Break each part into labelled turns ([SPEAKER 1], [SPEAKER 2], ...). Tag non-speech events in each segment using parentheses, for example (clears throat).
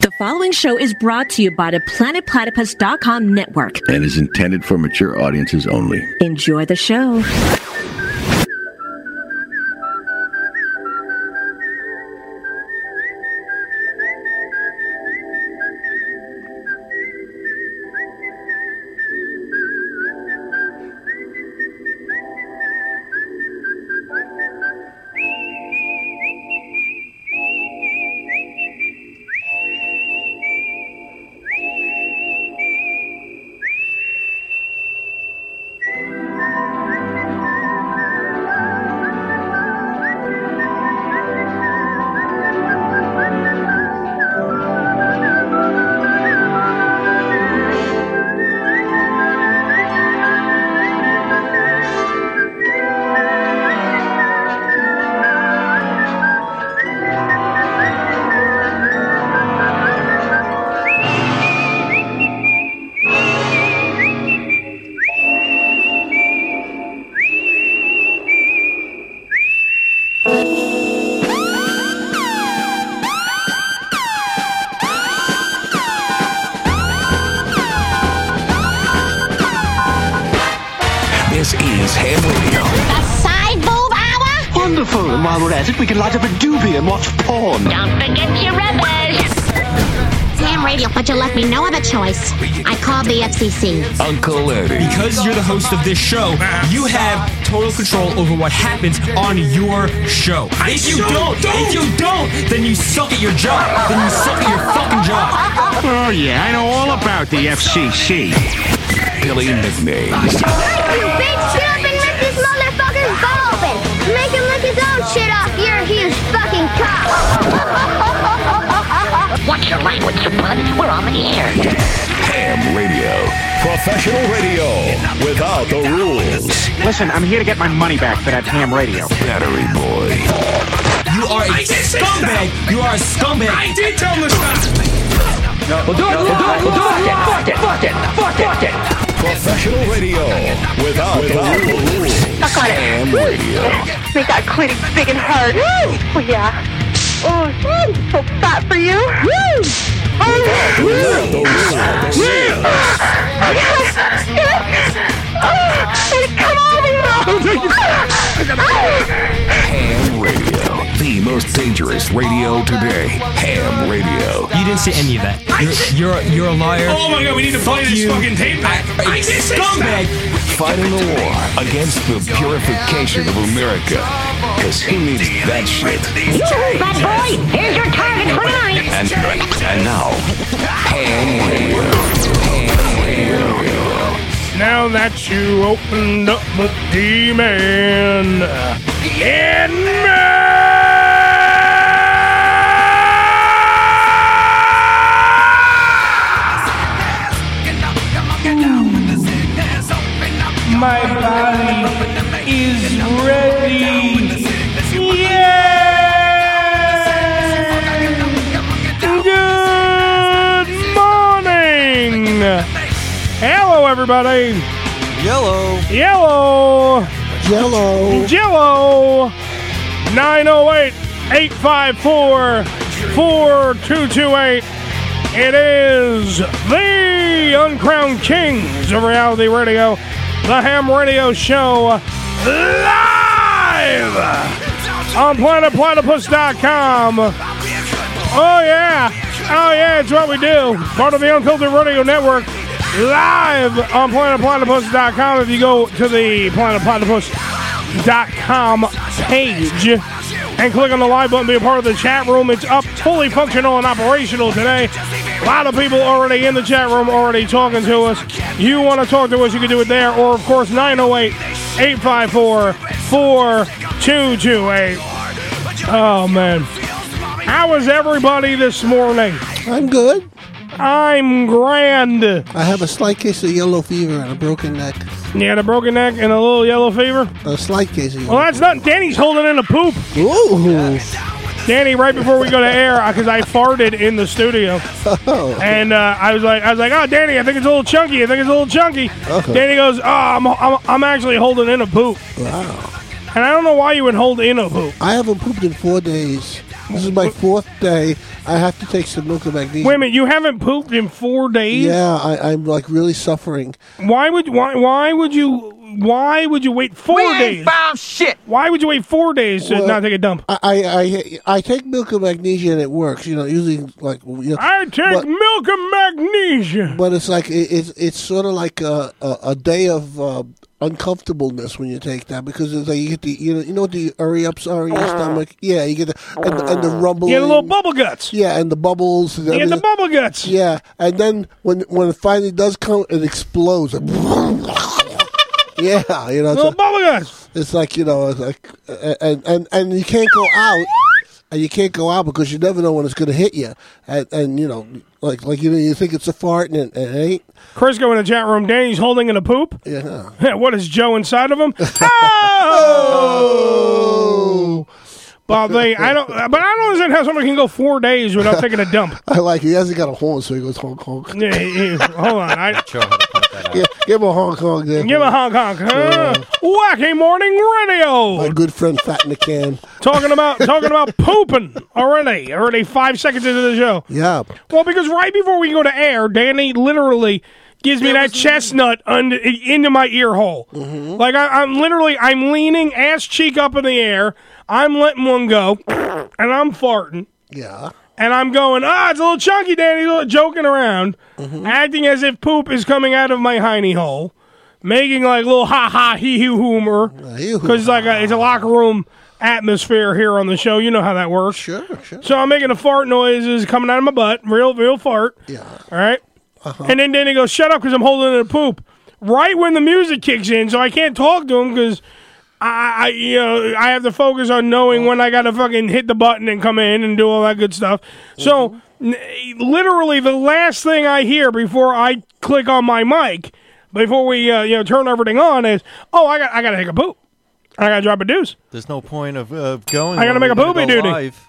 [SPEAKER 1] The following show is brought to you by the planetplatypus.com network.
[SPEAKER 2] and is intended for mature audiences only.
[SPEAKER 1] Enjoy the show.
[SPEAKER 3] This is Ham Radio.
[SPEAKER 4] The side boob hour?
[SPEAKER 5] Wonderful! And while we're at it, we can light up a doobie and watch porn.
[SPEAKER 4] Don't forget your rubbish. Damn radio, but you left me no other choice. I called the FCC.
[SPEAKER 3] Uncle Eddie.
[SPEAKER 6] because you're the host of this show, you have total control over what happens on your show. If you don't, if you don't, then you suck at your job. Then you suck at your fucking job.
[SPEAKER 7] Oh, yeah, I know all about the FCC.
[SPEAKER 3] Billy McNays.
[SPEAKER 8] You big stupid, rip this motherfucker's butt open! Make him lick his own shit off your huge fucking cock!
[SPEAKER 4] (laughs) Watch your language, you bud. We're on the air.
[SPEAKER 3] Ham Radio. Professional radio without the rules.
[SPEAKER 7] Listen, I'm here to get my money back for that ham radio.
[SPEAKER 3] Battery Boy.
[SPEAKER 6] You are a scumbag. You are a scumbag. I did tell him to stop. We'll do it. We'll do it. We'll do it. Fuck it. Fuck it. Fuck it. Fuck it.
[SPEAKER 3] Professional radio without, the rules. Ham Radio.
[SPEAKER 9] Make that clinic big and hard. Woo! Oh, yeah. Oh, woo! so fat for you. Woo! Oh, woo!
[SPEAKER 3] Without the rules.
[SPEAKER 9] Oh, yes! Yes! Oh, and come on, you
[SPEAKER 3] Ham Radio. The most dangerous radio today. Ham Radio.
[SPEAKER 6] You didn't say any of that. You're you're, you're a liar. Oh my god, we need to play this fucking tape back. I, scumbag.
[SPEAKER 3] Fighting the war against the purification of America. Because he needs that shit.
[SPEAKER 4] You, bad boy. Here's your target for tonight.
[SPEAKER 3] And, and now, Ham Radio. Ham Radio.
[SPEAKER 10] Now that you opened up the demon in me! My body is ready. Yay! Good morning! Hello, everybody! Yellow! Yellow! Yellow! 908 854 4228. It is the Uncrowned Kings of Reality Radio, the Ham Radio Show, live on planetplatypus.com. Oh yeah. Oh yeah, it's what we do. Part of the Unfiltered Radio Network. Live on planetplatypus.com. If you go to the planetplatypus.com page and click on the live button, be a part of the chat room. It's up fully functional and operational today. A lot of people already in the chat room, already talking to us. You want to talk to us, you can do it there, or of course 908 854 4228. Oh man. How is everybody this morning?
[SPEAKER 11] I'm good.
[SPEAKER 10] I'm grand.
[SPEAKER 11] I have a slight case of yellow fever and a broken neck.
[SPEAKER 10] You had a broken neck and a little yellow fever?
[SPEAKER 11] A slight case of
[SPEAKER 10] Well,
[SPEAKER 11] yellow
[SPEAKER 10] that's not. Danny's holding in a poop.
[SPEAKER 11] Ooh.
[SPEAKER 10] Danny, right before we go to air, because I farted in the studio,
[SPEAKER 11] Oh.
[SPEAKER 10] and uh, I was like, I was like, oh, Danny, I think it's a little chunky. I think it's a little chunky.
[SPEAKER 11] Uh-huh.
[SPEAKER 10] Danny goes, oh, I'm, I'm, I'm actually holding in a poop,
[SPEAKER 11] Wow.
[SPEAKER 10] and I don't know why you would hold in a poop.
[SPEAKER 11] I haven't pooped in four days. This is my fourth day. I have to take some milk and magnesium.
[SPEAKER 10] Wait a minute, you haven't pooped in four days?
[SPEAKER 11] Yeah, I, I'm like really suffering.
[SPEAKER 10] Why would why why would you why would you wait four days? found shit. Why would you wait four days to
[SPEAKER 11] Well,
[SPEAKER 10] not take a dump?
[SPEAKER 11] I, I I I take milk and magnesia and it works. You know, usually like you know,
[SPEAKER 10] I take milk and magnesia.
[SPEAKER 11] But it's like it, it's it's sort of like a a, a day of uh, uncomfortableness when you take that because it's like you get the you know you know what the hurry ups are in your stomach. Yeah, you get the and, the- and the rumbling.
[SPEAKER 10] You get a little bubble guts.
[SPEAKER 11] Yeah, and the bubbles. You
[SPEAKER 10] get the bubble guts.
[SPEAKER 11] Yeah, and then when when it finally does come, it explodes. (laughs) yeah, you know. it's
[SPEAKER 10] Little
[SPEAKER 11] like-
[SPEAKER 10] bubble guts.
[SPEAKER 11] It's like you know, it's like uh, and and and you can't go out. And you can't go out because you never know when it's going to hit you, and, and you know, like like you know, you think it's a fart and it, it ain't.
[SPEAKER 10] Chris go in the chat room. Danny's holding in a poop. (laughs)
[SPEAKER 11] Yeah.
[SPEAKER 10] what is Joe inside
[SPEAKER 11] (laughs)
[SPEAKER 10] of him? oh. Bob, they, I
[SPEAKER 11] (laughs)
[SPEAKER 10] don't, but I don't understand how somebody can go four days without taking a dump. (laughs)
[SPEAKER 11] I like it. He hasn't got a horn, so he goes Hong Kong.
[SPEAKER 10] Yeah, yeah, hold on, I
[SPEAKER 11] Yeah, give him a Hong Kong there.
[SPEAKER 10] give a honk honk. Huh? Wacky morning radio.
[SPEAKER 11] My good friend Fat in the Can.
[SPEAKER 10] Talking about talking about pooping already. Already five seconds into the show.
[SPEAKER 11] Yeah.
[SPEAKER 10] Well, because right before we go to air, Danny literally gives me that chestnut under, into my ear hole.
[SPEAKER 11] Mm-hmm.
[SPEAKER 10] Like I, I'm literally, I'm leaning ass cheek up in the air. I'm letting one go, and I'm farting,
[SPEAKER 11] Yeah.
[SPEAKER 10] and I'm going, ah, it's a little chunky, Danny, li- joking around,
[SPEAKER 11] Mm-hmm.
[SPEAKER 10] acting as if poop is coming out of my hiney hole, making like little ha ha hee hee humor, because like a, it's a locker room atmosphere here on the show. You know how that works.
[SPEAKER 11] Sure, sure.
[SPEAKER 10] So I'm making a fart noises coming out of my butt, real, real fart.
[SPEAKER 11] Yeah. Uh-huh.
[SPEAKER 10] All right? And then Danny goes, shut up because I'm holding in a poop. Right when the music kicks in, so I can't talk to him because I, I, you know, I have to focus on knowing when I got to fucking hit the button and come in and do all that good stuff. So, n- literally, the last thing I hear before I click on my mic, before we uh, you know turn everything on, is oh, I got I got to take a poop. I got to drop a deuce.
[SPEAKER 12] There's no point of uh, going.
[SPEAKER 10] I gotta
[SPEAKER 12] when
[SPEAKER 10] make a
[SPEAKER 12] we're
[SPEAKER 10] booby
[SPEAKER 12] gonna go
[SPEAKER 10] duty.
[SPEAKER 12] live.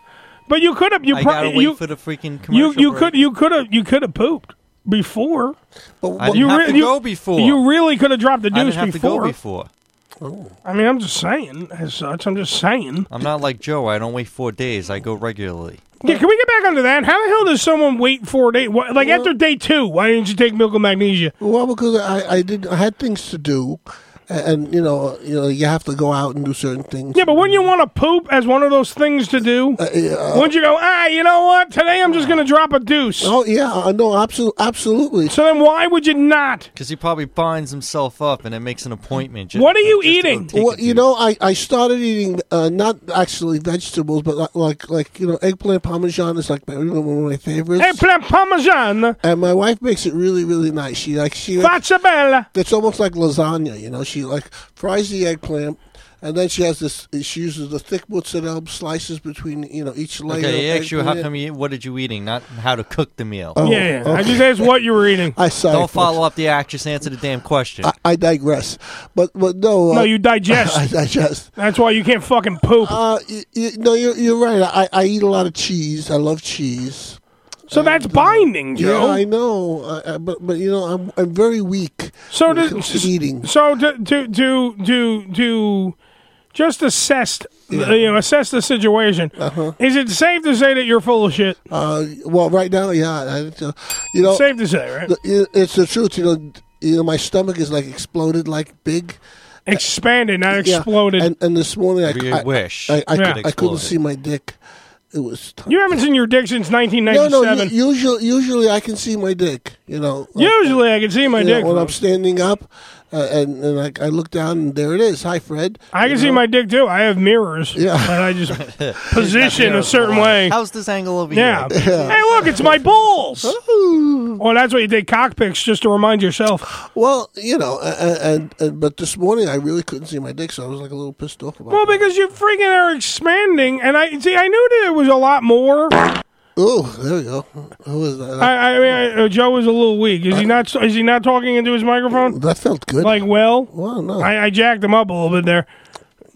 [SPEAKER 10] But you could have you
[SPEAKER 12] I
[SPEAKER 10] probably
[SPEAKER 12] gotta wait
[SPEAKER 10] you
[SPEAKER 12] for the freaking
[SPEAKER 10] you
[SPEAKER 12] commercial
[SPEAKER 10] you
[SPEAKER 12] break.
[SPEAKER 10] could you could have you could have pooped before. But
[SPEAKER 12] I didn't have to go before.
[SPEAKER 10] You really could have dropped the
[SPEAKER 12] I didn't
[SPEAKER 10] deuce
[SPEAKER 12] have
[SPEAKER 10] before.
[SPEAKER 12] to go before.
[SPEAKER 10] I mean, I'm just saying as such. I'm just saying.
[SPEAKER 12] I'm not like Joe. I don't wait four days. I go regularly.
[SPEAKER 10] Yeah, can we get back onto that? How the hell does someone wait four days? What, like after day two, why didn't you take milk and magnesia?
[SPEAKER 11] Well, because I, I did I had things to do, and, and, you know you know you have to go out and do certain things.
[SPEAKER 10] Yeah, but wouldn't you want to poop as one of those things to do?
[SPEAKER 11] Uh,
[SPEAKER 10] wouldn't you go, ah, you know what? Today I'm just going to drop a deuce.
[SPEAKER 11] Oh yeah, uh, no, absolutely, absolutely.
[SPEAKER 10] So then why would you not?
[SPEAKER 12] Because he probably binds himself up and then makes an appointment. ju-
[SPEAKER 10] What are you
[SPEAKER 12] just to go
[SPEAKER 10] eating?
[SPEAKER 12] take a
[SPEAKER 11] Well, you know, I, I started eating uh, not actually vegetables, but like, like like you know, eggplant parmesan is like my, one of my favorites.
[SPEAKER 10] Eggplant parmesan.
[SPEAKER 11] And my wife makes it really really nice. She like she
[SPEAKER 10] Faccia bella.
[SPEAKER 11] It's almost like lasagna, you know. She like fries the eggplant. And then she has this. She uses the thick mozzarella slices between you know each layer.
[SPEAKER 12] Okay, he
[SPEAKER 11] of
[SPEAKER 12] asked you how
[SPEAKER 11] eggplant.
[SPEAKER 12] come you what did you eating, not how to cook the meal.
[SPEAKER 11] Oh,
[SPEAKER 10] yeah, yeah. I
[SPEAKER 11] okay.
[SPEAKER 10] just asked what you were eating.
[SPEAKER 11] I sorry.
[SPEAKER 12] Don't
[SPEAKER 11] folks.
[SPEAKER 12] follow up the act. Just answer the damn question.
[SPEAKER 11] I, I digress. But but no. uh,
[SPEAKER 10] No, you digest.
[SPEAKER 11] (laughs) I digest.
[SPEAKER 10] That's why you can't fucking poop.
[SPEAKER 11] Uh, y y no, you're you're right. I, I eat a lot of cheese. I love cheese. uh,
[SPEAKER 10] so that's binding, Joe.
[SPEAKER 11] Yeah, I know. I, I, but but you know, I'm I'm very weak.
[SPEAKER 10] So
[SPEAKER 11] when it
[SPEAKER 10] to,
[SPEAKER 11] comes to eating.
[SPEAKER 10] So to to to to, to just assess
[SPEAKER 11] Yeah. Uh-huh.
[SPEAKER 10] you know assess the situation. Is it safe to say that you're full of shit?
[SPEAKER 11] Uh, well, right now, yeah. I, uh, you know,
[SPEAKER 10] safe to say, right?
[SPEAKER 11] the- it- it's the truth. You know, you know, my stomach is like exploded, like big.
[SPEAKER 10] Expanded, not
[SPEAKER 11] Yeah,
[SPEAKER 10] exploded.
[SPEAKER 11] And and this morning, I,
[SPEAKER 12] We
[SPEAKER 11] I
[SPEAKER 12] wish
[SPEAKER 11] I,
[SPEAKER 10] Yeah.
[SPEAKER 11] I, cou-
[SPEAKER 12] it
[SPEAKER 11] I couldn't
[SPEAKER 12] exploded.
[SPEAKER 11] see my dick. It was. tough.
[SPEAKER 10] you haven't seen your dick since
[SPEAKER 11] no,
[SPEAKER 10] 1997.
[SPEAKER 11] no. u- Usually, usually I can see my dick. You know. like-
[SPEAKER 10] Usually, I can see my
[SPEAKER 11] you know,
[SPEAKER 10] dick.
[SPEAKER 11] when
[SPEAKER 10] though.
[SPEAKER 11] I'm standing up, uh, and and I, I look down, and there it is. Hi, Fred.
[SPEAKER 10] I can
[SPEAKER 11] You
[SPEAKER 10] see
[SPEAKER 11] know?
[SPEAKER 10] my dick too. I have mirrors.
[SPEAKER 11] Yeah.
[SPEAKER 10] But I just position a certain way.
[SPEAKER 12] How's this angle over
[SPEAKER 10] Yeah.
[SPEAKER 12] here?
[SPEAKER 11] (laughs)
[SPEAKER 10] Hey, look, it's my balls.
[SPEAKER 11] Oh.
[SPEAKER 10] Well, that's what you did cockpicks just to remind yourself.
[SPEAKER 11] Well, you know, and, and, and but this morning I really couldn't see my dick, so I was like a little pissed off about.
[SPEAKER 10] Well,
[SPEAKER 11] it.
[SPEAKER 10] because you freaking are expanding, and I see. I knew there was a lot more.
[SPEAKER 11] Oh, there we go. Who was that?
[SPEAKER 10] I, I mean, I, uh, Joe is a little weak. Is he not? Is he not talking into his microphone?
[SPEAKER 11] that felt good.
[SPEAKER 10] Like, well,
[SPEAKER 11] well, no.
[SPEAKER 10] I, I jacked him up a little bit there.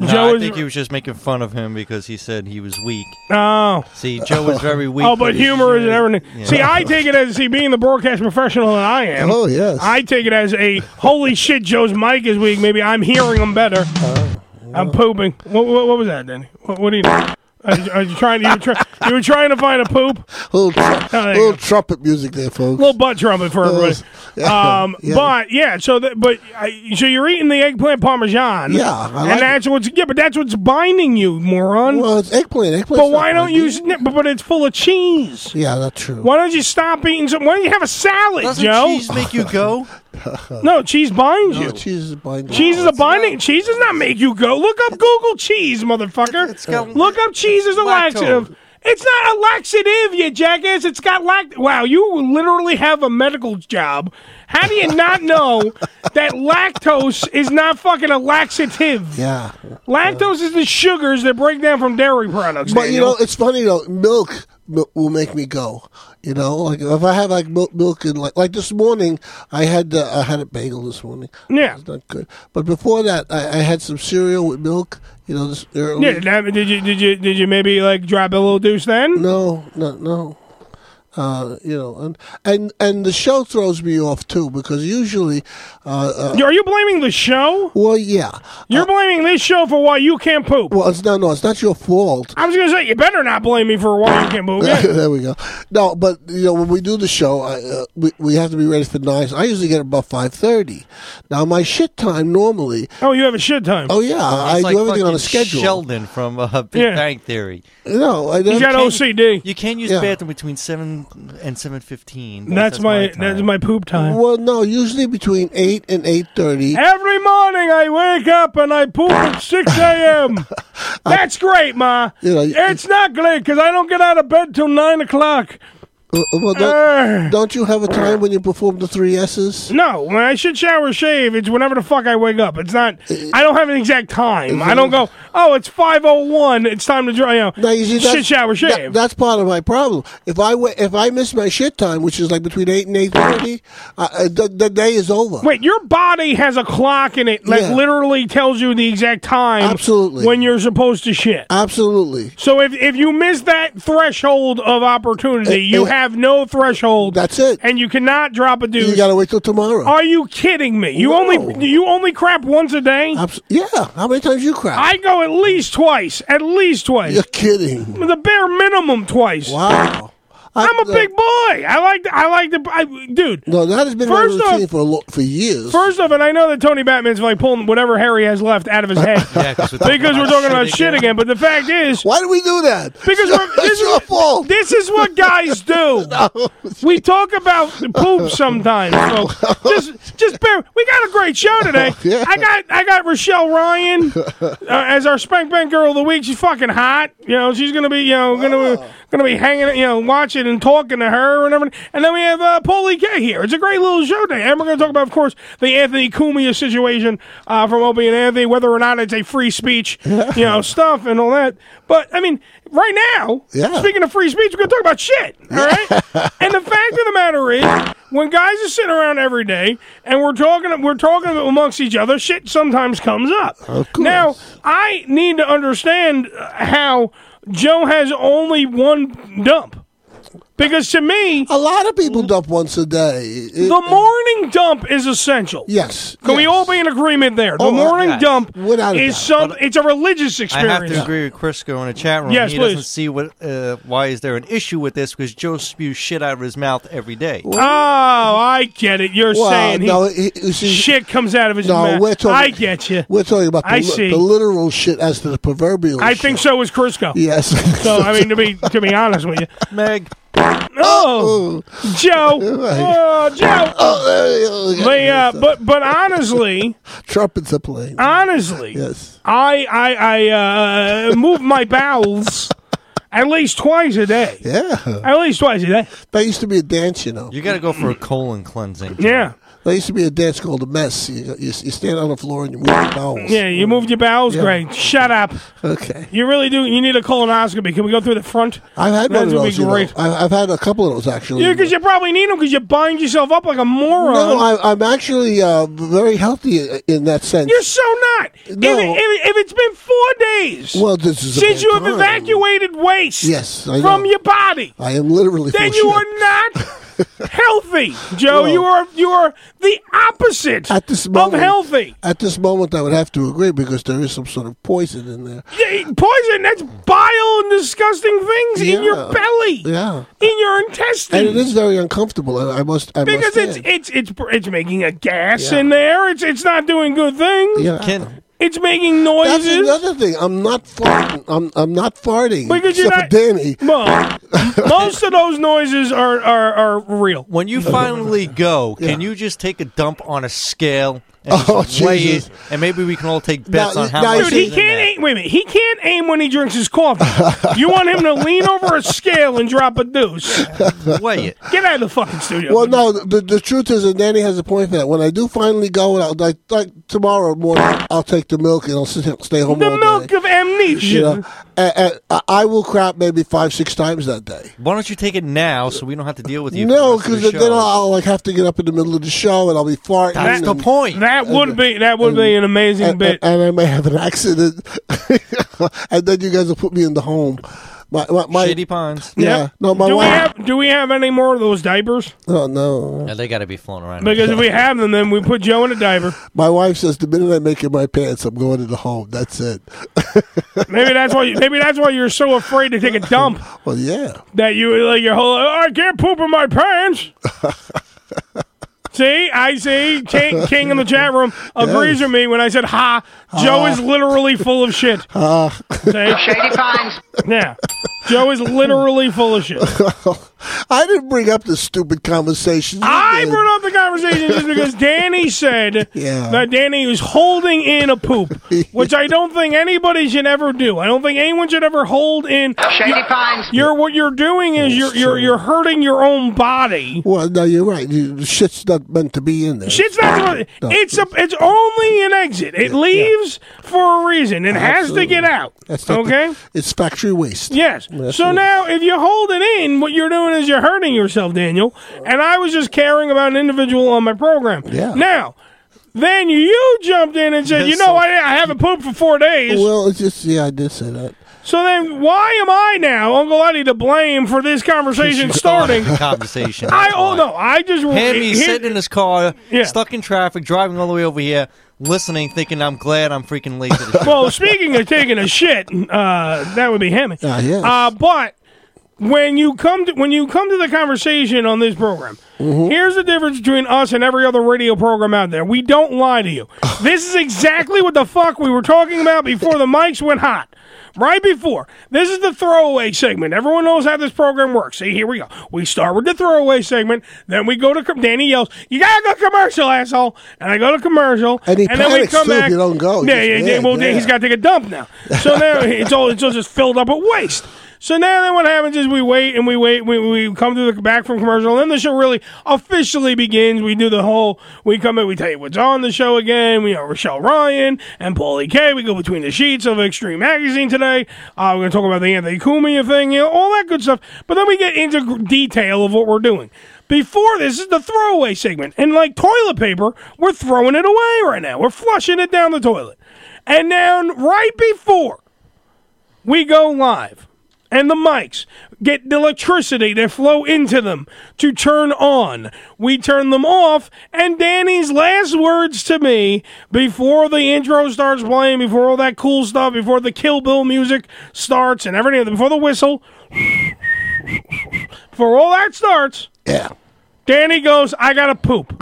[SPEAKER 12] No,
[SPEAKER 10] Joe
[SPEAKER 12] I
[SPEAKER 10] is.
[SPEAKER 12] think he was just making fun of him because he said he was weak.
[SPEAKER 10] oh,
[SPEAKER 12] See, Joe was very
[SPEAKER 10] (laughs)
[SPEAKER 12] weak.
[SPEAKER 10] oh, but
[SPEAKER 12] with his
[SPEAKER 10] humor is
[SPEAKER 12] shit.
[SPEAKER 10] everything. See, I take it as see being the broadcast professional that I am.
[SPEAKER 11] oh yes.
[SPEAKER 10] I take it as a holy shit. Joe's mic is
[SPEAKER 11] Uh,
[SPEAKER 10] weak. Maybe I'm hearing him better. I'm pooping. What, what, what was that, Danny? What, what do you? Are you, are you trying? You were, try, you were trying to find a poop.
[SPEAKER 11] Little, little trumpet music there, folks.
[SPEAKER 10] little butt trumpet for everybody.
[SPEAKER 11] (laughs) Yeah,
[SPEAKER 10] um,
[SPEAKER 11] yeah.
[SPEAKER 10] But yeah, so that, but I, so you're eating the eggplant parmesan.
[SPEAKER 11] Yeah, I like
[SPEAKER 10] and that's what's yeah, but that's what's binding you, moron. Well,
[SPEAKER 11] it's eggplant. Eggplant's
[SPEAKER 10] But
[SPEAKER 11] not
[SPEAKER 10] why don't you? sni- But, but it's full of cheese.
[SPEAKER 11] Yeah, that's true.
[SPEAKER 10] Why don't you stop eating some? Why don't you have a salad,
[SPEAKER 11] Doesn't
[SPEAKER 10] Joe?
[SPEAKER 11] cheese make you
[SPEAKER 12] go?
[SPEAKER 10] (laughs) no, cheese binds
[SPEAKER 11] No,
[SPEAKER 10] you.
[SPEAKER 11] cheese is binding.
[SPEAKER 10] Cheese is a binding. Cheese does not make you go. Look up Google cheese, motherfucker. Look up cheese as a laxative. It's not a laxative, you jackass. It's got lact. Wow, you literally have a medical job. How do you not know that lactose is not fucking a laxative?
[SPEAKER 11] Yeah.
[SPEAKER 10] Lactose is the sugars that break down from dairy products.
[SPEAKER 11] But you know,
[SPEAKER 10] Daniel.
[SPEAKER 11] it's funny though. Milk mi- will make me go. You know, like if I have like milk, milk and like like this morning, I had uh, I had a bagel this morning.
[SPEAKER 10] Yeah,
[SPEAKER 11] it's not good. But before that, I, I had some cereal with milk. You know, this early.
[SPEAKER 10] yeah. that- Did you did you did you maybe like drop a little deuce then?
[SPEAKER 11] No, no, no. Uh, you know, and and and the show throws me off too because usually, uh, uh,
[SPEAKER 10] are you blaming the show?
[SPEAKER 11] Well, yeah, Uh,
[SPEAKER 10] you're blaming this show for why you can't poop.
[SPEAKER 11] Well, it's no, no, it's not your fault.
[SPEAKER 10] I was gonna say you better not blame me for why you can't poop. Yeah.
[SPEAKER 11] (laughs) there we go. No, but you know when we do the show, I, uh, we we have to be ready for nine. I usually get about five thirty. Now my shit time normally.
[SPEAKER 10] Oh, (laughs) you have a shit time.
[SPEAKER 11] Oh yeah, I
[SPEAKER 12] He's like
[SPEAKER 11] do everything on
[SPEAKER 12] fucking
[SPEAKER 11] a schedule.
[SPEAKER 12] Sheldon from uh, Big
[SPEAKER 11] Yeah.
[SPEAKER 12] Bang Theory.
[SPEAKER 11] No, I don't.
[SPEAKER 10] OCD.
[SPEAKER 12] You can use
[SPEAKER 11] Yeah.
[SPEAKER 12] bathroom between seven and seven fifteen.
[SPEAKER 10] that's my poop time.
[SPEAKER 11] Well, no, usually between eight and eight thirty.
[SPEAKER 10] Every morning I wake up and I poop at
[SPEAKER 11] (laughs)
[SPEAKER 10] 6 a.m. That's great, Ma.
[SPEAKER 11] You know, you-
[SPEAKER 10] it's not great because I don't get out of bed till 9 o'clock.
[SPEAKER 11] Uh, Well, don't, don't you have a time when you perform the three S's?
[SPEAKER 10] No, when I should shower, shave, it's whenever the fuck I wake up. It's not,
[SPEAKER 11] Uh,
[SPEAKER 10] I don't have an exact time. I don't go, oh, it's 5.01, it's time to dry out.
[SPEAKER 11] Now, you see, that's-
[SPEAKER 10] Shit, shower,
[SPEAKER 11] that-
[SPEAKER 10] shave.
[SPEAKER 11] that's part of my problem. If I wa- if I miss my shit time, which is like between eight and eight thirty, uh, uh, the, the day is over.
[SPEAKER 10] Wait, your body has a clock in it that
[SPEAKER 11] Yeah.
[SPEAKER 10] literally tells you the exact time
[SPEAKER 11] Absolutely.
[SPEAKER 10] when you're supposed to shit.
[SPEAKER 11] Absolutely.
[SPEAKER 10] So if, if you miss that threshold of opportunity, you have no threshold.
[SPEAKER 11] That's it.
[SPEAKER 10] And you cannot drop a dude.
[SPEAKER 11] You gotta wait till tomorrow.
[SPEAKER 10] Are you kidding me? You only you only crap once a day?
[SPEAKER 11] yeah. How many times you crap?
[SPEAKER 10] I go at least twice. At least twice. You're
[SPEAKER 11] kidding.
[SPEAKER 10] The bare minimum twice.
[SPEAKER 11] Wow. I,
[SPEAKER 10] am a big boy. I like to, I like to I, dude.
[SPEAKER 11] No, that has been my
[SPEAKER 10] First
[SPEAKER 11] routine
[SPEAKER 10] off-
[SPEAKER 11] for a lo- for years.
[SPEAKER 10] First off, and I know that Tony Batman's like pulling whatever hair he has left out of his
[SPEAKER 11] (laughs)
[SPEAKER 10] head
[SPEAKER 11] Yeah, 'cause
[SPEAKER 10] because we're
[SPEAKER 11] we're talking about
[SPEAKER 10] talking about
[SPEAKER 11] shit
[SPEAKER 10] shit again. But the fact is,
[SPEAKER 11] why do we do that?
[SPEAKER 10] Because
[SPEAKER 11] (laughs)
[SPEAKER 10] we're, this is this is what guys do. We talk about the poop sometimes. So just just bear. We got a great show
[SPEAKER 11] (laughs)
[SPEAKER 10] today. I got I got Rochelle Ryan (laughs) uh, as our spank bank girl of the week. She's fucking hot. You know she's gonna be you know gonna gonna be hanging you know watching and talking to her and everything. And then we have uh, Paulie K here. It's a great little show today. And we're gonna talk about of course the Anthony Cumia situation uh, from Opie and Anthony, whether or not it's a free speech you know stuff and all that. But I mean right now.
[SPEAKER 13] Yeah.
[SPEAKER 10] Speaking of free speech, we're gonna talk about shit. All right. and the fact of the matter is, when guys are sitting around every day and we're talking, we're talking amongst each other, shit sometimes comes up. Now I need to understand uh, how Joe has only one dump. Because to me,
[SPEAKER 11] a lot of people dump once a day.
[SPEAKER 10] the morning dump is essential.
[SPEAKER 11] Yes.
[SPEAKER 10] Can we all be in agreement there? The
[SPEAKER 12] Oh,
[SPEAKER 10] morning
[SPEAKER 12] yes.
[SPEAKER 10] dump
[SPEAKER 12] Without a
[SPEAKER 10] is
[SPEAKER 12] doubt.
[SPEAKER 10] some. It's a religious experience.
[SPEAKER 12] I have to agree with Crisco in the chat room.
[SPEAKER 10] Yes,
[SPEAKER 12] he
[SPEAKER 10] please.
[SPEAKER 12] doesn't see what. Uh, why is there an issue with this? Because Joe spews shit out of his mouth every day.
[SPEAKER 10] Oh, I get it. You're
[SPEAKER 12] Well,
[SPEAKER 10] saying he,
[SPEAKER 12] no,
[SPEAKER 10] shit comes out of his
[SPEAKER 11] No,
[SPEAKER 10] mouth.
[SPEAKER 11] we're talking-
[SPEAKER 10] I get you.
[SPEAKER 11] We're talking about the,
[SPEAKER 10] I
[SPEAKER 11] li-
[SPEAKER 10] see.
[SPEAKER 11] the literal shit as to the proverbial.
[SPEAKER 10] I think so is Crisco.
[SPEAKER 11] Yes.
[SPEAKER 10] So I mean, to be to be honest with you,
[SPEAKER 12] Meg.
[SPEAKER 11] (laughs)
[SPEAKER 10] Oh, Joe. Oh, Joe. They, uh, but but honestly,
[SPEAKER 11] trumpets are playing.
[SPEAKER 10] honestly,
[SPEAKER 11] Yes.
[SPEAKER 10] I I I uh, move my bowels at least twice a day.
[SPEAKER 11] Yeah.
[SPEAKER 10] At least twice a day.
[SPEAKER 11] That used to be a dance, you know.
[SPEAKER 12] You got to go for a colon cleansing.
[SPEAKER 10] (laughs) Yeah.
[SPEAKER 11] There used to be a dance called the mess. You, you, you stand on the floor and you move your bowels.
[SPEAKER 10] Yeah, you moved your bowels,
[SPEAKER 11] Yeah.
[SPEAKER 10] great. Shut up.
[SPEAKER 11] Okay.
[SPEAKER 10] You really do. You need a colonoscopy. Can we go through the front?
[SPEAKER 11] I've had one
[SPEAKER 10] That's
[SPEAKER 11] of
[SPEAKER 10] would be
[SPEAKER 11] those. You know.
[SPEAKER 10] great.
[SPEAKER 11] I, I've had a couple of those actually.
[SPEAKER 10] Yeah, because you probably need them because you bind yourself up like a moron.
[SPEAKER 11] no, I, I'm actually uh, very healthy i- in that sense.
[SPEAKER 10] You're so not. If,
[SPEAKER 11] No.
[SPEAKER 10] it, if, it, if it's been four days
[SPEAKER 11] Well, this is a
[SPEAKER 10] since
[SPEAKER 11] bad
[SPEAKER 10] you have
[SPEAKER 11] time.
[SPEAKER 10] evacuated waste
[SPEAKER 11] Yes, I
[SPEAKER 10] from
[SPEAKER 11] know.
[SPEAKER 10] your body,
[SPEAKER 11] I am literally.
[SPEAKER 10] then
[SPEAKER 11] full
[SPEAKER 10] you
[SPEAKER 11] of (laughs)
[SPEAKER 10] are not healthy, Joe.
[SPEAKER 11] Well-
[SPEAKER 10] you are you are the opposite
[SPEAKER 11] At this
[SPEAKER 10] of
[SPEAKER 11] moment,
[SPEAKER 10] healthy.
[SPEAKER 11] At this moment, I would have to agree because there is some sort of poison in there.
[SPEAKER 10] Yeah, Poison. That's bile and disgusting things in your
[SPEAKER 11] Yeah.
[SPEAKER 10] belly,
[SPEAKER 11] Yeah,
[SPEAKER 10] in your intestines.
[SPEAKER 11] and it is very uncomfortable. I, I must. I
[SPEAKER 10] because
[SPEAKER 11] must
[SPEAKER 10] it's
[SPEAKER 11] add.
[SPEAKER 10] it's it's it's making a gas
[SPEAKER 11] Yeah.
[SPEAKER 10] in there. It's it's not doing good things.
[SPEAKER 11] Yeah. Can-
[SPEAKER 10] it's making noises.
[SPEAKER 11] That's another thing. I'm not farting. I'm I'm not farting.
[SPEAKER 10] Because you're
[SPEAKER 11] except for
[SPEAKER 10] not-
[SPEAKER 11] Danny.
[SPEAKER 10] Well, (laughs) most
[SPEAKER 12] (laughs)
[SPEAKER 10] of those noises are, are, are real.
[SPEAKER 12] When you
[SPEAKER 11] (laughs)
[SPEAKER 12] finally go, can you just take a dump on a scale and
[SPEAKER 11] Oh,
[SPEAKER 12] just weigh
[SPEAKER 11] Jesus.
[SPEAKER 12] it, and maybe we can all take bets on how much
[SPEAKER 10] Dude, he
[SPEAKER 12] is in
[SPEAKER 10] can't aim. Wait a minute. He can't aim when he drinks his coffee.
[SPEAKER 11] (laughs)
[SPEAKER 10] you want him to lean over a scale and drop a deuce?
[SPEAKER 12] (laughs) Weigh it.
[SPEAKER 10] Get out of the fucking studio.
[SPEAKER 11] Well, no. The, the truth is, and Danny has a point for that. When I do finally go, and I'll, like, like tomorrow morning, I'll take the milk and I'll sit here, stay home
[SPEAKER 10] the
[SPEAKER 11] all
[SPEAKER 10] milk
[SPEAKER 11] day.
[SPEAKER 10] of amnesia.
[SPEAKER 11] You know, and, and I- I will crap maybe five, six times that day.
[SPEAKER 12] Why don't you take it now so we don't have to deal with you? for the
[SPEAKER 11] No,
[SPEAKER 12] rest of
[SPEAKER 11] because
[SPEAKER 12] the
[SPEAKER 11] then
[SPEAKER 12] show?
[SPEAKER 11] I'll like have to get up in the middle of the show and I'll be farting.
[SPEAKER 12] That's the
[SPEAKER 11] and-
[SPEAKER 12] point.
[SPEAKER 10] That would be that would be an amazing
[SPEAKER 11] and,
[SPEAKER 10] bit.
[SPEAKER 11] and, and I may have an accident, (laughs) and then you guys will put me in the home. My, my, my
[SPEAKER 12] Shitty ponds.
[SPEAKER 11] Yeah, no, my
[SPEAKER 10] do we
[SPEAKER 11] wife.
[SPEAKER 10] have do we have any more of those diapers?
[SPEAKER 11] oh no,
[SPEAKER 12] Yeah, they got to be flown around.
[SPEAKER 10] Because if we have them, then we put Joe in a diaper.
[SPEAKER 11] my wife says the minute I make it my pants, I'm going to the home. That's it. (laughs)
[SPEAKER 10] Maybe that's why. Maybe that's why you're so afraid to take a dump
[SPEAKER 11] (laughs) Well, yeah,
[SPEAKER 10] that you like your whole. Oh, I can't poop in my
[SPEAKER 11] (laughs)
[SPEAKER 10] pants. see, I see. King, King in the chat room agrees with me when I said, "Ha, Joe is literally full of shit."
[SPEAKER 11] Ah.
[SPEAKER 10] (laughs) Shady Pines. Yeah, Joe is literally full of shit.
[SPEAKER 11] (laughs) I didn't bring up this stupid conversation. You
[SPEAKER 10] I
[SPEAKER 11] did.
[SPEAKER 10] brought up the conversation just
[SPEAKER 11] (laughs)
[SPEAKER 10] because Danny said
[SPEAKER 11] Yeah.
[SPEAKER 10] that Danny was holding in a
[SPEAKER 11] (laughs)
[SPEAKER 10] poop, which I don't think anybody should ever do. I don't think anyone should ever hold in. Shady pines. You're what you're doing is you're you're you're hurting your own body.
[SPEAKER 11] Well, no, you're right. You, shit's not meant to be in there.
[SPEAKER 10] Shit's not.
[SPEAKER 11] No.
[SPEAKER 10] It's a. It's only an exit. It leaves for a reason. It has to
[SPEAKER 11] Absolutely.
[SPEAKER 10] get out.
[SPEAKER 11] That's not the-
[SPEAKER 10] okay.
[SPEAKER 11] It's factory waste.
[SPEAKER 10] Yes. So now, if you hold it in, what you're doing is you're hurting yourself, Daniel. And I was just caring about an individual on my program.
[SPEAKER 11] Yeah.
[SPEAKER 10] Now, then you jumped in and said,
[SPEAKER 11] Yes,
[SPEAKER 10] you know, I, I haven't pooped for four days.
[SPEAKER 11] Well, it's just yeah, I did say that.
[SPEAKER 10] so then, why am I now, Uncle Eddie, to blame for this conversation starting?
[SPEAKER 11] (laughs)
[SPEAKER 12] The (laughs) conversation.
[SPEAKER 10] I oh no, I just
[SPEAKER 12] Hammy
[SPEAKER 10] here-
[SPEAKER 12] sitting in his car,
[SPEAKER 10] Yeah.
[SPEAKER 12] stuck in traffic, driving all the way over here, listening, thinking I'm glad I'm freaking late to the show.
[SPEAKER 10] well, speaking of taking a shit, uh, that would be him.
[SPEAKER 11] Ah, yes.
[SPEAKER 10] Uh, but when you come to when you come to the conversation on this program,
[SPEAKER 11] Mm-hmm.
[SPEAKER 10] here's the difference between us and every other radio program out there. We don't lie
[SPEAKER 11] (sighs)
[SPEAKER 10] to you. this is exactly what the fuck we were talking about before the mics went hot. Right before. This is the throwaway segment. Everyone knows how this program works. See, here we go. We start with the throwaway segment, then we go to com- Danny yells, "You gotta go commercial, asshole!" And I go to commercial,
[SPEAKER 11] And he
[SPEAKER 10] then we
[SPEAKER 11] panics
[SPEAKER 10] come
[SPEAKER 11] too if
[SPEAKER 10] back.
[SPEAKER 11] you don't go.
[SPEAKER 10] Yeah,
[SPEAKER 11] Just
[SPEAKER 10] yeah, yeah.
[SPEAKER 11] mad,
[SPEAKER 10] Well, then
[SPEAKER 11] yeah.
[SPEAKER 10] he's got to take a dump now. So
[SPEAKER 11] (laughs)
[SPEAKER 10] now it's all it's all just filled up with waste. So now then what happens is we wait and we wait. We, we come to the back from commercial, and then the show really officially begins. We do the whole. We come in. We tell you what's on the show again. We are Rochelle Ryan and Paulie K. We go between the sheets of Extreme Magazine today. Uh, we're going to talk about the Anthony Cumia thing, you know, all that good stuff. But then we get into gr- detail of what we're doing. Before this is the throwaway segment, and like toilet paper, we're throwing it away right now. We're flushing it down the toilet. And now, right before we go live, and the mics get the electricity that flow into them to turn on. We turn them off, and Danny's last words to me before the intro starts playing, before all that cool stuff, before the Kill Bill music starts, and everything, before the whistle, before all that starts,
[SPEAKER 11] Yeah.
[SPEAKER 10] Danny goes, I got to poop.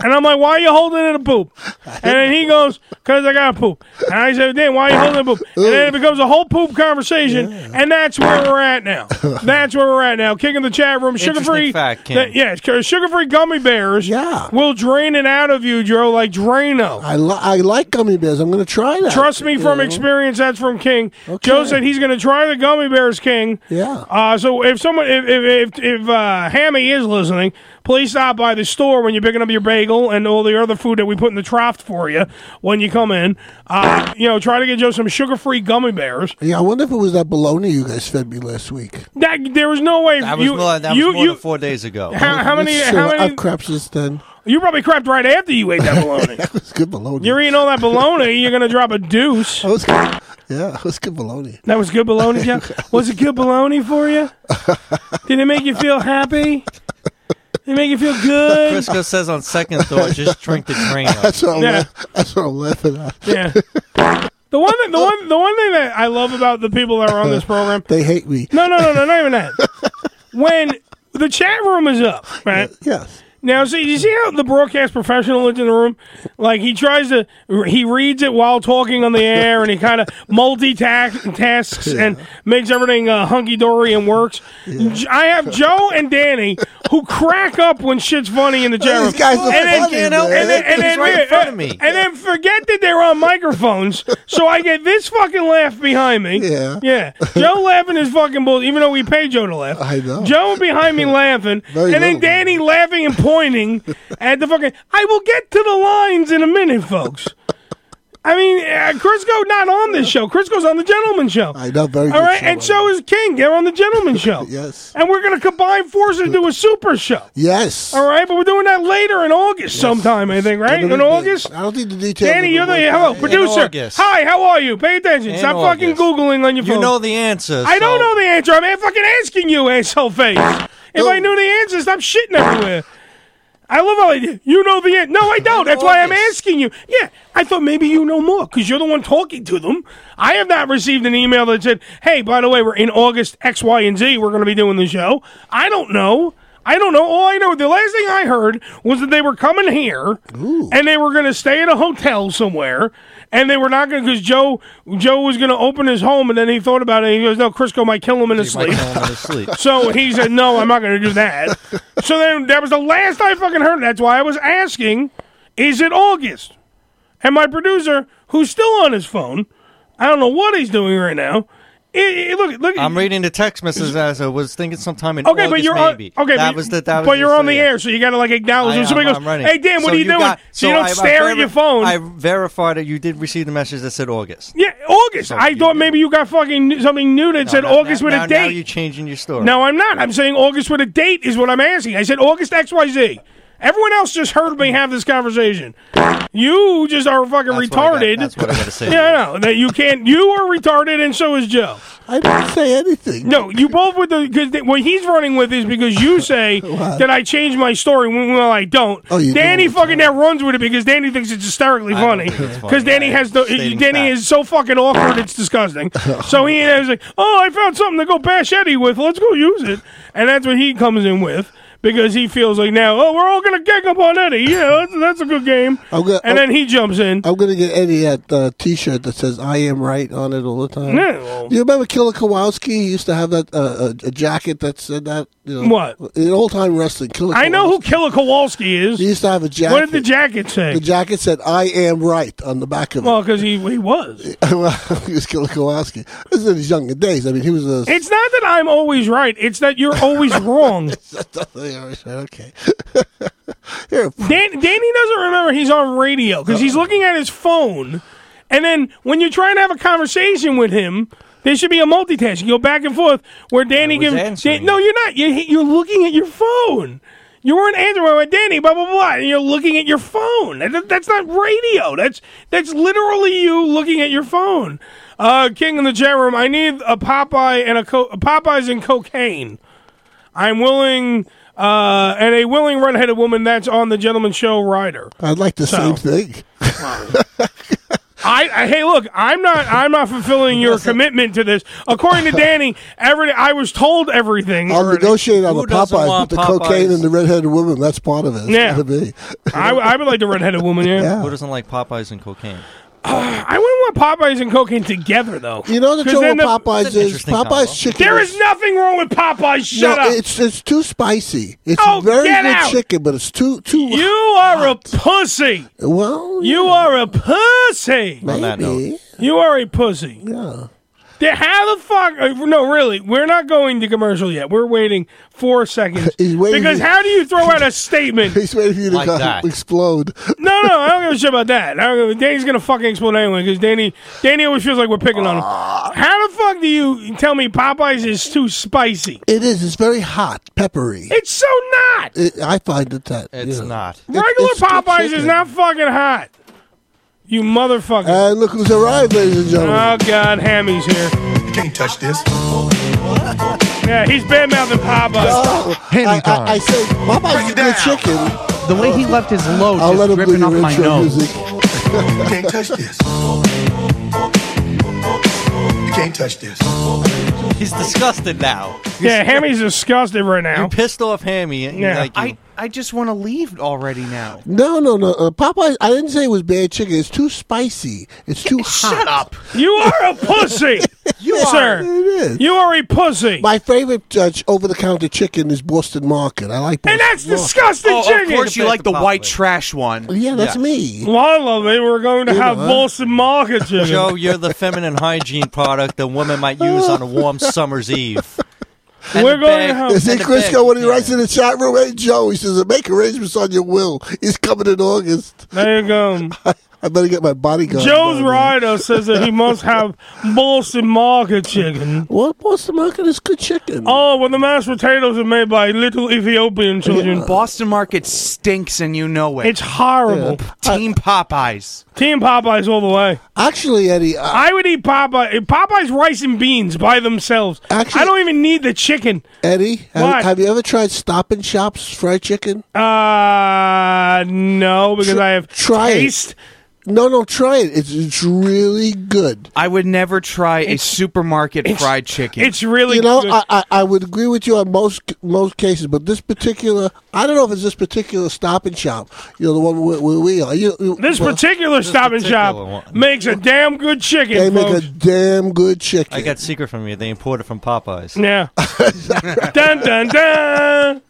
[SPEAKER 10] and I'm like, why are you holding it a poop? And then he goes, because I got to poop. And I said, Dan, why are you holding it a poop? And then it becomes a whole poop conversation. And that's where we're at now. That's where we're at now. King in the chat room. Sugar free.
[SPEAKER 12] Interesting fact, Ken.
[SPEAKER 10] yeah, sugar free gummy bears
[SPEAKER 11] Yeah.
[SPEAKER 10] will drain it out of you, Joe, like Drano.
[SPEAKER 11] I, li- I like gummy bears. I'm going to try that.
[SPEAKER 10] Trust me from experience, that's from King. Joe said he's going to try the gummy bears, King.
[SPEAKER 11] Yeah.
[SPEAKER 10] Uh, so if someone, if if if, if uh, Hammy is listening, please stop by the store when you're picking up your bagel and all the other food that we put in the trough for you when you come in. Uh, you know, try to get Joe some sugar-free gummy bears.
[SPEAKER 11] Yeah, I wonder if it was that bologna you guys fed me last week.
[SPEAKER 10] That there was no way
[SPEAKER 12] That was
[SPEAKER 10] you
[SPEAKER 12] more, that was
[SPEAKER 10] you
[SPEAKER 12] more
[SPEAKER 10] you.
[SPEAKER 12] than four days ago.
[SPEAKER 10] how, how many?
[SPEAKER 11] It's
[SPEAKER 10] How
[SPEAKER 11] true.
[SPEAKER 10] many?
[SPEAKER 11] I've crapped since (laughs) then.
[SPEAKER 10] You probably crapped right after you ate that
[SPEAKER 11] (laughs)
[SPEAKER 10] bologna.
[SPEAKER 11] It's good bologna.
[SPEAKER 10] you're eating all that bologna. You're gonna drop a deuce.
[SPEAKER 11] That was good. Yeah, it was good bologna.
[SPEAKER 10] That was good bologna, Jeff. Was it good bologna for you? Did it make you feel happy? They make you feel good.
[SPEAKER 12] Crisco says on second thought, just drink the drain. up.
[SPEAKER 11] (laughs) That's what I'm,
[SPEAKER 10] Yeah.
[SPEAKER 11] la- that's what I'm laughing at.
[SPEAKER 10] Yeah. The one, that, the one, the one thing that I love about the people that are on this program.
[SPEAKER 11] They hate me.
[SPEAKER 10] No, no, no, no, not even that. When the chat room is up, right?
[SPEAKER 11] Yes.
[SPEAKER 10] Now, see, you see how the broadcast professional is in the room? Like he tries to, he reads it while talking on the air, and he kind of multitasks and makes everything uh, hunky dory and works. J- I have Joe and Danny who crack up when shit's funny in the chat room.
[SPEAKER 11] These guys are
[SPEAKER 10] and
[SPEAKER 11] funny,
[SPEAKER 10] then,
[SPEAKER 11] man.
[SPEAKER 10] and then, and
[SPEAKER 11] It's
[SPEAKER 10] then, uh,
[SPEAKER 11] right in front of me.
[SPEAKER 10] and then forget that they're on microphones, so I get this fucking laugh behind me. Yeah, yeah. Joe laughing his fucking bull, even though we pay Joe to laugh. I know. Joe behind
[SPEAKER 11] (laughs)
[SPEAKER 10] me laughing,
[SPEAKER 11] Very
[SPEAKER 10] and then
[SPEAKER 11] little.
[SPEAKER 10] Danny laughing and
[SPEAKER 11] (laughs)
[SPEAKER 10] pointing at the fucking. I will get to the lines in a minute, folks. I mean, uh, Crisco not on this show. Crisco's on the Gentleman Show.
[SPEAKER 11] I know. Very
[SPEAKER 10] All
[SPEAKER 11] good
[SPEAKER 10] right,
[SPEAKER 11] show,
[SPEAKER 10] and
[SPEAKER 11] I
[SPEAKER 10] so is King. They're on the
[SPEAKER 11] (laughs)
[SPEAKER 10] Gentleman Show. yes. And we're going to combine forces to do a super show.
[SPEAKER 11] Yes.
[SPEAKER 10] All right, but we're doing that later in August sometime, I think, right?
[SPEAKER 11] Later
[SPEAKER 10] In
[SPEAKER 11] in-
[SPEAKER 10] August?
[SPEAKER 11] I don't think the details.
[SPEAKER 10] Danny,
[SPEAKER 11] will
[SPEAKER 10] you're the
[SPEAKER 11] work
[SPEAKER 10] hello
[SPEAKER 11] out.
[SPEAKER 10] producer. Hi, how are you? Pay attention.
[SPEAKER 12] In
[SPEAKER 10] Stop fucking
[SPEAKER 12] August.
[SPEAKER 10] googling (laughs) on your
[SPEAKER 12] You
[SPEAKER 10] phone.
[SPEAKER 12] know the answer.
[SPEAKER 10] I don't
[SPEAKER 12] so-
[SPEAKER 10] know the answer. I'm fucking asking you, asshole face. If I knew the answer, stop shitting everywhere. I love how I, you know the answer. No, I don't. That's why I'm asking you. Yeah, I thought maybe you know more because you're the one talking to them. I have not received an email that said, "Hey, by the way, we're in August X, Y, and Z. We're going to be doing the show." I don't know. I don't know. All I know, the last thing I heard was that they were coming here and they were going to stay at a hotel somewhere, and they were not going to because Joe Joe was going to open his home, and then he thought about it. and He goes, "No, Crisco might kill him in his sleep." (laughs) So he said, "No, I'm not going to do that." So then that was the last I fucking heard. That's why I was asking, "Is it August?" And my producer, who's still on his phone, I don't know what he's doing right now. i i- look, look.
[SPEAKER 12] I'm reading the text message as I was thinking sometime in
[SPEAKER 10] okay,
[SPEAKER 12] August,
[SPEAKER 10] but you're
[SPEAKER 12] maybe.
[SPEAKER 10] on. Okay,
[SPEAKER 12] that
[SPEAKER 10] but,
[SPEAKER 12] was the, that was
[SPEAKER 10] but
[SPEAKER 12] the
[SPEAKER 10] you're on
[SPEAKER 12] thing.
[SPEAKER 10] the air, so you got to like acknowledge.
[SPEAKER 12] I
[SPEAKER 10] when
[SPEAKER 12] am,
[SPEAKER 10] somebody
[SPEAKER 12] I'm
[SPEAKER 10] goes,
[SPEAKER 12] running.
[SPEAKER 10] "Hey, Dan, what
[SPEAKER 12] So
[SPEAKER 10] are you, doing?"
[SPEAKER 12] got-
[SPEAKER 10] so you don't
[SPEAKER 12] I- I
[SPEAKER 10] stare at
[SPEAKER 12] veri-
[SPEAKER 10] your phone.
[SPEAKER 12] I verified that you did receive the message that said August.
[SPEAKER 10] yeah, August. I thought maybe you got fucking something new that said August
[SPEAKER 12] now,
[SPEAKER 10] with
[SPEAKER 12] now-
[SPEAKER 10] a
[SPEAKER 12] Now
[SPEAKER 10] date.
[SPEAKER 12] you're changing your story.
[SPEAKER 10] No, I'm not. I'm saying August with a date is what I'm asking. I said August XYZ. Everyone else just heard me have this conversation. You just are fucking retarded.
[SPEAKER 12] that's what I gotta say.
[SPEAKER 10] Yeah, I know that you can't. You are retarded, and so is Joe.
[SPEAKER 11] I didn't say anything.
[SPEAKER 10] No, you both with the because what he's running with is because
[SPEAKER 11] (laughs)
[SPEAKER 10] you say that I changed my story when well I don't.
[SPEAKER 11] Oh, you do
[SPEAKER 10] Danny fucking now runs with it because Danny thinks it's hysterically funny because Danny has the Danny is so fucking awkward it's
[SPEAKER 11] (laughs)
[SPEAKER 10] disgusting. so he is like, oh, I found something to go bash Eddie with. Let's go use it, and that's what he comes in with. Because he feels like now, oh, we're all gonna gang up on Eddie. Yeah, that's, that's a good
[SPEAKER 11] (laughs)
[SPEAKER 10] game.
[SPEAKER 11] I'm gonna,
[SPEAKER 10] And then he jumps in.
[SPEAKER 11] I'm gonna get Eddie that uh, T-shirt that says "I am right" on it all the time.
[SPEAKER 10] Yeah, well-
[SPEAKER 11] Do you remember Killer Kowalski? He used to have that uh, a, a jacket that said that. You know,
[SPEAKER 10] What?
[SPEAKER 11] In old time wrestling, Killer.
[SPEAKER 10] I know who Killer Kowalski is.
[SPEAKER 11] He used to have a jacket.
[SPEAKER 10] What did the jacket say?
[SPEAKER 11] The jacket said "I am right" on the back of
[SPEAKER 10] Well, because he he was.
[SPEAKER 11] it. (laughs) well, he was Killer Kowalski. This is in his younger days. I mean, he was a. (laughs)
[SPEAKER 10] It's not that I'm always right. It's that you're always wrong.
[SPEAKER 11] okay.
[SPEAKER 10] Dan- Danny doesn't remember he's on radio because he's looking at his phone. And then when you're trying to have a conversation with him, there should be a multitasking. You go back and forth where Danny gives. Dan- no, you're not. You're, you're looking at your phone. You weren't answering with Danny, blah blah blah, and you're looking at your phone. That- that's not radio. That's that's literally you looking at your phone. Uh, King in the chat room. I need a Popeye and a, co- Popeyes and cocaine. I'm willing, uh, and a willing redheaded woman that's on the Gentleman Show rider.
[SPEAKER 11] I'd like the
[SPEAKER 10] So-
[SPEAKER 11] same thing.
[SPEAKER 10] I, I hey, look, I'm not, I'm not fulfilling
[SPEAKER 11] (laughs)
[SPEAKER 10] your commitment to this. According to Danny, every I was told everything.
[SPEAKER 11] I'll negotiate on
[SPEAKER 10] Who
[SPEAKER 11] the
[SPEAKER 10] doesn't
[SPEAKER 11] Popeyes
[SPEAKER 10] want
[SPEAKER 11] with the cocaine
[SPEAKER 10] Popeyes?
[SPEAKER 11] and the redheaded woman. That's part of it. It's
[SPEAKER 10] Yeah.
[SPEAKER 11] gotta be.
[SPEAKER 10] I, I would like the redheaded woman.
[SPEAKER 11] (laughs)
[SPEAKER 10] Yeah,
[SPEAKER 12] Who doesn't like Popeyes and cocaine?
[SPEAKER 10] I wouldn't want Popeyes and cocaine together though.
[SPEAKER 11] You know the
[SPEAKER 10] 'Cause
[SPEAKER 11] trouble
[SPEAKER 10] then
[SPEAKER 11] with Popeyes is Popeyes chicken.
[SPEAKER 10] There
[SPEAKER 11] is
[SPEAKER 10] is nothing wrong with Popeyes. Shut
[SPEAKER 11] no,
[SPEAKER 10] up.
[SPEAKER 11] It's it's too spicy. It's
[SPEAKER 10] Oh,
[SPEAKER 11] very
[SPEAKER 10] get
[SPEAKER 11] good
[SPEAKER 10] out.
[SPEAKER 11] chicken, but it's too too.
[SPEAKER 10] You are a pussy.
[SPEAKER 11] Well,
[SPEAKER 10] you are a pussy.
[SPEAKER 11] Maybe.
[SPEAKER 10] You are a pussy.
[SPEAKER 11] Yeah.
[SPEAKER 10] Yeah, how the fuck? uh, No, really, we're not going to commercial yet. We're waiting four
[SPEAKER 11] (laughs)
[SPEAKER 10] seconds
[SPEAKER 11] waiting
[SPEAKER 10] because
[SPEAKER 11] to-
[SPEAKER 10] how do you throw out
[SPEAKER 11] (laughs)
[SPEAKER 10] a statement?
[SPEAKER 11] He's waiting for you to go- explode.
[SPEAKER 10] No, no, I don't
[SPEAKER 11] (laughs)
[SPEAKER 10] give a shit about that. I don't give, Danny's gonna fucking explode anyway because Danny, Danny always feels like we're picking on him.
[SPEAKER 11] Ah.
[SPEAKER 10] How the fuck do you tell me Popeyes is too spicy?
[SPEAKER 11] It is. It's very hot, peppery.
[SPEAKER 10] It's so not.
[SPEAKER 11] It, I find it that
[SPEAKER 12] It's not.
[SPEAKER 10] Regular
[SPEAKER 11] it's good
[SPEAKER 10] Popeyes is
[SPEAKER 11] chicken.
[SPEAKER 10] not fucking hot. You motherfucker. Uh,
[SPEAKER 11] And look who's arrived, ladies and gentlemen.
[SPEAKER 10] Oh God, Hammy's here.
[SPEAKER 13] You can't touch this.
[SPEAKER 10] Yeah, he's bad mouthing Popeye.
[SPEAKER 11] Oh, I, I, I say, Popeye's a good chicken.
[SPEAKER 13] The way he left his load
[SPEAKER 11] uh, I'll
[SPEAKER 13] just
[SPEAKER 11] let him
[SPEAKER 13] dripping
[SPEAKER 11] do
[SPEAKER 13] off
[SPEAKER 11] your
[SPEAKER 13] my
[SPEAKER 11] intro
[SPEAKER 13] nose.
[SPEAKER 11] music.
[SPEAKER 14] You can't touch this. You can't touch this.
[SPEAKER 1] He's disgusted now.
[SPEAKER 10] Yeah, Hammy's disgusted right now.
[SPEAKER 1] You're pissed off Hammy. and you're like,
[SPEAKER 13] I, I just want to leave already now.
[SPEAKER 11] No, no, no. Uh, Popeye, I didn't say it was bad chicken. It's too spicy. It's too hot.
[SPEAKER 13] Shut up.
[SPEAKER 10] You are a pussy.
[SPEAKER 11] you
[SPEAKER 10] sir.
[SPEAKER 11] It is.
[SPEAKER 10] You are a pussy.
[SPEAKER 11] My favorite uh, over-the-counter chicken is Boston Market. I like Boston
[SPEAKER 10] that's
[SPEAKER 11] Market.
[SPEAKER 10] disgusting
[SPEAKER 13] oh,
[SPEAKER 10] chicken.
[SPEAKER 13] Of course, you like the white trash one.
[SPEAKER 11] Yeah, that's me.
[SPEAKER 10] Lila, they were going to have Boston Market chicken.
[SPEAKER 1] Joe, you're the feminine hygiene product a woman might use on
[SPEAKER 10] (laughs)
[SPEAKER 1] a warm summer's eve.
[SPEAKER 10] We're
[SPEAKER 1] going
[SPEAKER 11] to Is it Crisco when he writes in the chat room? Hey, Joe, he says, make arrangements on your will. He's coming in August.
[SPEAKER 10] There you go.
[SPEAKER 11] (laughs) I better get my bodyguard.
[SPEAKER 10] Joe's rider says that he must have Boston Market chicken.
[SPEAKER 11] What Boston Market is good chicken?
[SPEAKER 10] Oh, when the mashed potatoes are made by little Ethiopian children.
[SPEAKER 13] Boston Market stinks and you know it.
[SPEAKER 10] It's horrible.
[SPEAKER 13] Team Popeyes.
[SPEAKER 10] Team Popeyes all the way.
[SPEAKER 11] Actually, Eddie,
[SPEAKER 10] I would eat Popeye. Popeye's rice and beans by themselves. Actually, I don't even need the chicken.
[SPEAKER 11] Eddie,
[SPEAKER 10] What?
[SPEAKER 11] have, have you ever tried Stop and Shop's fried chicken?
[SPEAKER 10] Uh, no, because I have
[SPEAKER 11] try (laughs)
[SPEAKER 10] taste.
[SPEAKER 11] It. No, no, try it. It's, it's really good.
[SPEAKER 13] I would never try a supermarket fried chicken.
[SPEAKER 11] You know, I, I I would agree with you on most most cases, but this particular, I don't know if it's this particular Stop and Shop. You know, the one where, where we are. You, you-
[SPEAKER 10] This
[SPEAKER 11] well,
[SPEAKER 10] particular Stop and Shop makes a damn good chicken.
[SPEAKER 11] They make
[SPEAKER 10] folks.
[SPEAKER 11] a damn good chicken.
[SPEAKER 1] I got secret from you. They imported from Popeyes.
[SPEAKER 11] (laughs)
[SPEAKER 10] Yeah. dun dun dun.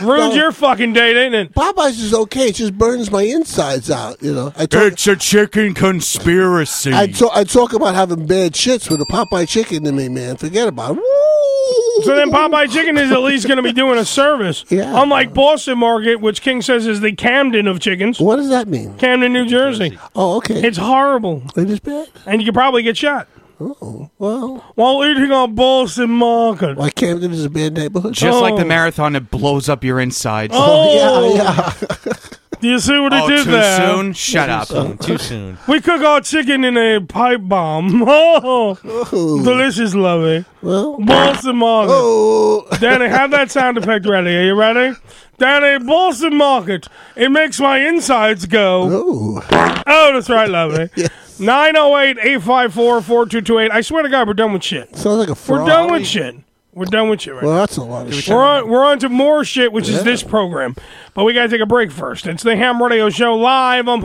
[SPEAKER 10] Ruined
[SPEAKER 11] No.
[SPEAKER 10] your fucking day, didn't it?
[SPEAKER 11] Popeyes is okay. It just burns my insides out. You know, I talk,
[SPEAKER 13] It's a chicken conspiracy.
[SPEAKER 11] I talk, I talk about having bad shits with a Popeye chicken to me, man. Forget about it.
[SPEAKER 10] So then Popeye Chicken is at least going to be doing a service. Yeah. Unlike Boston Market, which King says is the Camden of chickens.
[SPEAKER 11] What does that mean?
[SPEAKER 10] Camden, New Jersey.
[SPEAKER 11] Oh, okay.
[SPEAKER 10] It's horrible.
[SPEAKER 11] It is bad.
[SPEAKER 10] And you could probably get shot.
[SPEAKER 11] Oh, well.
[SPEAKER 10] While eating on Boston Market.
[SPEAKER 11] Why Camden is a bad neighborhood?
[SPEAKER 13] Just like the
[SPEAKER 10] Oh.
[SPEAKER 13] marathon, it blows up your insides.
[SPEAKER 11] (laughs)
[SPEAKER 10] Oh, (laughs) Do you see what it
[SPEAKER 13] Oh,
[SPEAKER 10] did
[SPEAKER 13] too
[SPEAKER 10] there?
[SPEAKER 13] soon? Shut up.
[SPEAKER 1] Too soon.
[SPEAKER 10] We cook our chicken in a pipe bomb. (laughs) Oh, delicious, lovey.
[SPEAKER 11] Well, Oh!
[SPEAKER 10] Boston Market. Danny, have that sound effect ready. Are you ready? Danny, Boston Market. It makes my insides go.
[SPEAKER 11] Oh,
[SPEAKER 10] that's right,
[SPEAKER 11] (laughs)
[SPEAKER 10] lovey. 908 854 4228. I swear to God, we're done with shit.
[SPEAKER 11] Sounds like a
[SPEAKER 10] We're
[SPEAKER 11] fraud.
[SPEAKER 10] done with shit. We're done with shit right
[SPEAKER 11] Well, that's a lot of shit.
[SPEAKER 10] we're on, we're on to more shit, which is this program. But we got to take a break first. It's the Ham Radio Show live on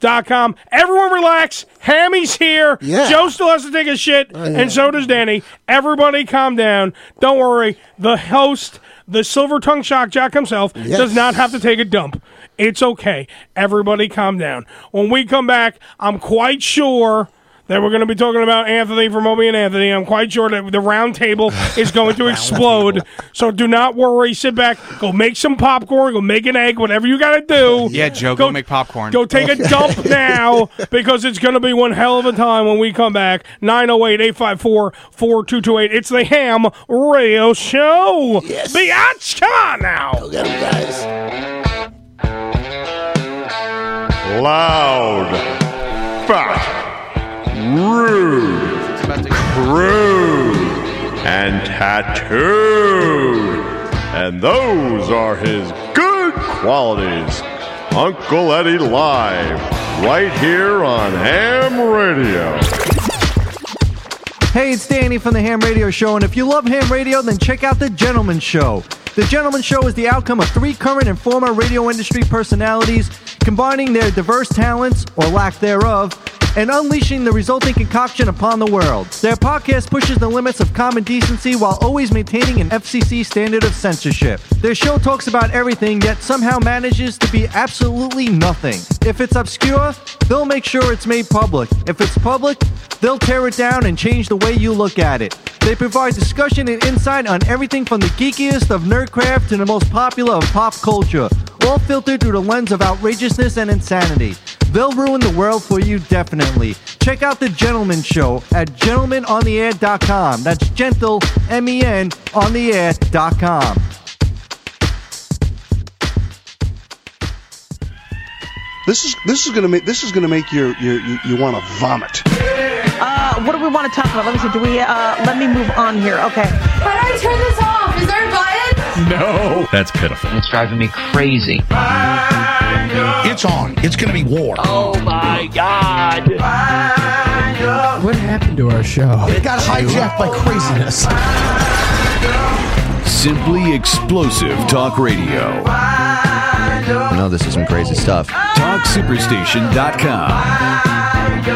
[SPEAKER 10] planetplatypus.com. Everyone relax. Hammy's here.
[SPEAKER 11] Yeah.
[SPEAKER 10] Joe still has to take a shit, and so does Danny. Everybody calm down. Don't worry. The host, the silver tongue shock jock himself,
[SPEAKER 12] Yes.
[SPEAKER 10] does not have to take a dump. It's okay. Everybody calm down. When we come back, I'm quite sure that we're going to be talking about Anthony from Obi and Anthony. I'm quite sure that the round table is going to explode. So do not worry. Sit back. Go make some popcorn. Go make an egg. Whatever you got to do.
[SPEAKER 13] Yeah, Joe, go, make popcorn.
[SPEAKER 10] Go take a
[SPEAKER 13] (laughs)
[SPEAKER 10] dump now because it's going to be one hell of a time when we come back. 908 854 4228. It's the Ham Radio Show. Yes. Biatch, come on now.
[SPEAKER 3] Loud, fat, rude, crude, and tattooed. And those are his good qualities. Uncle Eddie Live, right here on Ham Radio.
[SPEAKER 1] Hey, it's Danny from the Ham Radio Show, and if you love ham radio, then check out The Gentleman Show. The Gentleman Show is the outcome of three current and former radio industry personalities combining their diverse talents, or lack thereof, and unleashing the resulting concoction upon the world. Their podcast pushes the limits of common decency while always maintaining an FCC standard of censorship. Their show talks about everything, yet somehow manages to be absolutely nothing. If it's obscure, they'll make sure it's made public. If it's public, they'll tear it down and change the way you look at it. They provide discussion and insight on everything from the geekiest of nerdcraft to the most popular of pop culture, all filtered through the lens of outrageousness and insanity. They'll ruin the world for you, definitely. Check out The Gentleman Show at gentlemanontheair.com. That's gentle, M E N, on the air.com.
[SPEAKER 15] This is this is gonna make this is gonna make your your you, you want to vomit.
[SPEAKER 16] Uh, what do we want to talk about? Let me see. Do we? Uh, let me move on here. Okay.
[SPEAKER 17] How do I turn this off? Is there a button?
[SPEAKER 18] (laughs) No. That's pitiful. It's driving me crazy.
[SPEAKER 19] It's on. It's going to be war.
[SPEAKER 18] Oh my God.
[SPEAKER 20] What happened to our show?
[SPEAKER 19] It got hijacked by craziness.
[SPEAKER 21] Simply explosive talk radio. No, this is some crazy stuff. TalkSuperstation.com.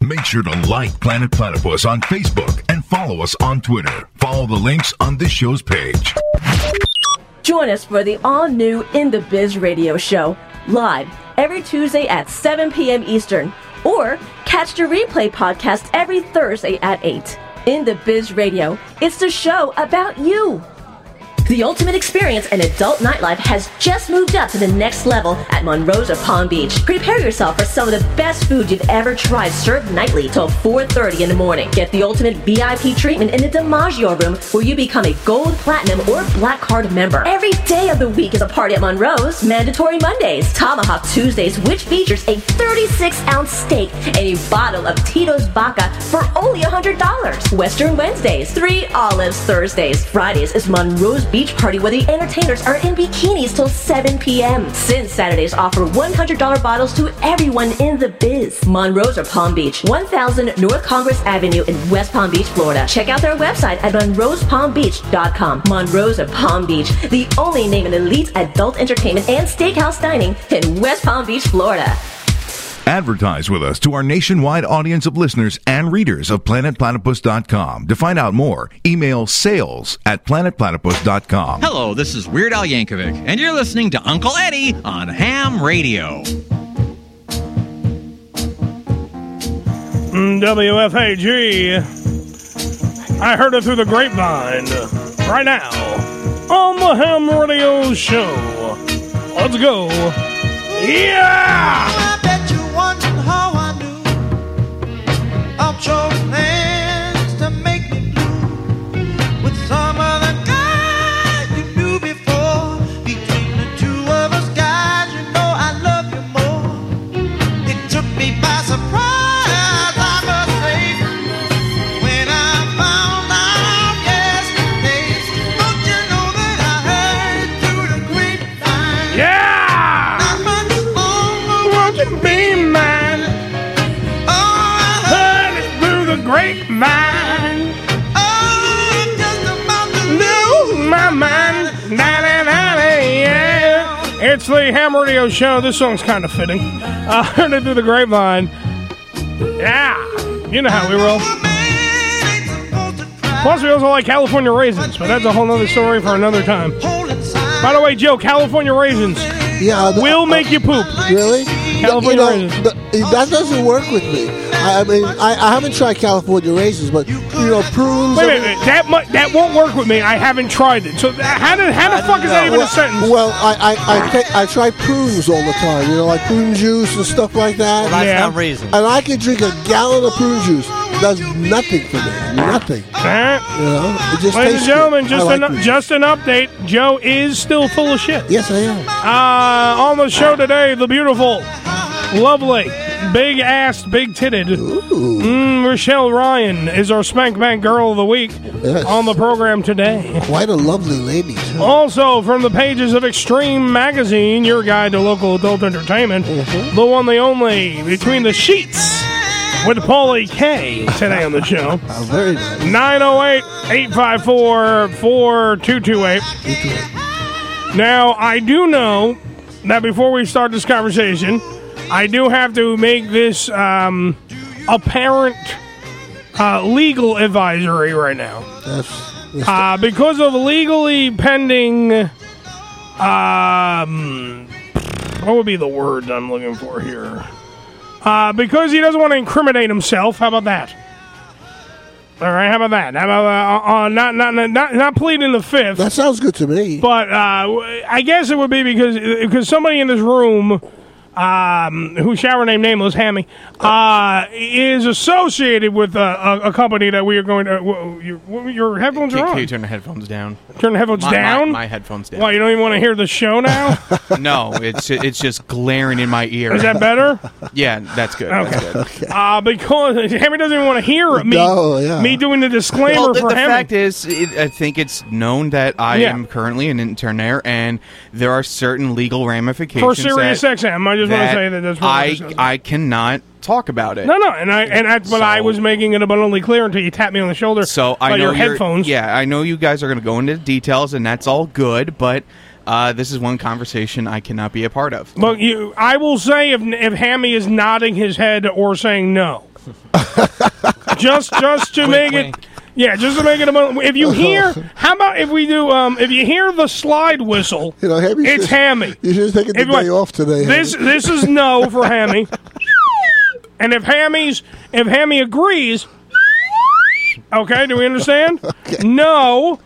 [SPEAKER 22] Make sure to like Planet Platypus on Facebook and follow us on Twitter. Follow the links on this show's page.
[SPEAKER 23] Join us for the all new In the Biz radio show, live every Tuesday at 7 p.m. Eastern, or catch the replay podcast every Thursday at 8. In the Biz Radio, it's the show about you. The Ultimate Experience and Adult Nightlife has just moved up to the next level at Monroe's of Palm Beach. Prepare yourself for some of the best food you've ever tried served nightly till 4.30 in the morning. Get the ultimate VIP treatment in the DiMaggio room where you become a gold, platinum, or black card member. Every day of the week is a party at Monroe's. Mandatory Mondays, Tomahawk Tuesdays, which features a 36-ounce steak and a bottle of Tito's Vodka for only $100. Western Wednesdays, Three Olives Thursdays. Fridays is Monroe's Beach Party where the entertainers are in bikinis till 7 p.m. Since Saturdays offer $100 bottles to everyone in the biz. Monroe's or Palm Beach, 1000 North Congress Avenue in West Palm Beach, Florida. Check out their website at monroespalmbeach.com. Monroe's of Palm Beach, the only name in elite adult entertainment and steakhouse dining in West Palm Beach, Florida.
[SPEAKER 22] Advertise with us to our nationwide audience of listeners and readers of planetplatypus.com. To find out more, email sales at planetplatypus.com.
[SPEAKER 24] Hello, this is Weird Al Yankovic, and you're listening to Uncle Eddie on Ham Radio.
[SPEAKER 10] WFAG. I heard it through the grapevine. Right now, on the Ham Radio Show. Let's go. Yeah!
[SPEAKER 25] I bet you wondering how I knew of your plans to make me blue with some other guy you knew before. Between the two of us, guys, you know I love you more. It took me by surprise, I must say, when I found out yesterday. Don't you know that I heard through the grapevine?
[SPEAKER 10] Yeah! Won't you be mine? Heard it through the grapevine. Lose my mind. Na-na-na-na, yeah. It's the Ham Radio Show. This song's kind of fitting. I heard it through the grapevine. Yeah, you know how we roll. Plus, we also like California raisins, but that's a whole nother story for another time. By the way, Joe, California raisins
[SPEAKER 11] Yeah, the-
[SPEAKER 10] will make you poop.
[SPEAKER 11] Really?
[SPEAKER 10] California
[SPEAKER 11] You know,
[SPEAKER 10] raisins.
[SPEAKER 11] th- that doesn't work with me. I, I mean, I, I haven't tried California raisins, but you know, prunes.
[SPEAKER 10] Wait, wait, wait. That mu- that won't work with me. I haven't tried it. So th- how did how the fuck is that even
[SPEAKER 11] well,
[SPEAKER 10] a sentence?
[SPEAKER 11] Well, I I I, take, I try prunes all the time. You know, like prune juice and stuff like that.
[SPEAKER 15] Well, that's Yeah. not raisin.
[SPEAKER 11] And I could drink a gallon of prune juice. Does nothing for me. Nothing. You know, it just
[SPEAKER 10] Ladies and
[SPEAKER 11] tastes
[SPEAKER 10] gentlemen,
[SPEAKER 11] good.
[SPEAKER 10] just
[SPEAKER 11] I
[SPEAKER 10] an
[SPEAKER 11] like prune
[SPEAKER 10] just an update. Joe is still full of shit.
[SPEAKER 11] Yes, I am.
[SPEAKER 10] Uh, on the show today, the beautiful, lovely, big assed, big titted mm, Rochelle Ryan is our Spank Bank Girl of the Week on the program today.
[SPEAKER 11] Quite a lovely lady.
[SPEAKER 10] Also, from the pages of Extreme Magazine, your guide to local adult entertainment,
[SPEAKER 11] Mm-hmm.
[SPEAKER 10] the one, the only, Between the Sheets, with Paulie K today on the
[SPEAKER 11] (laughs)
[SPEAKER 10] show.
[SPEAKER 11] very
[SPEAKER 10] 908 854 4228. Now, I do know that before we start this conversation, I do have to make this um, apparent uh, legal advisory right now.
[SPEAKER 11] That's,
[SPEAKER 10] Uh, because of legally pending, um, what would be the word I'm looking for here? Uh, because he doesn't want to incriminate himself. How about that? All right. How about that? How about uh, uh, not not not not pleading the fifth?
[SPEAKER 11] That sounds good to me.
[SPEAKER 10] But uh, I guess it would be because because somebody in this room um, who shall remain nameless, Hammy, uh, is associated with a, a, a company that we are going to. Whoa, your, whoa, your headphones
[SPEAKER 13] Can,
[SPEAKER 10] are
[SPEAKER 13] can you
[SPEAKER 10] on.
[SPEAKER 13] turn the headphones down?
[SPEAKER 10] Turn the headphones
[SPEAKER 13] My- my-
[SPEAKER 10] down.
[SPEAKER 13] My, headphones down.
[SPEAKER 10] Why you don't even want to hear the show
[SPEAKER 13] (laughs)
[SPEAKER 10] now?
[SPEAKER 13] no, it's it's just glaring
[SPEAKER 10] (laughs)
[SPEAKER 13] in my ear.
[SPEAKER 10] Is that better?
[SPEAKER 13] Yeah, that's good. That's good.
[SPEAKER 10] Uh, because Hammy doesn't even want to hear me.
[SPEAKER 13] No, yeah.
[SPEAKER 10] Me doing the disclaimer
[SPEAKER 13] Well, the,
[SPEAKER 10] for
[SPEAKER 13] the
[SPEAKER 10] Hammy.
[SPEAKER 13] fact is, it, I think it's known that I
[SPEAKER 10] Yeah.
[SPEAKER 13] am currently an intern there, and there are certain legal ramifications.
[SPEAKER 10] for serious
[SPEAKER 13] that,
[SPEAKER 10] sex am. I just want to
[SPEAKER 13] that
[SPEAKER 10] say that that's what this
[SPEAKER 13] I
[SPEAKER 10] is.
[SPEAKER 13] I cannot talk about it.
[SPEAKER 10] No, no, and I and that's what I was making it abundantly clear until you tapped me on the shoulder.
[SPEAKER 13] So I
[SPEAKER 10] about
[SPEAKER 13] know
[SPEAKER 10] your
[SPEAKER 13] you're-
[SPEAKER 10] headphones.
[SPEAKER 13] Yeah, I know you guys are going to go into details, and that's all good. But uh, this is one conversation I cannot be a part of.
[SPEAKER 10] But you, I will say if if Hammy is nodding his head or saying
[SPEAKER 11] (laughs)
[SPEAKER 10] no, just just to make it, yeah, just to make it a moment. If you hear, how about if we do? Um, if you hear the slide whistle, you know,
[SPEAKER 11] Hammy
[SPEAKER 10] it's
[SPEAKER 11] should-
[SPEAKER 10] Hammy.
[SPEAKER 11] You should take the
[SPEAKER 10] If, like,
[SPEAKER 11] day off today.
[SPEAKER 10] This
[SPEAKER 11] Hammy.
[SPEAKER 10] this is no for
[SPEAKER 11] (laughs)
[SPEAKER 10] Hammy. And if Hammy's if Hammy agrees, okay, do we understand?
[SPEAKER 11] (laughs)
[SPEAKER 10] No.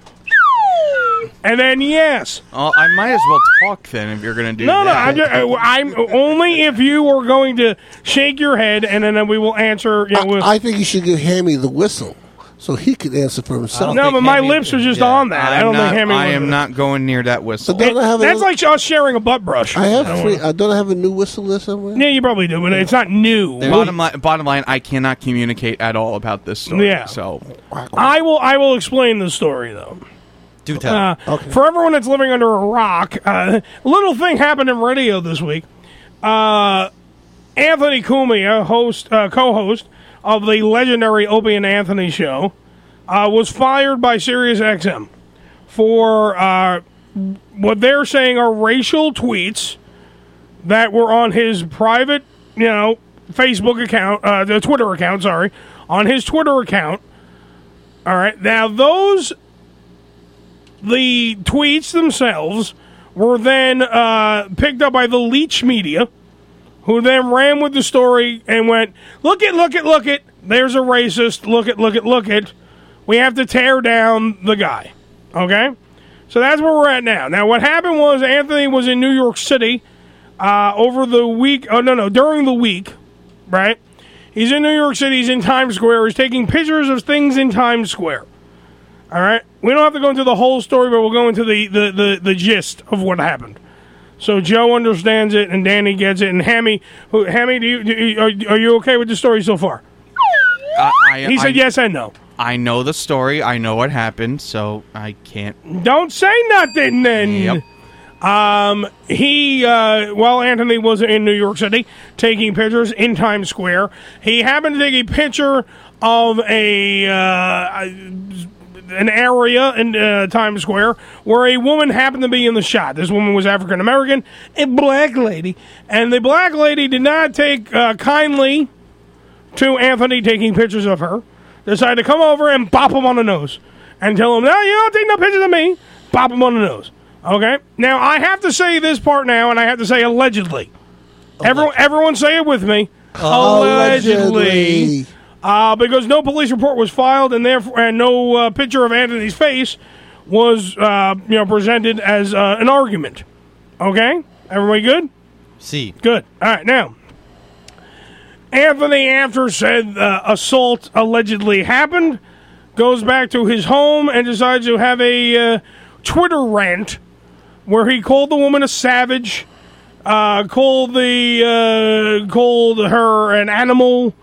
[SPEAKER 10] And then yes.
[SPEAKER 13] Uh, I might as well talk then if you're going to do
[SPEAKER 10] No, no.
[SPEAKER 13] that.
[SPEAKER 10] I'm, just, uh, I'm only if you are going to shake your head, and then we will answer. You know, with,
[SPEAKER 11] I think you should give Hammy the whistle so he could answer for himself.
[SPEAKER 10] no, but my lips are just on that. I
[SPEAKER 13] I'm
[SPEAKER 10] don't
[SPEAKER 13] not,
[SPEAKER 10] think Hammy.
[SPEAKER 13] I
[SPEAKER 10] would-
[SPEAKER 13] am not going near that whistle.
[SPEAKER 11] don't I have a
[SPEAKER 10] That's
[SPEAKER 11] little-
[SPEAKER 10] like us sharing a butt brush.
[SPEAKER 11] I
[SPEAKER 10] I
[SPEAKER 11] have
[SPEAKER 10] don't
[SPEAKER 11] free.
[SPEAKER 10] wanna-
[SPEAKER 11] I don't have a new whistle there somewhere.
[SPEAKER 10] Yeah, you probably do, but it's not new.
[SPEAKER 13] Bottom line, bottom line, I cannot communicate at all about this story.
[SPEAKER 10] Yeah.
[SPEAKER 13] So
[SPEAKER 10] I will. I will explain the story though.
[SPEAKER 13] do
[SPEAKER 10] Uh, For everyone that's living under a rock, uh, little thing happened in radio this week. Uh, Anthony Cumia, host, uh, co-host of the legendary Opie and Anthony show, uh, was fired by SiriusXM for uh, what they're saying are racial tweets that were on his private, you know, Facebook account, uh, the Twitter account. Sorry, on his Twitter account. All right, now those the tweets themselves were then uh, picked up by the Leech media, who then ran with the story and went, "Look it, look it, look it. There's a racist. Look it, look it, look it. We have to tear down the guy." Okay, so that's where we're at now. Now, what happened was Anthony was in New York City uh, over the week. Oh no, no, during the week, right? He's in New York City. He's in Times Square. He's taking pictures of things in Times Square. All right. We don't have to go into the whole story, but we'll go into the, the, the, the gist of what happened. So Joe understands it, and Danny gets it, and Hammy, who, Hammy, do you, do you, are, are you okay with the story so far?
[SPEAKER 13] I, I,
[SPEAKER 10] he said
[SPEAKER 13] I-
[SPEAKER 10] yes and no.
[SPEAKER 13] I know the story. I know what happened. So I can't.
[SPEAKER 10] Don't say nothing then. Um, he, uh, while Anthony was in New York City taking pictures in Times Square, he happened to take a picture of a, uh, an area in uh, Times Square where a woman happened to be in the shot. This woman was African American, a black lady, and the black lady did not take uh, kindly to Anthony taking pictures of her, decided to come over and bop him on the nose and tell him, no, you don't take no pictures of me. Bop him on the nose. Okay? Now, I have to say this part now, and I have to say allegedly. Everyone, everyone say it with me.
[SPEAKER 11] Allegedly.
[SPEAKER 10] Uh, because no police report was filed, and therefore, and no uh, picture of Anthony's face was, uh, you know, presented as uh, an argument. Okay, everybody good?
[SPEAKER 1] See.
[SPEAKER 10] Good. All right, now Anthony, after said uh, assault allegedly happened, goes back to his home and decides to have a uh, Twitter rant where he called the woman a savage, uh, called the uh, called her an animal.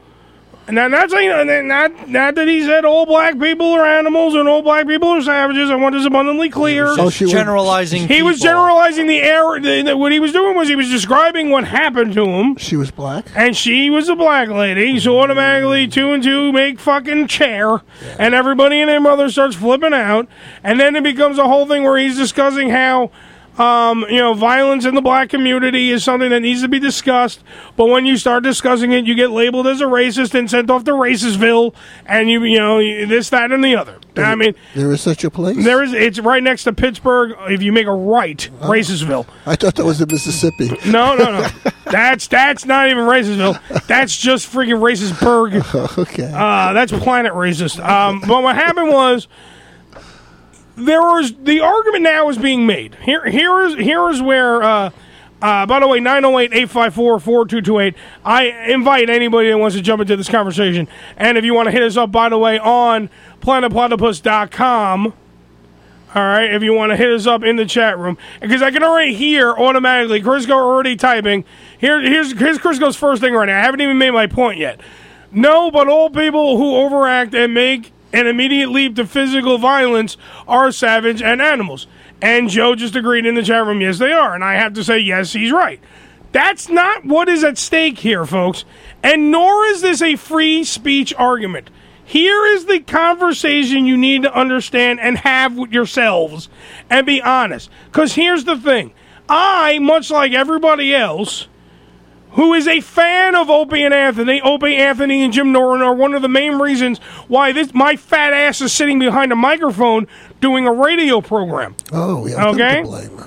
[SPEAKER 10] Now, not saying uh, not not that he said all black people are animals and all black people are savages. I want this abundantly clear.
[SPEAKER 1] just Oh, she was- generalizing
[SPEAKER 10] He was
[SPEAKER 1] people.
[SPEAKER 10] generalizing the error. The, the- what he was doing was he was describing what happened to him.
[SPEAKER 11] She was black.
[SPEAKER 10] And she was a black lady, so automatically two and two make fucking chair, and everybody and their mother starts flipping out, and then it becomes a whole thing where he's discussing how, um, you know, violence in the black community is something that needs to be discussed, but when you start discussing it, you get labeled as a racist and sent off to racistville, and you, you know, you- this, that, and the other. I mean,
[SPEAKER 11] There is such a place.
[SPEAKER 10] there is it's right next to Pittsburgh. If you make a right,
[SPEAKER 11] Uh-huh.
[SPEAKER 10] Racistville.
[SPEAKER 11] I thought that was in Mississippi.
[SPEAKER 10] (laughs) No, no, no. that's that's not even racistville. That's just freaking racistburg.
[SPEAKER 11] okay.
[SPEAKER 10] Uh, that's planet racist. Um, but what happened was there was the argument now is being made. Here, here is here is where uh, Uh, by the way, 908 854 4228. I invite anybody that wants to jump into this conversation. And if you want to hit us up, by the way, on planetplatypus.com. All right, if you want to hit us up in the chat room, because I can already hear automatically Crisco already typing. Here, here's here's Crisco's first thing right now. I haven't even made my point yet. No, but all people who overact and make an immediate leap to physical violence are savage and animals. And Joe just agreed in the chat room, yes, they are. And I have to say, yes, he's right. That's not what is at stake here, folks. And nor is this a free speech argument. Here is the conversation you need to understand and have with yourselves and be honest. Because here's the thing I, much like everybody else, who is a fan of Opie and Anthony. Opie, Anthony, and Jim Norton are one of the main reasons why this my fat ass is sitting behind a microphone doing a radio program.
[SPEAKER 11] Oh, yeah. I'm
[SPEAKER 10] Okay.
[SPEAKER 11] to blame.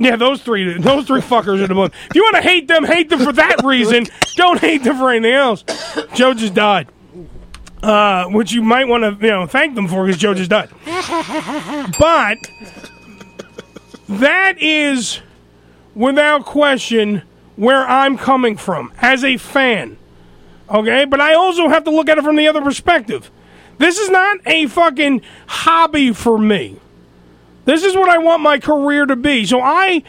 [SPEAKER 10] Yeah, those three, those three fuckers are the most. If you want to hate them, hate them for that reason. Don't hate them for anything else. Joe just died, uh, which you might want to, you know, thank them for because Joe just died. But that is, without question, where I'm coming from as a fan. Okay, but I also have to look at it from the other perspective. This is not a fucking hobby for me. This is what I want my career to be. So I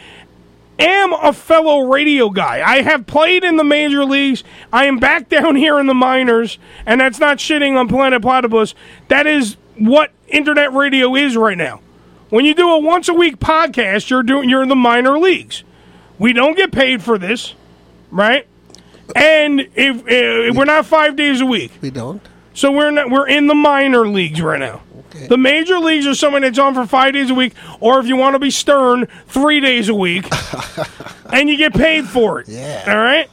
[SPEAKER 10] am a fellow radio guy. I have played in the major leagues. I am back (laughs) down here in the minors, and that's not shitting on Planet Platypus. That is what internet radio is right now. When you do a once a week podcast, you're doing you're in the minor leagues. We don't get paid for this, right? And if, if we're not five days a week,
[SPEAKER 11] We don't.
[SPEAKER 10] so we're not, we're in the minor leagues right now. The major leagues are someone that's on for five days a week, or if you want to be stern, three days a week, and you get paid for it. Yeah. All right.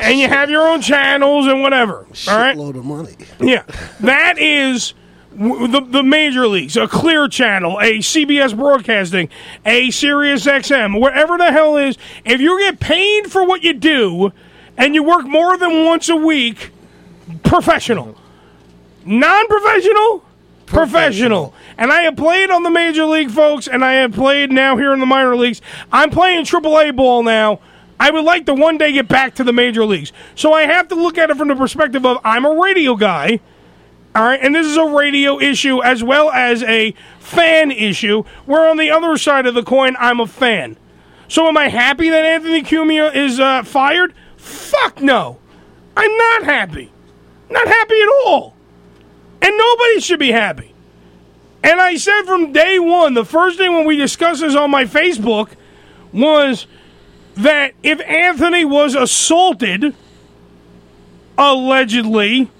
[SPEAKER 10] And you have your own channels and whatever. all right.
[SPEAKER 11] Shitload of money.
[SPEAKER 10] Yeah, that is w- the the major leagues. A Clear Channel, a CBS Broadcasting, a Sirius XM, wherever the hell is. If you get paid for what you do, and you work more than once a week, professional, non-professional. Professional. And I have played on the major league, folks, and I have played now here in the minor leagues. I'm playing AAA ball now. I would like to one day get back to the major leagues. So I have to look at it from the perspective of I'm a radio guy. All right, and this is a radio issue as well as a fan issue. Where on the other side of the coin, I'm a fan. So am I happy that Anthony Cumia is uh, fired? Fuck no. I'm not happy. Not happy at all. And nobody should be happy. And I said from day one, the first thing when we discussed this on my Facebook was that if Anthony was assaulted, allegedly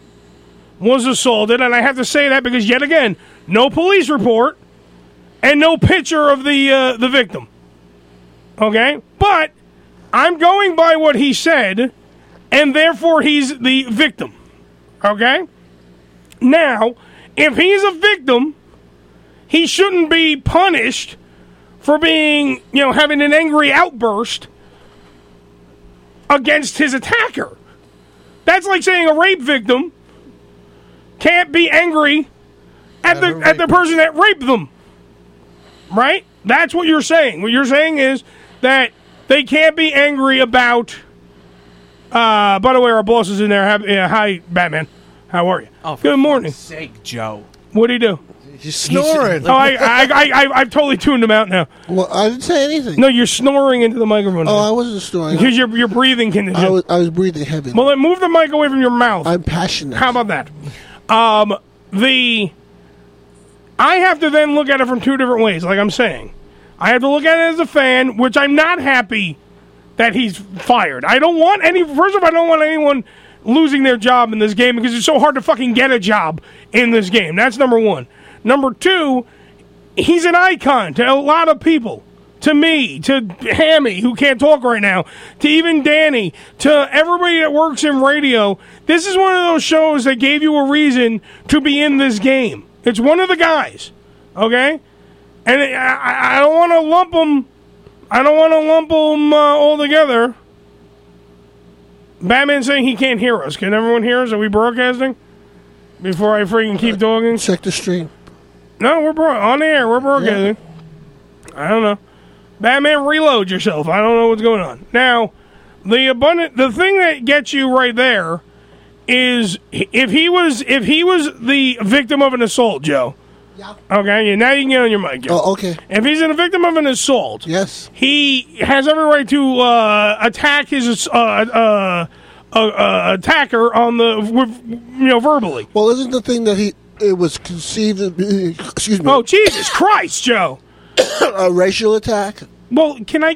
[SPEAKER 10] was assaulted, and I have to say that because yet again, no police report and no picture of the uh, the victim. Okay, but I'm going by what he said, and therefore he's the victim. Okay, now if he's a victim, he shouldn't be punished for being, you know, having an angry outburst against his attacker. That's like saying a rape victim can't be angry at the at the person that raped them. Right? That's what you're saying. What you're saying is that they can't be angry about uh by the way our boss is in there. Hi, yeah, hi Batman. How are you? Oh, Good morning.
[SPEAKER 13] Sake, Joe.
[SPEAKER 10] What do you do?
[SPEAKER 11] You're snoring.
[SPEAKER 10] Oh, I, I, I, I, I've totally tuned him out now.
[SPEAKER 11] Well, I didn't say anything.
[SPEAKER 10] No, you're snoring into the microphone.
[SPEAKER 11] Oh, I wasn't snoring.
[SPEAKER 10] Because your your breathing condition.
[SPEAKER 11] I was, I was breathing heavy. (coughs)
[SPEAKER 10] Well, then move the mic away from your mouth. I'm
[SPEAKER 11] passionate.
[SPEAKER 10] How about that? Um, the I have to then look at it from two different ways. Like I'm saying, I have to look at it as a fan, which I'm not happy that he's fired. I don't want any. First of all, I don't want anyone losing their job in this game because it's so hard to fucking get a job in this game. That's number one. Number two, he's an icon to a lot of people. To me, to Hammy, who can't talk right now, to even Danny, to everybody that works in radio, this is one of those shows that gave you a reason to be in this game. It's one of the guys, okay? And I- I, I don't want to lump them. I don't want to lump them uh, all together. Batman saying he can't hear us. Can everyone hear us? Are we broadcasting? Before I freaking keep talking.
[SPEAKER 11] Check the stream.
[SPEAKER 10] No, we're bro- on the air. We're broadcasting. I don't know. Batman, reload yourself. I don't know what's going on. Now, the abundant, the thing that gets you right there is if he was if he was the victim of an assault, Joe. Okay, yeah, now you can get on your mic. Joe.
[SPEAKER 11] Oh, okay.
[SPEAKER 10] If he's a victim of an assault,
[SPEAKER 11] yes,
[SPEAKER 10] he has every right to uh, attack his uh, uh, uh, uh, attacker on the with, you know verbally.
[SPEAKER 11] Well, isn't the thing that he it was conceived? of- (laughs) Excuse me.
[SPEAKER 10] Oh Jesus Christ, Joe!
[SPEAKER 11] a racial attack.
[SPEAKER 10] Well, can I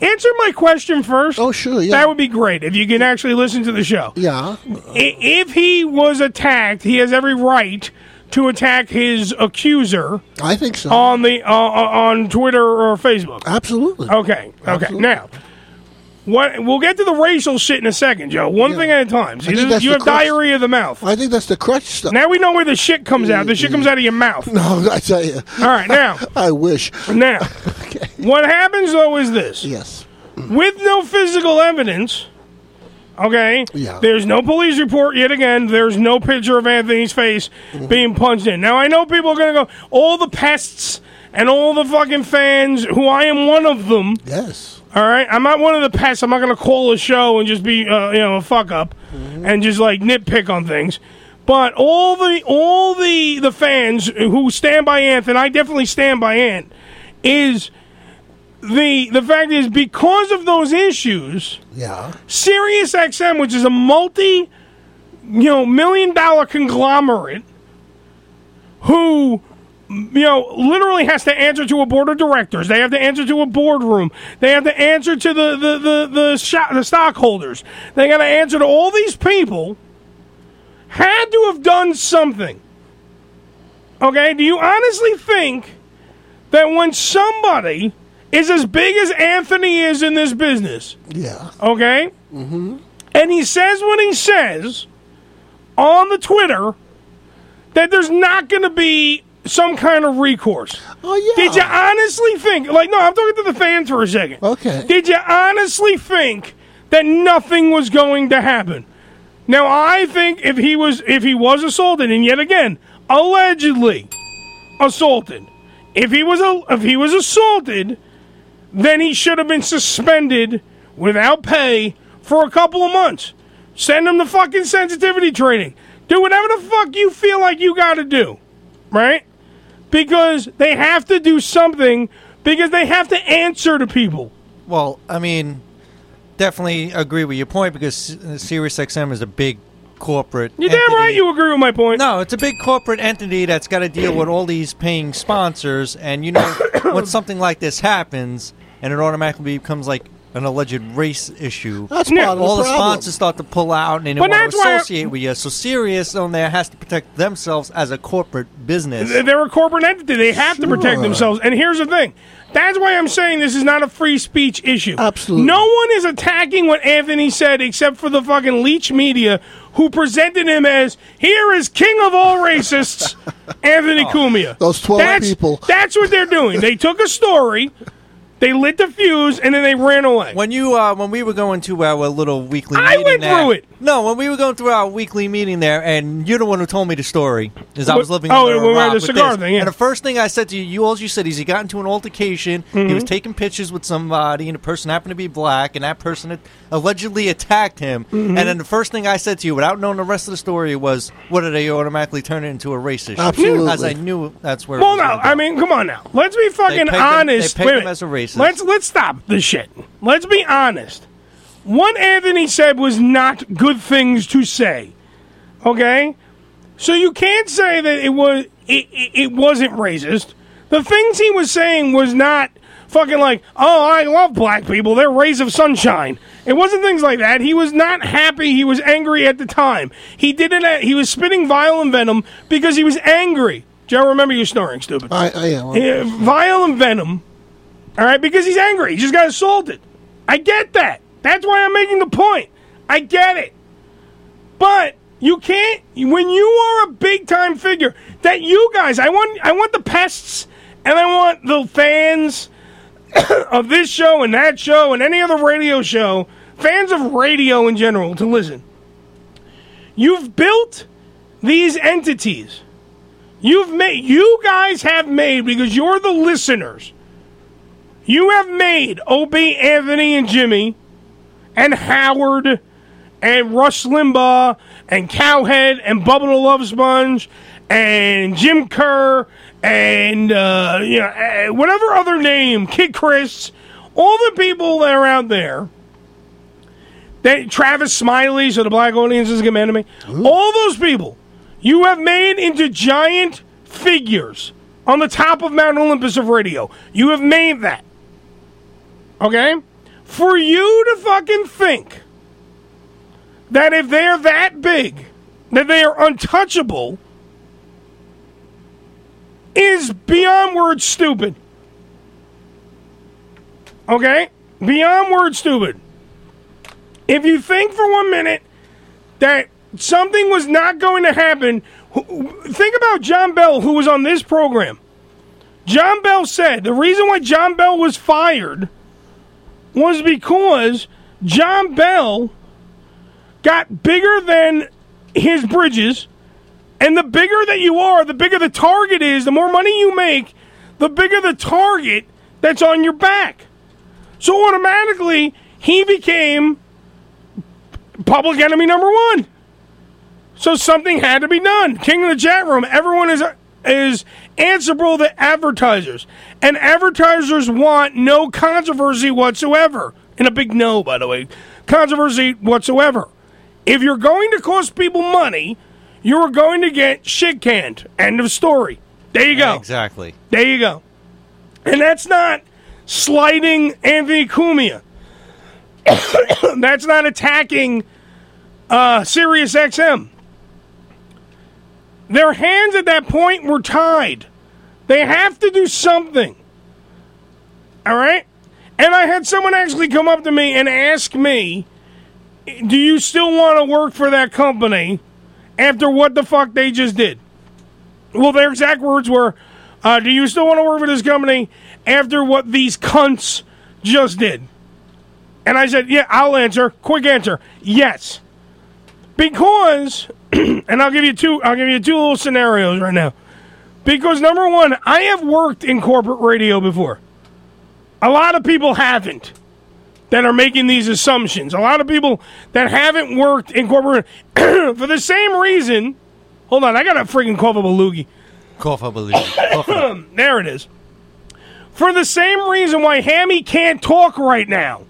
[SPEAKER 10] answer my question first? Oh,
[SPEAKER 11] sure.
[SPEAKER 10] Yeah. That would be great if you can actually listen to the show.
[SPEAKER 11] Yeah.
[SPEAKER 10] I- If he was attacked, he has every right to attack his accuser.
[SPEAKER 11] I think so.
[SPEAKER 10] On the uh, on Twitter or Facebook.
[SPEAKER 11] Absolutely.
[SPEAKER 10] Okay. Okay. Now, what we'll get to the racial shit in a second, Joe. One thing at a time.
[SPEAKER 11] I think
[SPEAKER 10] You,
[SPEAKER 11] that's
[SPEAKER 10] you
[SPEAKER 11] the
[SPEAKER 10] have
[SPEAKER 11] crux.
[SPEAKER 10] diarrhea of the mouth.
[SPEAKER 11] I think that's the crutch stuff. Mm.
[SPEAKER 10] Now we know where the shit comes out. The shit comes out of your mouth.
[SPEAKER 11] No, I (laughs) tell you.
[SPEAKER 10] All right, now.
[SPEAKER 11] I wish. (laughs)
[SPEAKER 10] Now, what happens though is this.
[SPEAKER 11] Yes.
[SPEAKER 10] With no physical evidence, okay?
[SPEAKER 11] Yeah.
[SPEAKER 10] There's no police report yet again. There's no picture of Anthony's face
[SPEAKER 11] Mm-hmm.
[SPEAKER 10] being punched in. Now, I know people are going to go, all the pests and all the fucking fans, who I am one of them.
[SPEAKER 11] Yes.
[SPEAKER 10] All right? I'm not one of the pests. I'm not going to call a show and just be, uh, you know, a fuck up
[SPEAKER 11] Mm-hmm.
[SPEAKER 10] and just like nitpick on things. But all the all the the fans who stand by Ant, and I definitely stand by Ant, is the the fact is because of those issues,
[SPEAKER 11] Yeah.
[SPEAKER 10] Sirius XM, which is a multi, you know, million dollar conglomerate, who, you know, literally has to answer to a board of directors. They have to answer to a boardroom. They have to answer to the the the the, sho- the stockholders. They got to answer to all these people. Had to have done something. Okay, do you honestly think that when somebody is as big as Anthony is in this business,
[SPEAKER 11] Yeah.
[SPEAKER 10] okay? (coughs)
[SPEAKER 11] Mhm.
[SPEAKER 10] And he says what he says on the Twitter that there's not going to be some kind of recourse.
[SPEAKER 11] Oh yeah.
[SPEAKER 10] Did you honestly think like no, I'm talking to the fans for a second.
[SPEAKER 11] Okay.
[SPEAKER 10] Did you honestly think that nothing was going to happen? Now I think if he was if he was assaulted and yet again allegedly assaulted, if he was a, if he was assaulted, then he should have been suspended without pay for a couple of months. Send him to fucking sensitivity training. Do whatever the fuck you feel like you got to do, right? Because they have to do something because they have to answer to people.
[SPEAKER 1] Well, I mean, definitely agree with your point because SiriusXM is a big corporate.
[SPEAKER 10] You're damn right you agree with my point.
[SPEAKER 1] No, it's a big corporate entity that's got to deal with all these paying sponsors, and you know, (coughs) when something like this happens, and it automatically becomes like an alleged race issue.
[SPEAKER 11] That's part of the
[SPEAKER 1] all the,
[SPEAKER 11] problem.
[SPEAKER 1] sponsors start to pull out and they
[SPEAKER 10] But
[SPEAKER 1] want
[SPEAKER 10] that's
[SPEAKER 1] to
[SPEAKER 10] why I-
[SPEAKER 1] associate with you. So Sirius on there has to protect themselves as a corporate business.
[SPEAKER 10] They're a corporate entity. They have to protect
[SPEAKER 1] Sure.
[SPEAKER 10] themselves. And here's the thing. That's why I'm saying this is not a free speech issue.
[SPEAKER 11] Absolutely.
[SPEAKER 10] No one is attacking what Anthony said except for the fucking leech media who presented him as here is king of all
[SPEAKER 11] (laughs)
[SPEAKER 10] racists, Anthony Cumia.
[SPEAKER 11] Oh, Those 12
[SPEAKER 10] that's,
[SPEAKER 11] people.
[SPEAKER 10] That's what they're doing. They took a story, they lit the fuse, and then they ran away.
[SPEAKER 1] When you uh, when we were going to our little weekly,
[SPEAKER 10] I
[SPEAKER 1] meeting
[SPEAKER 10] went
[SPEAKER 1] there-
[SPEAKER 10] through it.
[SPEAKER 1] No, when we were going through our weekly meeting there, and you're the one who told me the story, is I was
[SPEAKER 10] What-
[SPEAKER 1] living.
[SPEAKER 10] oh,
[SPEAKER 1] under a
[SPEAKER 10] when we had
[SPEAKER 1] rock
[SPEAKER 10] the
[SPEAKER 1] with
[SPEAKER 10] cigar
[SPEAKER 1] this.
[SPEAKER 10] thing, yeah.
[SPEAKER 1] And the first thing I said to you, you all you said is he got into an altercation. He was
[SPEAKER 10] Mhm.
[SPEAKER 1] taking pictures with somebody, and the person happened to be black, and that person had allegedly attacked him.
[SPEAKER 10] Mhm.
[SPEAKER 1] And then the first thing I said to you, without knowing the rest of the story, was, "What did they automatically turn it into a race issue?"
[SPEAKER 11] Absolutely.
[SPEAKER 1] As I knew that's where.
[SPEAKER 10] Well,
[SPEAKER 1] it was
[SPEAKER 10] no, I mean, come on now. Let's be fucking
[SPEAKER 1] pegged him- they
[SPEAKER 10] honest.
[SPEAKER 1] pegged
[SPEAKER 10] Wait a
[SPEAKER 1] him
[SPEAKER 10] minute.
[SPEAKER 1] as a racist.
[SPEAKER 10] Let's let's stop this shit. Let's be honest. What Anthony said was not good things to say. Okay, so you can't say that it was it, it, it wasn't racist. The things he was saying was not fucking like, oh, I love black people. They're rays of sunshine. It wasn't things like that. He was not happy. He was angry at the time. He did it. At, he was spitting violent venom because he was angry. Joe, remember you snoring, stupid.
[SPEAKER 11] I, I am.
[SPEAKER 10] Yeah, violent uh, venom. All right, because he's angry. He just got assaulted. I get that. That's why I'm making the point. I get it. But you can't when you are a big time figure that you guys I want I want the pests and I want the fans (coughs) of this show and that show and any other radio show, fans of radio in general to listen. You've built these entities. You've made you guys have made because you're the listeners. You have made OB Anthony and Jimmy and Howard and Rush Limbaugh and Cowhead and Bubba the Love Sponge and Jim Kerr and uh, you know eh, whatever other name, Kid Chris, all the people that are out there. They, Travis Smiley, so the Black audience is commanding me. All those people you have made into giant figures on the top of Mount Olympus of radio. You have made that. Okay? For you to fucking think that if they're that big, that they are untouchable, is beyond word stupid. Okay? Beyond word stupid. If you think for one minute that something was not going to happen, who- think about John Bell, who was on this program. John Bell said the reason why John Bell was fired was because John Bell got bigger than his bridges. And the bigger that you are, the bigger the target is, the more money you make, the bigger the target that's on your back. So automatically, he became public enemy number one. So something had to be done. King of the chat room. Everyone is is answerable to advertisers, and advertisers want no controversy whatsoever. And a big no, by the way, controversy whatsoever. If you're going to cost people money, you are going to get shit canned. End of story. There you go.
[SPEAKER 1] Exactly.
[SPEAKER 10] There you go. And that's not slighting Anthony Cumia. (coughs) that's not attacking uh, Sirius XM. Their hands at that point were tied. They have to do something. All right? And I had someone actually come up to me and ask me, do you still want to work for that company after what the fuck they just did? Well, their exact words were, uh, do you still want to work for this company after what these cunts just did? And I said, yeah, I'll answer. Quick answer. Yes. Because (clears throat) and I'll give you two I'll give you two little scenarios right now. Because number one, I have worked in corporate radio before. A lot of people haven't that are making these assumptions. A lot of people that haven't worked in corporate (clears throat) for the same reason. Hold on, I got a freaking cough of a loogie.
[SPEAKER 1] Cough up a little.
[SPEAKER 10] (coughs)
[SPEAKER 1] Cough up.
[SPEAKER 10] there it is. For the same reason why Hammy can't talk right now.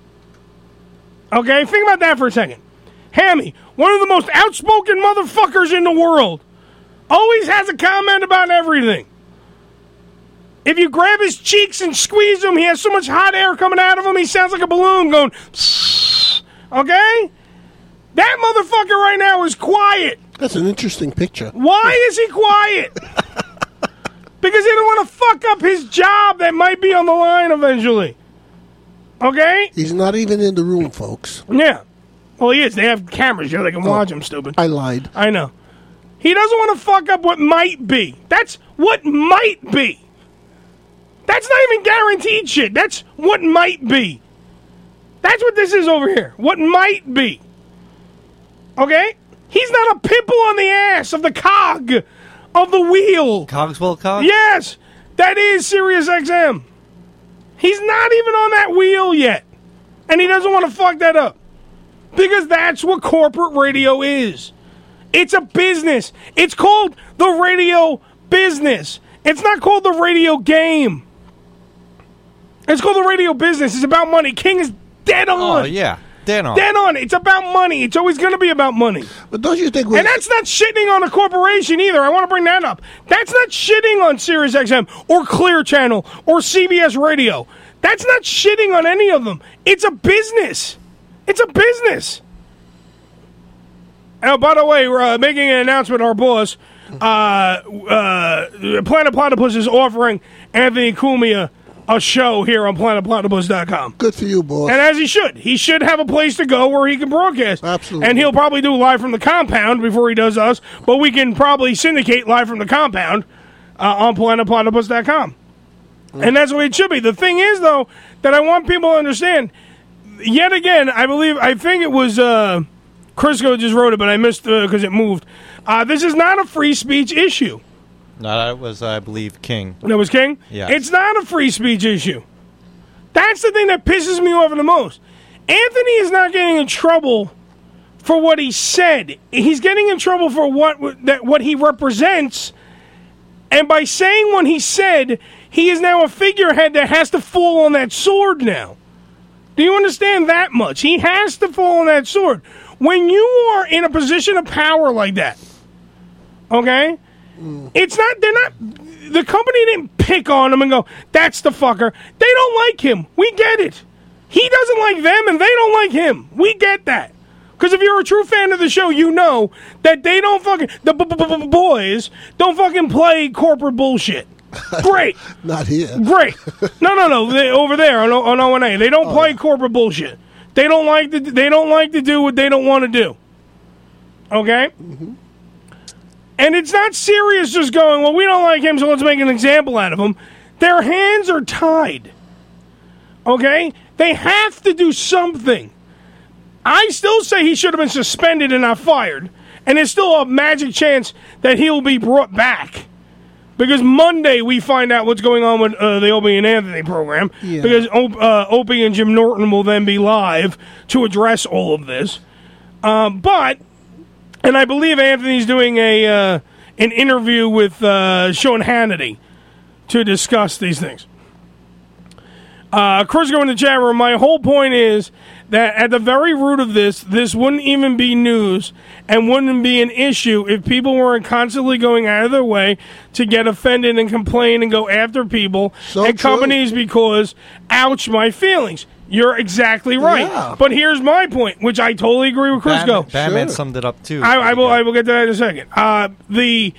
[SPEAKER 10] Okay, think about that for a second. Hammy, one of the most outspoken motherfuckers in the world, always has a comment about everything. If you grab his cheeks and squeeze him, he has so much hot air coming out of him, he sounds like a balloon going, (laughs) okay? That motherfucker right now is quiet.
[SPEAKER 11] That's an interesting picture.
[SPEAKER 10] Why is he
[SPEAKER 11] (laughs)
[SPEAKER 10] quiet? because he don't want to fuck up his job that might be on the line eventually. Okay?
[SPEAKER 11] He's not even in the room, folks. Oh,
[SPEAKER 10] Yeah. Well, he is. They have cameras here. They can watch him, stupid.
[SPEAKER 11] I lied.
[SPEAKER 10] I know. He doesn't want to fuck up what might be. That's what might be. That's not even guaranteed shit. That's what might be. That's what this is over here. What might be. Okay? He's not a pimple on the ass of the cog of the wheel.
[SPEAKER 1] Cogswell Cog?
[SPEAKER 10] Yes, that is Sirius XM. He's not even on that wheel yet. And he doesn't want to fuck that up. Because that's what corporate radio is. It's a business. It's called the radio business. It's not called the radio game. It's called the radio business. It's about money. King is dead on.
[SPEAKER 1] Oh, yeah. Dead on.
[SPEAKER 10] Dead on. It's about money. It's always going to be about money.
[SPEAKER 11] But don't you think?
[SPEAKER 10] And that's not shitting on a corporation either. I want to bring that up. That's not shitting on Sirius XM or Clear Channel or CBS Radio. That's not shitting on any of them. It's a business. It's a business. Oh, by the way, we're uh, making an announcement. Our boss, uh, uh, Planet Platypus, is offering Anthony Cumia a show here on PlanetPlatypus.com.
[SPEAKER 11] Good for you, boss.
[SPEAKER 10] And as he should, he should have a place to go where he can broadcast. Absolutely. And he'll probably do live from the compound before he does us, but we can probably syndicate live from the compound uh, on PlanetPlatypus.com. And that's the way it should be. The thing is, though, that I want people to understand. Yet again, I believe I think it was. Uh, Crisco just wrote it, but I missed because it moved. Uh, this is not a free speech issue.
[SPEAKER 1] No, that was, I believe, King.
[SPEAKER 10] That was King.
[SPEAKER 1] Yeah.
[SPEAKER 10] It's not a free speech issue. That's the thing that pisses me off the most. Anthony is not getting in trouble for what he said. He's getting in trouble for what that what he represents. And by saying what he said, he is now a figurehead that has to fall on that sword now. Do you understand that much? He has to fall on that sword. When you are in a position of power like that, okay? It's not, they're not, the company didn't pick on him and go, that's the fucker. They don't like him. We get it. He doesn't like them and they don't like him. We get that. Because if you're a true fan of the show, you know that they don't fucking, the b- b- b- boys don't fucking play corporate
[SPEAKER 11] (laughs)
[SPEAKER 10] bullshit. Great.
[SPEAKER 11] Not here.
[SPEAKER 10] Great. No, no, no. They, over there on, O- on O and A, they
[SPEAKER 11] Oh,
[SPEAKER 10] don't play corporate bullshit. They don't like to. They don't like to do what they don't want to do. Okay. And it's not serious. Just going. Well, we don't like him, so let's make an example out of him. Their hands are tied. Okay. They have to do something. I still say he should have been suspended and not fired. And there's still a magic chance that he'll be brought back. Because Monday we find out what's going on with uh, the Opie and Anthony program.
[SPEAKER 2] Yeah.
[SPEAKER 10] Because Op- uh, Opie and Jim Norton will then be live to address all of this. Um, but, and I believe Anthony's doing a uh, an interview with uh, Sean Hannity to discuss these things. Uh, Chris, go in the chat room. My whole point is that at the very root of this, this wouldn't even be news and wouldn't be an issue if people weren't constantly going out of their way to get offended and complain and go after people and companies because, ouch, my feelings. You're exactly right.
[SPEAKER 1] Yeah.
[SPEAKER 10] But here's my point, which I totally agree with Chris.
[SPEAKER 1] Batman,
[SPEAKER 10] go.
[SPEAKER 1] Batman summed it up too.
[SPEAKER 10] I, I will. I will get to that in a second. Uh, the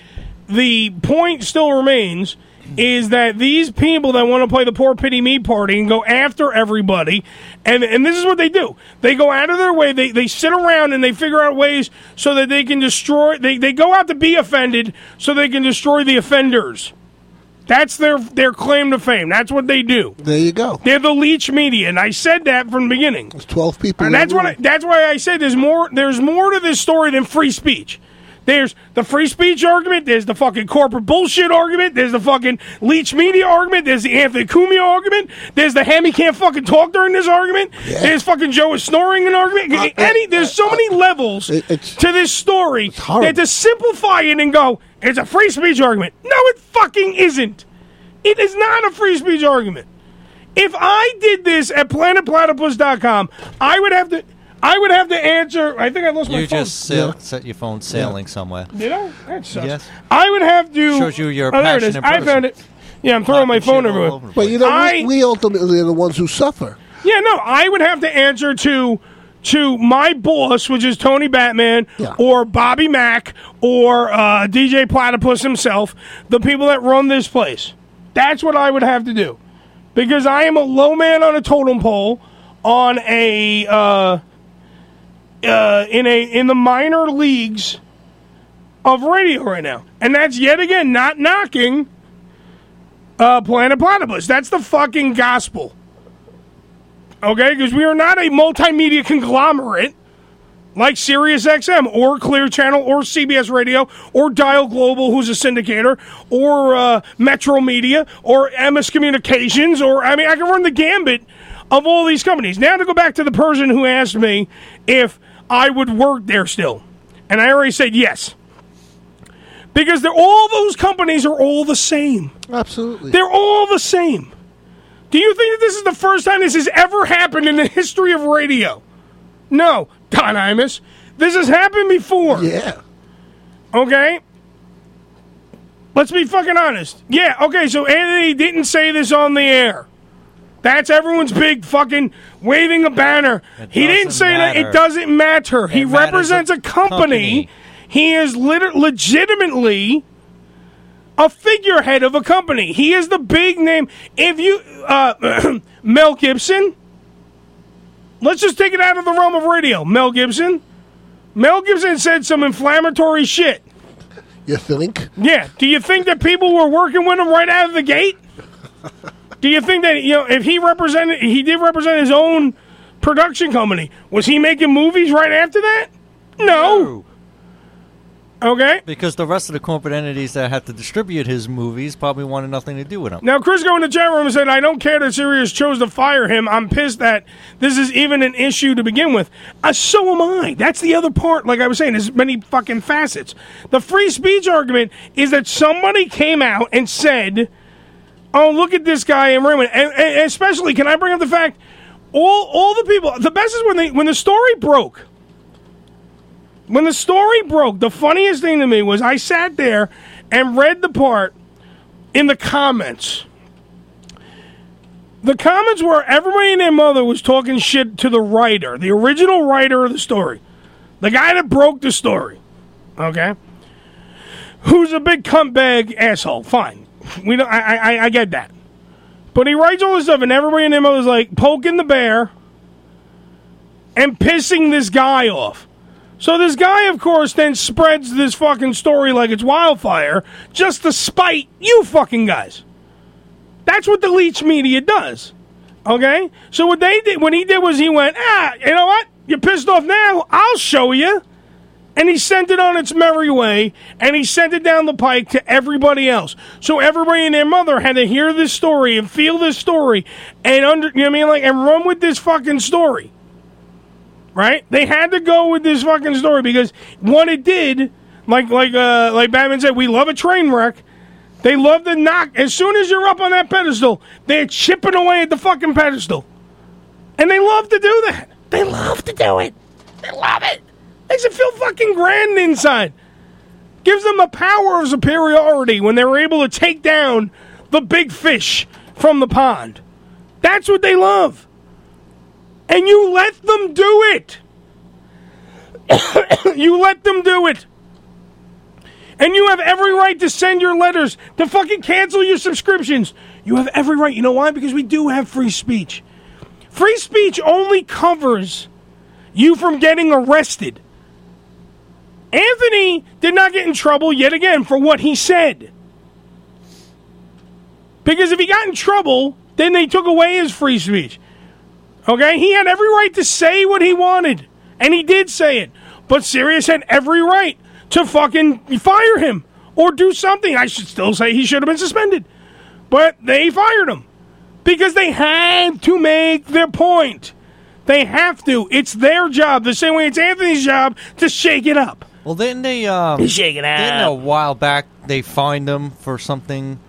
[SPEAKER 10] the point still remains is that these people that want to play the poor pity me party and go after everybody, and and this is what they do. They go out of their way. They they sit around and they figure out ways so that they can destroy. They they go out to be offended so they can destroy the offenders. That's their their claim to fame. That's what they do.
[SPEAKER 11] There you go.
[SPEAKER 10] They're the leech media, and I said that from the beginning. There's
[SPEAKER 11] twelve people.
[SPEAKER 10] And
[SPEAKER 11] in
[SPEAKER 10] that's
[SPEAKER 11] the
[SPEAKER 10] what I,
[SPEAKER 11] room.
[SPEAKER 10] that's why I say there's more there's more to this story than free speech. There's the free speech argument, there's the fucking corporate bullshit argument, there's the fucking leech media argument, there's the Anthony Cumia argument, there's the Hammy can't fucking talk during this argument, there's fucking Joe is snoring an argument.
[SPEAKER 11] Uh,
[SPEAKER 10] Any, there's so many levels to this story that to simplify it and go, it's a free speech argument. No, it fucking isn't. It is not a free speech argument. If I did this at planetplatypus.com, I would have to I would have to answer I think I lost my
[SPEAKER 1] You
[SPEAKER 10] phone.
[SPEAKER 1] just sail, set your phone sailing somewhere.
[SPEAKER 10] Did I? That sucks.
[SPEAKER 1] Yes.
[SPEAKER 10] I would have to
[SPEAKER 1] Shows you you're a
[SPEAKER 10] Oh, there it is.
[SPEAKER 1] passionate
[SPEAKER 10] I found it. Yeah, I'm throwing my phone everywhere.
[SPEAKER 11] But you know,
[SPEAKER 10] I-
[SPEAKER 11] we, we ultimately are the ones who suffer.
[SPEAKER 10] Yeah, no, I would have to answer to to my boss, which is Tony Batman or Bobby Mack or uh, DJ Platypus himself, the people that run this place. That's what I would have to do because I am a low man on a totem pole on a uh, uh, in a in the minor leagues of radio right now, and that's yet again not knocking uh, Planet Platypus. That's the fucking gospel okay? Because we are not a multimedia conglomerate like SiriusXM or Clear Channel or CBS Radio or Dial Global, who's a syndicator, or uh, Metro Media or MS Communications, or I mean, I can run the gambit of all these companies. Now to go back to the person who asked me if I would work there still, and I already said yes. Because they're all those companies are all the same.
[SPEAKER 11] Absolutely.
[SPEAKER 10] They're all the same. Do you think that this is the first time this has ever happened in the history of radio? No, Don Imus. This has happened before.
[SPEAKER 11] Yeah.
[SPEAKER 10] Okay? Let's be fucking honest. Yeah, okay, so Anthony didn't say this on the air. That's everyone's big fucking waving a banner. He didn't say that. It
[SPEAKER 1] matter.
[SPEAKER 10] doesn't matter. he represents a company. He is lit- legitimately a figurehead of a company. He is the big name. If you uh, Mel Gibson, let's just take it out of the realm of radio. Mel Gibson, Mel Gibson said some inflammatory shit.
[SPEAKER 11] You think?
[SPEAKER 10] Yeah. Do you think that people were working with him right out of the gate? Do you think that you know if he represented he did represent his own production company? Was he making movies right after that? No. Okay.
[SPEAKER 1] Because the rest of the corporate entities that have to distribute his movies probably wanted nothing to do with him.
[SPEAKER 10] Now, Chris go in the chat room and said, I don't care that Sirius chose to fire him. I'm pissed that this is even an issue to begin with. Uh, so am I. That's the other part. Like I was saying, there's many fucking facets. The free speech argument is that somebody came out and said, Oh, look at this guy in Raymond. And, and especially, can I bring up the fact all all the people the best is when they when the story broke. When the story broke, the funniest thing to me was I sat there and read the part in the comments. The comments where everybody and their mother was talking shit to the writer, the original writer of the story, the guy that broke the story. Okay, who's a big cuntbag asshole? Fine, we don't. I, I I get that, but he writes all this stuff, and everybody in their mother's like poking the bear and pissing this guy off. So this guy, of course, then spreads this fucking story like it's wildfire just to spite you fucking guys. That's what the leech media does. Okay? So what they did what he did was he went, ah, you know what? You're pissed off now, I'll show you. And he sent it on its merry way, and he sent it down the pike to everybody else. So everybody and their mother had to hear this story and feel this story and under you know what I mean like and run with this fucking story right? They had to go with this fucking story because what it did, like like uh, like Batman said, we love a train wreck. They love to knock. As soon as you're up on that pedestal, they're chipping away at the fucking pedestal, and they love to do that. They love to do it. They love it. Makes it feel fucking grand inside. Gives them a power of superiority when they were able to take down the big fish from the pond. That's what they love and you let them do it. (coughs) you let them do it. And you have every right to send your letters, to fucking cancel your subscriptions. You have every right. You know why? Because we do have free speech. Free speech only covers you from getting arrested. Anthony did not get in trouble yet again for what he said. Because if he got in trouble, then they took away his free speech. Okay? He had every right to say what he wanted. And he did say it. But Sirius had every right to fucking fire him or do something. I should still say he should have been suspended. But they fired him because they had to make their point. They have to. It's their job, the same way it's Anthony's job to shake it up.
[SPEAKER 1] Well, didn't they? Um,
[SPEAKER 10] Shaking
[SPEAKER 1] Didn't
[SPEAKER 10] up.
[SPEAKER 1] a while back they fined him for something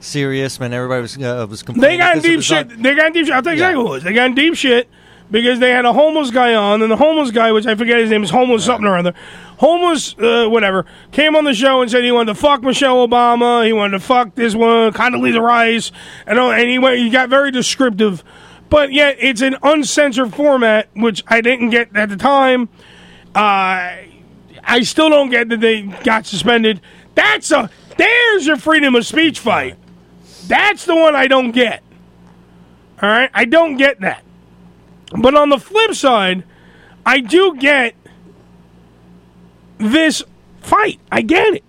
[SPEAKER 1] serious when everybody was uh, was complaining?
[SPEAKER 10] They got in
[SPEAKER 1] because it
[SPEAKER 10] deep
[SPEAKER 1] was
[SPEAKER 10] shit.
[SPEAKER 1] on-
[SPEAKER 10] They got in deep shit. I'll tell you exactly what it was. They got in deep shit because they had a homeless guy on, and the homeless guy, which I forget his name, is homeless something or other. Homeless, uh, whatever, came on the show and said he wanted to fuck Michelle Obama. He wanted to fuck this one, Condoleezza Rice, and all, and he went. He got very descriptive, but yet it's an uncensored format, which I didn't get at the time. Uh, I still don't get that they got suspended. That's a there's your freedom of speech fight. That's the one I don't get. All right, I don't get that. But on the flip side, I do get this fight. I get it.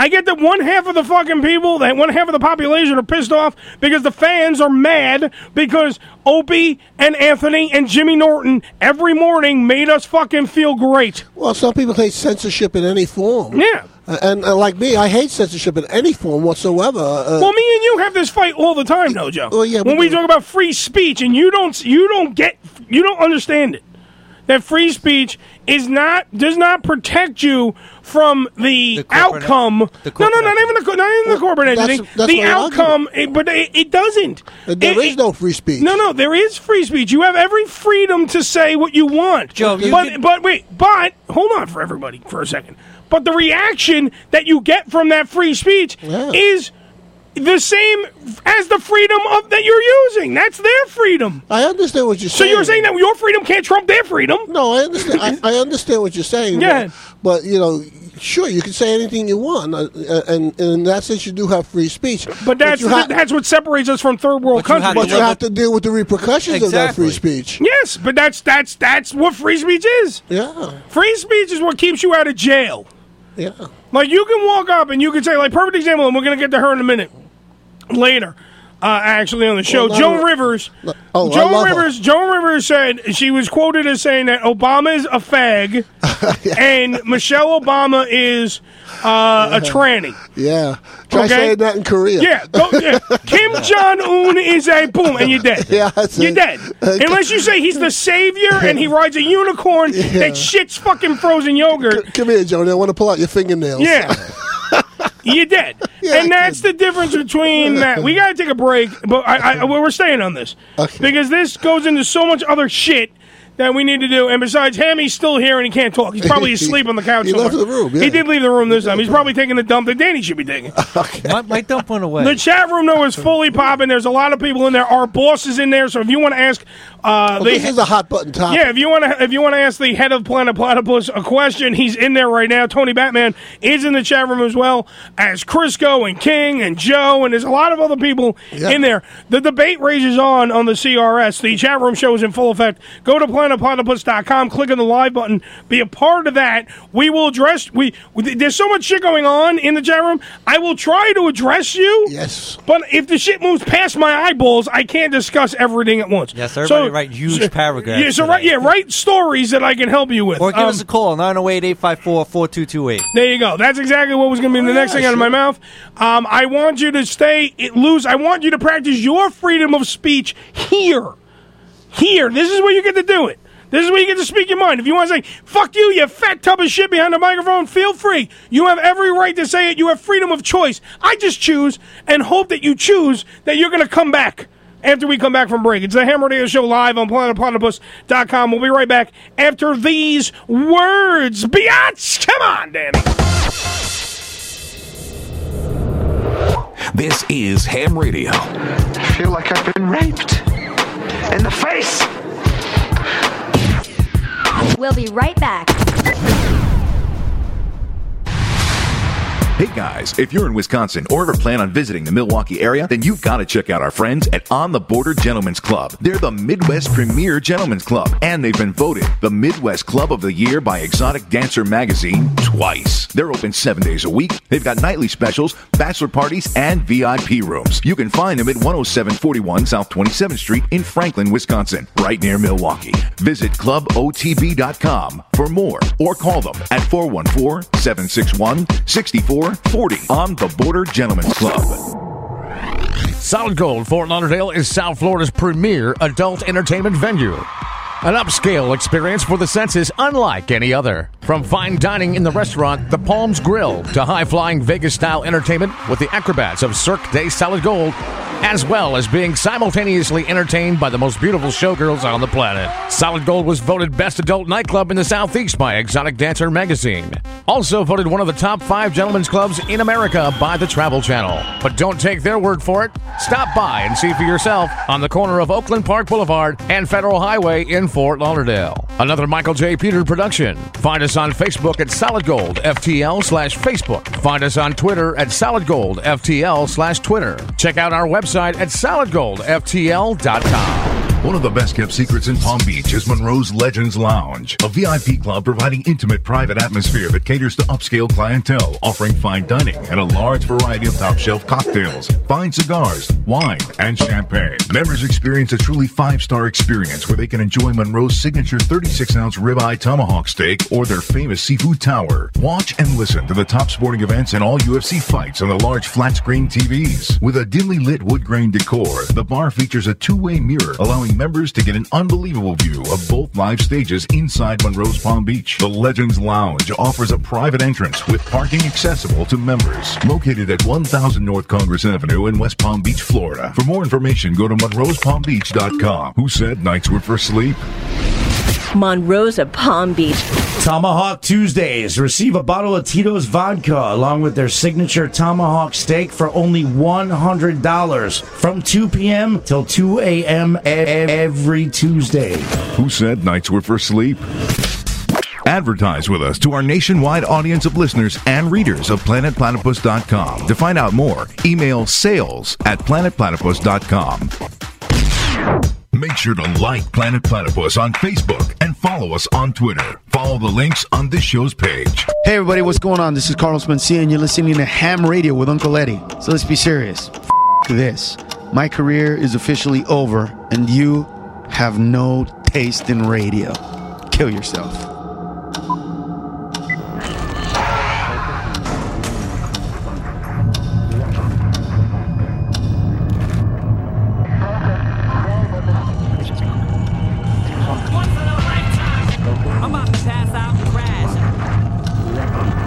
[SPEAKER 10] I get that one half of the fucking people, that one half of the population are pissed off because the fans are mad because Opie and Anthony and Jimmy Norton every morning made us fucking feel great.
[SPEAKER 11] Well, some people hate censorship in any form. Uh,
[SPEAKER 10] Yeah.
[SPEAKER 11] And, and like me, I hate censorship in any form whatsoever. Uh,
[SPEAKER 10] well, me and you have this fight all the time, though, Joe.
[SPEAKER 11] Well, yeah,
[SPEAKER 10] when
[SPEAKER 11] but
[SPEAKER 10] we talk about free speech, and you don't, you don't get, you don't understand it. That free speech is not does not protect you from the, outcome. no, no, not even the co- not even the corporate
[SPEAKER 11] that's-
[SPEAKER 10] entity.
[SPEAKER 11] that's
[SPEAKER 10] the
[SPEAKER 11] my argument.
[SPEAKER 10] outcome, it, but it, it doesn't.
[SPEAKER 11] there
[SPEAKER 10] It-
[SPEAKER 11] is no free speech.
[SPEAKER 10] no, no, there is free speech. You have every freedom to say what you want. Joe,
[SPEAKER 11] you
[SPEAKER 10] but
[SPEAKER 11] can-
[SPEAKER 10] but wait, but hold on for everybody for a second. But the reaction that you get from that free speech is the same as the freedom of that you're using. That's their freedom.
[SPEAKER 11] I understand what you're
[SPEAKER 10] so
[SPEAKER 11] saying.
[SPEAKER 10] you're saying that your freedom can't trump their freedom?
[SPEAKER 11] No, I understand. I, I understand what you're saying.
[SPEAKER 10] Yeah.
[SPEAKER 11] But, but, you know, sure, you can say anything you want, uh, uh, and, and in that sense, you do have free speech.
[SPEAKER 10] But that's
[SPEAKER 11] you ha-
[SPEAKER 10] that's what separates us from third world countries.
[SPEAKER 11] but you have to deal with the repercussions of that free speech.
[SPEAKER 10] Yes, but that's that's that's what free speech is.
[SPEAKER 11] Yeah.
[SPEAKER 10] Free speech is what keeps you out of jail.
[SPEAKER 11] Yeah.
[SPEAKER 10] Like you can walk up and you can say, like, perfect example, and we're gonna get to her in a minute. Later. uh, actually on the show.
[SPEAKER 11] Well, no.
[SPEAKER 10] Joan Rivers.
[SPEAKER 11] oh, I
[SPEAKER 10] Joan
[SPEAKER 11] love her.
[SPEAKER 10] Rivers. Joan Rivers said she was quoted as saying that Obama is a
[SPEAKER 11] (laughs)
[SPEAKER 10] fag, and Michelle Obama is uh, a tranny.
[SPEAKER 11] Yeah. Try
[SPEAKER 10] Okay.
[SPEAKER 11] saying that in Korea.
[SPEAKER 10] Yeah, go,
[SPEAKER 11] (laughs)
[SPEAKER 10] yeah. Kim Jong Un is a boom, and you're dead. Yeah,
[SPEAKER 11] that's
[SPEAKER 10] you're
[SPEAKER 11] it.
[SPEAKER 10] dead. Unless you say he's the savior and he rides a
[SPEAKER 11] (laughs)
[SPEAKER 10] unicorn that shits fucking frozen yogurt.
[SPEAKER 11] Come here, Joan. I want to pull out your fingernails.
[SPEAKER 10] Yeah. (laughs) You're
[SPEAKER 11] (laughs)
[SPEAKER 10] dead. and that's the difference between that. We got to take a break, but I, I, we're staying on this. Because this goes into so much other shit that we need to do. And besides him, he's still here and he can't talk. He's
[SPEAKER 11] (laughs)
[SPEAKER 10] probably asleep on the couch.
[SPEAKER 11] He left
[SPEAKER 10] somewhere.
[SPEAKER 11] the room,
[SPEAKER 10] He
[SPEAKER 11] yeah.
[SPEAKER 10] did leave the room this time. He's probably taking the dump that Danny should be
[SPEAKER 11] (laughs)
[SPEAKER 10] taking.
[SPEAKER 1] My, my dump went away.
[SPEAKER 10] The chat room though is fully popping. There's a lot of people in there. Our boss is in there. So if you want to ask, uh,
[SPEAKER 11] Well,
[SPEAKER 10] the-
[SPEAKER 11] this is a hot button topic.
[SPEAKER 10] Yeah, if you want to, if you want to ask the head of Planet Platypus a question, he's in there right now. Tony Batman is in the chat room as well as Crisco and King and Joe, and there's a lot of other people in there. The debate rages on on the CRS. The chat room show is in full effect. Go to planetplatypus.com, click on the live button, be a part of that. We will address we. we- There's so much shit going on in the chat room. I will try to address you. Yes, but if the shit moves past my eyeballs, I can't discuss everything at once.
[SPEAKER 1] Yes, everybody
[SPEAKER 10] So-
[SPEAKER 1] write huge paragraphs.
[SPEAKER 10] yeah, so right, yeah, write stories that I can help you with.
[SPEAKER 1] Or give
[SPEAKER 10] Um,
[SPEAKER 1] us a call, 908 854 4228.
[SPEAKER 10] there you go. That's exactly what was going to be the next thing out of my mouth. Um, I want you to stay it, loose. I want you to practice your freedom of speech here. Here. This is where you get to do it. This is where you get to speak your mind. If you want to say, fuck you, you fat tub of shit behind the microphone, feel free. You have every right to say it. You have freedom of choice. I just choose and hope that you choose that you're going to come back after we come back from break. It's the Ham Radio Show live on planetplatypus.com. We'll be right back after these words. Beyonce, come on, Danny.
[SPEAKER 3] This is Ham Radio.
[SPEAKER 5] I feel like I've been raped. In the face!
[SPEAKER 4] We'll be right back.
[SPEAKER 22] Hey guys, if you're in Wisconsin or ever plan on visiting the Milwaukee area, then you've got to check out our friends at On the Border Gentlemen's Club. They're the Midwest premier gentlemen's club, and they've been voted the Midwest Club of the Year by Exotic Dancer magazine twice. They're open seven days a week. They've got nightly specials, bachelor parties, and VIP rooms. You can find them at 10741 South 27th Street in Franklin, Wisconsin, right near Milwaukee. Visit clubotb.com for more or call them at 414 761 6440 on the Border Gentlemen's Club.
[SPEAKER 2] Solid Gold Fort Lauderdale is South Florida's premier adult entertainment venue. An upscale experience for the senses unlike any other. From fine dining in the restaurant The Palms Grill to high flying Vegas style entertainment with the acrobats of Cirque de Solid Gold, as well as being simultaneously entertained by the most beautiful showgirls on the planet. Solid Gold was voted best adult nightclub in the Southeast by Exotic Dancer magazine. Also voted one of the top five gentlemen's clubs in America by the Travel Channel. But don't take their word for it. Stop by and see for yourself on the corner of Oakland Park Boulevard and Federal Highway in Fort Lauderdale. Another Michael J. Peter production. Find us on Facebook at Solid Gold FTL slash Facebook. Find us on Twitter at Solid Gold FTL slash Twitter. Check out our website at solidgoldftl.com.
[SPEAKER 22] One of the best kept secrets in Palm Beach is Monroe's Legends Lounge, a VIP club providing intimate private atmosphere that caters to upscale clientele, offering fine dining and a large variety of top shelf cocktails, fine cigars, wine, and champagne. Members experience a truly five star experience where they can enjoy Monroe's signature 36 ounce ribeye tomahawk steak or their famous seafood tower. Watch and listen to the top sporting events and all UFC fights on the large flat screen TVs. With a dimly lit wood grain decor, the bar features a two way mirror, allowing members to get an unbelievable view of both live stages inside Monroe's Palm Beach. The Legends Lounge offers a private entrance with parking accessible to members. Located at 1000 North Congress Avenue in West Palm Beach, Florida. For more information, go to monroespalmbeach.com. Who said nights were for sleep?
[SPEAKER 23] Monroe's of Palm Beach.
[SPEAKER 7] Tomahawk Tuesdays. Receive a bottle of Tito's vodka along with their signature tomahawk steak for only $100 from 2 p.m. till 2 a.m. e- every Tuesday.
[SPEAKER 22] Who said nights were for sleep? Advertise with us to our nationwide audience of listeners and readers of planetplatypus.com. To find out more, email sales at planetplatypus.com. Make sure to like Planet Platypus on Facebook and follow us on Twitter. Follow the links on this show's page.
[SPEAKER 8] Hey everybody, what's going on? This is Carlos Mencia, and you're listening to Ham Radio with Uncle Eddie. So let's be serious. F- this.
[SPEAKER 6] My career is officially over, and you have no taste in radio. Kill yourself.
[SPEAKER 8] I'm about to pass out and crash.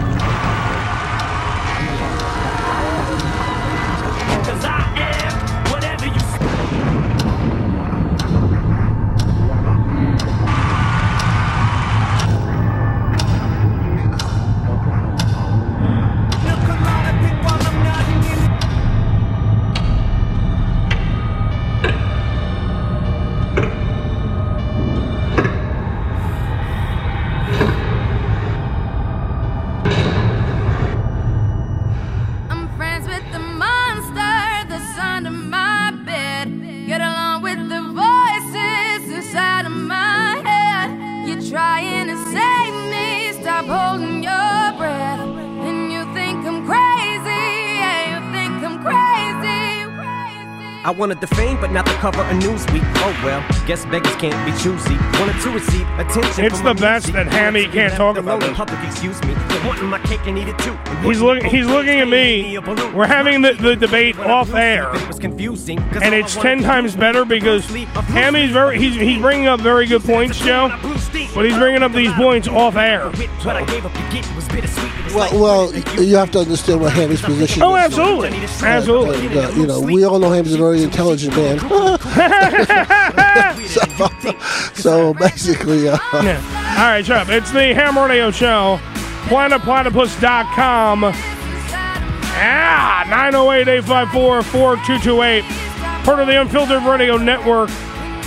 [SPEAKER 8] Cause I am whatever you
[SPEAKER 17] I'm friends with the monster that's under my bed. Get along with the voices inside of my head. You're trying to save me, stop holding your breath. And you think I'm crazy, yeah, you think I'm crazy.
[SPEAKER 9] I wanted the fame, but not the cover of Newsweek. Oh well, guess beggars can't be choosy. Wanted to receive attention.
[SPEAKER 10] It's
[SPEAKER 9] from
[SPEAKER 10] the
[SPEAKER 9] my
[SPEAKER 10] best
[SPEAKER 9] music.
[SPEAKER 10] that Hammy
[SPEAKER 9] Even
[SPEAKER 10] can't
[SPEAKER 9] left
[SPEAKER 10] talk
[SPEAKER 9] the
[SPEAKER 10] about
[SPEAKER 9] lonely
[SPEAKER 10] this.
[SPEAKER 9] Public, excuse me, for wanting my cake and eat it too. And
[SPEAKER 10] He's looking. He's looking at me. We're having the, the debate off air,
[SPEAKER 9] It was confusing. 'cause
[SPEAKER 10] and
[SPEAKER 9] all I
[SPEAKER 10] it's
[SPEAKER 9] wanted
[SPEAKER 10] ten times better because Hammy's very. He's he's bringing up very good points, Joe. But he's bringing up these points off air.
[SPEAKER 9] What I gave up to get was bittersweet. It was
[SPEAKER 11] Well, well, y- you have to understand what Hammy's position
[SPEAKER 10] Oh,
[SPEAKER 11] is.
[SPEAKER 10] absolutely, absolutely.
[SPEAKER 11] And, uh, you know, we all know Ham's a very intelligent
[SPEAKER 10] (laughs)
[SPEAKER 11] man. (laughs) so, so basically, uh,
[SPEAKER 10] Yeah. All right, Chubb. It's the Ham Radio Show. PlanetPlatypus.com. Ah, 908 854 4228. Part of the Unfiltered Radio Network.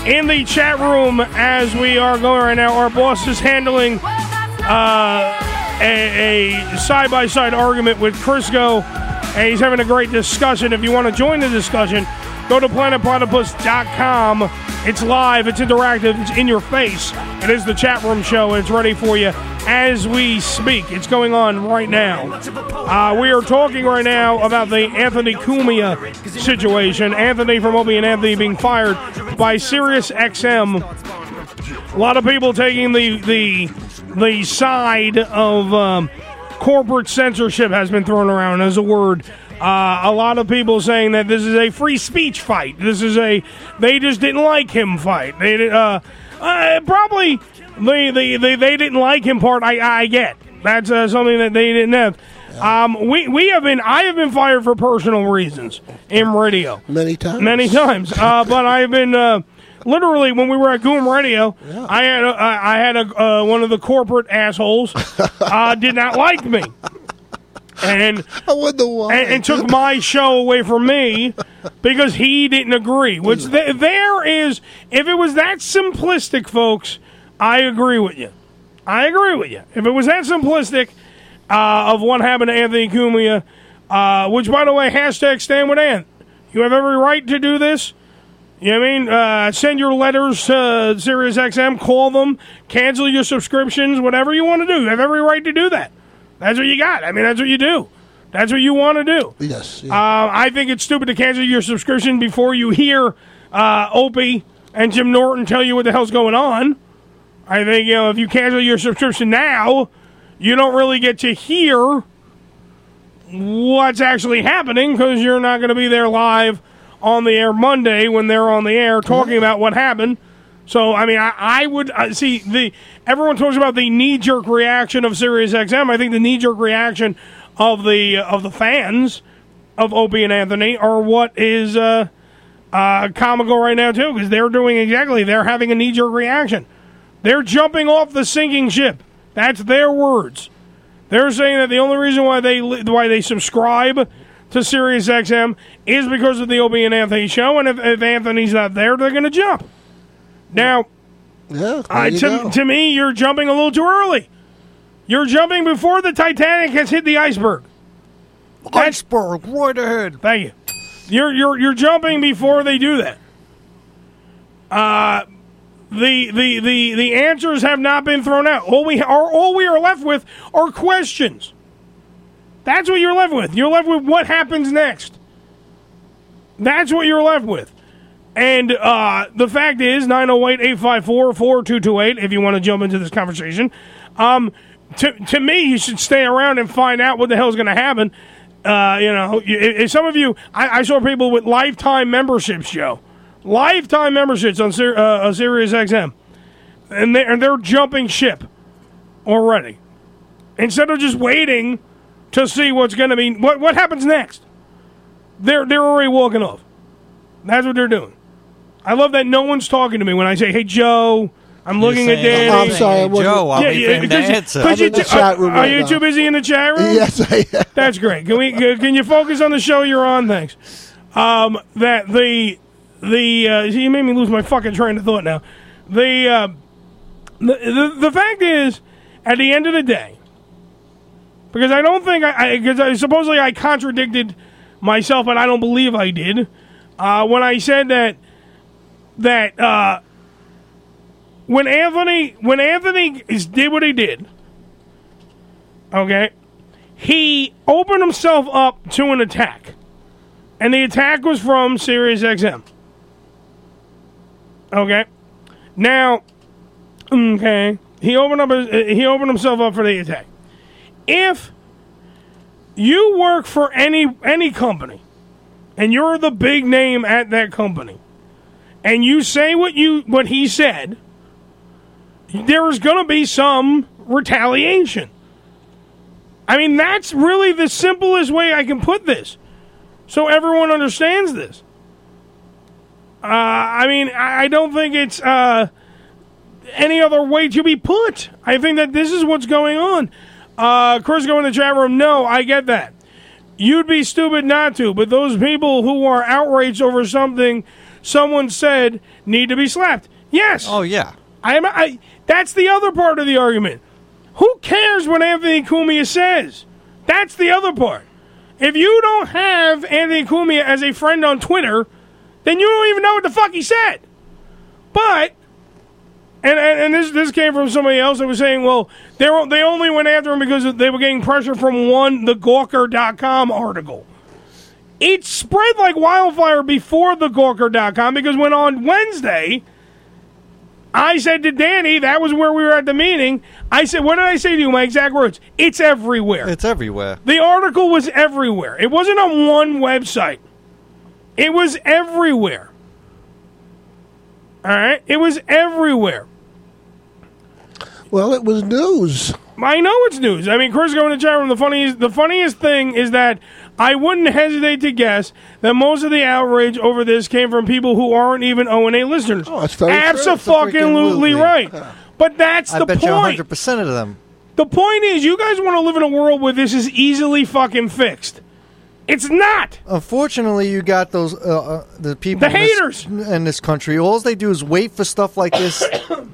[SPEAKER 10] In the chat room, as we are going right now, our boss is handling uh, a side by side argument with Crisco, and he's having a great discussion. If you want to join the discussion, go to planetplatypus.com. It's live, it's interactive, it's in your face. It is the chat room show, it's ready for you as we speak. It's going on right now. Uh, we are talking right now about the Anthony Cumia situation. Anthony from Obi and Anthony being fired by Sirius XM a lot of people taking the the the side of um, corporate censorship has been thrown around as a word. Uh, a lot of people saying that this is a free speech fight. This is a they just didn't like him fight. They di- uh, uh, probably the, the, the they didn't like him part. I I get that's uh, something that they didn't have. Um, we we have been I have been fired for personal reasons in radio
[SPEAKER 11] many times.
[SPEAKER 10] many times.
[SPEAKER 11] (laughs)
[SPEAKER 10] Uh, but I've been uh, literally when we were at Goom Radio, I had a, I I had a, uh, one of the corporate
[SPEAKER 11] (laughs)
[SPEAKER 10] assholes uh, did not like me,
[SPEAKER 11] (laughs)
[SPEAKER 10] and I
[SPEAKER 11] wonder why,
[SPEAKER 10] and, and took my show away from me because he didn't agree. Which th- there is, if it was that simplistic, folks, I agree with you. I agree with you. If it was that simplistic uh, of what happened to Anthony Cumia, uh, which, by the way, hashtag stand with Ant. You have every right to do this. You know what I mean? Uh, send your letters to Sirius XM, call them, cancel your subscriptions, whatever you want to do. You have every right to do that. That's what you got. I mean, that's what you do. That's what you want to do.
[SPEAKER 11] Yes.
[SPEAKER 10] Uh, I think it's stupid to cancel your subscription before you hear uh, Opie and Jim Norton tell you what the hell's going on. I think you know if you cancel your subscription now, you don't really get to hear what's actually happening because you're not going to be there live on the air Monday when they're on the air talking about what happened. So I mean, I, I would uh, see the everyone talks about the knee jerk reaction of Sirius XM. I think the knee jerk reaction of the uh, of the fans of Opie and Anthony are what is uh, uh, comical right now too because they're doing exactly they're having a knee jerk reaction. They're jumping off the sinking ship. That's their words. They're saying that the only reason why they li- why they subscribe to SiriusXM is because of the Obi and Anthony show, and if, if Anthony's not there, they're going to jump. Now,
[SPEAKER 11] yeah,
[SPEAKER 10] I,
[SPEAKER 11] you
[SPEAKER 10] to,
[SPEAKER 11] go.
[SPEAKER 10] to me, you're jumping a little too early. You're jumping before the Titanic has hit the iceberg. iceberg, right ahead. Thank you. You're you're you're jumping before they do that. Uh the the the the answers have not been thrown out. All we are all we are left with are questions. That's what you're left with. You're left with what happens next. That's what you're left with. And uh, the fact is, 908 854 4228, if you want to jump into this conversation, um, to, to me, you should stay around and find out what the hell's going to happen. Uh, you know, you- i- i- some of you, I, I saw people with lifetime memberships, Joe. Lifetime memberships on Sir, uh, on Sirius XM. And they're, and they're jumping ship already. Instead of just waiting to see what's going to be, what, what happens next? They're, they're already walking off. That's what they're doing. I love that no one's talking to me when I say, "Hey Joe, I'm looking at
[SPEAKER 11] saying,
[SPEAKER 10] Danny."
[SPEAKER 11] I'm sorry, I wasn't- Joe, I'll be
[SPEAKER 1] damned
[SPEAKER 10] because you-
[SPEAKER 1] answer.
[SPEAKER 10] because
[SPEAKER 11] I'm
[SPEAKER 10] you
[SPEAKER 11] in the
[SPEAKER 10] too-
[SPEAKER 11] chat room
[SPEAKER 10] are
[SPEAKER 11] right
[SPEAKER 10] you
[SPEAKER 11] now.
[SPEAKER 10] too busy in the chat room?
[SPEAKER 11] (laughs) Yes, I am.
[SPEAKER 10] That's great. Can we? Can you focus on the show you're on? Thanks. Um, that the the uh, you made me lose my fucking train of thought now. The, uh, the the the fact is, at the end of the day, because I don't think I because I, supposedly I contradicted myself, and I don't believe I did uh, when I said that that uh, when Anthony when Anthony is, did what he did, okay, he opened himself up to an attack, and the attack was from Sirius XM. Okay, now, okay, he opened up his, uh, he opened himself up for the attack. If you work for any any company and you're the big name at that company and you say what you what he said there is going to be some retaliation i mean that's really the simplest way i can put this so everyone understands this uh, i mean I, I don't think it's uh, any other way to be put i think that this is what's going on uh, chris go in the chat room no i get that You'd be stupid not to, but those people who are outraged over something someone said need to be slapped. Yes. Oh
[SPEAKER 1] yeah.
[SPEAKER 10] I am. I. That's the other part of the argument. Who cares what Anthony Cumia says? That's the other part. If you don't have Anthony Cumia as a friend on Twitter, then you don't even know what the fuck he said. But and, and, and this this came from somebody else that was saying, well, they were, they only went after him because they were getting pressure from one the Gawker.com article. It spread like wildfire before the Gawker.com because when on Wednesday, I said to Danny, that was where we were at the meeting. I said, what did I say to you? My exact words. It's everywhere.
[SPEAKER 1] It's everywhere.
[SPEAKER 10] The article was everywhere. It wasn't on one website. It was everywhere. All right? It was everywhere.
[SPEAKER 11] Well, it was news.
[SPEAKER 10] I know it's news. I mean, Chris going to chat room. The funniest, the funniest thing is that I wouldn't hesitate to guess that most of the outrage over this came from people who aren't even O and A listeners. Oh, that's
[SPEAKER 1] very true. It's a freaking
[SPEAKER 10] Absolutely
[SPEAKER 1] movie.
[SPEAKER 10] right. But that's
[SPEAKER 1] I
[SPEAKER 10] the
[SPEAKER 1] bet
[SPEAKER 10] point.
[SPEAKER 1] you 100 percent of them.
[SPEAKER 10] The point is, you guys want to live in a world where this is easily fucking fixed. It's not.
[SPEAKER 1] Unfortunately, you got those uh, uh, the people,
[SPEAKER 10] The
[SPEAKER 1] in this- in this country. All they do is wait for stuff
[SPEAKER 10] (coughs)
[SPEAKER 1] like this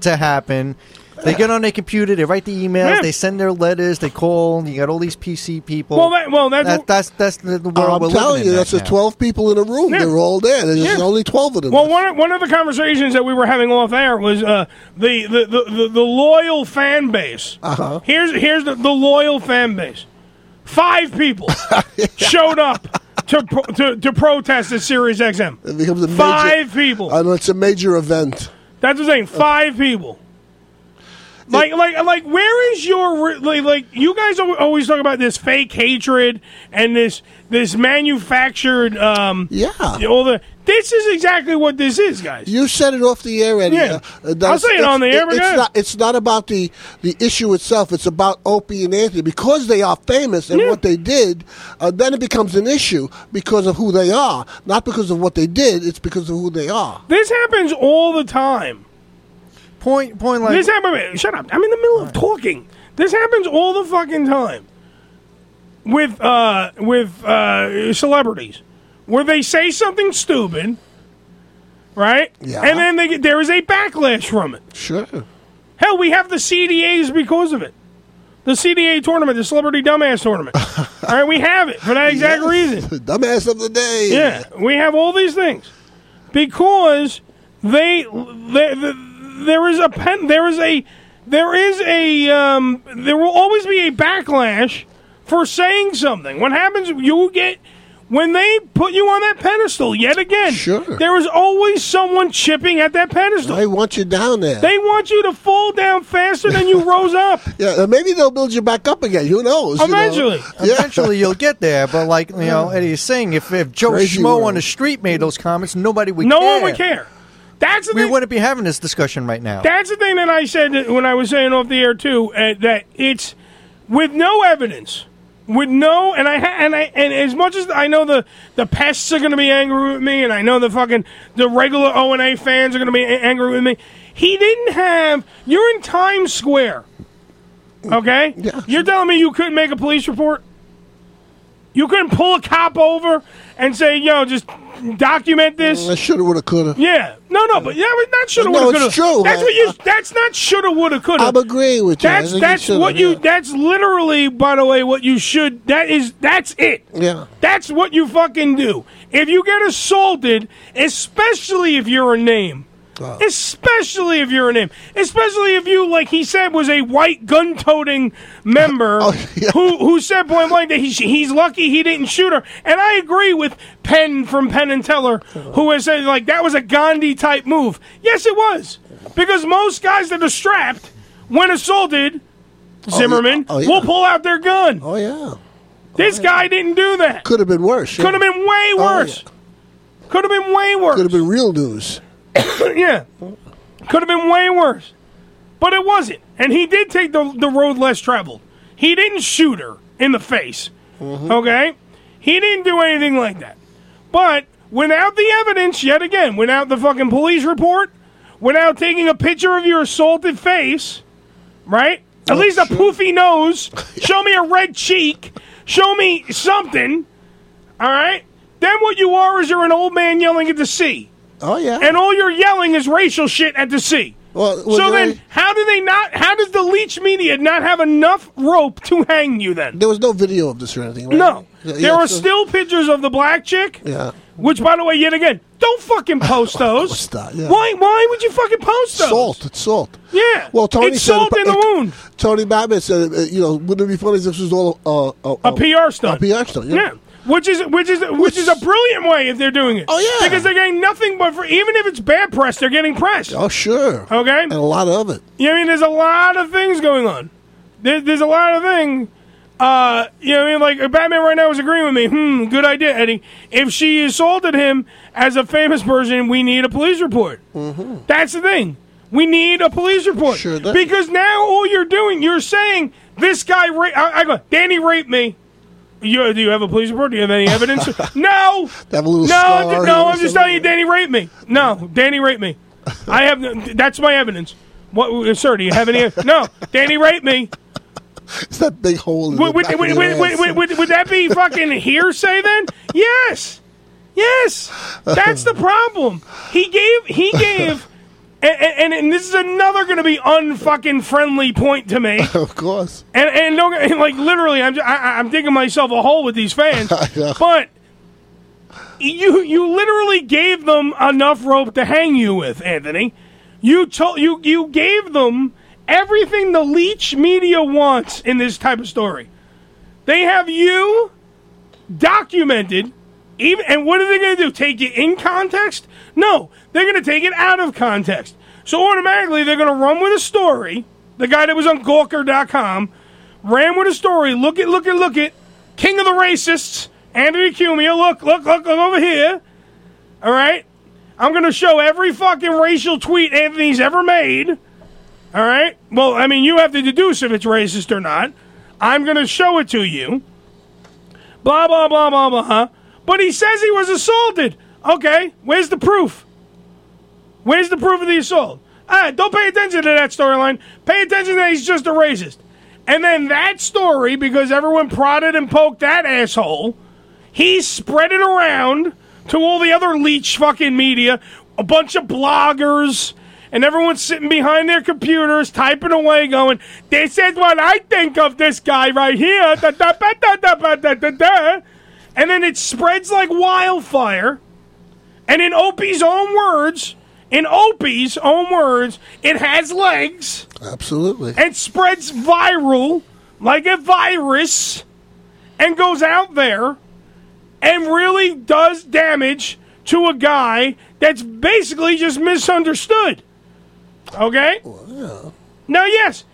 [SPEAKER 1] to happen. They get on their computer, they write the emails,
[SPEAKER 10] Yeah.
[SPEAKER 1] they send their letters, they call. You got all these PC people.
[SPEAKER 10] Well, that- well, that's-
[SPEAKER 1] that, that's that's the, the world
[SPEAKER 11] I'm
[SPEAKER 1] we're
[SPEAKER 11] telling
[SPEAKER 1] living
[SPEAKER 11] you,
[SPEAKER 1] in.
[SPEAKER 11] that's
[SPEAKER 1] right
[SPEAKER 11] the
[SPEAKER 1] now.
[SPEAKER 11] 12 people in a room. They're all there. There's just
[SPEAKER 10] Yeah.
[SPEAKER 11] only 12 of them.
[SPEAKER 10] Well, one of, one of the conversations that we were having off air was uh, the, the, the, the, the loyal fan base. Uh-huh. Here's here's the, the loyal fan base. Five
[SPEAKER 11] (laughs)
[SPEAKER 10] people showed up to, pro- to to protest at Sirius XM.
[SPEAKER 11] It becomes a major,
[SPEAKER 10] Five people.
[SPEAKER 11] I know it's a major event.
[SPEAKER 10] That's what I'm saying. Five people. Like, like, like, where is your re- like, like? You guys al- always talk about this fake hatred and this this manufactured. um Yeah. All the this is exactly what this is, guys.
[SPEAKER 11] You said it off the air, Eddie.
[SPEAKER 10] Yeah.
[SPEAKER 11] Uh, that's-
[SPEAKER 10] I'll say it
[SPEAKER 11] it's-
[SPEAKER 10] on the air, but
[SPEAKER 11] It's
[SPEAKER 10] go ahead.
[SPEAKER 11] not, it's not about the, the issue itself. It's about Opie and Anthony because they are famous and what they did. Uh, then it becomes an issue because of who they are, not because of what they did. It's because of who they are.
[SPEAKER 10] This happens all the time.
[SPEAKER 1] Point point
[SPEAKER 10] like this happens. Shut up! I'm in the middle of talking. This happens all the fucking time with uh with uh celebrities where they say something stupid, right?
[SPEAKER 11] Yeah.
[SPEAKER 10] And then they get, there is a backlash from it.
[SPEAKER 11] Sure.
[SPEAKER 10] Hell, we have the CDAs because of it. The CDA tournament, the Celebrity Dumbass
[SPEAKER 11] (laughs)
[SPEAKER 10] Tournament. all right, we have it for that exact reason.
[SPEAKER 11] Dumbass of the day.
[SPEAKER 10] Yeah, we have all these things because they, they, the there is a pen, there is a there is a um, there will always be a backlash for saying something. What happens? You get When they put you on that pedestal yet again, sure. there is always someone chipping at that pedestal.
[SPEAKER 11] They want you down there.
[SPEAKER 10] They want you to fall down faster than
[SPEAKER 11] (laughs)
[SPEAKER 10] you rose up.
[SPEAKER 11] Yeah, and maybe they'll build you back up again. Who knows? you know?
[SPEAKER 10] Eventually.
[SPEAKER 11] Yeah.
[SPEAKER 1] Eventually, you'll get there. But like you know, Eddie is saying, if if Joe
[SPEAKER 11] Crazy
[SPEAKER 1] Schmo on
[SPEAKER 11] world.
[SPEAKER 1] the street made those comments, nobody would.
[SPEAKER 10] No
[SPEAKER 1] care.
[SPEAKER 10] one would care. That's the
[SPEAKER 1] we
[SPEAKER 10] thing-
[SPEAKER 1] wouldn't be having this discussion right now.
[SPEAKER 10] That's the thing that I said that- when I was saying off the air too. Uh, that it's with no evidence, with no, and I ha- and I and as much as I know the the pests are going to be angry with me, and I know the fucking the regular O and A fans are going to be a- angry with me. He didn't have. You're in Times Square, okay? You're telling me you couldn't make a police report. You couldn't pull a cop over and say, "Yo, just document this."
[SPEAKER 11] I shoulda, woulda, coulda.
[SPEAKER 10] Yeah. No, no, but yeah, but not shoulda,
[SPEAKER 11] No,
[SPEAKER 10] woulda,
[SPEAKER 11] it's
[SPEAKER 10] coulda.
[SPEAKER 11] true.
[SPEAKER 10] That's
[SPEAKER 11] I-
[SPEAKER 10] what you. That's not shoulda, woulda, coulda.
[SPEAKER 11] I'm agreeing with you. I
[SPEAKER 10] That's
[SPEAKER 11] think you
[SPEAKER 10] that's
[SPEAKER 11] shoulda,
[SPEAKER 10] what you. That's literally, by the way, what you should. That is. That's it.
[SPEAKER 11] Yeah.
[SPEAKER 10] That's what you fucking do. If you get assaulted, especially if you're a name. Especially if you're a name, especially if you, like he said, was a white gun-toting
[SPEAKER 11] (laughs)
[SPEAKER 10] member
[SPEAKER 11] Oh,
[SPEAKER 10] who who said point blank that he, he's lucky he didn't shoot her. And I agree with Penn from Penn and Teller, who has said like that was a Gandhi type move. Yes, it was because most guys that are strapped when assaulted, Zimmerman
[SPEAKER 11] Oh, yeah.
[SPEAKER 10] will pull out their gun.
[SPEAKER 11] Oh yeah,
[SPEAKER 10] this guy didn't do that.
[SPEAKER 11] Could have been worse.
[SPEAKER 10] Could have been way worse. Could have been way worse.
[SPEAKER 11] Could have
[SPEAKER 10] (laughs)
[SPEAKER 11] been real news.
[SPEAKER 10] yeah. Could have been way worse. But it wasn't. And he did take the, the road less traveled. He didn't shoot her in the face.
[SPEAKER 11] Mm-hmm.
[SPEAKER 10] Okay? He didn't do anything like that. But without the evidence, yet again, without the fucking police report, without taking a picture of your assaulted face, right? At
[SPEAKER 11] Oh,
[SPEAKER 10] least a poofy
[SPEAKER 11] (laughs)
[SPEAKER 10] nose. Show me a red cheek. Show me something. All right? Then what you are is you're an old man yelling at the sea.
[SPEAKER 11] Oh yeah.
[SPEAKER 10] And all you're yelling is racial shit at the sea.
[SPEAKER 11] Well, was
[SPEAKER 10] so
[SPEAKER 11] there
[SPEAKER 10] then
[SPEAKER 11] any-
[SPEAKER 10] how do they not how does the leech media not have enough rope to hang you then?
[SPEAKER 11] There was no video of this or anything. Right?
[SPEAKER 10] No.
[SPEAKER 11] Yeah,
[SPEAKER 10] there are
[SPEAKER 11] so-
[SPEAKER 10] still pictures of the black chick,
[SPEAKER 11] Yeah.
[SPEAKER 10] which by the way, yet again, don't
[SPEAKER 11] (laughs)
[SPEAKER 10] fucking post those.
[SPEAKER 11] yeah.
[SPEAKER 10] Why why would you fucking post those?
[SPEAKER 11] Salt. It's salt.
[SPEAKER 10] Yeah.
[SPEAKER 11] Well, Tony
[SPEAKER 10] It's
[SPEAKER 11] said
[SPEAKER 10] salt in the wound.
[SPEAKER 11] Tony Batman said, uh, you know, wouldn't it be funny if this was all uh, uh,
[SPEAKER 10] A PR stunt.
[SPEAKER 11] A PR stunt.
[SPEAKER 10] Yeah.
[SPEAKER 11] Yeah.
[SPEAKER 10] Which is which is which is a brilliant way if they're doing it. Oh
[SPEAKER 11] yeah.
[SPEAKER 10] because they're getting nothing but for even if it's bad press, they're getting press.
[SPEAKER 11] Oh sure.
[SPEAKER 10] Okay, and
[SPEAKER 11] a lot of it.
[SPEAKER 10] You know what I mean, there's a lot of things going on. There, there's a lot of things. Uh, you know what I mean? Like Batman right now is agreeing with me. Hmm, good idea, Eddie. If she assaulted him as a famous person, we need a police report. Mm-hmm. That's the thing. We need a police report because now all you're doing, you're saying this guy. Ra- I, I go, Danny raped me. You, do you have a police report? Do you have any
[SPEAKER 11] (laughs)
[SPEAKER 10] evidence? no.
[SPEAKER 11] Have a
[SPEAKER 10] no,
[SPEAKER 11] little scar
[SPEAKER 10] I'm ju-
[SPEAKER 11] here
[SPEAKER 10] no.
[SPEAKER 11] or
[SPEAKER 10] I'm just
[SPEAKER 11] something.
[SPEAKER 10] telling you, Danny raped me. No, Danny raped
[SPEAKER 11] (laughs)
[SPEAKER 10] me. I have. no- That's my evidence. What, sir? Do you have any? No, Danny raped me.
[SPEAKER 11] It's that big hole. In
[SPEAKER 10] Would,
[SPEAKER 11] the
[SPEAKER 10] would,
[SPEAKER 11] back
[SPEAKER 10] would,
[SPEAKER 11] of your
[SPEAKER 10] would, would,
[SPEAKER 11] ass.
[SPEAKER 10] would, would- would that be fucking hearsay then? Yes,
[SPEAKER 11] (laughs)
[SPEAKER 10] yes. That's the problem. He gave. He gave. And, and, and this is another going to be unfucking friendly point to me.
[SPEAKER 11] (laughs) of course.
[SPEAKER 10] And and don't get- like literally, I'm ju- I, I'm digging myself a hole with these
[SPEAKER 11] (laughs)
[SPEAKER 10] fans. but you you literally gave them enough rope to hang you with, Anthony. You told you you gave them everything the leech media wants in this type of story. They have you documented. Even and what are they going to do? Take it in context? No, they're going to take it out of context. So automatically they're going to run with a story. The guy that was on Gawker.com ran with a story. Look at look at look at King of the Racists, Anthony Cumia. Look look look look over here. All right, I'm going to show every fucking racial tweet Anthony's ever made. All right. Well, I mean, you have to deduce if it's racist or not. I'm going to show it to you blah blah blah blah blah. But he says he was assaulted. Okay, where's the proof? Where's the proof of the assault? Ah, don't pay attention to that storyline. Pay attention that he's just a racist. And then that story, because everyone prodded and poked that asshole, he spread it around to all the other leech fucking media, a bunch of bloggers, and everyone's sitting behind their computers typing away, going, This is what I think of this guy right here. Da, da, ba, da, da, ba, da, da, da. And then it spreads like wildfire. And in Opie's own words, in Opie's own words, it has legs
[SPEAKER 11] Absolutely.
[SPEAKER 10] and spreads viral like a virus and goes out there and really does damage to a guy that's basically just misunderstood. Okay? Now, yes.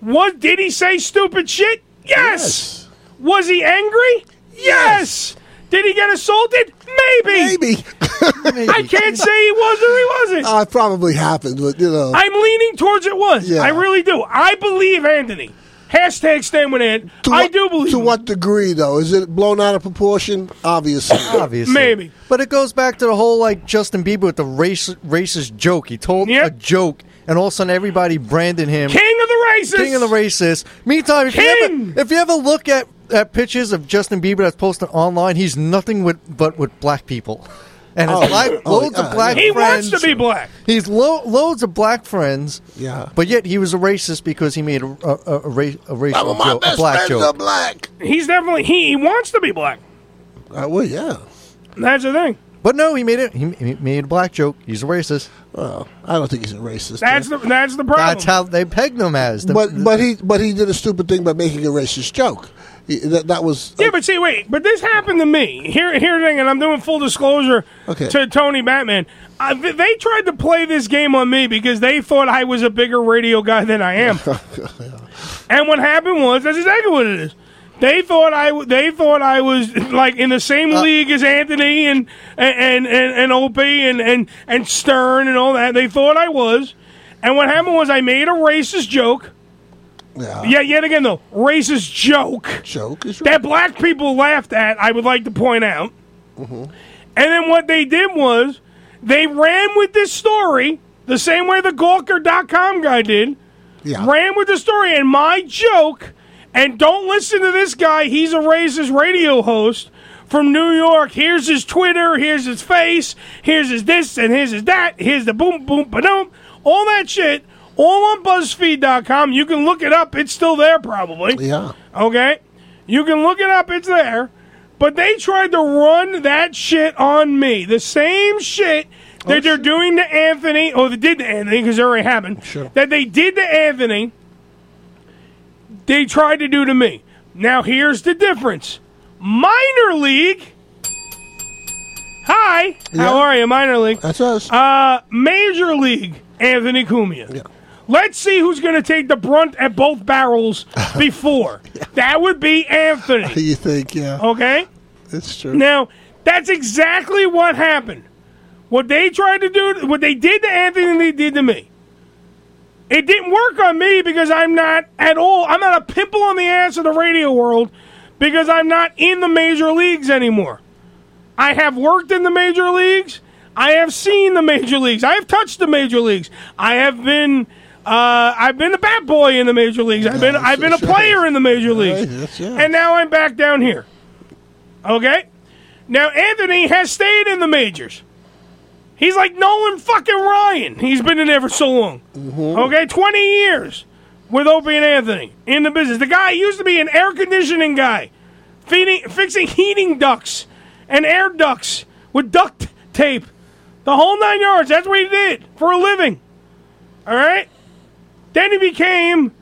[SPEAKER 10] What did he say stupid shit? Yes. Was he angry? Yes. Did he get assaulted? Maybe.
[SPEAKER 11] Maybe.
[SPEAKER 10] (laughs) I can't say he was or he wasn't.
[SPEAKER 11] Uh, it probably happened, but you know.
[SPEAKER 10] I'm leaning towards it was. I really do. I believe Anthony. Hashtag stand with Ant. I do believe.
[SPEAKER 11] To what degree, though? Is it blown out of proportion? Obviously.
[SPEAKER 1] Obviously. But it goes back to the whole like Justin Bieber with the race, racist joke. He told a joke, and all of a sudden everybody branded him
[SPEAKER 10] King of the races.
[SPEAKER 1] King of the racists. Meantime, if, You, ever, if you ever look at, at pictures of Justin Bieber that's posted online, he's nothing with but with black people. (laughs) And his
[SPEAKER 10] Oh,
[SPEAKER 1] black,
[SPEAKER 10] oh,
[SPEAKER 1] loads
[SPEAKER 10] yeah,
[SPEAKER 1] of black
[SPEAKER 10] He wants
[SPEAKER 1] friends.
[SPEAKER 10] to be black.
[SPEAKER 1] He's lo- loads of black friends. Yeah. But yet he was a racist because he made a, a, a, a, ra- a racial
[SPEAKER 10] Some of my
[SPEAKER 1] joke, a
[SPEAKER 10] best
[SPEAKER 1] black
[SPEAKER 10] friends
[SPEAKER 1] joke.
[SPEAKER 10] are black. He's definitely he, he wants to be black.
[SPEAKER 11] Uh, well, yeah.
[SPEAKER 10] That's the thing.
[SPEAKER 1] But no, he made it. He, he made a black joke. He's a racist.
[SPEAKER 11] Well, I don't think he's a racist.
[SPEAKER 10] That's the that's the problem.
[SPEAKER 1] That's how they pegged him as. The,
[SPEAKER 11] But but he but he did a stupid thing by making a racist joke. He- that, that was (laughs)
[SPEAKER 10] Yeah, but see, wait, but this happened to me. Here, here, the thing, and I'm doing full disclosure
[SPEAKER 11] Okay.
[SPEAKER 10] to Tony Batman. I, th- they tried to play this game on me because they thought I was a bigger radio guy than I am. and what happened was that's exactly what it is. They thought I, w- they thought I was like in the same league as Anthony and and and and Opie and and and Stern and all that. They thought I was. And what happened was I made a racist joke. Yeah, yet again though, racist joke.
[SPEAKER 11] Joke is
[SPEAKER 10] that black people laughed at. I would like to point out.
[SPEAKER 11] Mhm.
[SPEAKER 10] And then what they did was they ran with this story the same way the Gawker.com guy did. Ran with the story and my joke. And don't listen to this guy. He's a racist radio host from New York. Here's his Twitter. Here's his face. Here's his this and here's his that. Here's the boom, boom, ba All that shit. All on BuzzFeed.com. You can look it up. It's still there, probably.
[SPEAKER 11] Yeah.
[SPEAKER 10] Okay? You can look it up, it's there. But they tried to run that shit on me. The same shit that they're doing to Anthony, or they did to Anthony, because it already happened. Sure. That they did to Anthony, they tried to do to me. Now, here's the difference minor league. Hi. How are you, minor league?
[SPEAKER 11] That's us.
[SPEAKER 10] Uh, major league, Anthony Cumia. Let's see who's going to take the brunt at both
[SPEAKER 11] (laughs)
[SPEAKER 10] barrels before. That would be Anthony.
[SPEAKER 11] you think yeah
[SPEAKER 10] Okay?
[SPEAKER 11] it's true.
[SPEAKER 10] Now, that's exactly what happened. What they tried to do, what they did to Anthony, and they did to me. It didn't work on me because I'm not at all. I'm not a pimple on the ass of the radio world because I'm not in the major leagues anymore. I have worked in the major leagues. I have seen the major leagues. I have touched the major leagues. I have been. Uh, I've been a bat boy in the major leagues. I've been. I've been a player in the major leagues. And now I'm back down here. Okay. Now Anthony has stayed in the majors. He's like Nolan fucking Ryan. He's been in there for so long. Okay, 20 years with Opie and Anthony in the business. The guy used to be an air conditioning guy, feeding, fixing heating ducts and air ducts with duct tape. The whole nine yards. That's what he did for a living. All right? Then he became,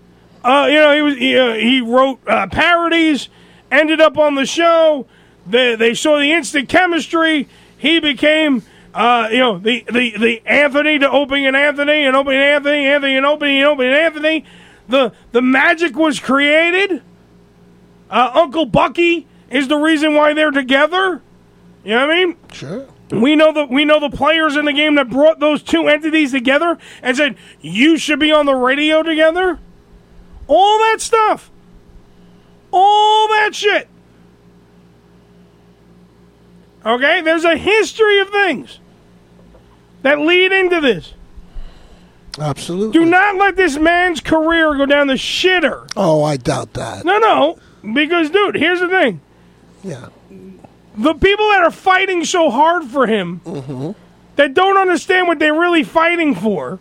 [SPEAKER 10] uh, you know, he was he, uh, he wrote uh, parodies, ended up on the show. They, they saw the instant chemistry. He became, uh, you know, the, the, the Anthony to Opie and Anthony and Opie and Anthony, Anthony and Opie and Opie and Anthony. The the magic was created. Uh, Uncle Bucky is the reason why they're together. You know what I mean?
[SPEAKER 11] Sure.
[SPEAKER 10] We know the we know the players in the game that brought those two entities together and said you should be on the radio together. All that stuff. All that shit. Okay, there's a history of things that lead into this.
[SPEAKER 11] Absolutely.
[SPEAKER 10] Do not let this man's career go down the shitter.
[SPEAKER 11] Oh, I doubt that.
[SPEAKER 10] No, no, because dude, here's the thing.
[SPEAKER 11] Yeah.
[SPEAKER 10] The people that are fighting so hard for him that don't understand what they're really fighting for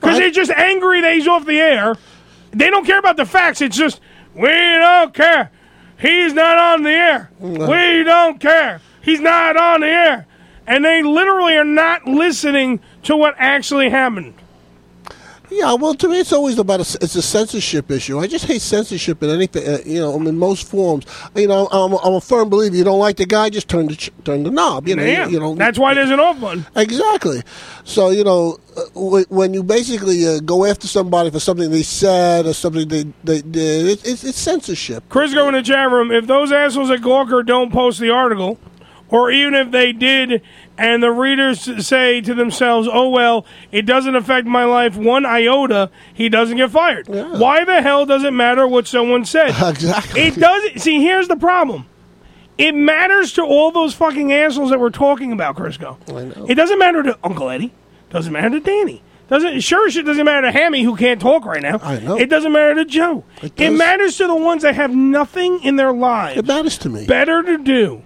[SPEAKER 10] because they're just angry that he's off the air. They don't care about the facts. It's just, we don't care. He's not on the air. We don't care. He's not on the air. And they literally are not listening to what actually happened.
[SPEAKER 11] Yeah, well, to me, it's always about a, it's a censorship issue. I just hate censorship in anything. Uh, you know, in most forms. You know, I'm, I'm a firm believer. You don't like the guy, just turn the ch- turn the knob. You know,
[SPEAKER 10] Yeah.
[SPEAKER 11] you know.
[SPEAKER 10] That's why there's an off button.
[SPEAKER 11] Exactly. So you know, uh, wh- when you basically uh, go after somebody for something they said or something they they did, it, it's, it's censorship.
[SPEAKER 10] Crisco in the chat room, if those assholes at Gawker don't post the article, or even if they did, and the readers say to themselves, oh, well, it doesn't affect my life one iota, he doesn't get fired. Why the hell does it matter what someone said?
[SPEAKER 11] Exactly.
[SPEAKER 10] It doesn't. See, here's the problem. It matters to all those fucking assholes that we're talking about, Crisco. It doesn't matter to Uncle Eddie. Doesn't matter to Danny. Doesn't sure as shit doesn't matter to Hammy who can't talk right now. I know. It doesn't matter to Joe. It,
[SPEAKER 11] does.
[SPEAKER 10] matters to the ones that have nothing in their lives. It
[SPEAKER 11] matters to me. Mm-hmm.
[SPEAKER 10] Better to do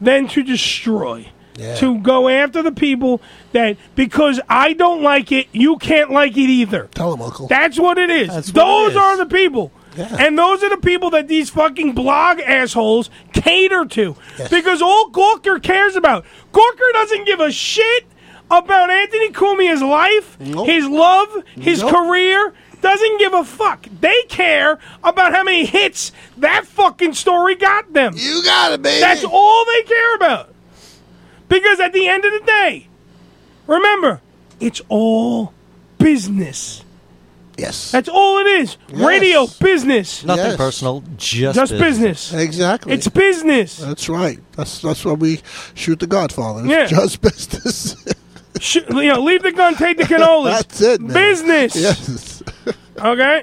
[SPEAKER 10] than to destroy.
[SPEAKER 11] Yeah.
[SPEAKER 10] To go after the people that because I don't like it, you can't like it either.
[SPEAKER 11] Tell them, Uncle.
[SPEAKER 10] That's what it is.
[SPEAKER 11] That's what
[SPEAKER 10] those
[SPEAKER 11] it is.
[SPEAKER 10] are the people. And those are the people that these fucking blog assholes cater to. Because all Gawker cares about. Gawker doesn't give a shit about Anthony Cumia's life, his love, his
[SPEAKER 12] Nope.
[SPEAKER 10] career. Doesn't give a fuck. They care about how many hits that fucking story got them.
[SPEAKER 11] You got it, baby.
[SPEAKER 10] That's all they care about. Because at the end of the day, remember, it's all business.
[SPEAKER 11] Yes.
[SPEAKER 10] That's all it is. Radio business.
[SPEAKER 1] Nothing personal, just,
[SPEAKER 10] Just business.
[SPEAKER 11] Exactly.
[SPEAKER 10] It's business.
[SPEAKER 11] That's right. That's that's why we shoot the Godfather. It's
[SPEAKER 10] Yeah.
[SPEAKER 11] just business.
[SPEAKER 10] Sh- you know, leave the gun, take the cannolis.
[SPEAKER 11] (laughs) That's it, man.
[SPEAKER 10] Business.
[SPEAKER 11] Yes. (laughs)
[SPEAKER 10] okay?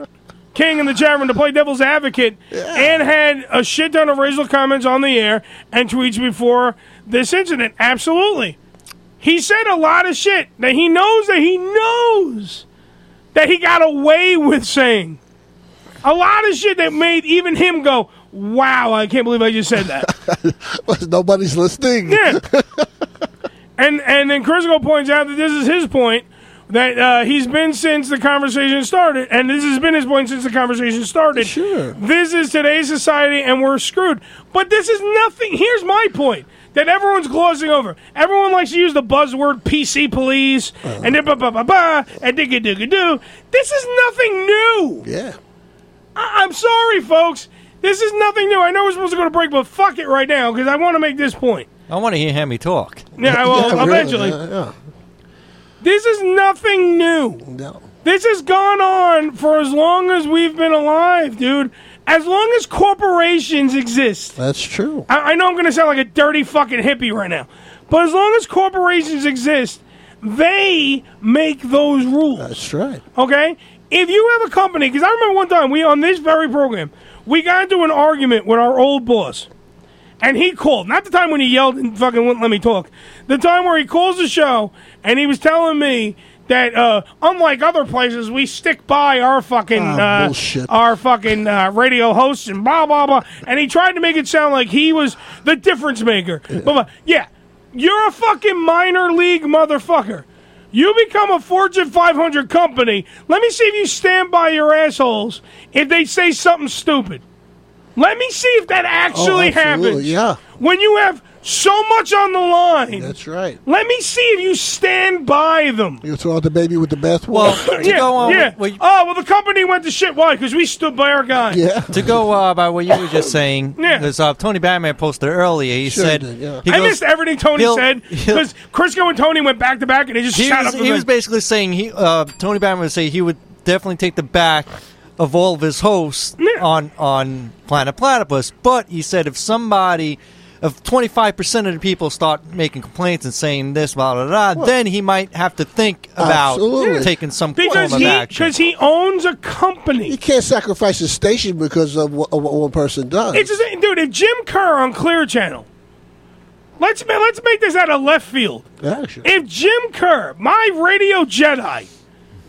[SPEAKER 10] King in the chat room to play devil's advocate and had a shit ton of racial comments on the air and tweets before this incident. Absolutely. He said a lot of shit that he knows that he knows that he got away with saying. A lot of shit that made even him go, wow, I can't believe I just said that.
[SPEAKER 11] (laughs) Nobody's listening.
[SPEAKER 10] Yeah. and and then Crisco points out that this is his point that uh, he's been since the conversation started, and this has been his point since the conversation started. Sure. This is today's society, and we're screwed. But this is nothing. Here's my point. That everyone's glossing over. Everyone likes to use the buzzword PC police and da ba ba ba ba and digga digga doo. This is nothing new.
[SPEAKER 11] Yeah.
[SPEAKER 10] I- I'm sorry, folks. This is nothing new. I know we're supposed to go to break, but fuck it right now because I want to make this point.
[SPEAKER 1] I want to hear Hammy talk.
[SPEAKER 10] Yeah, well,
[SPEAKER 1] (laughs) Yeah, really,
[SPEAKER 10] eventually.
[SPEAKER 1] yeah,
[SPEAKER 10] This is nothing new. This has gone on for as long as we've been alive, dude. As long as corporations exist.
[SPEAKER 11] That's true.
[SPEAKER 10] I, I know I'm going to sound like a dirty fucking hippie right now, but as long as corporations exist, they make those rules. That's
[SPEAKER 11] right.
[SPEAKER 10] Okay? If you have a company, because I remember one time we on this very program, we got into an argument with our old boss, and he called. Not the time when he yelled and fucking wouldn't let me talk. The time where he calls the show and he was telling me that uh, unlike other places, we stick by our fucking
[SPEAKER 11] Ah,
[SPEAKER 10] uh,
[SPEAKER 11] bullshit.
[SPEAKER 10] our fucking uh, radio hosts and blah blah blah. And he tried to make it sound like he was the difference maker. Blah, blah. Yeah, you're a fucking minor league motherfucker. You become a Fortune 500 company. Let me see if you stand by your assholes if they say something stupid. Let me see if that actually
[SPEAKER 11] Oh, absolutely,
[SPEAKER 10] happens.
[SPEAKER 11] yeah.
[SPEAKER 10] When you have so much on the line.
[SPEAKER 11] That's right.
[SPEAKER 10] Let me see if you stand by them.
[SPEAKER 11] You throw out the baby with the
[SPEAKER 10] (laughs)
[SPEAKER 11] bathwater.
[SPEAKER 10] yeah, yeah. oh, well, the company went to shit. Why? Because we stood by our guy.
[SPEAKER 11] Yeah.
[SPEAKER 1] To go uh, by what you were just saying,
[SPEAKER 10] Yeah.
[SPEAKER 1] because uh, Tony Batman posted earlier,
[SPEAKER 10] (laughs)
[SPEAKER 1] he
[SPEAKER 10] Sure
[SPEAKER 1] said,
[SPEAKER 10] did,
[SPEAKER 1] he
[SPEAKER 10] I
[SPEAKER 1] goes-
[SPEAKER 10] missed everything Tony
[SPEAKER 1] he'll- (laughs)
[SPEAKER 10] said because Crisco and Tony went back to back and they just
[SPEAKER 1] he
[SPEAKER 10] shot
[SPEAKER 1] was,
[SPEAKER 10] up. the
[SPEAKER 1] he was
[SPEAKER 10] thing.
[SPEAKER 1] basically saying he uh, Tony Batman would say he would definitely take the back of all of his hosts on on Planet Platypus, but he said if somebody if twenty five percent of the people start making complaints and saying this, blah blah blah, then he might have to think about
[SPEAKER 11] Absolutely.
[SPEAKER 1] taking some
[SPEAKER 11] Because
[SPEAKER 1] form
[SPEAKER 11] he-
[SPEAKER 1] of action.
[SPEAKER 10] because he owns a company.
[SPEAKER 11] He can't sacrifice his station because of what, of what one person does.
[SPEAKER 10] It's just, dude, if Jim Kerr on Clear Channel, let's ma- let's make this out of left field.
[SPEAKER 11] Actually,
[SPEAKER 10] If Jim Kerr, my radio Jedi,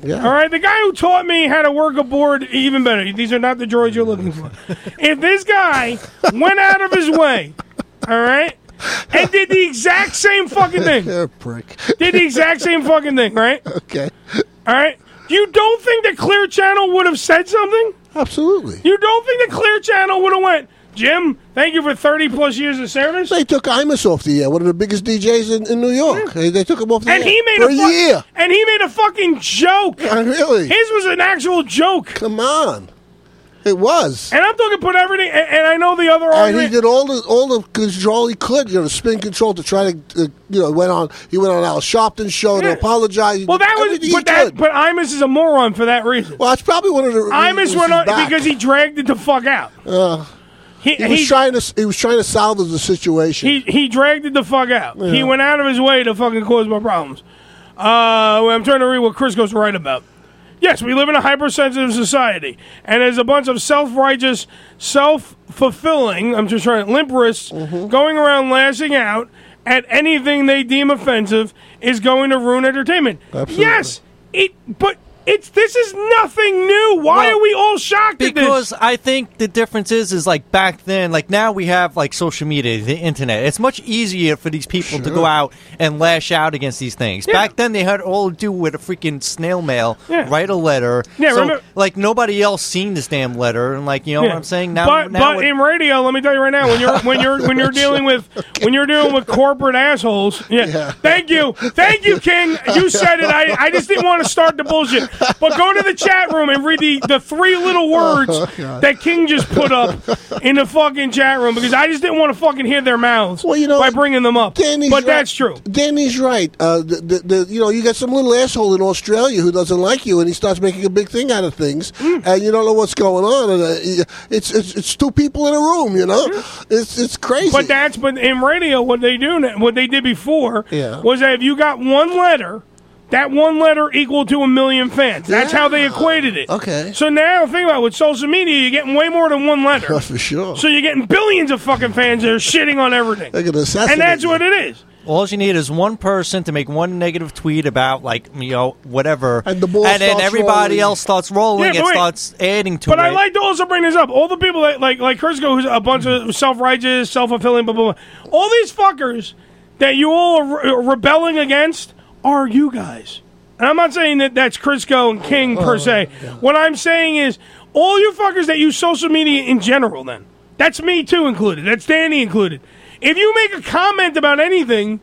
[SPEAKER 11] Yeah.
[SPEAKER 10] all right, the guy who taught me how to work a board even better. These are not the droids you're looking
[SPEAKER 11] (laughs)
[SPEAKER 10] for. if this guy went out of his way, all right, and did the exact same
[SPEAKER 11] (laughs)
[SPEAKER 10] fucking thing,
[SPEAKER 11] prick.
[SPEAKER 10] did the exact same fucking thing, right?
[SPEAKER 11] (laughs) Okay.
[SPEAKER 10] All right. You don't think that Clear Channel would have said something?
[SPEAKER 11] Absolutely.
[SPEAKER 10] You don't think that Clear Channel would have went, Jim, thank you for 30 plus years of service.
[SPEAKER 11] They took Imus off the air, one of the biggest DJs in, in New York. They, they took him off the
[SPEAKER 10] And
[SPEAKER 11] air
[SPEAKER 10] he made
[SPEAKER 11] for
[SPEAKER 10] a
[SPEAKER 11] a
[SPEAKER 10] fuck-
[SPEAKER 11] year.
[SPEAKER 10] And he made a fucking joke.
[SPEAKER 11] (laughs) really?
[SPEAKER 10] His was an actual joke.
[SPEAKER 11] Come on. It was.
[SPEAKER 10] And I'm talking put everything. And, and I know the other
[SPEAKER 11] And he
[SPEAKER 10] argument.
[SPEAKER 11] did all the all the control he could, you know, the spin control to try to, uh, you know, went on. He went on Al Sharpton's show to apologize.
[SPEAKER 10] Well, that was,
[SPEAKER 11] everything he
[SPEAKER 10] but that,
[SPEAKER 11] could.
[SPEAKER 10] but Imus is a moron for that reason.
[SPEAKER 11] Well, that's probably one of the
[SPEAKER 10] Imus
[SPEAKER 11] reasons
[SPEAKER 10] went
[SPEAKER 11] he's
[SPEAKER 10] on
[SPEAKER 11] back.
[SPEAKER 10] because he dragged it the fuck out.
[SPEAKER 11] Uh,
[SPEAKER 10] he,
[SPEAKER 11] was
[SPEAKER 10] he-
[SPEAKER 11] trying to he was trying to salvage the situation.
[SPEAKER 10] He he dragged it the fuck out. He
[SPEAKER 11] Yeah.
[SPEAKER 10] went out of his way to fucking cause my problems. Uh, well, I'm trying to read what Chris goes right about. Yes, we live in a hypersensitive society, and there's a bunch of self-righteous, self-fulfilling. I'm just trying to limp wrists going around lashing out at anything they deem offensive is going to ruin entertainment.
[SPEAKER 8] Absolutely.
[SPEAKER 10] Yes, it. But it's this is nothing new. Why
[SPEAKER 1] Well,
[SPEAKER 10] are we all shocked at this?
[SPEAKER 1] because I think the difference is is like back then, like now we have like social media, the internet. It's much easier for these people to go out and lash out against these things.
[SPEAKER 10] Yeah.
[SPEAKER 1] Back then, they had all to do with a freaking snail mail,
[SPEAKER 10] Yeah.
[SPEAKER 1] write a letter.
[SPEAKER 10] Yeah,
[SPEAKER 1] so
[SPEAKER 10] remember-
[SPEAKER 1] like nobody else seen this damn letter, and like you know
[SPEAKER 10] Yeah.
[SPEAKER 1] what I'm saying now.
[SPEAKER 10] but
[SPEAKER 1] now
[SPEAKER 10] but
[SPEAKER 1] it- (laughs)
[SPEAKER 10] in radio, let me tell you right now, when you're when you're when you're dealing with when you're dealing with corporate assholes, yeah. Thank you, thank you, King. You said it. I, I just didn't want to start the bullshit. But go to the chat room and read the, the three little words
[SPEAKER 11] Oh, God.
[SPEAKER 10] that King just put up in the fucking chat room because I just didn't want to fucking hear their mouths. Well, you know, by bringing them up.
[SPEAKER 11] Danny's
[SPEAKER 10] but
[SPEAKER 11] right.
[SPEAKER 10] that's true.
[SPEAKER 11] Danny's right. Uh, the, the, the, you know, you got some little asshole in Australia who doesn't like you, and he starts making a big thing out of things,
[SPEAKER 10] Mm.
[SPEAKER 11] and you don't know what's going on. And uh, it's, it's it's two people in a room. You know,
[SPEAKER 10] Mm.
[SPEAKER 11] it's it's crazy.
[SPEAKER 10] But that's but in radio, what they do now, what they did before
[SPEAKER 11] Yeah.
[SPEAKER 10] was that if you got one letter, that one letter equaled to a million fans. That's how they equated it.
[SPEAKER 11] (laughs)
[SPEAKER 10] Okay. So now think about it, with social media, you're getting way more than one letter.
[SPEAKER 11] (laughs) for sure.
[SPEAKER 10] so you're getting billions of fucking fans that are shitting on everything.
[SPEAKER 11] They're gonna assassinate
[SPEAKER 10] and that's what it is.
[SPEAKER 1] All you need is one person to make one negative tweet about like you know whatever, and,
[SPEAKER 10] ball
[SPEAKER 1] then
[SPEAKER 10] starts
[SPEAKER 1] everybody
[SPEAKER 10] rolling.
[SPEAKER 1] else starts rolling.
[SPEAKER 10] Yeah,
[SPEAKER 1] it
[SPEAKER 10] but wait.
[SPEAKER 1] starts adding to
[SPEAKER 10] But
[SPEAKER 1] it.
[SPEAKER 10] I like to also bring this up. All the people that like like Kurzko, who's a bunch of self righteous, self fulfilling, blah blah blah. All these fuckers that you all are re- rebelling against are you guys. And I'm not saying that that's Crisco and King per se. What I'm saying is all you fuckers that use social media in general. Then that's me too included. That's Danny included. If you make a comment about anything,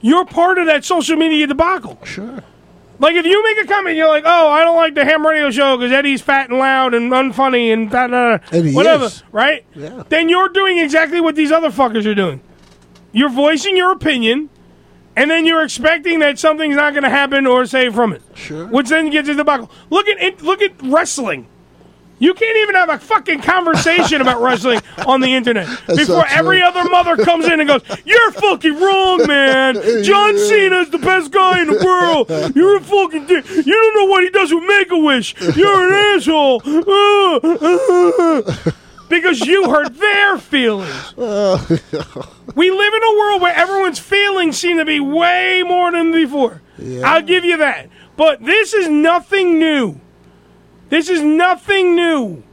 [SPEAKER 10] you're part of that social media debacle.
[SPEAKER 11] Sure.
[SPEAKER 10] Like if you make a comment, you're like, "Oh, I don't like the ham radio show because Eddie's fat and loud and unfunny and da, da, da,
[SPEAKER 11] And he
[SPEAKER 10] whatever."
[SPEAKER 11] is.
[SPEAKER 10] Right?
[SPEAKER 11] Yeah.
[SPEAKER 10] Then you're doing exactly what these other fuckers are doing. You're voicing your opinion, and then you're expecting that something's not going to happen or save from it. Sure. Which then gets into the debacle. Look at it, look at wrestling. You can't even have a fucking conversation about wrestling on the internet
[SPEAKER 8] (laughs) That's
[SPEAKER 10] before
[SPEAKER 8] not true.
[SPEAKER 10] every other mother comes in and goes, "You're fucking
[SPEAKER 8] (laughs)
[SPEAKER 10] wrong, man. John Cena's the best guy in the world. You're a fucking dick. You don't know what he does with Make a Wish. You're an asshole." (laughs) Because you hurt
[SPEAKER 8] (laughs)
[SPEAKER 10] their feelings.
[SPEAKER 8] Oh,
[SPEAKER 11] Uh,
[SPEAKER 10] We live in a world where everyone's feelings seem to be way more than before. I'll give you that. But this is nothing new. This is nothing new.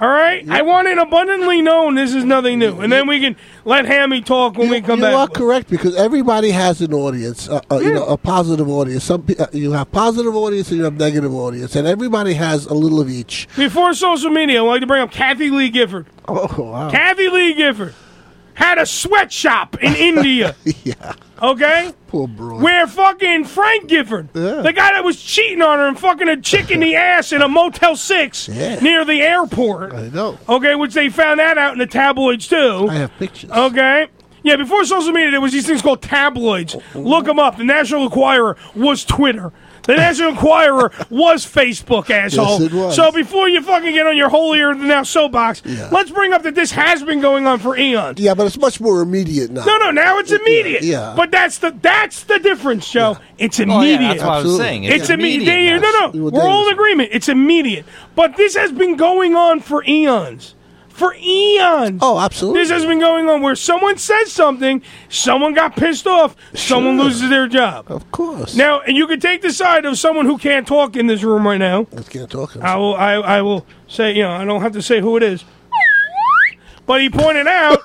[SPEAKER 10] All right? I want it abundantly known this is nothing new. And then we can let Hammy talk when we come
[SPEAKER 11] you are
[SPEAKER 10] back. Mm.
[SPEAKER 11] correct because everybody has an audience, uh, uh, you know, a positive audience. Some pe- uh, you have positive audience and you have negative audience, and everybody has a little of each.
[SPEAKER 10] Before social media, I'd like to bring up Kathy Lee Gifford.
[SPEAKER 11] Oh, wow.
[SPEAKER 10] Kathy Lee Gifford had a sweatshop
[SPEAKER 11] (laughs)
[SPEAKER 10] in India.
[SPEAKER 11] yeah.
[SPEAKER 10] Okay?
[SPEAKER 11] Poor bro.
[SPEAKER 10] Where fucking Frank Gifford, the guy that was cheating on her and fucking a chick in the ass in a Motel 6
[SPEAKER 11] Yeah.
[SPEAKER 10] near the airport.
[SPEAKER 11] I know.
[SPEAKER 10] Okay, which they found that out in the tabloids too.
[SPEAKER 11] I have pictures.
[SPEAKER 10] Okay. Yeah, before social media, there was these things called tabloids.
[SPEAKER 11] Oh.
[SPEAKER 10] Look them up. The National Enquirer was Twitter. The National Enquirer was
[SPEAKER 11] (laughs)
[SPEAKER 10] Facebook, asshole.
[SPEAKER 11] it was.
[SPEAKER 10] So before you fucking get on your holier than thou soapbox, let's bring up that this has been going on for eons.
[SPEAKER 11] Yeah, but it's much more immediate now.
[SPEAKER 10] No, no, now it's immediate.
[SPEAKER 11] yeah.
[SPEAKER 10] But that's the that's the difference, Joe. It's
[SPEAKER 1] Oh, yeah,
[SPEAKER 10] immediate.
[SPEAKER 1] that's what I was Absolutely. saying. It's
[SPEAKER 10] It's, immediate.
[SPEAKER 1] immediate
[SPEAKER 10] No,
[SPEAKER 1] now.
[SPEAKER 10] no.
[SPEAKER 1] Well,
[SPEAKER 10] We're all in agreement. It's immediate. But this has been going on for eons. For eons.
[SPEAKER 11] Oh, absolutely.
[SPEAKER 10] This has been going on where someone says something, someone got pissed off, someone
[SPEAKER 11] Sure.
[SPEAKER 10] loses their job.
[SPEAKER 11] Of course.
[SPEAKER 10] Now, and you could take the side of someone who can't talk in this room right now.
[SPEAKER 11] I can't talk.
[SPEAKER 10] I will. I, I will say. You know, I don't have to say who it is. But he pointed out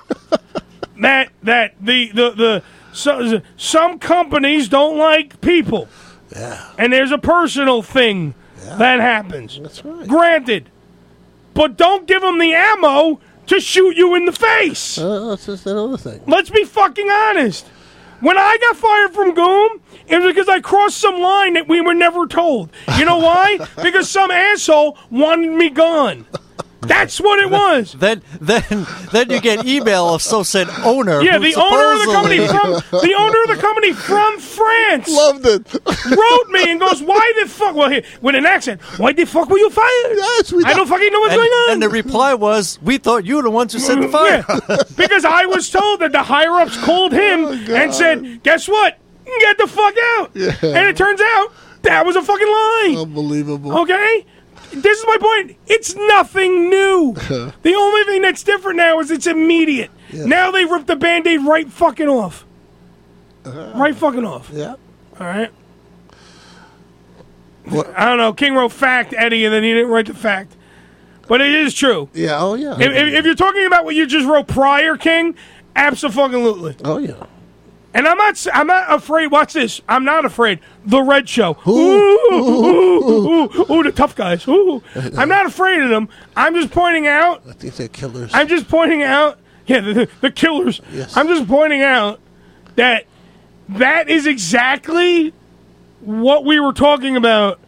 [SPEAKER 10] that that the the the so, some companies don't like people. Yeah. And there's a personal thing that happens. That's right. Granted, but don't give them the ammo to shoot you in the face.
[SPEAKER 11] Uh, that's just another thing.
[SPEAKER 10] Let's be fucking honest. When I got fired from Goom, it was because I crossed some line that we were never told. You know
[SPEAKER 11] (laughs)
[SPEAKER 10] why? because some asshole wanted me gone. That's what it was.
[SPEAKER 1] Then, (laughs) then, then you get email of so said owner.
[SPEAKER 10] Yeah,
[SPEAKER 1] who
[SPEAKER 10] the owner of the company
[SPEAKER 1] (laughs) supposedly-
[SPEAKER 10] from the owner of the company from France
[SPEAKER 11] loved it.
[SPEAKER 10] wrote me and goes, "Why the fuck?" Well, he- with an accent, "Why the fuck were you fired?"
[SPEAKER 11] Yes, we
[SPEAKER 10] I don't fucking know what's
[SPEAKER 1] (laughs) and,
[SPEAKER 10] going on.
[SPEAKER 1] And the reply was, "We thought you were the ones who set the fire." Oh,
[SPEAKER 10] Yeah, (laughs) because I was told that the higher ups called him and said, "Guess what? Get the fuck out!" And it turns out that was a fucking lie.
[SPEAKER 11] Unbelievable.
[SPEAKER 10] Okay. This is my point. It's nothing new. the only thing that's different now is it's immediate. Now they ripped the band aid right fucking off. right fucking off.
[SPEAKER 11] Uh-huh. Yeah.
[SPEAKER 10] All right. I don't know. King wrote fact, Eddie, and then he didn't write the fact. But it is true.
[SPEAKER 11] Yeah. Oh yeah.
[SPEAKER 10] If, if, if you're talking about what you just wrote prior, King, absolutely.
[SPEAKER 11] Oh yeah.
[SPEAKER 10] And I'm not. s- I'm not afraid. Watch this. I'm not afraid. The Red Show. Ooh, ooh, ooh, ooh, ooh, the tough guys.
[SPEAKER 11] (laughs)
[SPEAKER 10] Ooh. I'm not afraid of them. I'm just pointing out.
[SPEAKER 11] I think they're killers.
[SPEAKER 10] I'm just pointing out. Yeah, the, the, the killers. I'm just pointing out that that is exactly what we were talking about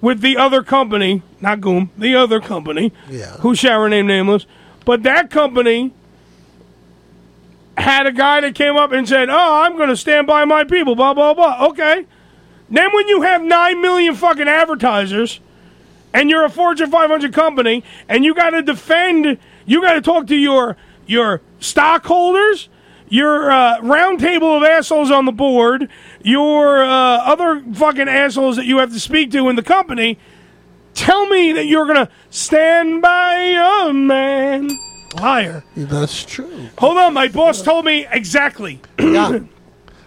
[SPEAKER 10] with the other company, not Goom, the other company,
[SPEAKER 11] Yeah.
[SPEAKER 10] who shall remain nameless. But that company had a guy that came up and said, "Oh, I'm going to stand by my people." Blah blah blah. Okay. Then when you have nine million fucking advertisers, and you're a Fortune 500 company, and you got to defend, you got to talk to your your stockholders, your uh, round table of assholes on the board, your uh, other fucking assholes that you have to speak to in the company. Tell me that you're gonna stand by your man, liar.
[SPEAKER 11] That's true.
[SPEAKER 10] Hold on, my boss told me exactly. (clears throat)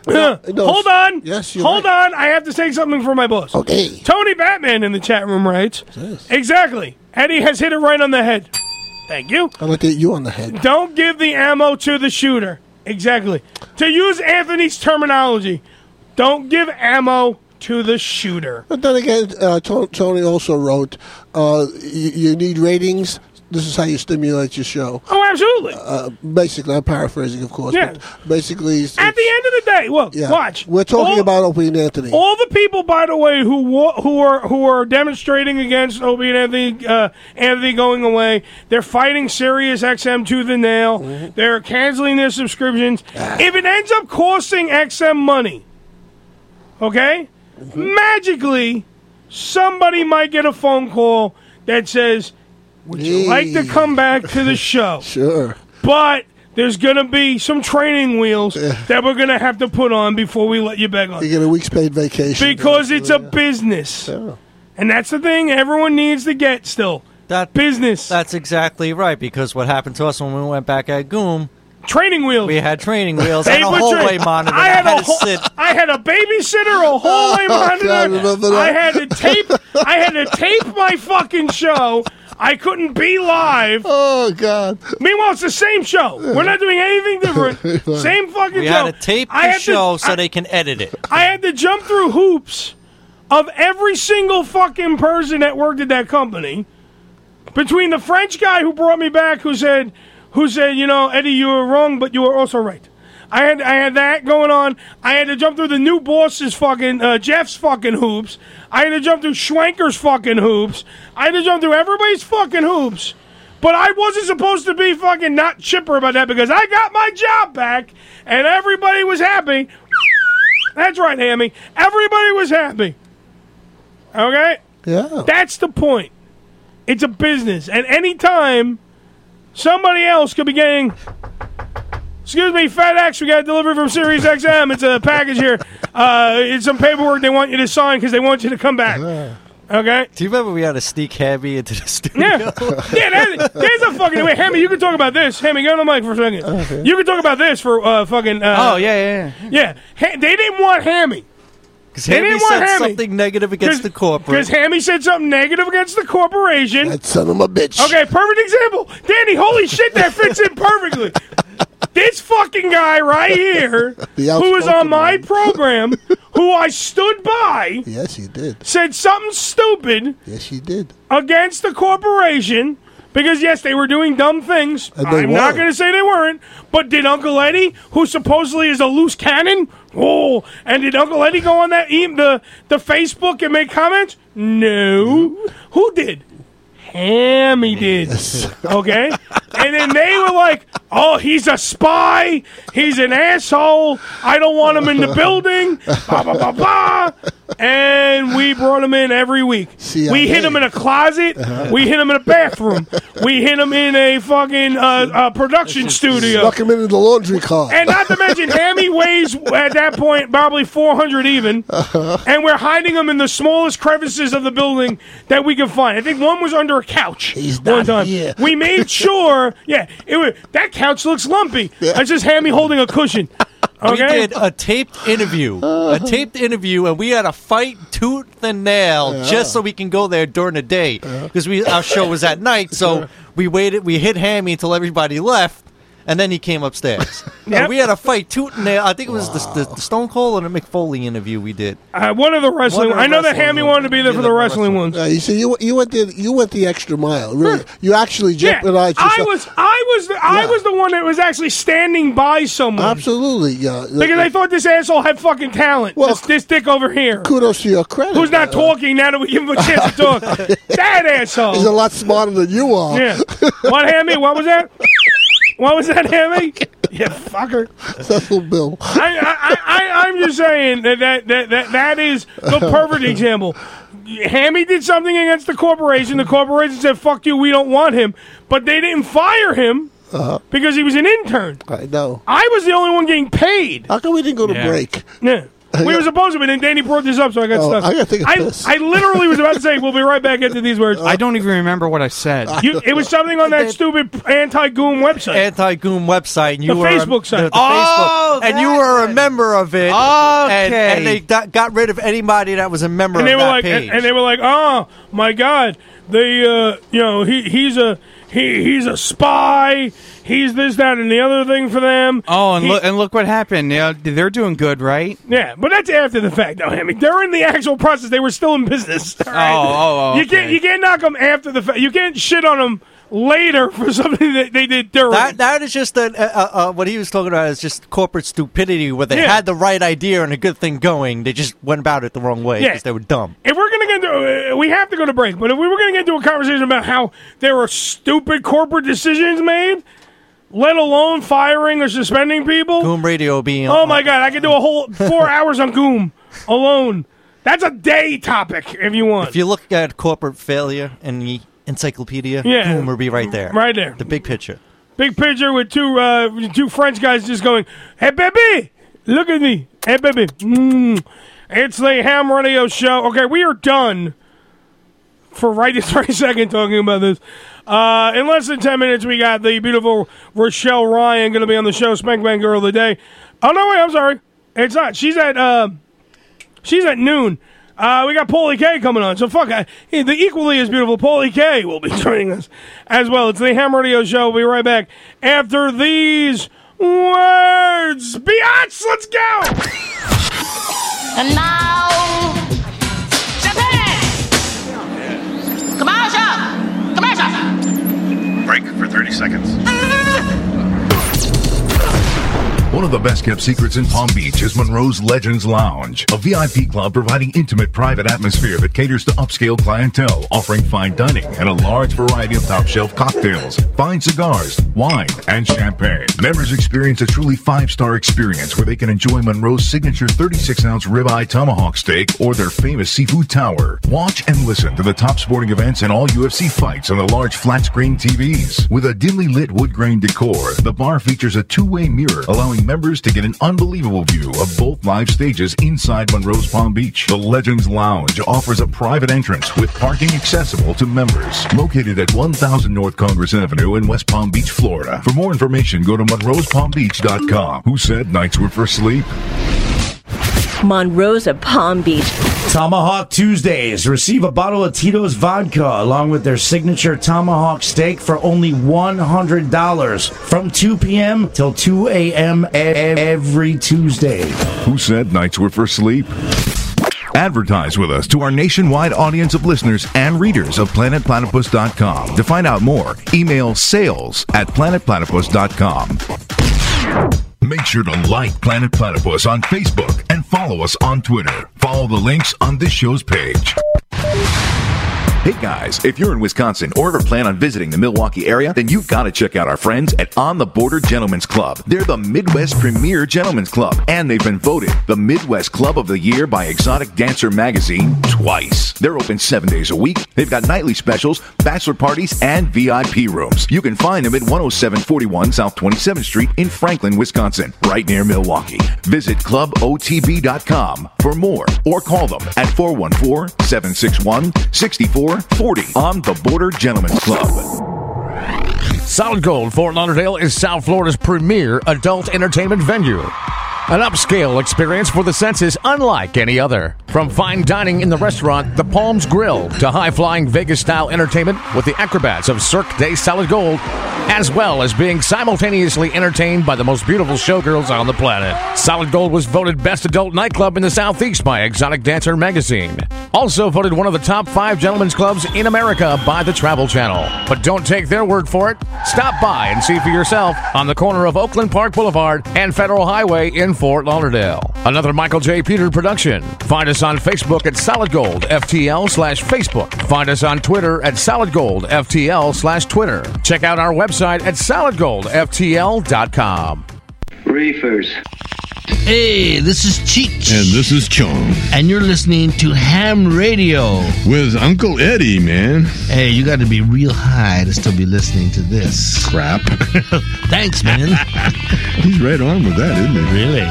[SPEAKER 11] Yeah. No, no,
[SPEAKER 10] Hold on.
[SPEAKER 11] Yes, you're
[SPEAKER 10] Hold on. I have to say something for my boss.
[SPEAKER 11] Okay.
[SPEAKER 10] Tony Batman in the chat room writes Exactly. Eddie has hit it right on the head. Thank you.
[SPEAKER 11] I looked at you on the head.
[SPEAKER 10] Don't give the ammo to the shooter. Exactly. To use Anthony's terminology, don't give ammo to the shooter.
[SPEAKER 11] But then again, uh, To- Tony also wrote, uh, y- "You need ratings. This is how you stimulate your show."
[SPEAKER 10] Oh, absolutely.
[SPEAKER 11] Uh, basically, I'm paraphrasing, of course.
[SPEAKER 10] Yeah.
[SPEAKER 11] But basically, it's-
[SPEAKER 10] At the end of the day, look,
[SPEAKER 11] yeah.
[SPEAKER 10] watch.
[SPEAKER 11] We're talking
[SPEAKER 10] All-
[SPEAKER 11] about Opie and Anthony.
[SPEAKER 10] All the people, by the way, who wa- who are who are demonstrating against Obi and Anthony, uh, Anthony going away, they're fighting Sirius XM to the nail. They're canceling their subscriptions. If it ends up costing XM money, okay, magically somebody might get a phone call that says, "Would you like to come back to the show?"
[SPEAKER 11] sure.
[SPEAKER 10] but. There's gonna be some training wheels that we're gonna have to put on before we let you back on
[SPEAKER 11] You get a week's paid vacation.
[SPEAKER 10] because it's a business. And that's the thing everyone (laughs) needs to get still.
[SPEAKER 1] That
[SPEAKER 10] business.
[SPEAKER 1] That's exactly right. Because what happened to us when we went back at Goom?
[SPEAKER 10] Training wheels.
[SPEAKER 1] We had training
[SPEAKER 10] (laughs)
[SPEAKER 1] wheels
[SPEAKER 10] They
[SPEAKER 1] and a
[SPEAKER 10] would train-
[SPEAKER 1] hallway monitor.
[SPEAKER 10] I had,
[SPEAKER 1] that
[SPEAKER 10] a
[SPEAKER 1] to
[SPEAKER 10] whole,
[SPEAKER 1] sit.
[SPEAKER 10] I had a babysitter, a
[SPEAKER 11] (laughs)
[SPEAKER 10] hallway monitor.
[SPEAKER 1] God, I remember that.
[SPEAKER 10] I had to tape. I had to tape my fucking show. I couldn't be live.
[SPEAKER 11] Oh God!
[SPEAKER 10] Meanwhile, it's the same show. We're not doing anything
[SPEAKER 11] (laughs)
[SPEAKER 10] different. same fucking
[SPEAKER 1] We
[SPEAKER 10] show.
[SPEAKER 1] had to tape
[SPEAKER 10] I
[SPEAKER 1] the
[SPEAKER 10] had to-
[SPEAKER 1] show so
[SPEAKER 10] I-
[SPEAKER 1] they can edit it.
[SPEAKER 10] I had to jump through hoops of every single fucking person that worked at that company. Between the French guy who brought me back, who said, who said, you know, Eddie, you were wrong, but you were also right. I had I had that going on. I had to jump through the new boss's fucking uh, Jeff's fucking hoops. I had to jump through Schwanker's fucking hoops. I had to jump through everybody's fucking hoops. But I wasn't supposed to be fucking not chipper about that because I got my job back and everybody was happy. That's right, Hammy. Everybody was happy. Okay?
[SPEAKER 11] Yeah.
[SPEAKER 10] That's the point. It's a business. And any time somebody else could be getting Excuse me, FedEx, we got a delivery from Sirius XM. It's a package here. Uh, it's some paperwork they want you to sign because they want you to come back. Okay?
[SPEAKER 1] Do you remember we had to sneak Hammy into the studio?
[SPEAKER 10] Yeah, yeah. There's, there's a fucking wait, Hammy. You can talk about this. Hammy, get on the mic for a second. You can talk about this for uh, fucking. Uh,
[SPEAKER 1] Oh, yeah,
[SPEAKER 10] yeah. Yeah, ha- they didn't want
[SPEAKER 26] (laughs)
[SPEAKER 10] Hammy.
[SPEAKER 1] Because
[SPEAKER 10] They
[SPEAKER 1] Hammy
[SPEAKER 10] didn't want
[SPEAKER 1] said
[SPEAKER 10] Hammy.
[SPEAKER 1] something (laughs) negative against the
[SPEAKER 10] Because
[SPEAKER 1] corporate.
[SPEAKER 10] Hammy said something negative against the corporation. That
[SPEAKER 11] son of a bitch.
[SPEAKER 10] Okay, perfect example. Danny, holy shit, that fits in perfectly. This fucking guy right here,
[SPEAKER 11] The
[SPEAKER 10] who was on
[SPEAKER 11] outspoken
[SPEAKER 10] my program, who I stood
[SPEAKER 11] (laughs)
[SPEAKER 10] by,
[SPEAKER 11] yes, he did.
[SPEAKER 10] said something stupid
[SPEAKER 11] Yes, he did.
[SPEAKER 10] against the corporation Because yes, they were doing dumb things.
[SPEAKER 11] And Uh, they
[SPEAKER 10] I'm not
[SPEAKER 11] were.
[SPEAKER 10] going to say they weren't, but did Uncle Eddie, who supposedly is a loose cannon, oh, and did Uncle Eddie go on that e- the the Facebook and make comments? No, who did? Hammy did. Okay? And then they were like, oh, he's a spy. He's an asshole. I don't want him in the building. Blah, blah, blah, blah. And we brought him in every week. We hit him in a closet.
[SPEAKER 11] Uh-huh.
[SPEAKER 10] We hit him in a bathroom. We hit him in a fucking uh, uh, production studio.
[SPEAKER 11] Stuck him into the laundry car.
[SPEAKER 10] And not to
[SPEAKER 11] (laughs)
[SPEAKER 10] mention, Hammy weighs at that point probably 400 even,
[SPEAKER 11] Uh-huh.
[SPEAKER 10] and we're hiding him in the smallest crevices of the building that we could find. I think one was under a couch. He's one time. We made
[SPEAKER 11] (laughs)
[SPEAKER 10] sure. Yeah, it was, that couch looks lumpy. That's just Hammy holding a cushion. Okay.
[SPEAKER 1] (laughs) We did a
[SPEAKER 11] (laughs)
[SPEAKER 1] taped interview,
[SPEAKER 11] Uh-huh.
[SPEAKER 1] a taped interview, and we had a fight tooth and nail just so we can go there during the day because we our show was at night. So we waited, we hit Hammy until everybody left, and then he came
[SPEAKER 10] (laughs)
[SPEAKER 1] upstairs. And we had a fight tooth and nail. I think it was the, the, the Stone Cold and the McFoley interview we did.
[SPEAKER 10] Uh, one of the wrestling.
[SPEAKER 1] One of the
[SPEAKER 10] I know that
[SPEAKER 1] wrestling
[SPEAKER 10] Hammy wanted to be there for the wrestling ones.
[SPEAKER 11] Yeah, Uh, you see, you you went the you went the extra mile. Really, you actually jeopardized
[SPEAKER 10] I
[SPEAKER 11] yourself.
[SPEAKER 10] was, I was, the, I was the one that was actually standing by someone.
[SPEAKER 11] Absolutely, yeah.
[SPEAKER 10] Because they thought this asshole had fucking talent. Well, this, this dick over here.
[SPEAKER 11] Kudos to your credit.
[SPEAKER 10] Who's not talking now that we give him a chance to
[SPEAKER 11] (laughs)
[SPEAKER 10] talk? (laughs) that asshole.
[SPEAKER 11] He's a lot smarter than you are.
[SPEAKER 10] Yeah. What, Hammy? What was that? What was that, Hammy? Yeah, fucker.
[SPEAKER 11] Cecil Bill.
[SPEAKER 10] I, I, I, I'm just saying that that, that, that that is
[SPEAKER 11] (laughs)
[SPEAKER 10] the perfect example. Hammy did something against the corporation. The corporation said, fuck you, we don't want him. But they didn't fire him because he was an intern.
[SPEAKER 11] Uh, I know.
[SPEAKER 10] I was the only one getting paid.
[SPEAKER 11] How come we didn't go to
[SPEAKER 10] Yeah.
[SPEAKER 11] break? (laughs)
[SPEAKER 10] Yeah. We were supposed to, but then Danny brought this up, so I got
[SPEAKER 11] Oh,
[SPEAKER 10] stuck.
[SPEAKER 11] I gotta take a
[SPEAKER 10] I,
[SPEAKER 11] piss.
[SPEAKER 10] I literally was
[SPEAKER 11] (laughs)
[SPEAKER 10] about to say, we'll be right back into these words.
[SPEAKER 13] (laughs) I don't even remember what I said.
[SPEAKER 10] You, it was something on that stupid anti-goon website.
[SPEAKER 1] Anti-goon website, and you
[SPEAKER 10] The
[SPEAKER 1] were
[SPEAKER 10] Facebook site.
[SPEAKER 1] the- the
[SPEAKER 10] Oh,
[SPEAKER 1] Facebook, and you were a member of it. and,
[SPEAKER 10] Okay.
[SPEAKER 1] and they got, got rid of anybody that was a member
[SPEAKER 10] and
[SPEAKER 1] of
[SPEAKER 10] they were
[SPEAKER 1] that
[SPEAKER 10] like,
[SPEAKER 1] page.
[SPEAKER 10] and, and they were like, oh my god, they, uh, you know, he he's a he he's a spy. He's this, that, and the other thing for them.
[SPEAKER 13] Oh, and
[SPEAKER 10] He-
[SPEAKER 13] look and look what happened. You know, they're doing good, right?
[SPEAKER 10] Yeah, but that's after the fact, though. I mean, they're in the actual process. They were still in business. (laughs) all right?
[SPEAKER 13] oh, oh,
[SPEAKER 10] you can't
[SPEAKER 13] okay.
[SPEAKER 10] you can't knock them after the fact. You can't shit on them later for (laughs) something that they did during.
[SPEAKER 1] That that is just that uh, uh, uh, what he was talking about is just corporate stupidity where they
[SPEAKER 10] Yeah.
[SPEAKER 1] had the right idea and a good thing going, they just went about it the wrong way
[SPEAKER 10] Yeah.
[SPEAKER 1] because they were dumb.
[SPEAKER 10] If we're gonna get into, uh, we have to go to break. But if we were gonna get into a conversation about how there were stupid corporate decisions made, let alone firing or suspending people,
[SPEAKER 1] Goom Radio being
[SPEAKER 10] Oh my god, I could do a whole
[SPEAKER 1] (laughs)
[SPEAKER 10] four hours on Goom alone. That's a day topic if you want.
[SPEAKER 1] If you look at corporate failure in the encyclopedia,
[SPEAKER 10] Yeah.
[SPEAKER 1] Goom will be right there,
[SPEAKER 10] Right there.
[SPEAKER 1] the big picture.
[SPEAKER 10] Big picture with two uh, two French guys just going, "Hey baby, look at me, hey baby." Mm. It's the Ham Radio Show. Okay, we are done for right this (laughs) very second talking about this. Uh, in less than ten minutes, we got the beautiful Rochelle Ryan going to be on the show, Spank Bang Girl of the Day. Oh no, wait, I'm sorry, it's not. She's at uh, she's at noon. Uh, we got Paulie K coming on, so fuck. I, the equally as beautiful Paulie K will be (laughs) joining us as well. It's the Ham Radio Show. We'll be right back after these words. Beyonce, let's go.
[SPEAKER 8] And now, Japan! Commercial! Commercial!
[SPEAKER 22] Break for 30 seconds. One of the best kept secrets in Palm Beach is Monroe's Legends Lounge, a VIP club providing intimate private atmosphere that caters to upscale clientele, offering fine dining and a large variety of top shelf cocktails, fine cigars, wine, and champagne. Members experience a truly five star experience where they can enjoy Monroe's signature 36 ounce ribeye tomahawk steak or their famous seafood tower. Watch and listen to the top sporting events and all UFC fights on the large flat screen TVs. With a dimly lit wood grain decor, the bar features a two way mirror, allowing members to get an unbelievable view of both live stages inside Monroe's Palm Beach. The Legends Lounge offers a private entrance with parking accessible to members. Located at 1000 North Congress Avenue in West Palm Beach, Florida. For more information, go to monroespalmbeach.com. Who said nights were for sleep?
[SPEAKER 23] Monrosa Palm Beach.
[SPEAKER 7] Tomahawk Tuesdays. Receive a bottle of Tito's vodka along with their signature tomahawk steak for only $100 from 2 p.m. till 2 a.m. e- every Tuesday.
[SPEAKER 22] Who said nights were for sleep? Advertise with us to our nationwide audience of listeners and readers of planetplatypus.com. To find out more, email sales at planetplatypus.com. Make sure to like Planet Platypus on Facebook and follow us on Twitter. Follow the links on this show's page. Hey guys, if you're in Wisconsin or ever plan on visiting the Milwaukee area, then you've got to check out our friends at On the Border Gentlemen's Club. They're the Midwest premier gentlemen's club, and they've been voted the Midwest Club of the Year by Exotic Dancer Magazine twice. They're open seven days a week. They've got nightly specials, bachelor parties, and VIP rooms. You can find them at 10741 South 27th Street in Franklin, Wisconsin, right near Milwaukee. Visit clubotb.com for more or call them at 414 761 6440 on the Border Gentlemen's Club.
[SPEAKER 2] Solid Gold Fort Lauderdale is South Florida's premier adult entertainment venue. An upscale experience for the senses unlike any other. From fine dining in the restaurant The Palms Grill to high flying Vegas style entertainment with the acrobats of Cirque de Solid Gold, as well as being simultaneously entertained by the most beautiful showgirls on the planet. Solid Gold was voted Best Adult Nightclub in the Southeast by Exotic Dancer magazine. Also voted one of the top five gentlemen's clubs in America by the Travel Channel. But don't take their word for it. Stop by and see for yourself on the corner of Oakland Park Boulevard and Federal Highway in Fort Lauderdale. Another Michael J. Peter production. Find us on Facebook at Solid Gold FTL slash Facebook. Find us on Twitter at Solid Gold FTL slash Twitter. Check out our website at solidgoldftl.com.
[SPEAKER 12] Reefers.
[SPEAKER 27] Hey, this is Cheech.
[SPEAKER 26] And this is Chong.
[SPEAKER 27] And you're listening to Ham Radio.
[SPEAKER 26] With Uncle Eddie, man.
[SPEAKER 27] Hey, you got to be real high to still be listening to this.
[SPEAKER 26] Crap.
[SPEAKER 27] (laughs) Thanks, man.
[SPEAKER 26] (laughs) He's right on with that, isn't he?
[SPEAKER 27] Really?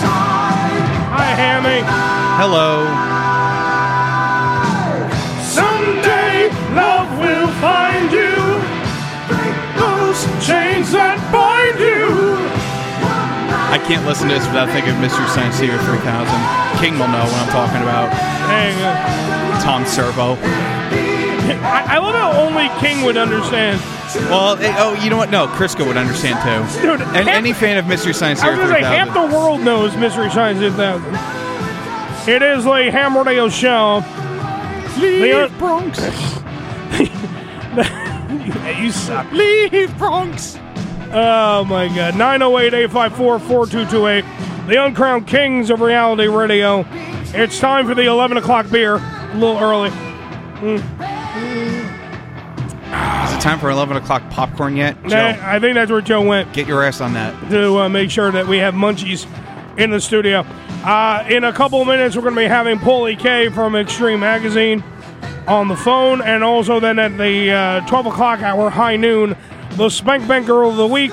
[SPEAKER 10] Hi, Hammy.
[SPEAKER 13] Hello.
[SPEAKER 10] Someday love will find you. Break those chains that bind you.
[SPEAKER 13] I can't listen to this without thinking of Mr. Science Theater 3000. King will know what I'm talking about.
[SPEAKER 10] There you go.
[SPEAKER 13] Tom Servo.
[SPEAKER 10] I, I love how only King would understand.
[SPEAKER 13] Well, eh, oh, you know what? No, Crisco would understand too.
[SPEAKER 10] Dude,
[SPEAKER 13] and
[SPEAKER 10] half-
[SPEAKER 13] any fan of Mystery Science
[SPEAKER 10] I
[SPEAKER 13] Theater
[SPEAKER 10] was gonna say
[SPEAKER 13] 3000.
[SPEAKER 10] half the world knows Mystery Science 3000. It is the Ham Radio Show. Leave Bronx. (laughs) you suck. Leave Bronx. Oh my God! 908-854-4228. The uncrowned kings of reality radio. It's time for the 11 o'clock beer. A little early. Hmm. Mm.
[SPEAKER 13] Is it time for 11 o'clock popcorn yet?
[SPEAKER 10] Nah,
[SPEAKER 13] Joe,
[SPEAKER 10] I think that's where Joe went.
[SPEAKER 13] get your ass on that.
[SPEAKER 10] to uh, make sure that we have munchies in the studio. Uh, in a couple of minutes, we're going to be having Paulie K from Extreme Magazine on the phone, and also then at the uh, 12 o'clock hour, high noon, the Spank Bank Girl of the Week,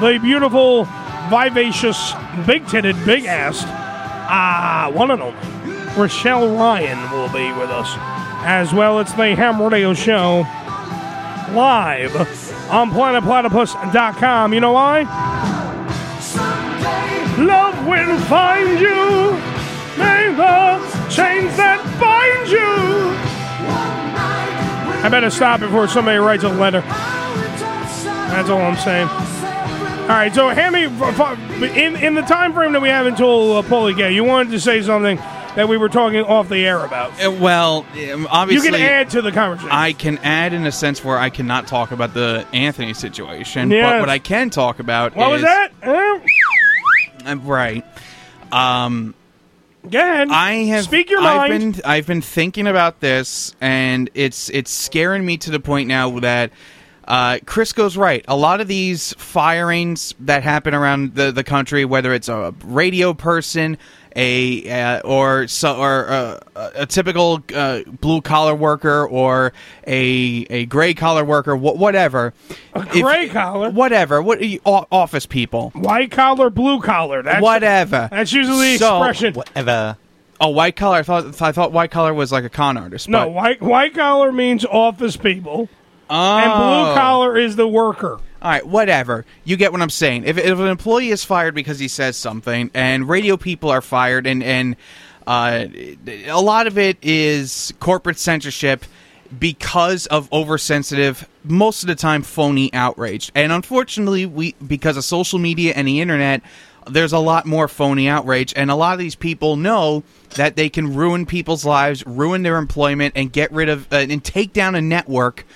[SPEAKER 10] the beautiful, vivacious, big titted, big assed, ah, one and only, Rochelle Ryan will be with us. As well, it's the Ham Radio Show live on planetplatypus.com. You know why? Love will find you. May the chains that bind you. I better stop before somebody writes a letter. That's all I'm saying. All right, so Hammy, f- f- in in the time frame that we have until uh, Polly Gay, you wanted to say something that we were talking off the air about.
[SPEAKER 13] Eh, Well, um, obviously.
[SPEAKER 10] you can add to the conversation.
[SPEAKER 13] I can add in a sense where I cannot talk about the Anthony situation,
[SPEAKER 10] Yes.
[SPEAKER 13] but what I can talk about
[SPEAKER 10] What was
[SPEAKER 13] is
[SPEAKER 10] that? Eh?
[SPEAKER 13] I'm right. Uh, Um,
[SPEAKER 10] Go ahead.
[SPEAKER 13] I have
[SPEAKER 10] Speak your
[SPEAKER 13] I've
[SPEAKER 10] mind.
[SPEAKER 13] Been, I've been thinking about this, and it's it's scaring me to the point now that uh, Crisco's right. A lot of these firings that happen around the, the country, whether it's a radio person, a uh, or so or uh, a typical uh, blue collar worker, or a a gray collar worker, wh- whatever. A
[SPEAKER 10] gray collar,
[SPEAKER 13] whatever. What o- office people?
[SPEAKER 10] White collar, blue collar. That's
[SPEAKER 13] whatever.
[SPEAKER 10] That's usually the
[SPEAKER 13] So-
[SPEAKER 10] expression.
[SPEAKER 1] Whatever.
[SPEAKER 13] Oh, white collar. I thought I thought white collar was like a con artist.
[SPEAKER 10] No,
[SPEAKER 13] but-
[SPEAKER 10] white white collar means office people,
[SPEAKER 13] Oh.
[SPEAKER 10] and blue collar is the worker.
[SPEAKER 13] All right, whatever. You get what I'm saying. If, if an employee is fired because he says something, and radio people are fired, and and uh, a lot of it is corporate censorship because of oversensitive, most of the time phony outrage. And unfortunately, we because of social media and the internet, there's a lot more phony outrage, and a lot of these people know that they can ruin people's lives, ruin their employment, and get rid of uh, and take down a network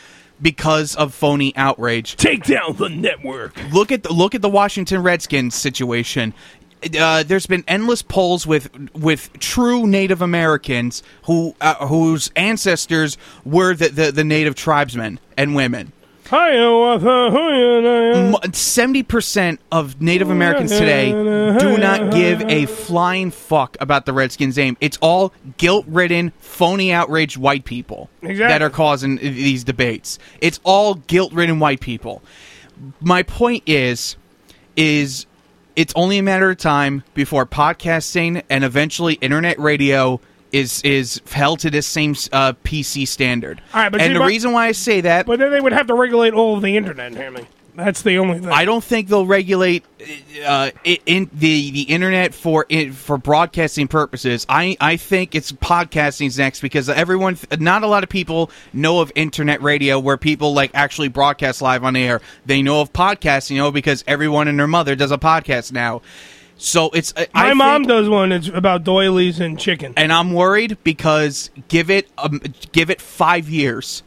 [SPEAKER 13] because of phony outrage.
[SPEAKER 10] Take down the network.
[SPEAKER 13] Look at the, look at the Washington Redskins situation. Uh, there's been endless polls with with true Native Americans who uh, whose ancestors were the, the, the Native tribesmen and women.
[SPEAKER 10] uh,
[SPEAKER 13] Seventy percent of Native Americans today do not give a flying fuck about the Redskins' name. It's all guilt-ridden, phony, outraged white people that
[SPEAKER 10] Exactly.
[SPEAKER 13] are causing these debates. It's all guilt-ridden white people. My point is, is it's only a matter of time before podcasting and eventually internet radio is is held to this same uh, PC standard.
[SPEAKER 10] All right, but
[SPEAKER 13] and
[SPEAKER 10] see,
[SPEAKER 13] the
[SPEAKER 10] but-
[SPEAKER 13] reason why I say that,
[SPEAKER 10] but then they would have to regulate all of the internet, Hammy. That's the only thing.
[SPEAKER 13] I don't think they'll regulate uh, i- in the the internet for in, for broadcasting purposes. I I think it's podcasting's next because everyone, not a lot of people know of internet radio where people like actually broadcast live on air. They know of podcasting, you know, because everyone and their mother does a podcast now. So it's I-
[SPEAKER 10] My
[SPEAKER 13] I
[SPEAKER 10] mom
[SPEAKER 13] think-
[SPEAKER 10] does one. It's about doilies and chicken.
[SPEAKER 13] and I'm worried because give it um, give it five years,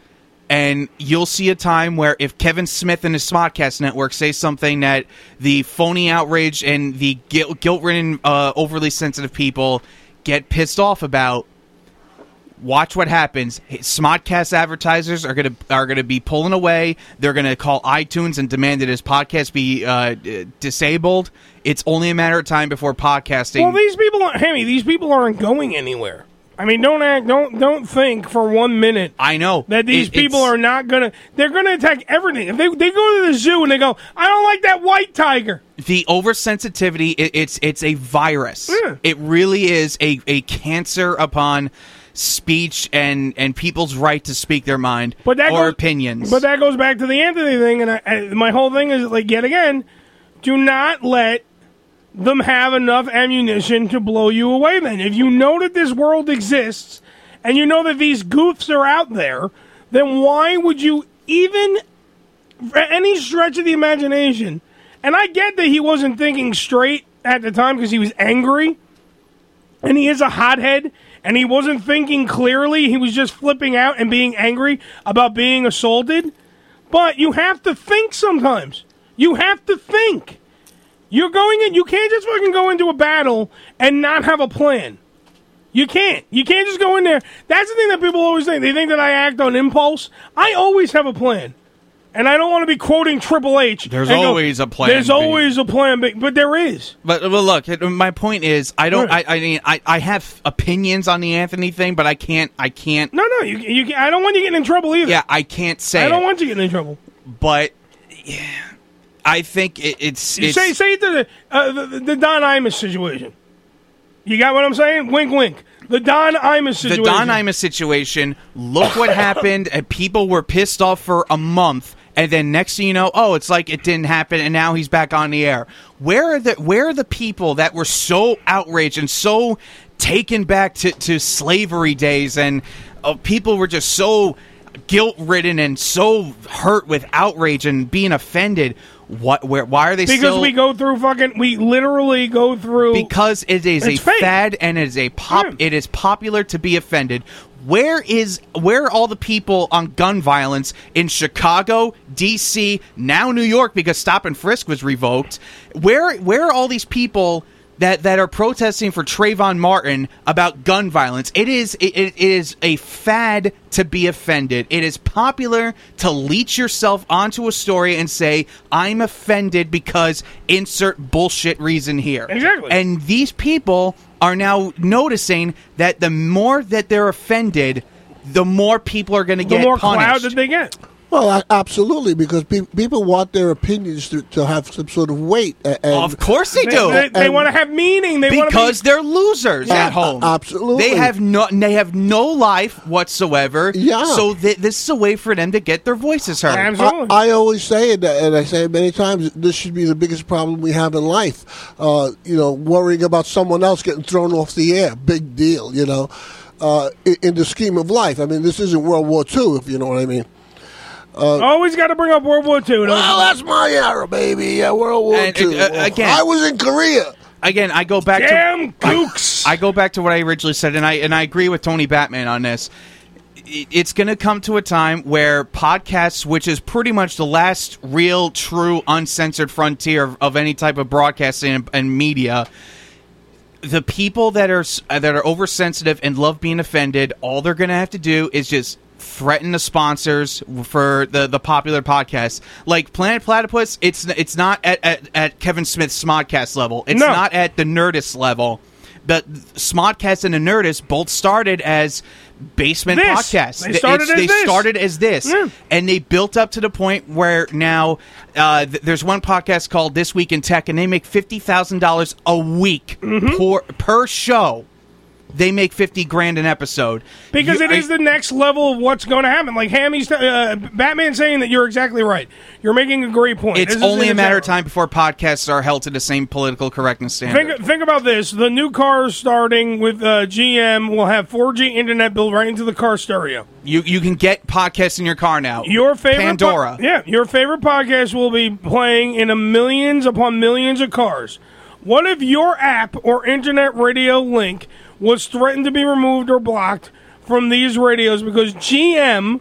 [SPEAKER 13] and you'll see a time where if Kevin Smith and his Smodcast Network say something that the phony outrage and the guilt guilt ridden uh, overly sensitive people get pissed off about. Watch what happens. Smodcast advertisers are gonna are gonna be pulling away. They're gonna call iTunes and demand that his podcast be uh, d- disabled. It's only a matter of time before podcasting.
[SPEAKER 10] Well, these people, aren't, Hammy, these people aren't going anywhere. I mean, don't act, don't don't think for one minute.
[SPEAKER 13] I know
[SPEAKER 10] that these
[SPEAKER 13] It-
[SPEAKER 10] people are not gonna. They're gonna attack everything. If they they go to the zoo and they go, I don't like that white tiger.
[SPEAKER 13] the oversensitivity it, it's it's a virus it really is a, a cancer upon speech and and people's right to speak their mind
[SPEAKER 10] But that
[SPEAKER 13] or
[SPEAKER 10] goes-
[SPEAKER 13] opinions
[SPEAKER 10] But that goes back to the Anthony thing, and I, I, my whole thing is like yet again, do not let them have enough ammunition to blow you away. Then, if you know that this world exists, and you know that these goofs are out there, then why would you even, for any stretch of the imagination? And I get that he wasn't thinking straight at the time because he was angry and he is a hothead and he wasn't thinking clearly he was just flipping out and being angry about being assaulted but you have to think sometimes you have to think you're going in you can't just fucking go into a battle and not have a plan you can't you can't just go in there that's the thing that people always think they think that i act on impulse i always have a plan and i don't want to be quoting triple h
[SPEAKER 13] There's
[SPEAKER 10] and go,
[SPEAKER 13] always a plan
[SPEAKER 10] there's
[SPEAKER 13] B."
[SPEAKER 10] always a plan B, but there is
[SPEAKER 13] But well, look, it- my point is, I don't. I, I mean, I, I have opinions on the Anthony thing, but I can't. I can't.
[SPEAKER 10] No, no, you, you. can't- I don't want you getting in trouble either.
[SPEAKER 13] Yeah, I can't say.
[SPEAKER 10] i don't
[SPEAKER 13] it,
[SPEAKER 10] want you getting in trouble
[SPEAKER 13] But yeah, I think it, it's.
[SPEAKER 10] You
[SPEAKER 13] it's
[SPEAKER 10] say say it to the, uh, the the Don Imus situation. You got what I'm saying? Wink, wink. The Don Imus situation.
[SPEAKER 13] The Don Imus situation. Look what happened, and people were pissed off for a month, and then next thing you know, oh, it's like it didn't happen, and now he's back on the air. Where are the Where are the people that were so outraged and so taken back to to slavery days, and uh, people were just so guilt ridden and so hurt with outrage and being offended? What? Where? Why are they
[SPEAKER 10] because
[SPEAKER 13] still?
[SPEAKER 10] we go through fucking. We literally go through
[SPEAKER 13] because it is
[SPEAKER 10] It's
[SPEAKER 13] a
[SPEAKER 10] fake.
[SPEAKER 13] fad and it is a pop it is popular to be offended where is where are all the people on gun violence in chicago dc now new york because stop and frisk was revoked where where are all these people that that are protesting for Trayvon Martin about gun violence. It is it, it is a fad to be offended. It is popular to leech yourself onto a story and say I'm offended because insert bullshit reason here. Exactly. And these people are now noticing that the more that they're offended, the more people are going to
[SPEAKER 11] The
[SPEAKER 13] get
[SPEAKER 11] more
[SPEAKER 13] punished.
[SPEAKER 11] clout
[SPEAKER 10] did they get?
[SPEAKER 11] Well, a- absolutely, because pe- people want their opinions to, to have some sort of weight. a- And,
[SPEAKER 13] Of course they do.
[SPEAKER 11] And-
[SPEAKER 10] meaning.
[SPEAKER 11] they wanna be-
[SPEAKER 13] because they're losers
[SPEAKER 11] Yeah, Uh,
[SPEAKER 13] at home.
[SPEAKER 11] a- absolutely.
[SPEAKER 13] they have no they have no life whatsoever.
[SPEAKER 11] Yeah.
[SPEAKER 13] So th- this is a way for them to get their voices heard. Uh,
[SPEAKER 11] I, I always say it, and I say it many times. This should be the biggest problem we have in life. Uh, you know, worrying about someone else getting thrown off the air, big deal. You know, uh, in, in the scheme of life. I mean, this isn't World War II, if you know what I mean. Uh,
[SPEAKER 10] Always got to bring up World War II.
[SPEAKER 11] Well, that's my era, baby. Yeah, World War
[SPEAKER 13] And,
[SPEAKER 11] II.
[SPEAKER 13] uh, again,
[SPEAKER 11] I was in Korea.
[SPEAKER 13] Again, I go back
[SPEAKER 10] Damn
[SPEAKER 13] to I, I go back to what I originally said, and I and I agree with Tony Batman on this. I- It's going to come to a time where podcasts, which is pretty much the last real, true, uncensored frontier of, of any type of broadcasting and, and media, the people that are s- uh, that are oversensitive and love being offended, all they're going to have to do is just threaten the sponsors for the the popular podcasts. Like Planet Platypus, it's it's not at at, at Kevin Smith's Smodcast level. It's
[SPEAKER 10] No.
[SPEAKER 13] not at the Nerdist level. But Smodcast and the Nerdist both started as basement
[SPEAKER 10] This.
[SPEAKER 13] podcasts.
[SPEAKER 10] They
[SPEAKER 13] Th-
[SPEAKER 10] started
[SPEAKER 13] it's-
[SPEAKER 10] as this.
[SPEAKER 13] they started as this,
[SPEAKER 10] Yeah.
[SPEAKER 13] and they built up to the point where now uh, th- there's one podcast called This Week in Tech, and they make fifty thousand dollars a week
[SPEAKER 10] Mm-hmm.
[SPEAKER 13] per per show. They make fifty grand an episode
[SPEAKER 10] Because it is the next level of what's going to happen. Like Hammy's, uh, Batman saying that you're exactly right. You're making a great point.
[SPEAKER 13] It's
[SPEAKER 10] This is
[SPEAKER 13] only a matter
[SPEAKER 10] exactly-
[SPEAKER 13] of time before podcasts are held to the same political correctness standard.
[SPEAKER 10] Think, think about this: the new cars starting with uh, GM will have 4G internet built right into the car stereo.
[SPEAKER 13] you you can get podcasts in your car now.
[SPEAKER 10] Your favorite po-
[SPEAKER 13] Pandora.
[SPEAKER 10] yeah, your favorite podcast will be playing in a millions upon millions of cars. What if your app or internet radio link was threatened to be removed or blocked from these radios because GM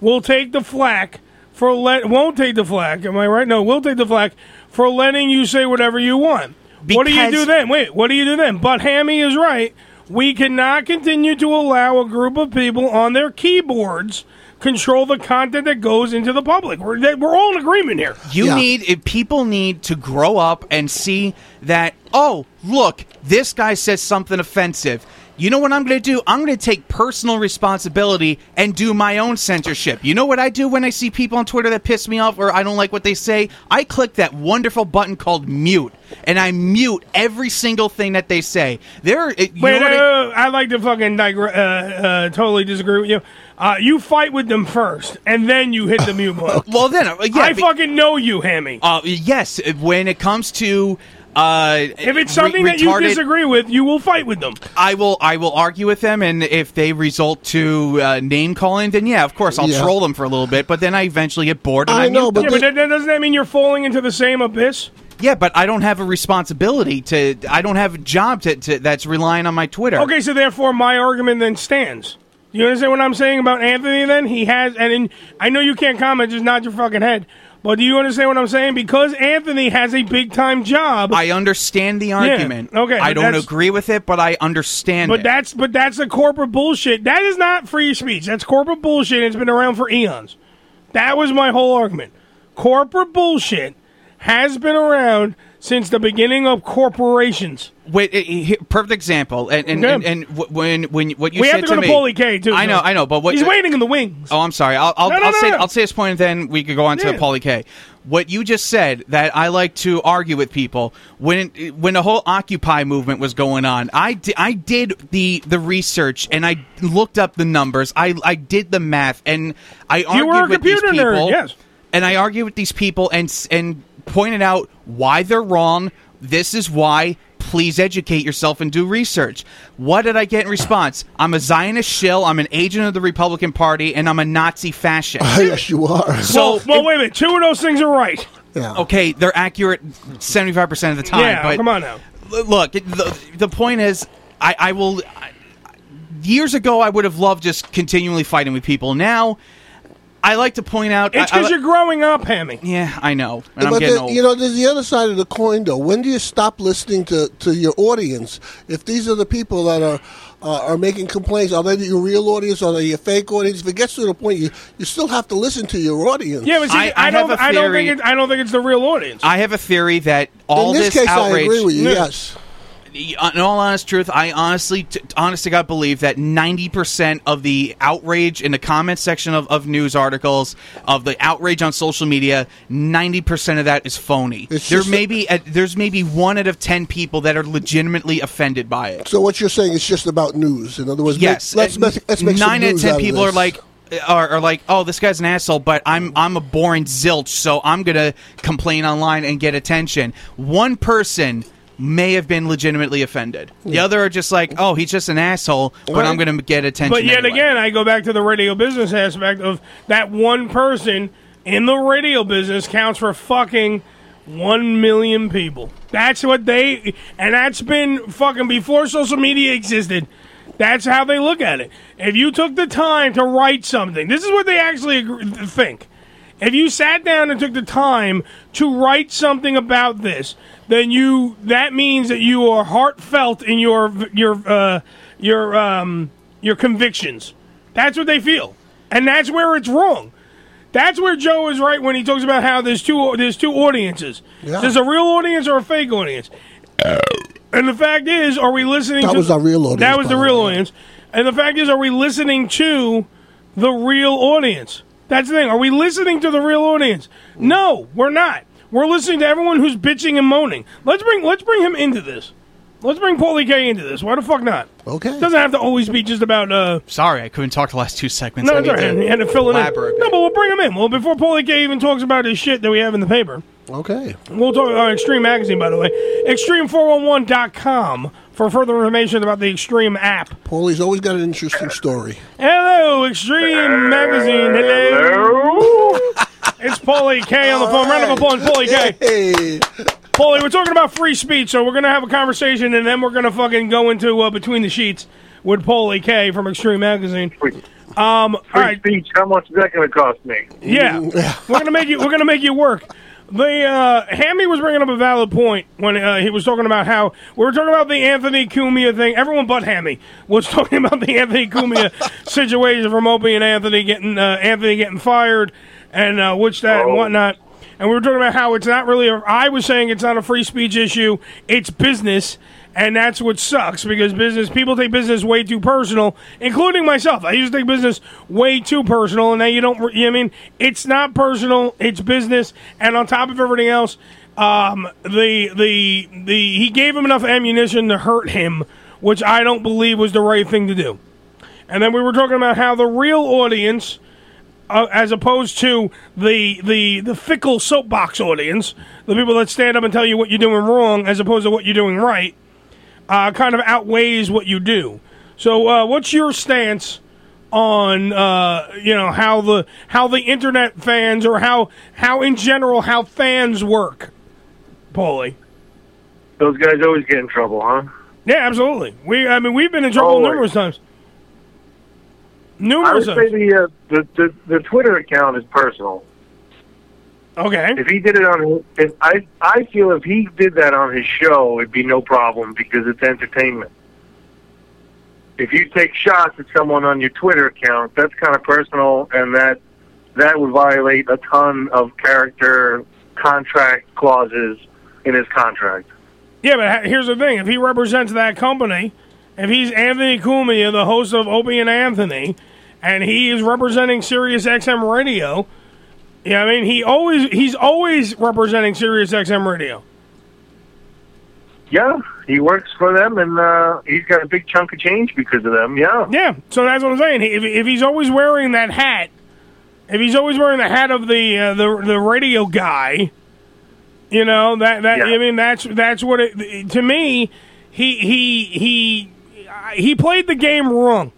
[SPEAKER 10] will take the flack for let won't take the flack. Am I right? No, will take the flack for letting you say whatever you want. what do you
[SPEAKER 13] Because-
[SPEAKER 10] do then? Wait, what do you do then? But Hammy is right. We cannot continue to allow a group of people on their keyboards control the content that goes into the public. We're, that, we're all in agreement here.
[SPEAKER 13] You need if people need to grow up and see that. Oh, look, this guy says something offensive. You know what I'm going to do? I'm going to take personal responsibility and do my own censorship. You know what I do when I see people on Twitter that piss me off or I don't like what they say? I click that wonderful button called mute, and I mute every single thing that they say. There, it- you
[SPEAKER 10] Wait,
[SPEAKER 13] know what I-
[SPEAKER 10] uh, I like to fucking digre- uh, uh, totally disagree with you. Uh, you fight with them first, and then you
[SPEAKER 13] (laughs)
[SPEAKER 10] hit the mute button.
[SPEAKER 13] well, then, uh, yeah,
[SPEAKER 10] I
[SPEAKER 13] be-
[SPEAKER 10] fucking know you, Hammy.
[SPEAKER 13] uh, yes, when it comes to uh,
[SPEAKER 10] If it's something that you disagree with, you will fight with them.
[SPEAKER 13] I will. I will argue with them, and if they result to uh, name calling, then yeah, of course I'll
[SPEAKER 10] Yeah.
[SPEAKER 13] troll them for a little bit. But then I eventually get bored. And I, mute
[SPEAKER 10] yeah,
[SPEAKER 13] them.
[SPEAKER 10] but that, that doesn't that mean you're falling into the same abyss?
[SPEAKER 13] yeah, but I don't have a responsibility to. I don't have a job to, to that's relying on my Twitter.
[SPEAKER 10] Okay, so therefore my argument then stands. You understand what I'm saying about Anthony then? He has, and in, I know you can't comment, just nod your fucking head. But do you understand what I'm saying? Because Anthony has a big time job.
[SPEAKER 13] I understand the argument.
[SPEAKER 10] Yeah, okay,
[SPEAKER 13] I
[SPEAKER 10] but
[SPEAKER 13] don't
[SPEAKER 10] that's-
[SPEAKER 13] agree with it, but I understand
[SPEAKER 10] But
[SPEAKER 13] it.
[SPEAKER 10] that's but that's the corporate bullshit. That is not free speech. That's corporate bullshit. It's been around for eons. That was my whole argument. Corporate bullshit has been around since the beginning of corporations.
[SPEAKER 13] Wait, eh, eh, here- perfect example, and and,
[SPEAKER 10] Yeah.
[SPEAKER 13] and, and wh- when when what you
[SPEAKER 10] we
[SPEAKER 13] said
[SPEAKER 10] have to go to
[SPEAKER 13] me,
[SPEAKER 10] Paulie K too.
[SPEAKER 13] I know,
[SPEAKER 10] so-
[SPEAKER 13] I know, but what
[SPEAKER 10] he's waiting in the wing.
[SPEAKER 13] Oh, I'm sorry. I'll I'll,
[SPEAKER 10] No, no,
[SPEAKER 13] I'll
[SPEAKER 10] no,
[SPEAKER 13] say
[SPEAKER 10] no.
[SPEAKER 13] I'll say this point, and then we could go on to
[SPEAKER 10] Yeah.
[SPEAKER 13] the Pauly K. What you just said that I like to argue with people when when the whole Occupy movement was going on, I di- I did the the research and I looked up the numbers. I I did the math and I argued
[SPEAKER 10] were a
[SPEAKER 13] with these
[SPEAKER 10] computer nerd,
[SPEAKER 13] people.
[SPEAKER 10] yes.
[SPEAKER 13] And I argued with these people and s- and pointed out why they're wrong. This is why. Please educate yourself and do research. What did I get in response? I'm a Zionist shill. I'm an agent of the Republican Party, and I'm a Nazi fascist.
[SPEAKER 11] (laughs) yes, you are.
[SPEAKER 13] So-
[SPEAKER 10] well, well, wait a minute. Two of those things are right.
[SPEAKER 13] Okay, they're accurate 75 percent of the time.
[SPEAKER 10] Yeah,
[SPEAKER 13] but
[SPEAKER 10] come on now.
[SPEAKER 13] l- Look, it- the, the point is, I, I will. I, years ago, I would have loved just continually fighting with people. Now, I like to point out.
[SPEAKER 11] It's
[SPEAKER 13] I- I
[SPEAKER 11] 'cause
[SPEAKER 13] li-
[SPEAKER 11] you're growing up, Hammy.
[SPEAKER 13] Yeah, I know, and I'm
[SPEAKER 11] but
[SPEAKER 13] getting
[SPEAKER 11] the-
[SPEAKER 13] old.
[SPEAKER 11] you know, there's the other side of the coin, though. When do you stop listening to, to your audience? If these are the people that are uh, are making complaints, are they your real audience or are they your fake audience? If it gets to the point, you, you still have to listen to your audience.
[SPEAKER 10] Yeah, but see, I, don't. I don't think. It, I don't think it's the real audience.
[SPEAKER 13] I have a theory that all
[SPEAKER 11] In this case, I
[SPEAKER 13] outrage.
[SPEAKER 11] agree with you, yes.
[SPEAKER 13] In all honest truth, I honestly, t- honest to God, believe that ninety percent of the outrage in the comment section of, of news articles, of the outrage on social media, ninety percent of that is phony. there
[SPEAKER 11] just-
[SPEAKER 13] may be a, there's maybe one out of ten people that are legitimately offended by it.
[SPEAKER 11] So what you're saying is just about news. In other words, make-
[SPEAKER 13] Yes,
[SPEAKER 11] let's,
[SPEAKER 13] uh,
[SPEAKER 11] make- let's make some
[SPEAKER 13] nine out of
[SPEAKER 11] news
[SPEAKER 13] ten
[SPEAKER 11] of
[SPEAKER 13] people
[SPEAKER 11] this.
[SPEAKER 13] are like are, are like, oh, this guy's an asshole, but I'm I'm a boring zilch, so I'm gonna complain online and get attention. One person may have been legitimately offended. The other are just like, oh, he's just an asshole, but I'm gonna get attention.
[SPEAKER 10] But yet
[SPEAKER 13] anyway.
[SPEAKER 10] again, I go back to the radio business aspect of that one person in the radio business counts for fucking one million people. That's what they, and that's been fucking before social media existed. That's how they look at it. If you took the time to write something, this is what they actually agree, think. If you sat down and took the time to write something about this, then you that means that you are heartfelt in your your uh, your um, your convictions. That's what they feel, and that's where it's wrong. That's where Joe is right when he talks about how there's two there's two audiences.
[SPEAKER 11] Yeah.
[SPEAKER 10] There's a real audience or a fake audience. And the fact is, are we listening?
[SPEAKER 11] That
[SPEAKER 10] to
[SPEAKER 11] was our real audience,
[SPEAKER 10] That was
[SPEAKER 11] by
[SPEAKER 10] the
[SPEAKER 11] the
[SPEAKER 10] real audience. And the fact is, are we listening to the real audience? That's the thing. Are we listening to the real audience? No, we're not. We're listening to everyone who's bitching and moaning. Let's bring let's bring him into this. Let's bring Paulie K into this. Why the fuck not? E
[SPEAKER 11] Okay.
[SPEAKER 10] doesn't have to always be just about uh
[SPEAKER 13] Sorry, I couldn't talk the last two segments.
[SPEAKER 10] no,
[SPEAKER 13] I
[SPEAKER 10] it's all
[SPEAKER 13] need
[SPEAKER 10] right.
[SPEAKER 13] to
[SPEAKER 10] He had to fill it in.
[SPEAKER 13] elaborate.
[SPEAKER 10] No, but we'll bring him in. Well, before Paulie K even talks about his shit that we have in the paper.
[SPEAKER 11] Okay.
[SPEAKER 10] We'll talk about Extreme Magazine, by the way. Extreme411.com for further information about the Extreme app.
[SPEAKER 11] Paulie's always got an interesting story.
[SPEAKER 10] Hello, Extreme Magazine. Hello. it's Paulie K on the phone. Round of applause, Paulie K. Paulie, we're talking about free speech, so we're going to have a conversation, and then we're going to fucking go into uh, Between the Sheets with Paulie K from Extreme Magazine. Um, all
[SPEAKER 12] Free
[SPEAKER 10] right.
[SPEAKER 12] speech. How much is that going to cost me? (laughs)
[SPEAKER 10] Yeah, we're gonna make you. We're gonna make you work. The uh, Hammy was bringing up a valid point when uh, he was talking about how we were talking about the Anthony Cumia thing. Everyone but Hammy was (laughs) talking about the Anthony Cumia situation from Opie and Anthony getting uh, Anthony getting fired and uh, which that and whatnot. And we were talking about how it's not really. A, I was saying it's not a free speech issue. It's business. And that's what sucks because business people take business way too personal, including myself. I used to take business way too personal, and now you don't. You know what I mean, it's not personal; it's business. And on top of everything else, um, the the the he gave him enough ammunition to hurt him, which I don't believe was the right thing to do. And then we were talking about how the real audience, uh, as opposed to the the the fickle soapbox audience, the people that stand up and tell you what you're doing wrong, as opposed to what you're doing right, uh, kind of outweighs what you do. So, uh, what's your stance on uh, you know how the how the internet fans or how how in general how fans work, Paulie?
[SPEAKER 12] Those guys always get in trouble, huh?
[SPEAKER 10] Yeah, absolutely. We I mean we've been in trouble
[SPEAKER 12] Always.
[SPEAKER 10] numerous times.
[SPEAKER 12] I would
[SPEAKER 10] Numerous
[SPEAKER 12] say
[SPEAKER 10] times.
[SPEAKER 12] the, uh, the, the the Twitter account is personal.
[SPEAKER 10] Okay.
[SPEAKER 12] If he did it on, his- if I I feel if he did that on his show, it'd be no problem because it's entertainment. If you take shots at someone on your Twitter account, that's kind of personal, and that that would violate a ton of character contract clauses in his contract.
[SPEAKER 10] Yeah, but ha- here's the thing: if he represents that company, if he's Anthony Cumia, the host of Opie and Anthony, and he is representing Sirius XM Radio, yeah, I mean he always he's always representing Sirius XM Radio.
[SPEAKER 12] Yeah, he works for them, and uh, he's got a big chunk of change because of them. Yeah.
[SPEAKER 10] Yeah, so that's what I'm saying. If, if he's always wearing that hat, if he's always wearing the hat of the uh, the the radio guy, you know that that I mean that's that's what it to me. He he he he played the game wrong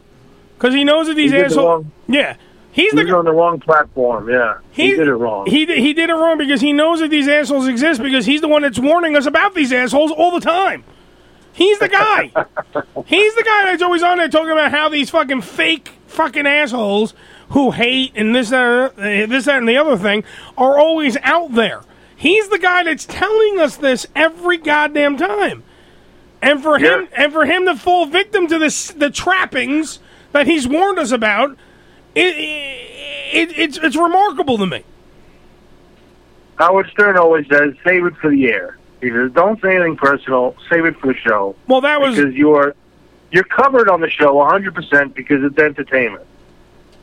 [SPEAKER 10] because he knows that these
[SPEAKER 12] He did the
[SPEAKER 10] assholes.
[SPEAKER 12] wrong-
[SPEAKER 10] Yeah, he's
[SPEAKER 12] He
[SPEAKER 10] the
[SPEAKER 12] was on the wrong platform. Yeah, he,
[SPEAKER 10] He-
[SPEAKER 12] did it wrong.
[SPEAKER 10] He did- he did it wrong because he knows that these assholes exist because he's the one that's warning us about these assholes all the time. He's the
[SPEAKER 12] (laughs)
[SPEAKER 10] guy. he's the guy that's always on there talking about how these fucking fake fucking assholes who hate and this, that, and, uh, this, that, and the other thing are always out there. He's the guy that's telling us this every goddamn time. And for him, and for him to fall victim to this, the trappings that he's warned us about, it, it, it's it's remarkable to me.
[SPEAKER 12] Howard Stern always says, "Save it for the air." He says, "Don't say anything personal. Save it for the show."
[SPEAKER 10] Well, that was
[SPEAKER 12] because you're you're covered on the show 100 percent because it's entertainment.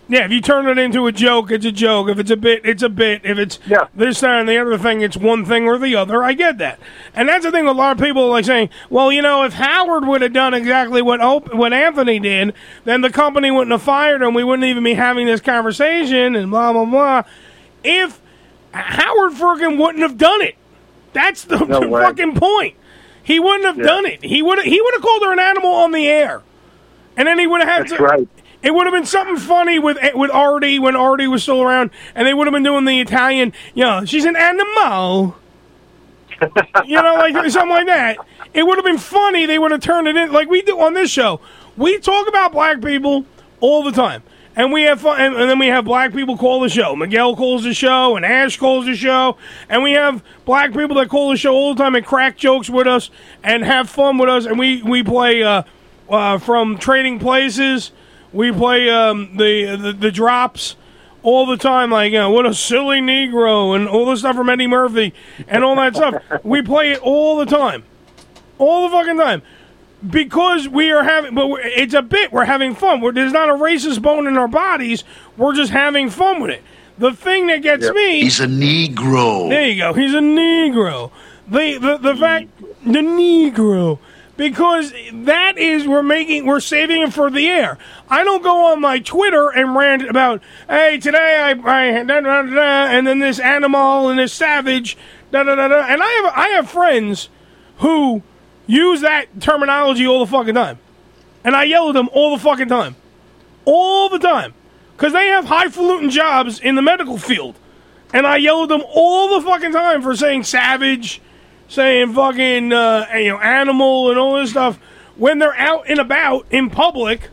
[SPEAKER 10] Yeah, if you turn it into a joke, it's a joke. If it's a bit, it's a bit. If it's this, that, and the other thing, it's one thing or the other. I get that, and that's the thing. A lot of people are like saying, "Well, you know, if Howard would have done exactly what Op- what Anthony did, then the company wouldn't have fired him. We wouldn't even be having this conversation." And blah blah blah. If Howard Ferguson wouldn't have done it, that's the
[SPEAKER 12] No
[SPEAKER 10] (laughs)
[SPEAKER 12] way.
[SPEAKER 10] fucking point. He wouldn't have
[SPEAKER 12] Yeah.
[SPEAKER 10] done it. He would he would have called her an animal on the air, and then he would have had.
[SPEAKER 12] That's
[SPEAKER 10] to-
[SPEAKER 12] right.
[SPEAKER 10] It would have been something funny with eh, with Artie when Artie was still around, and they would have been doing the Italian. You know, she's an animal. you know, like something like that. It would have been funny. They would have turned it in like we do on this show. We talk about black people all the time. And we have fun, and, and then we have black people call the show. Miguel calls the show, and Ash calls the show, and we have black people that call the show all the time and crack jokes with us and have fun with us. And we we play uh, uh, from Trading Places. We play um, the, the the drops all the time, like you know, what a silly Negro and all this stuff from Eddie Murphy and all that stuff. We play it all the time, all the fucking time, because we are having. But we're- it's a bit. We're having fun. We're, there's not a racist bone in our bodies. We're just having fun with it. The thing that gets me.
[SPEAKER 27] He's a Negro.
[SPEAKER 10] There you go. He's a Negro. The the, the fact the Negro because that is we're making we're saving it for the air. I don't go on my Twitter and rant about hey today I, I da, da, da, da, and then this animal and this savage da da da da and I have I have friends who use that terminology all the fucking time. And I yell at them all the fucking time. All the time. Because they have highfalutin jobs in the medical field. And I yell at them all the fucking time for saying savage, saying fucking, uh, you know, animal and all this stuff when they're out and about in public.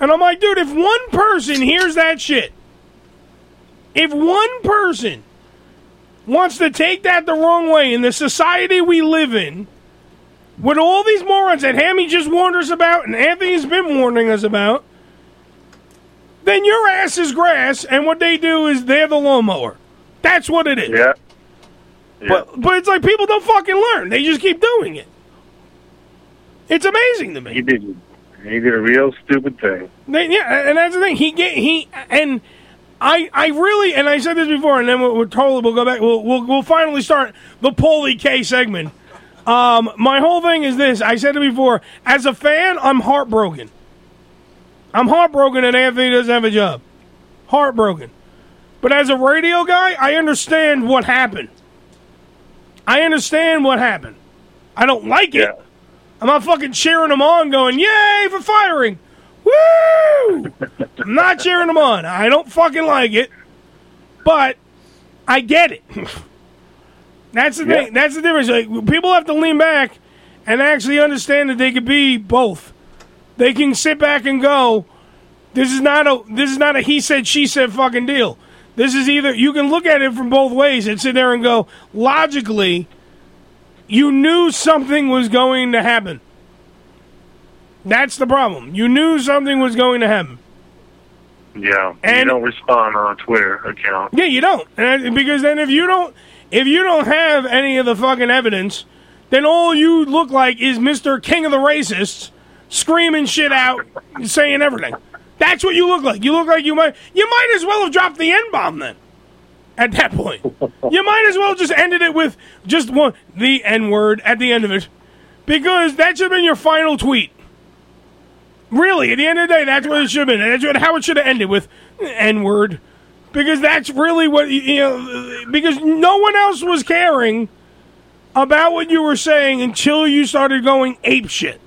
[SPEAKER 10] And I'm like, dude, if one person hears that shit, if one person wants to take that the wrong way in the society we live in, with all these morons that Hammy just warned us about and Anthony's been warning us about, then your ass is grass, and what they do is they're the lawnmower. That's what it is.
[SPEAKER 12] Yeah.
[SPEAKER 10] But but it's like people don't fucking learn; they just keep doing it. It's amazing to me.
[SPEAKER 12] He did he did a real stupid thing.
[SPEAKER 10] They, yeah, and that's the thing. He get he and I I really and I said this before, and then we'll, we'll totally we'll go back. We'll we'll, we'll finally start the Paulie K segment. Um, my whole thing is this. I said it before. As a fan, I'm heartbroken. I'm heartbroken that Anthony doesn't have a job. Heartbroken. But as a radio guy, I understand what happened. I understand what happened. I don't like it. I'm not fucking cheering him on, going, yay for firing. Woo! I'm not cheering him on. I don't fucking like it. But I get it. (laughs) That's the
[SPEAKER 12] Yeah.
[SPEAKER 10] thing. That's the difference. Like, people have to lean back and actually understand that they could be both. They can sit back and go, this is not a this is not a he said she said fucking deal. This is either you can look at it from both ways and sit there and go logically, you knew something was going to happen. That's the problem. You knew something was going to happen.
[SPEAKER 12] Yeah, you
[SPEAKER 10] And-
[SPEAKER 12] don't respond on a Twitter account.
[SPEAKER 10] Yeah, you don't, and because then if you don't, if you don't have any of the fucking evidence, then all you look like is Mister King of the Racists, screaming shit out, saying everything. That's what you look like. You look like you might, you might as well have dropped the N bomb then. At that point, you might as well just ended it with just one the N word at the end of it, because that should have been your final tweet. Really, at the end of the day, that's what it should have been. That's what, how it should have ended with N word. Because that's really what, you know, because no one else was caring about what you were saying until you started going ape shit.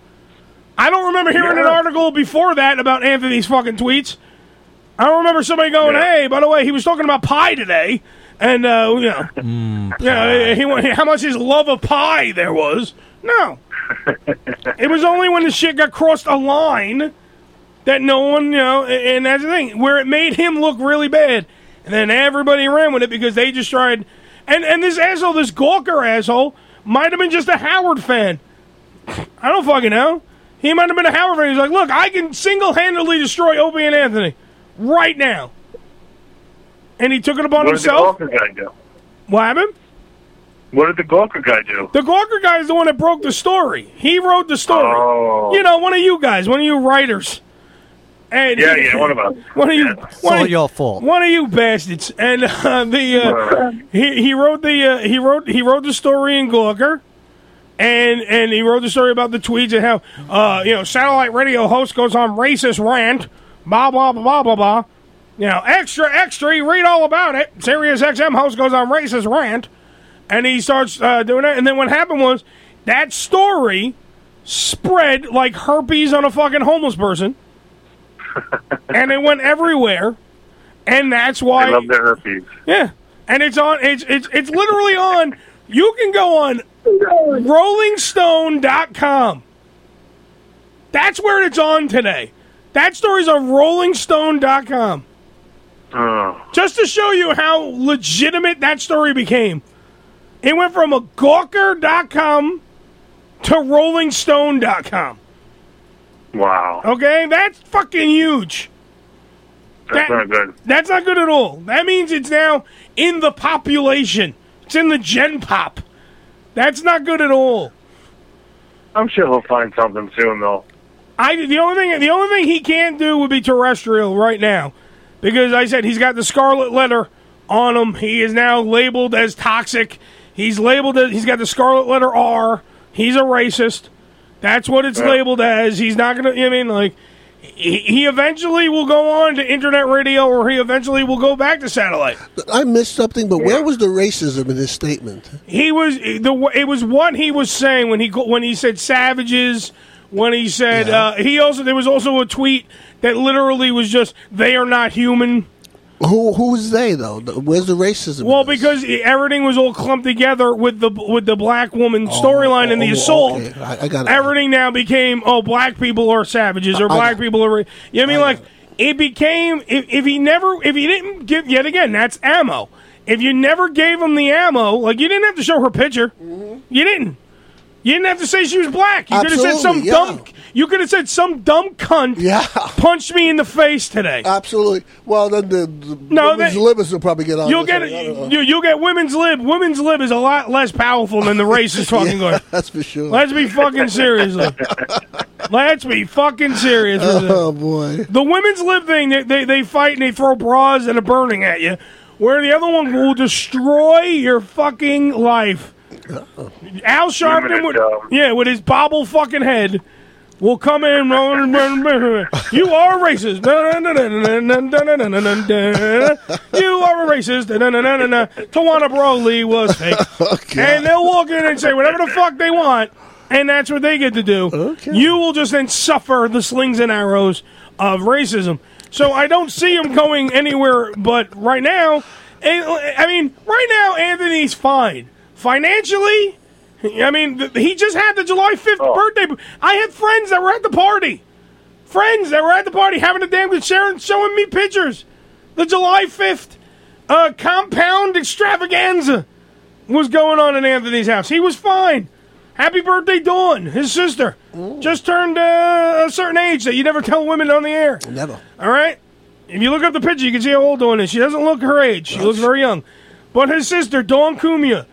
[SPEAKER 10] I don't remember hearing an
[SPEAKER 12] Yeah.
[SPEAKER 10] article before that about Anthony's fucking tweets. I don't remember somebody going, hey, by the way, he was talking about pie today. And, uh, you know, yeah, he, wa- how much his love of pie there was. No. it was only when the shit got crossed a line that no one, you know, and, and that's the thing where it made him look really bad, and then everybody ran with it because they just tried. And and this asshole, this Gawker asshole, might have been just a Howard fan. I don't fucking know. He might have been a Howard fan. He's like, look, I can single handedly destroy Opie and Anthony right now. And he took it upon
[SPEAKER 12] what
[SPEAKER 10] himself.
[SPEAKER 12] did the Gawker guy do?
[SPEAKER 10] What happened?
[SPEAKER 12] What did the Gawker guy do?
[SPEAKER 10] The Gawker guy is the one that broke the story. He wrote the story.
[SPEAKER 12] Oh.
[SPEAKER 10] You know, one of you guys, one of you writers. And
[SPEAKER 12] Yeah, yeah, one of us.
[SPEAKER 10] (laughs) One of you.
[SPEAKER 1] It's
[SPEAKER 10] one
[SPEAKER 1] all
[SPEAKER 10] of-
[SPEAKER 1] your fault.
[SPEAKER 10] One of you bastards. And uh, the uh, he he wrote the uh, he wrote he wrote the story in Gawker. And and he wrote the story about the tweets and how uh, you know satellite radio host goes on racist rant, blah blah blah blah blah blah. You know, extra extra, you read all about it. Sirius XM host goes on racist rant, and he starts uh, doing that. And then what happened was that story spread like herpes on a fucking homeless person, and it went everywhere. And that's why
[SPEAKER 12] I love their herpes.
[SPEAKER 10] yeah, and it's on. It's it's it's literally on. You can go on RollingStone.com. That's where it's on today. That story's on RollingStone.com.
[SPEAKER 12] Oh.
[SPEAKER 10] Just to show you how legitimate that story became, it went from a Gawker.com to RollingStone.com.
[SPEAKER 12] Wow.
[SPEAKER 10] Okay, that's fucking huge.
[SPEAKER 12] That's
[SPEAKER 10] That-
[SPEAKER 12] not good.
[SPEAKER 10] That's not good at all. That means it's now in the population. It's in the Gen Pop. That's not good at all.
[SPEAKER 12] I'm sure he'll find something soon, though.
[SPEAKER 10] I the only thing the only thing he can do would be terrestrial right now, because I said he's got the scarlet letter on him. He is now labeled as toxic. He's labeled as he's got the scarlet letter R. He's a racist. That's what it's labeled as. He's not gonna. I mean, like he, he eventually will go on to internet radio, or he eventually will go back to satellite.
[SPEAKER 11] I missed something, but where was the racism in his statement?
[SPEAKER 10] He was the. It was what he was saying when he go- when he said savages. When he said uh, he also there was also a tweet that literally was just they are not human.
[SPEAKER 11] Who who's they though? Where's the racism?
[SPEAKER 10] Well, because everything was all clumped together with the with the black woman storyline and the
[SPEAKER 11] oh,
[SPEAKER 10] assault.
[SPEAKER 11] okay. I- I got it.
[SPEAKER 10] Everything now became oh, black people are savages or
[SPEAKER 11] I- I
[SPEAKER 10] black
[SPEAKER 11] got
[SPEAKER 10] people are. You know what I mean? Like it became if, if he never if he didn't give yet again that's ammo. If you never gave him the ammo, like you didn't have to show her picture,
[SPEAKER 11] Mm-hmm.
[SPEAKER 10] you didn't. You didn't have to say she was black. You could have said some
[SPEAKER 11] Absolutely, yeah.
[SPEAKER 10] dumb. You could have said some dumb cunt.
[SPEAKER 11] Yeah.
[SPEAKER 10] punched me in the face today.
[SPEAKER 11] Absolutely. Well, then the, the
[SPEAKER 10] No,
[SPEAKER 11] women's
[SPEAKER 10] they-
[SPEAKER 11] liberals will probably get on.
[SPEAKER 10] You'll
[SPEAKER 11] this
[SPEAKER 10] get
[SPEAKER 11] one. I don't know.
[SPEAKER 10] you you get women's lib. Women's lib is a lot less powerful
[SPEAKER 11] (laughs)
[SPEAKER 10] than the racist fucking
[SPEAKER 11] Yeah,
[SPEAKER 10] yeah.
[SPEAKER 11] That's for sure.
[SPEAKER 10] Let's be fucking serious. though. Let's be fucking serious. with it.
[SPEAKER 11] Oh boy.
[SPEAKER 10] The women's lib thing, they, they they fight and they throw bras and a burning at you, where the other one will destroy your fucking life. Al Sharpton
[SPEAKER 12] Women are
[SPEAKER 10] would,
[SPEAKER 12] dumb.
[SPEAKER 10] yeah, with his bobble fucking head, will come in. run, run, run, run. you are racist. (laughs) Na, na, na, na, na, na, na, na, na, na, na. You are a racist. Na, na, na, na, na. Tawana Broly was fake, and they'll walk in and say whatever the fuck they want, and that's what they get to do. You will just then suffer the slings and arrows of racism. So I don't see him going anywhere. But right now, and, I mean, right now Anthony's fine financially. I mean, th- he just had the July 5th birthday. b- I had friends that were at the party. Friends that were at the party having a damn good sharing, showing me pictures. The July 5th uh, compound extravaganza was going on in Anthony's house. He was fine. Happy birthday, Dawn, his sister. Just turned uh, a certain age that you never tell women on the air.
[SPEAKER 11] Never.
[SPEAKER 10] All right. If you look up the picture, you can see how old Dawn is. She doesn't look her age. She looks very young. But his sister, Dawn Cumia,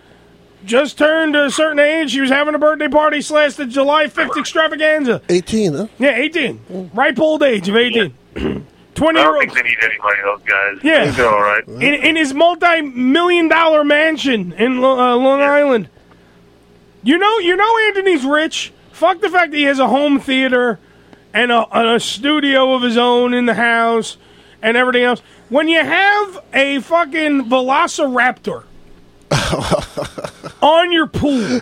[SPEAKER 10] just turned a certain age. She was having a birthday party slash the July 5th extravaganza.
[SPEAKER 11] 18, huh?
[SPEAKER 10] Yeah, 18. Ripe old age of 18. (clears throat) 20
[SPEAKER 12] I
[SPEAKER 10] year
[SPEAKER 12] don't
[SPEAKER 10] old.
[SPEAKER 12] think they need anybody, those guys.
[SPEAKER 10] Yeah.
[SPEAKER 12] They're all right.
[SPEAKER 10] In, in his multi million dollar mansion in Lo- uh, Long Island. You know, you know, Anthony's rich. Fuck the fact that he has a home theater and a, and a studio of his own in the house and everything else. When you have a fucking (laughs) velociraptor on your pool,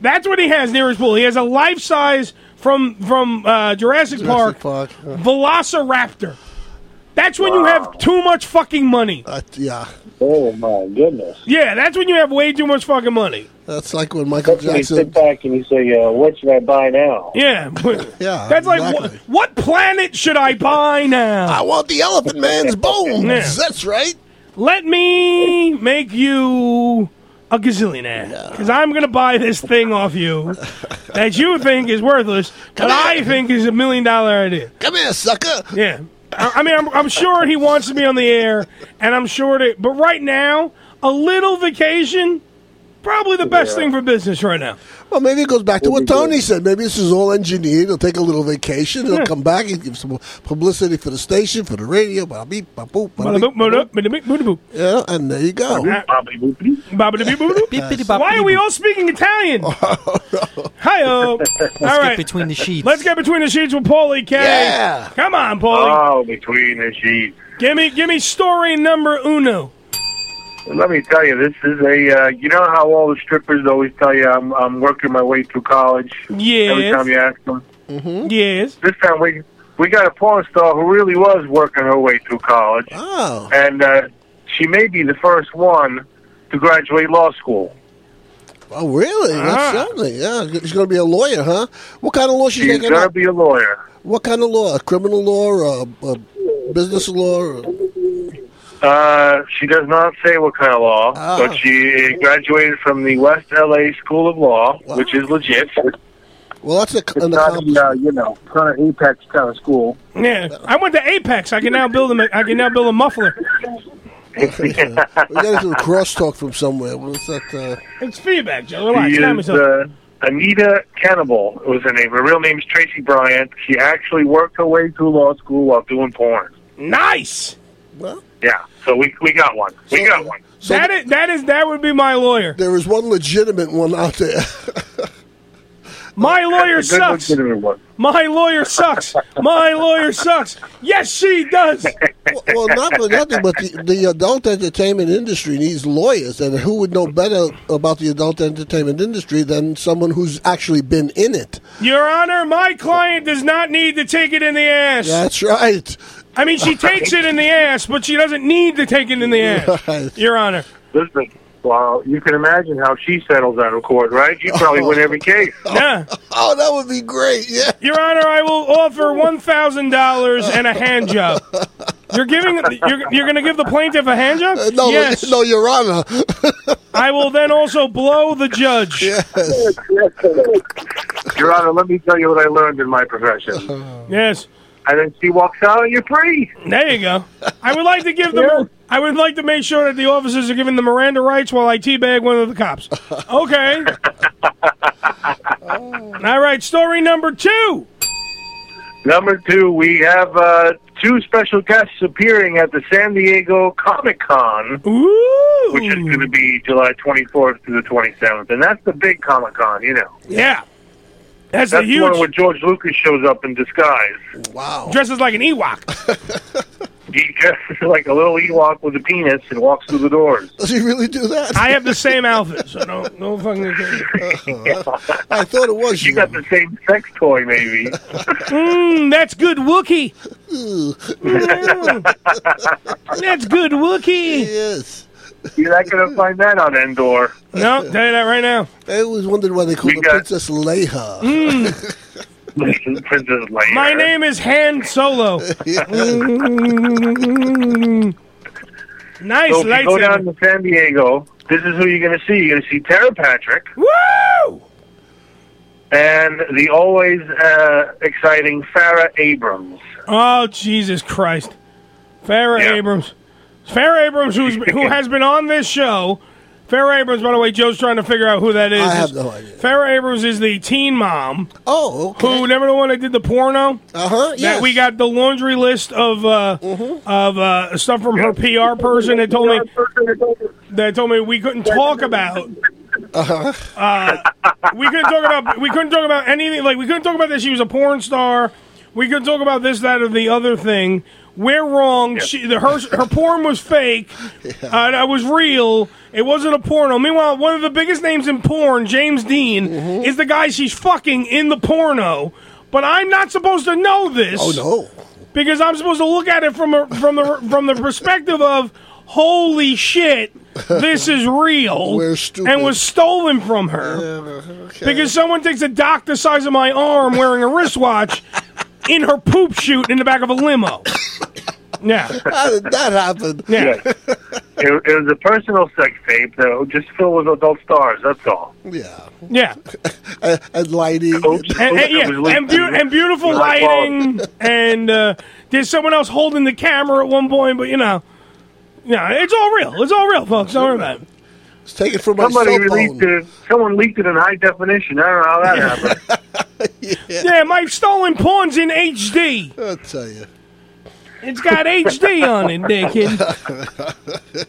[SPEAKER 10] that's what he has near his pool. He has a life size from from uh, Jurassic, Park,
[SPEAKER 11] Fuck.
[SPEAKER 10] Velociraptor. That's when you have too much fucking money.
[SPEAKER 11] yeah. Oh my goodness.
[SPEAKER 10] Yeah, that's when you have way too much fucking money.
[SPEAKER 11] That's like when Michael
[SPEAKER 10] when you
[SPEAKER 11] Jackson.
[SPEAKER 10] sit
[SPEAKER 11] back and you say, uh, "What should I buy now?"
[SPEAKER 10] Yeah.
[SPEAKER 11] (laughs)
[SPEAKER 10] yeah. That's like, what,
[SPEAKER 11] exactly.
[SPEAKER 10] what planet should I buy now? I
[SPEAKER 11] want the
[SPEAKER 10] (laughs)
[SPEAKER 11] Elephant Man's bones.
[SPEAKER 10] That's right. Let me make you a gazillionaire. Because I'm going to buy this thing off you that you think is worthless, but I think is a million dollar idea.
[SPEAKER 11] Come here, sucker.
[SPEAKER 10] Yeah. I, I mean, I'm, I'm sure he wants to be on the air, and I'm sure that, but right now, a little vacation, probably the best
[SPEAKER 11] Yeah.
[SPEAKER 10] thing for business right now.
[SPEAKER 11] Well, maybe it goes back to what Tony said. Maybe this is all engineered. He'll take a little vacation. He'll come back and give some publicity for the station, for the radio. Bada beep, bada boop, bada beep, bada
[SPEAKER 10] boop.
[SPEAKER 11] Yeah, and there you go.
[SPEAKER 10] Why are we all speaking
[SPEAKER 11] (laughs)
[SPEAKER 10] Italian?
[SPEAKER 11] Oh,
[SPEAKER 10] Hi, all right.
[SPEAKER 1] between the sheets.
[SPEAKER 10] Let's get between the sheets with Paulie K.
[SPEAKER 1] Yeah.
[SPEAKER 10] Come on,
[SPEAKER 11] Uh.
[SPEAKER 10] Paulie.
[SPEAKER 12] Oh, between the sheets.
[SPEAKER 10] Give me give me story number uno.
[SPEAKER 12] Let me tell you, this is a. Uh, you know how all the strippers always tell you, "I'm I'm working my way through college."
[SPEAKER 10] Yes.
[SPEAKER 12] Every time you ask them.
[SPEAKER 10] Mm-hmm. Yes.
[SPEAKER 12] This time we we got a porn star who really was working her way through college.
[SPEAKER 11] Oh.
[SPEAKER 12] And uh, she may be the first one to graduate law school.
[SPEAKER 11] Oh, really? That's something. Yeah, she's going to be a lawyer, huh? What kind of law she's
[SPEAKER 12] She's
[SPEAKER 11] taking
[SPEAKER 12] gonna
[SPEAKER 11] up?
[SPEAKER 12] be a lawyer.
[SPEAKER 11] What kind of law? Criminal law or uh, business law? Or...
[SPEAKER 12] Uh, she does not say what kind of law,
[SPEAKER 11] Oh.
[SPEAKER 12] but she graduated from the West LA School of Law, which is legit.
[SPEAKER 11] Well, that's a
[SPEAKER 12] it's not the, uh, you know kind of apex kind of school.
[SPEAKER 10] Yeah. I went to Apex. I can now build a I can now build a
[SPEAKER 11] (laughs)
[SPEAKER 10] muffler.
[SPEAKER 11] we got some crosstalk from somewhere. What's that? Uh...
[SPEAKER 10] It's feedback, Joe. Relax.
[SPEAKER 12] She
[SPEAKER 10] Calm
[SPEAKER 12] is
[SPEAKER 10] yourself.
[SPEAKER 12] uh, Anita Cannibal was her name. Her real name's Tracy Bryant. She actually worked her way through law school while doing porn.
[SPEAKER 10] Nice.
[SPEAKER 12] Yeah, so we we got one. We got one.
[SPEAKER 10] that is that is that would be my lawyer.
[SPEAKER 11] There is one legitimate one out there. (laughs)
[SPEAKER 10] My lawyer
[SPEAKER 11] That's a good
[SPEAKER 10] sucks.
[SPEAKER 11] legitimate one.
[SPEAKER 10] My lawyer sucks. My lawyer sucks. Yes, she does.
[SPEAKER 11] well, not for nothing, but the, the adult entertainment industry needs lawyers, and who would know better about the adult entertainment industry than someone who's actually been in it?
[SPEAKER 10] Your Honor, my client does not need to take it in the ass.
[SPEAKER 11] That's right.
[SPEAKER 10] I mean, she takes it in the ass, but she doesn't need to take it in the ass. Your Honor.
[SPEAKER 12] Listen, well, you can imagine how she settles out of court, right? You probably win every
[SPEAKER 11] (laughs)
[SPEAKER 12] case.
[SPEAKER 10] Yeah.
[SPEAKER 11] Oh, that would be great. Yeah.
[SPEAKER 10] Your Honor, I will offer one thousand dollars and a hand job. You're giving you're, you're going to give the plaintiff a hand job?
[SPEAKER 11] no,
[SPEAKER 10] yes.
[SPEAKER 11] no, Your Honor.
[SPEAKER 10] I will then also blow the judge.
[SPEAKER 11] Yes.
[SPEAKER 12] Your Honor, Uh, let me tell you what I learned in my profession.
[SPEAKER 11] Oh.
[SPEAKER 10] Yes.
[SPEAKER 12] And then she walks out, and you're free.
[SPEAKER 10] There you go. I would like to give them. I would like to make sure that the officers are given the Miranda rights while I teabag one of the
[SPEAKER 11] (laughs)
[SPEAKER 10] cops. Okay. Mm. All right. Story number two.
[SPEAKER 12] Number two, we have uh, two special guests appearing at the San Diego Comic Con,
[SPEAKER 10] which
[SPEAKER 12] is going to be July 24th to the 27th, and that's the big Comic Con, you know.
[SPEAKER 10] Yeah. That's, a
[SPEAKER 12] that's the one
[SPEAKER 10] huge-
[SPEAKER 12] where George Lucas shows up in disguise.
[SPEAKER 11] Wow.
[SPEAKER 10] Dresses like an Ewok.
[SPEAKER 12] He dresses (laughs) like a little Ewok with a penis and walks through the doors.
[SPEAKER 11] Does he really do that?
[SPEAKER 10] I have the same
[SPEAKER 11] (laughs)
[SPEAKER 10] outfit, so no, no fucking.
[SPEAKER 11] I thought it was
[SPEAKER 12] you. got the same sex toy,
[SPEAKER 11] (laughs)
[SPEAKER 12] maybe.
[SPEAKER 10] Mmm, that's good Wookie. Mm, that's good Wookie.
[SPEAKER 11] Yes.
[SPEAKER 12] You're not going to find that on Endor. (laughs)
[SPEAKER 10] No,
[SPEAKER 11] (laughs)
[SPEAKER 10] tell you that right now. Hmm?
[SPEAKER 11] I always wondered why they called
[SPEAKER 12] We
[SPEAKER 11] her
[SPEAKER 12] got-
[SPEAKER 11] Princess Leia.
[SPEAKER 12] Princess Leia.
[SPEAKER 10] Mm. My name is Han
[SPEAKER 11] (laughs)
[SPEAKER 10] Solo. Mm. nice
[SPEAKER 12] so if you go
[SPEAKER 10] lightsaber.
[SPEAKER 12] down to San Diego. This is who you're going to see. You're going to see Tara Patrick.
[SPEAKER 10] Woo!
[SPEAKER 12] And the always uh, exciting Farrah Abrams.
[SPEAKER 10] Oh Jesus Christ, Farrah Abrams, Farrah Abrams, who's who has been on this show. Farrah Abrams, by the way, Joe's trying to figure out who that is.
[SPEAKER 11] I have no idea.
[SPEAKER 10] Farrah Abrams is the teen mom.
[SPEAKER 11] Oh,
[SPEAKER 10] Who? Remember the one that did the porno?
[SPEAKER 11] Uh huh.
[SPEAKER 10] That we got the laundry list of uh,
[SPEAKER 11] Mm-hmm.
[SPEAKER 10] of uh, stuff from her PR person that told me that told me we couldn't talk about.
[SPEAKER 11] Uh-huh.
[SPEAKER 10] Uh, we couldn't talk about we couldn't talk about anything like we couldn't talk about that she was a porn star. We couldn't talk about this, that, or the other thing. We're wrong. She, the, her her porn was fake. Uh, it was real. It wasn't a porno. Meanwhile, one of the biggest names in porn, James Dean,
[SPEAKER 11] Mm-hmm.
[SPEAKER 10] is the guy she's fucking in the porno. But I'm not supposed to know this.
[SPEAKER 11] Oh, no.
[SPEAKER 10] because I'm supposed to look at it from a, from the from the perspective of holy shit, this is
[SPEAKER 11] (laughs)
[SPEAKER 10] real and was stolen from her because someone takes a dock the size of my arm wearing a wristwatch in her poop chute in the back of a
[SPEAKER 11] (coughs)
[SPEAKER 10] limo. Yeah,
[SPEAKER 11] How did that happen?
[SPEAKER 10] Yeah.
[SPEAKER 12] it, it was a personal sex tape that was just filled with adult stars. That's all.
[SPEAKER 11] Yeah. Uh,
[SPEAKER 10] Yeah.
[SPEAKER 11] and, and lighting.
[SPEAKER 10] and, and, yeah, and, beau- and beautiful lighting, and uh, there's someone else holding the camera at one point, but you know, yeah, it's all real. It's all real, folks. Don't worry about it.
[SPEAKER 11] It's taken from
[SPEAKER 12] Somebody released it. Someone leaked it in high definition. I don't know how that happened.
[SPEAKER 10] Yeah. my stolen porn's in HD.
[SPEAKER 11] I'll tell you. (laughs)
[SPEAKER 10] It's got HD on it, there, kid.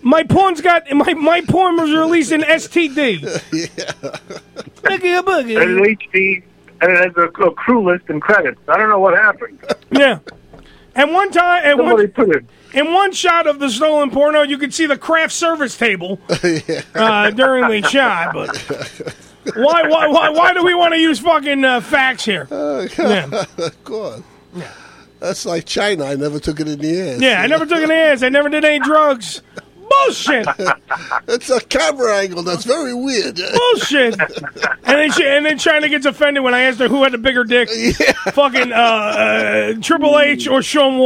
[SPEAKER 11] (laughs)
[SPEAKER 10] My porn's got my my porn was released in
[SPEAKER 11] (laughs)
[SPEAKER 10] STD. Boogie boogie.
[SPEAKER 12] And an HD, and it has a, a crew list and credits. I don't know what happened.
[SPEAKER 10] Yeah. And one time, and
[SPEAKER 12] Somebody
[SPEAKER 10] one,
[SPEAKER 12] put it.
[SPEAKER 10] in one shot of the stolen porno, you could see the craft service
[SPEAKER 11] (laughs)
[SPEAKER 10] table uh, during the shot. But why, why, why, why do we want to use fucking uh, facts here? Yeah.
[SPEAKER 11] Oh, God. That's like China. I never took it in the ass.
[SPEAKER 10] yeah, I never took an ass. I never did any drugs. Bullshit.
[SPEAKER 11] (laughs) it's a camera angle that's very weird. (laughs)
[SPEAKER 10] Bullshit. And then, she, and then China gets offended when I asked her who had the bigger
[SPEAKER 11] (laughs)
[SPEAKER 10] dick. Fucking uh, uh, Triple H or Sean
[SPEAKER 11] Mm.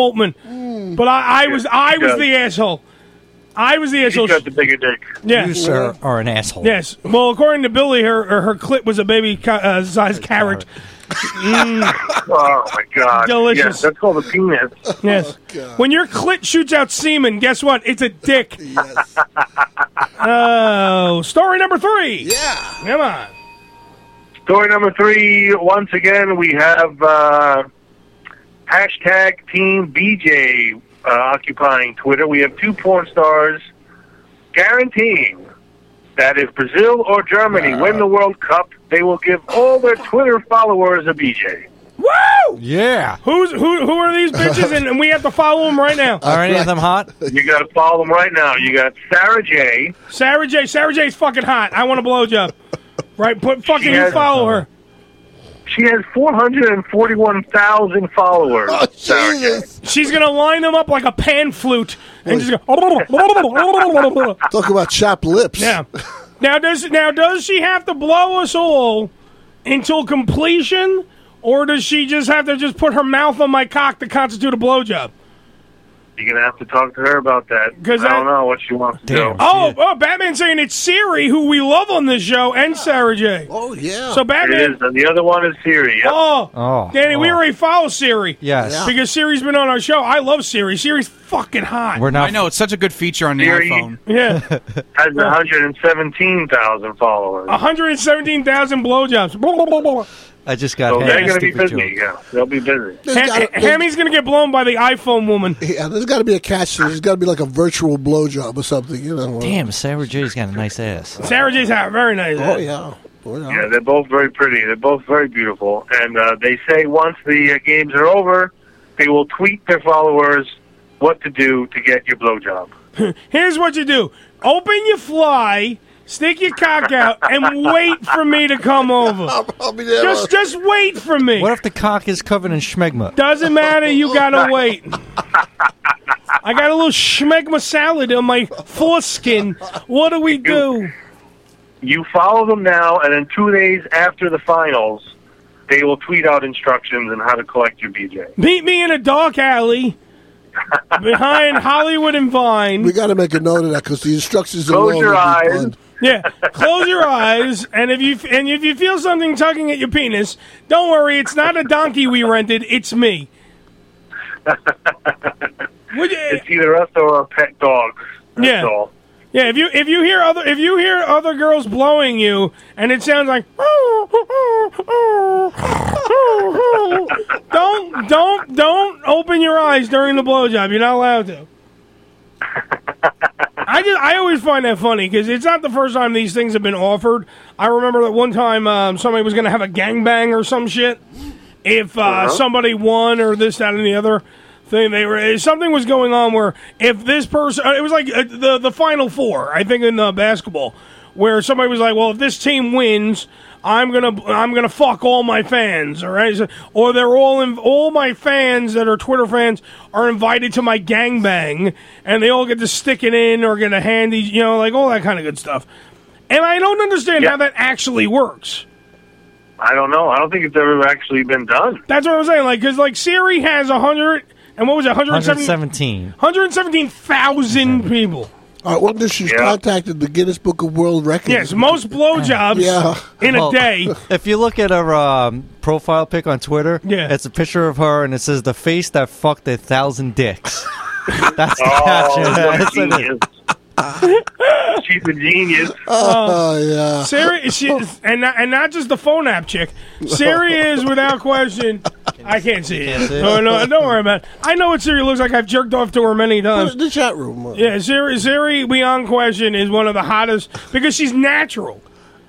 [SPEAKER 10] Waltman. But I, I was I was the asshole. I was the asshole.
[SPEAKER 12] got the bigger dick.
[SPEAKER 10] Yeah.
[SPEAKER 1] You, sir, are an asshole.
[SPEAKER 10] Yes. Well, according to Billy, her her, her clit was a baby ca- uh, size carrot. Mm.
[SPEAKER 12] Oh my god!
[SPEAKER 10] Delicious.
[SPEAKER 12] Yes, that's called a penis.
[SPEAKER 10] (laughs) Yes. when your clit shoots out semen, guess what? It's a dick. (laughs) Yes. Oh, story number three.
[SPEAKER 11] Yeah.
[SPEAKER 10] Come on.
[SPEAKER 12] Story number three. Once again, we have uh, hashtag Team BJ uh, occupying Twitter. We have two porn stars guaranteeing that if Brazil or Germany win the World Cup, they will give all their Twitter followers a BJ.
[SPEAKER 10] Woo!
[SPEAKER 1] Yeah.
[SPEAKER 10] Who's who? Who are these (laughs) bitches? And, and we have to follow them right now.
[SPEAKER 1] Are any of them hot?
[SPEAKER 12] (laughs) You got to follow them right now. You got Sarah J.
[SPEAKER 10] Sarah J. Sarah J's fucking hot. I want a blowjob. Right? Put fucking you
[SPEAKER 12] Yes.
[SPEAKER 10] follow her.
[SPEAKER 12] uh, She has 441,000 followers.
[SPEAKER 11] Oh,
[SPEAKER 12] Sarah J.
[SPEAKER 10] She's gonna line them up like a pan flute and just go.
[SPEAKER 11] (laughs) Talk about chapped lips.
[SPEAKER 10] Yeah. Now does now does she have to blow us all until completion, or does she just have to just put her mouth on my cock to constitute a blowjob?
[SPEAKER 12] You're gonna have to talk to her about that.
[SPEAKER 10] 'Cause
[SPEAKER 12] I don't
[SPEAKER 10] I-
[SPEAKER 12] know what she wants to do.
[SPEAKER 10] Oh, oh, Batman saying it's Siri, who we love on this show, and Sarah J.
[SPEAKER 11] Oh yeah.
[SPEAKER 10] So
[SPEAKER 12] It
[SPEAKER 10] Batman.
[SPEAKER 12] is, and the other one is Siri. Yep.
[SPEAKER 10] Oh,
[SPEAKER 1] Oh,
[SPEAKER 10] Danny, we
[SPEAKER 1] oh.
[SPEAKER 10] already follow Siri.
[SPEAKER 1] Yes. Yeah.
[SPEAKER 10] Because Siri's been on our show. I love Siri. Siri's fucking hot.
[SPEAKER 1] We're not.
[SPEAKER 13] I know it's such a good feature on the
[SPEAKER 12] Siri.
[SPEAKER 10] (laughs)
[SPEAKER 13] iPhone.
[SPEAKER 10] Yeah.
[SPEAKER 12] Has 117,000 followers.
[SPEAKER 10] Uh-huh. 117,000 blowjobs. (laughs) Blah, blah, blah, blah.
[SPEAKER 1] I just got.
[SPEAKER 12] so
[SPEAKER 1] hit
[SPEAKER 12] Oh, they're
[SPEAKER 1] by a
[SPEAKER 12] gonna be
[SPEAKER 1] stupid
[SPEAKER 12] busy.
[SPEAKER 1] joke.
[SPEAKER 12] Yeah, they'll be busy.
[SPEAKER 11] There's
[SPEAKER 10] Ha-
[SPEAKER 11] gotta-
[SPEAKER 10] Hammy's going to get blown by the iPhone woman.
[SPEAKER 11] Yeah, there's got to be a catch. to this. There's got to be like a virtual blowjob or something. You know.
[SPEAKER 1] Damn, Sarah J's got a nice ass.
[SPEAKER 10] Sarah J's hot. Very nice.
[SPEAKER 11] Oh yeah. Oh,
[SPEAKER 12] Yeah, they're both very pretty. They're both very beautiful, and uh, they say once the uh, games are over, they will tweet their followers what to do to get your blowjob.
[SPEAKER 10] Here's what you do open your fly, stick your cock out, and wait for me to come over.
[SPEAKER 11] (laughs) I'll be there.
[SPEAKER 10] Just, just wait for me.
[SPEAKER 1] What if the cock is covered in schmegma?
[SPEAKER 10] Doesn't matter. You
[SPEAKER 12] (laughs)
[SPEAKER 11] (laughs)
[SPEAKER 10] gotta wait. I got a little schmegma salad on my foreskin. What do we do?
[SPEAKER 12] You follow them now, and then two days after the finals, they will tweet out instructions on how to collect your BJ.
[SPEAKER 10] Meet me in a dark alley behind Hollywood and
[SPEAKER 11] we
[SPEAKER 10] Vine.
[SPEAKER 11] got to make a note of that because the instructions are
[SPEAKER 12] Close your eyes.
[SPEAKER 10] Yeah, close your eyes, and if you and if you feel something tugging at your penis, don't worry. It's not a donkey we rented. It's
[SPEAKER 12] (laughs)
[SPEAKER 10] me. Would you-
[SPEAKER 12] It's either us or our pet dogs. That's
[SPEAKER 10] Yeah.
[SPEAKER 12] all.
[SPEAKER 10] Yeah, if you if you hear other if you hear other girls blowing you and it sounds like (laughs) don't don't don't open your eyes during the blowjob. You're not allowed to. I just I always find that funny because it's not the first time these things have been offered. I remember that one time um, somebody was going to have a gangbang or some shit if uh, somebody won or this, that, and the other thing. They were eh, something was going on where if this person, uh, it was like uh, the the final four, I think, in uh, basketball, where somebody was like, "Well, if this team wins, I'm gonna I'm gonna fuck all my fans, all right? So- Or they're all in, all my fans that are Twitter fans are invited to my gangbang, and they all get to stick it in or get a handy, you know, like all that kind of good stuff. And I don't understand how that actually works.
[SPEAKER 12] I don't know. I don't think it's ever actually been done.
[SPEAKER 10] That's what I'm saying. Like, because like Siri has a hundred and what was it, 117 (laughs)
[SPEAKER 1] 117.
[SPEAKER 10] 117,000 people.
[SPEAKER 11] I wonder if she's contacted the Guinness Book of World Records.
[SPEAKER 10] Yes, most blowjobs
[SPEAKER 11] Yeah.
[SPEAKER 10] in a
[SPEAKER 1] Well,
[SPEAKER 10] day.
[SPEAKER 1] If you look at her um, profile pic on Twitter, yeah. it's a picture of her and it says the face that fucked a thousand dicks. That's
[SPEAKER 12] Oh,
[SPEAKER 1] the caption. That's it.
[SPEAKER 12] She's
[SPEAKER 10] (laughs)
[SPEAKER 12] a genius.
[SPEAKER 11] Oh, yeah.
[SPEAKER 10] Uh, Siri, she, and not, and not just the phone app chick.
[SPEAKER 11] (laughs)
[SPEAKER 10] Siri is without question. I can't see it.
[SPEAKER 11] see it?
[SPEAKER 10] No, no, don't worry about it. I know what Siri looks like. I've jerked off to her many times.
[SPEAKER 11] The chat room. uh.
[SPEAKER 10] Yeah, Siri, Siri beyond question is one of the hottest because she's natural.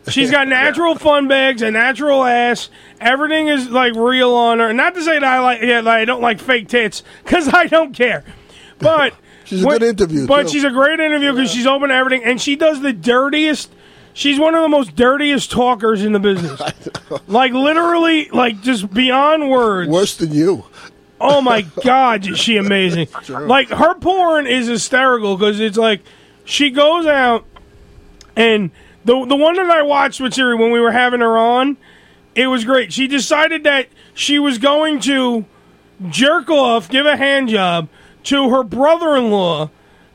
[SPEAKER 10] She's
[SPEAKER 11] (laughs)
[SPEAKER 10] got natural fun bags, a natural ass. Everything is like real on her. Not to say that I like, yeah, like, I don't like fake tits because I don't care. But
[SPEAKER 11] (laughs) She's a good interview,
[SPEAKER 10] But
[SPEAKER 11] too.
[SPEAKER 10] she's a great interview because she's open to everything, and she does the dirtiest. She's one of the most dirtiest talkers in the business.
[SPEAKER 11] (laughs)
[SPEAKER 10] like literally, like just beyond words.
[SPEAKER 11] Worse than you.
[SPEAKER 10] Oh
[SPEAKER 11] (laughs)
[SPEAKER 10] my God, is she amazing? Like her porn is hysterical because it's like she goes out and the the one that I watched with Siri when we were having her on, it was great. She decided that she was going to jerk off, give a hand job to her brother in law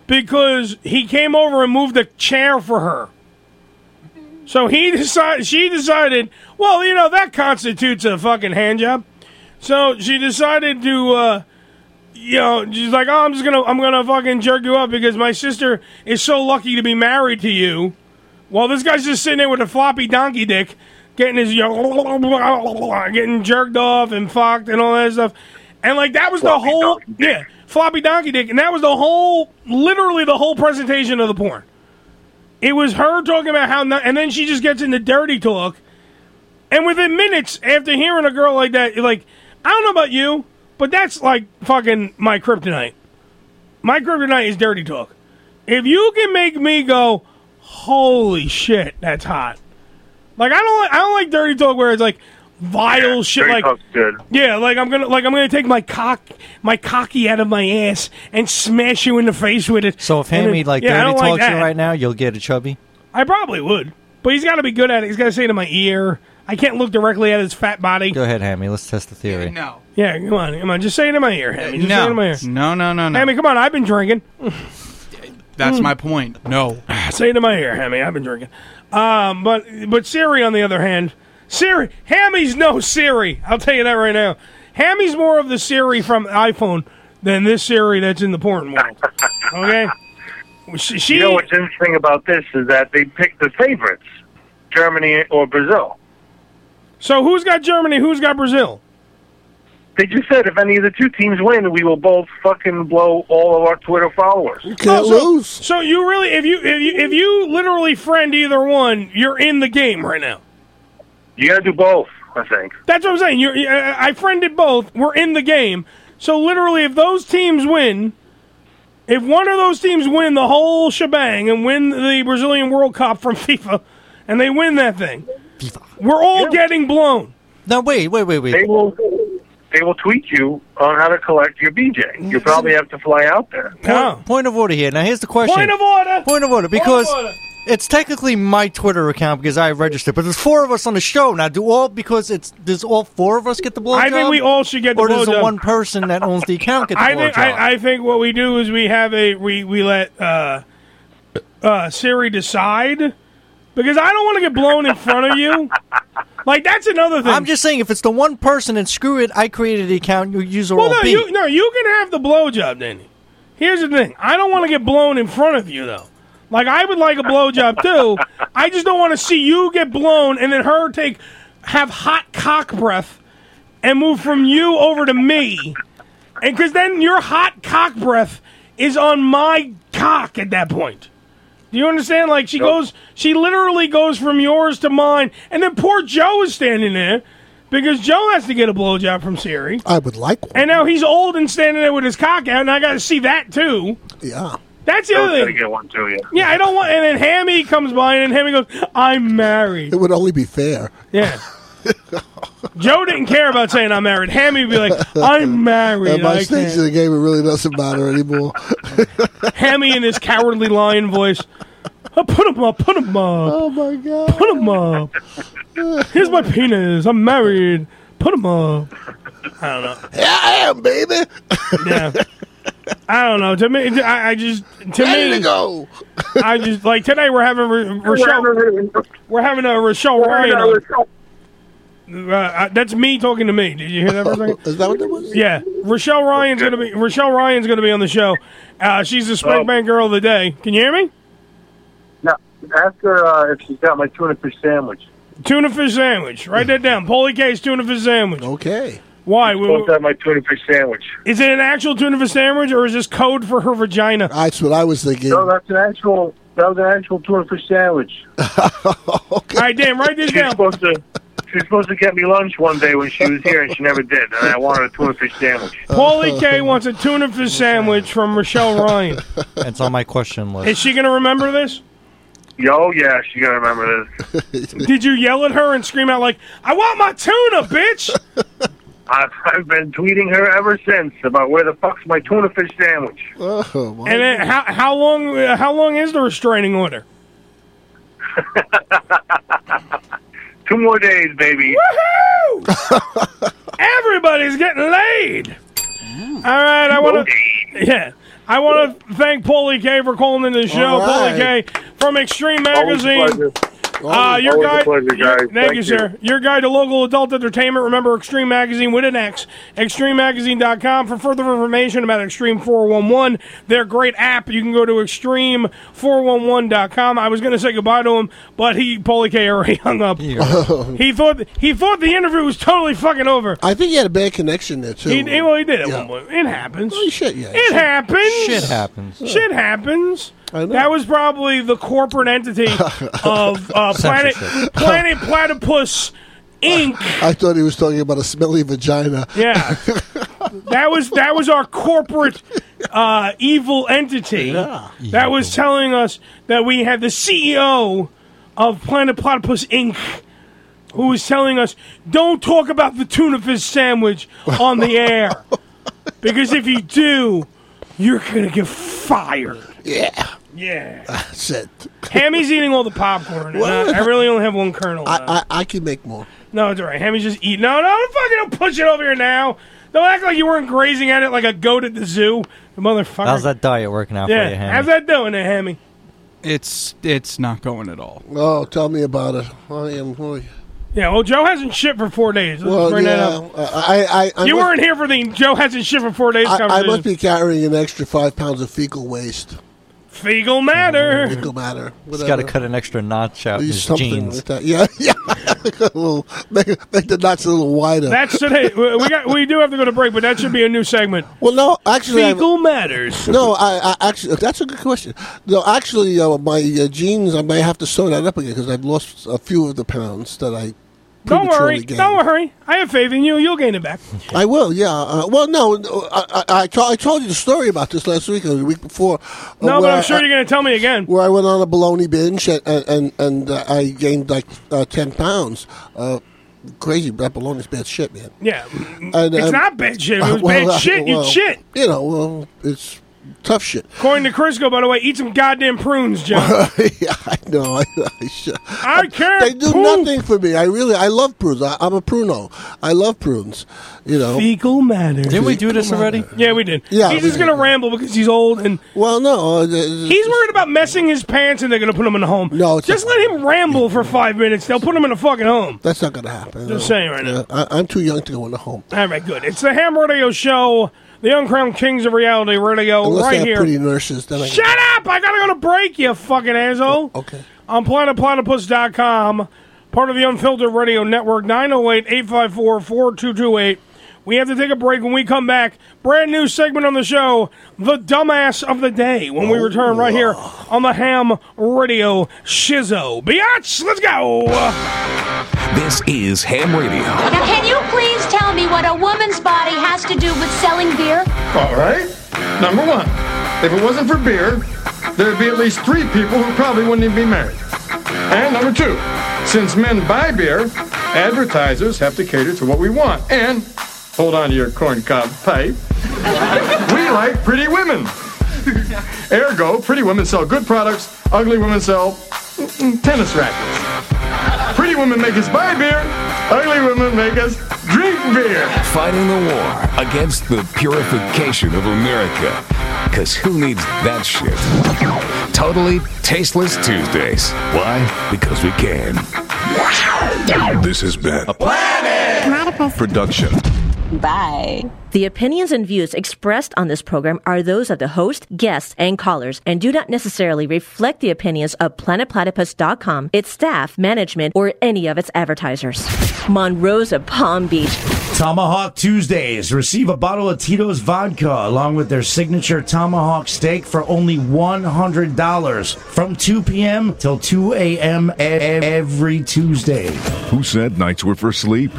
[SPEAKER 10] because he came over and moved a chair for her. So he decided. She decided. Well, you know that constitutes a fucking hand job. So she decided to. Uh, you know, she's like, "Oh, I'm just gonna, I'm gonna fucking jerk you up because my sister is so lucky to be married to you." Well, this guy's just sitting there with a floppy donkey dick, getting his, you know, getting jerked off and fucked and all that stuff, and like that was the whole, yeah, floppy donkey dick, and that was the whole, literally the whole presentation of the porn. It was her talking about how, not, and then she just gets into dirty talk. And within minutes after hearing a girl like that, you're like, I don't know about you, but that's like fucking my kryptonite. My kryptonite is dirty talk. If you can make me go, holy shit, that's hot. Like I don't, like, I don't like dirty talk where it's like vile shit.
[SPEAKER 12] Dirty
[SPEAKER 10] Like
[SPEAKER 12] talk's good.
[SPEAKER 10] yeah, like I'm gonna, like I'm gonna take my cock, my cocky out of my ass and smash you in the face with it.
[SPEAKER 1] So if
[SPEAKER 10] (laughs) And then-
[SPEAKER 1] Hammy like
[SPEAKER 10] yeah, I
[SPEAKER 1] dirty
[SPEAKER 10] don't
[SPEAKER 1] talks
[SPEAKER 10] like
[SPEAKER 1] you
[SPEAKER 10] that.
[SPEAKER 1] right now, you'll get a chubby.
[SPEAKER 10] I probably would, but he's got to be good at it. He's got to say it in my ear. I can't look directly at his fat body.
[SPEAKER 1] Go ahead, Hammy. Let's test the theory.
[SPEAKER 13] No.
[SPEAKER 10] Yeah, come on, come on. Just say it in my ear, Hammy. Just say it in my
[SPEAKER 13] No.
[SPEAKER 10] ear.
[SPEAKER 13] No, no, no, no.
[SPEAKER 10] Hammy, come on. I've been drinking. (laughs)
[SPEAKER 13] That's
[SPEAKER 10] Mm.
[SPEAKER 13] my point. No.
[SPEAKER 10] say it in my ear, Hammy. I've been drinking. Um, but but Siri, on the other hand, Siri, Hammy's no Siri. I'll tell you that right now. Hammy's more of the Siri from iPhone than this Siri that's in the porn world. Okay. She, she-
[SPEAKER 12] you know what's interesting about this is that they picked the favorites, Germany or Brazil.
[SPEAKER 10] So who's got Germany? Who's got Brazil?
[SPEAKER 12] They just said if any of the two teams win, we will both fucking blow all of our Twitter followers.
[SPEAKER 10] Oh, so, So you really, if you if you if you literally friend either one, you're in the game right now.
[SPEAKER 12] You gotta do both, I think.
[SPEAKER 10] That's what I'm saying. You're, you- uh, I friended both. We're in the game. So literally, if those teams win, if one of those teams win the whole shebang and win the Brazilian World Cup from (laughs) FIFA, and they win that thing, we're all getting blown.
[SPEAKER 1] No, wait, wait, wait, wait.
[SPEAKER 12] They will. They will tweet you on how to collect your BJ. You probably have to fly out there.
[SPEAKER 1] Point, point of order here. Now here's the question.
[SPEAKER 12] Point of
[SPEAKER 10] order.
[SPEAKER 1] Point of order. Because
[SPEAKER 12] order.
[SPEAKER 1] it's technically my Twitter account because I registered, but there's four of us on the show now. Do all because it's does all four of us get the blowjob?
[SPEAKER 10] I think we all should get the
[SPEAKER 1] Or does the
[SPEAKER 10] blowjob.
[SPEAKER 1] one person that owns the account get the
[SPEAKER 10] I
[SPEAKER 1] blowjob?
[SPEAKER 10] think I, I think what we do is we have a we we let uh, uh, Siri decide because I don't want to get blown in front of you. Like that's another thing.
[SPEAKER 1] I'm just saying, if it's the one person and screw it, I created the account. Your user
[SPEAKER 10] well,
[SPEAKER 1] will
[SPEAKER 10] no,
[SPEAKER 1] be.
[SPEAKER 10] you no, you can have the blowjob, Danny. Here's the thing: I don't want to get blown in front of you, though. Like I would like a blowjob too. I just don't want to see you get blown and then her take have hot cock breath and move from you over to me, and because then your hot cock breath is on my cock at that point. Do you understand? Like she goes, she literally goes from yours to mine, and then poor Joe is standing there because Joe has to get a blowjob from Siri.
[SPEAKER 11] I would like one.
[SPEAKER 10] And now he's old and standing there with his cock out, and I got to see that too.
[SPEAKER 11] Yeah.
[SPEAKER 10] That's the
[SPEAKER 12] I was
[SPEAKER 10] other
[SPEAKER 12] gonna
[SPEAKER 10] thing.
[SPEAKER 12] get one too. Yeah.
[SPEAKER 10] Yeah, I don't want. And then Hammy comes by, and then Hammy goes, "I'm married."
[SPEAKER 11] It would only be fair. (laughs)
[SPEAKER 10] Yeah. Joe didn't care about saying I'm married. Hammy would be like, "I'm married."
[SPEAKER 11] At my
[SPEAKER 10] I
[SPEAKER 11] stage (laughs)
[SPEAKER 10] can't."
[SPEAKER 11] of the game, it really doesn't matter
[SPEAKER 1] (laughs)
[SPEAKER 11] anymore.
[SPEAKER 10] Hammy in his cowardly lion voice. "Oh, put him up, put him up. Oh
[SPEAKER 11] my god.
[SPEAKER 10] Put him up. Here's my penis. I'm married. Put him up. I don't know.
[SPEAKER 11] Yeah, I am, baby. (laughs)
[SPEAKER 10] Yeah. I don't know. To me, I, I just to
[SPEAKER 11] Ready
[SPEAKER 10] me,
[SPEAKER 11] to go.
[SPEAKER 10] I just like today we're having Ra- Rochelle. We're having a Rochelle
[SPEAKER 11] having
[SPEAKER 10] Ryan.
[SPEAKER 11] a
[SPEAKER 10] on. Uh, I- that's me talking to me. Did you hear that for a second?
[SPEAKER 11] Is that what that was?
[SPEAKER 10] Yeah, Rochelle Ryan's gonna be Rochelle Ryan's gonna be on the show. Uh, she's the Springbank Girl of the Day. Can you hear me?
[SPEAKER 12] Now, ask her uh, if she's got my tuna fish sandwich.
[SPEAKER 10] Tuna fish sandwich. Write that down. Polly K's tuna fish sandwich.
[SPEAKER 11] Okay.
[SPEAKER 10] Why? We-
[SPEAKER 12] Both have my tuna fish sandwich.
[SPEAKER 10] Is it an actual tuna fish sandwich or is this code for her vagina?
[SPEAKER 11] That's what I was thinking.
[SPEAKER 12] No, that's an actual. That was an actual tuna fish sandwich.
[SPEAKER 10] All right, Dan, write this
[SPEAKER 12] she's
[SPEAKER 10] down.
[SPEAKER 12] Supposed to, she was supposed to get me lunch one day when she was here, and she never did. And I wanted a tuna fish sandwich.
[SPEAKER 10] (laughs) Paulie
[SPEAKER 12] (laughs)
[SPEAKER 10] K wants a tuna fish sandwich from Rochelle Ryan.
[SPEAKER 1] That's on my question list.
[SPEAKER 10] Is she going to remember this?
[SPEAKER 12] Yo, yeah, she gotta remember this.
[SPEAKER 10] Did you yell at her and scream out like, "I want my tuna, bitch"?
[SPEAKER 12] (laughs) I've, I've been tweeting her ever since about where the fuck's my tuna fish sandwich.
[SPEAKER 11] Oh, my
[SPEAKER 10] And then how how long uh, how long is the restraining order?
[SPEAKER 12] Two more days, baby.
[SPEAKER 10] Woohoo! Everybody's getting laid. All right, I want to yeah. I want to thank Paulie K for calling into the show.
[SPEAKER 12] All right.
[SPEAKER 10] Paulie K from Extreme
[SPEAKER 12] Always a
[SPEAKER 10] Magazine.
[SPEAKER 12] pleasure.
[SPEAKER 10] Uh, your
[SPEAKER 12] Always a
[SPEAKER 10] guide,
[SPEAKER 12] pleasure,
[SPEAKER 10] your-
[SPEAKER 12] guys.
[SPEAKER 10] thank, you, sir. Your guide to local adult entertainment. Remember Extreme Magazine with an X. ExtremeMagazine.com. For further information about Extreme 411, their great app, you can go to Extreme411.com. I was going to say goodbye to him, but he, Paulie K, already (laughs) hung up. he thought he thought the interview was totally fucking over.
[SPEAKER 11] I think he had a bad connection there, too. Oh,
[SPEAKER 10] He, he- well, he did at one point. It happens.
[SPEAKER 11] shit, yeah.
[SPEAKER 10] It happens.
[SPEAKER 1] Shit happens.
[SPEAKER 10] Shit happens. That was probably the corporate
[SPEAKER 11] (laughs)
[SPEAKER 10] entity of uh, Planet
[SPEAKER 11] Censorship.
[SPEAKER 10] Planet Platypus Inc.
[SPEAKER 11] (laughs) I thought he was talking about a smelly vagina.
[SPEAKER 10] Yeah, that was that was our corporate uh, evil entity that was telling us that we had the CEO of Planet Platypus Inc. who was telling us don't talk about the tuna fish sandwich on the air because if you do, you're gonna get fired.
[SPEAKER 11] Yeah. Ah,
[SPEAKER 10] Yeah.
[SPEAKER 11] That's it.
[SPEAKER 10] Hammy's eating all the popcorn. and I- I really only have one kernel. left.
[SPEAKER 11] I, I can make more.
[SPEAKER 10] No, it's all right. Hammy's just eating. No, no, don't fucking don't push it over here now. Don't act like you weren't grazing at it like a goat at the zoo. The motherfucker.
[SPEAKER 1] How's that diet working out
[SPEAKER 10] yeah,
[SPEAKER 1] for you,
[SPEAKER 10] how's
[SPEAKER 1] Hammy?
[SPEAKER 10] that doing there, Hammy?
[SPEAKER 13] It's it's not going at all.
[SPEAKER 11] Oh, tell me about it. I am. Well,
[SPEAKER 10] Yeah, well, Joe hasn't shit for four days. Let's bring that
[SPEAKER 11] yeah,
[SPEAKER 10] up.
[SPEAKER 11] I, I, I, I
[SPEAKER 10] you
[SPEAKER 11] must-
[SPEAKER 10] weren't here for the Joe hasn't shit for four days
[SPEAKER 11] I, I
[SPEAKER 10] conversation.
[SPEAKER 11] must be carrying an extra five pounds of fecal waste.
[SPEAKER 10] Fecal matter.
[SPEAKER 11] Fecal matter.
[SPEAKER 1] He's got to
[SPEAKER 11] Whatever.
[SPEAKER 1] cut an extra notch out in
[SPEAKER 11] Use
[SPEAKER 1] his
[SPEAKER 11] something
[SPEAKER 1] jeans.
[SPEAKER 11] like that. Yeah, (laughs) yeah. Like a little- make, make the knots a little wider.
[SPEAKER 10] That's today. We we got. We do have to go to break, but that should be a new segment.
[SPEAKER 11] well, no, actually, I've-
[SPEAKER 10] Fecal matters.
[SPEAKER 11] No, I, I actually that's a good question. No, actually, uh, my uh, jeans I may have to sew that up again because I've lost a few of the pounds that I.
[SPEAKER 10] Don't worry.
[SPEAKER 11] prematurely gained.
[SPEAKER 10] Don't worry. I have faith in you. You'll gain it back.
[SPEAKER 11] I will, yeah. Uh, well, no, no, I, I, I, to- I told you the story about this last week or the week before. uh,
[SPEAKER 10] No, but
[SPEAKER 11] where
[SPEAKER 10] I'm
[SPEAKER 11] I-
[SPEAKER 10] sure you're going to tell me again.
[SPEAKER 11] where I went on a baloney binge and and, and, and uh, I gained like uh, ten pounds. Uh, crazy, that baloney's bad shit, man.
[SPEAKER 10] Yeah,
[SPEAKER 11] And,
[SPEAKER 10] it's
[SPEAKER 11] um,
[SPEAKER 10] not bad shit. It
[SPEAKER 11] (laughs) uh,
[SPEAKER 10] was
[SPEAKER 11] well,
[SPEAKER 10] bad
[SPEAKER 11] uh,
[SPEAKER 10] shit.
[SPEAKER 11] well,
[SPEAKER 10] you shit.
[SPEAKER 11] You know, well, it's tough shit.
[SPEAKER 10] According to Crisco, by the way, eat some goddamn prunes, Joe.
[SPEAKER 11] (laughs) yeah, I know. I, I, sh-
[SPEAKER 10] I can't.
[SPEAKER 11] They do nothing for me. I really, I love prunes. I, I'm a pruno. I love prunes. You know.
[SPEAKER 10] Fecal matter.
[SPEAKER 1] Didn't we do this already?
[SPEAKER 10] Yeah, we did.
[SPEAKER 11] Yeah,
[SPEAKER 10] he's
[SPEAKER 11] we
[SPEAKER 10] just gonna ramble because he's old and
[SPEAKER 11] Well, no. uh,
[SPEAKER 10] he's worried about messing his pants, and they're gonna put him in a home. No, just let him ramble for five minutes. They'll put him in a fucking home.
[SPEAKER 11] That's not going to happen.
[SPEAKER 10] Just saying right now.
[SPEAKER 11] Uh, I, I'm too young to go in a home.
[SPEAKER 10] All right, good. It's the Ham Radio Show, the Uncrowned Kings of Reality Radio,
[SPEAKER 11] Unless
[SPEAKER 10] Oh, right
[SPEAKER 11] they have
[SPEAKER 10] here.
[SPEAKER 11] pretty nurses. Then I
[SPEAKER 10] Shut up! I gotta go to break, you fucking asshole. okay. On planetplatypus.com, part of the Unfiltered Radio Network, 908 854 4228. We have to take a break when we come back. Brand new segment on the show, The Dumbass of the Day, when we return right here on the Ham Radio Shizzo. Biatch, let's go!
[SPEAKER 3] This is Ham Radio.
[SPEAKER 4] Now, can you please tell me what a woman's body has to do with selling beer?
[SPEAKER 18] All right. Number one, If it wasn't for beer, there'd be at least three people who probably wouldn't even be married. And number two, since men buy beer, advertisers have to cater to what we want. And hold on to your corncob pipe. we like pretty women. Ergo, pretty women sell good products, ugly women sell mm, tennis rackets. Pretty women make us buy beer, ugly women make us drink beer.
[SPEAKER 3] Fighting the war against the purification of America. Because who needs that shit? Totally Tasteless Tuesdays. Why? Because we can.
[SPEAKER 22] This has been a production.
[SPEAKER 23] Bye. The opinions and views expressed on this program are those of the host, guests, and callers and do not necessarily reflect the opinions of planetplatypus.com, its staff, management, or any of its advertisers. Monrosa Palm Beach.
[SPEAKER 7] Tomahawk Tuesdays. Receive a bottle of Tito's vodka along with their signature tomahawk steak for only $100 from 2 p.m. till 2 a.m. e- every Tuesday.
[SPEAKER 22] Who said nights were for sleep?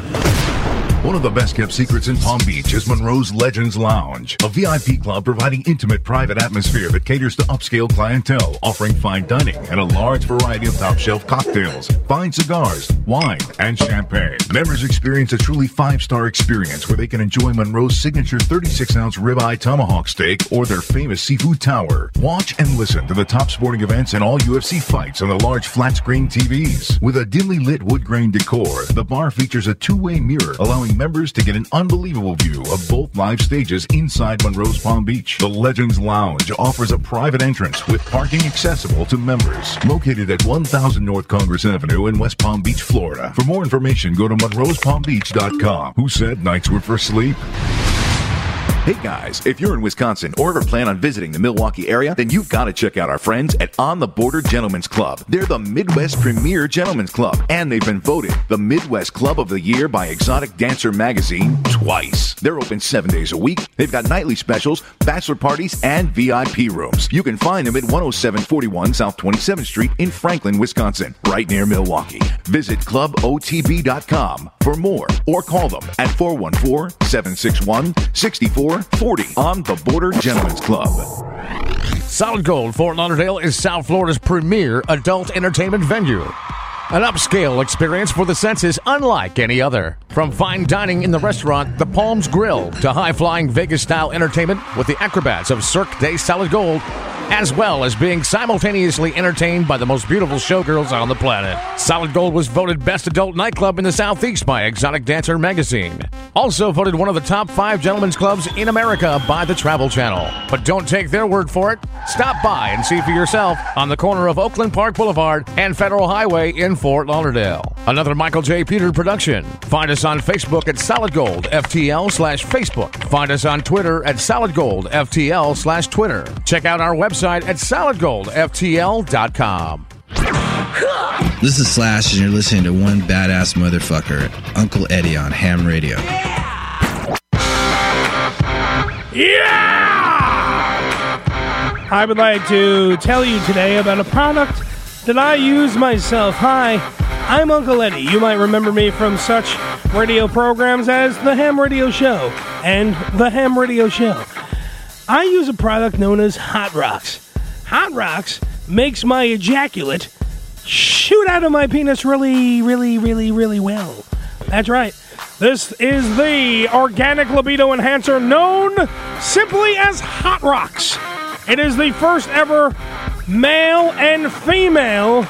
[SPEAKER 22] One of the best kept secrets in Palm Beach is Monroe's Legends Lounge, a VIP club providing intimate private atmosphere that caters to upscale clientele, offering fine dining and a large variety of top shelf cocktails, fine cigars, wine, and champagne. Members experience a truly five star experience where they can enjoy Monroe's signature 36 ounce ribeye tomahawk steak or their famous seafood tower. Watch and listen to the top sporting events and all UFC fights on the large flat screen TVs. With a dimly lit wood grain decor, the bar features a two way mirror, allowing members to get an unbelievable view of both live stages inside Monroe's Palm Beach. The Legends Lounge offers a private entrance with parking accessible to members. Located at 1000 North Congress Avenue in West Palm Beach, Florida. For more information, go to monroespalmbeach.com. Who said nights were for sleep?
[SPEAKER 19] Hey guys, if you're in Wisconsin or ever plan on visiting the Milwaukee area, then you've got to check out our friends at On the Border Gentlemen's Club. They're the Midwest premier gentlemen's club, and they've been voted the Midwest Club of the Year by Exotic Dancer Magazine twice. They're open seven days a week. They've got nightly specials, bachelor parties, and VIP rooms. You can find them at 10741 South 27th Street in Franklin, Wisconsin, right near Milwaukee. Visit clubotb.com for more or call them at 414 761 6440 on the Border Gentlemen's Club.
[SPEAKER 2] Solid Gold Fort Lauderdale is South Florida's premier adult entertainment venue. An upscale experience for the senses unlike any other. From fine dining in the restaurant The Palms Grill to high flying Vegas style entertainment with the acrobats of Cirque de Solid Gold, as well as being simultaneously entertained by the most beautiful showgirls on the planet. Solid Gold was voted best adult nightclub in the Southeast by Exotic Dancer magazine. Also voted one of the top five gentlemen's clubs in America by the Travel Channel. But don't take their word for it. Stop by and see for yourself on the corner of Oakland Park Boulevard and Federal Highway in Fort Lauderdale. Another Michael J. Peter production. Find us on Facebook at Solid Gold FTL slash Facebook. Find us on Twitter at Solid Gold FTL slash Twitter. Check out our website at solidgoldftl.com.
[SPEAKER 27] This is Slash, and you're listening to one badass motherfucker, Uncle Eddie on ham radio.
[SPEAKER 10] I would like to tell you today about a product that I use myself. Hi, I'm Uncle Eddie. You might remember me from such radio programs as The Ham Radio Show and The Ham Radio Show. I use a product known as Hot Rocks. Hot Rocks makes my ejaculate shoot out of my penis really, really, really, really well. That's right. This is the organic libido enhancer known simply as Hot Rocks. It is the first ever male and female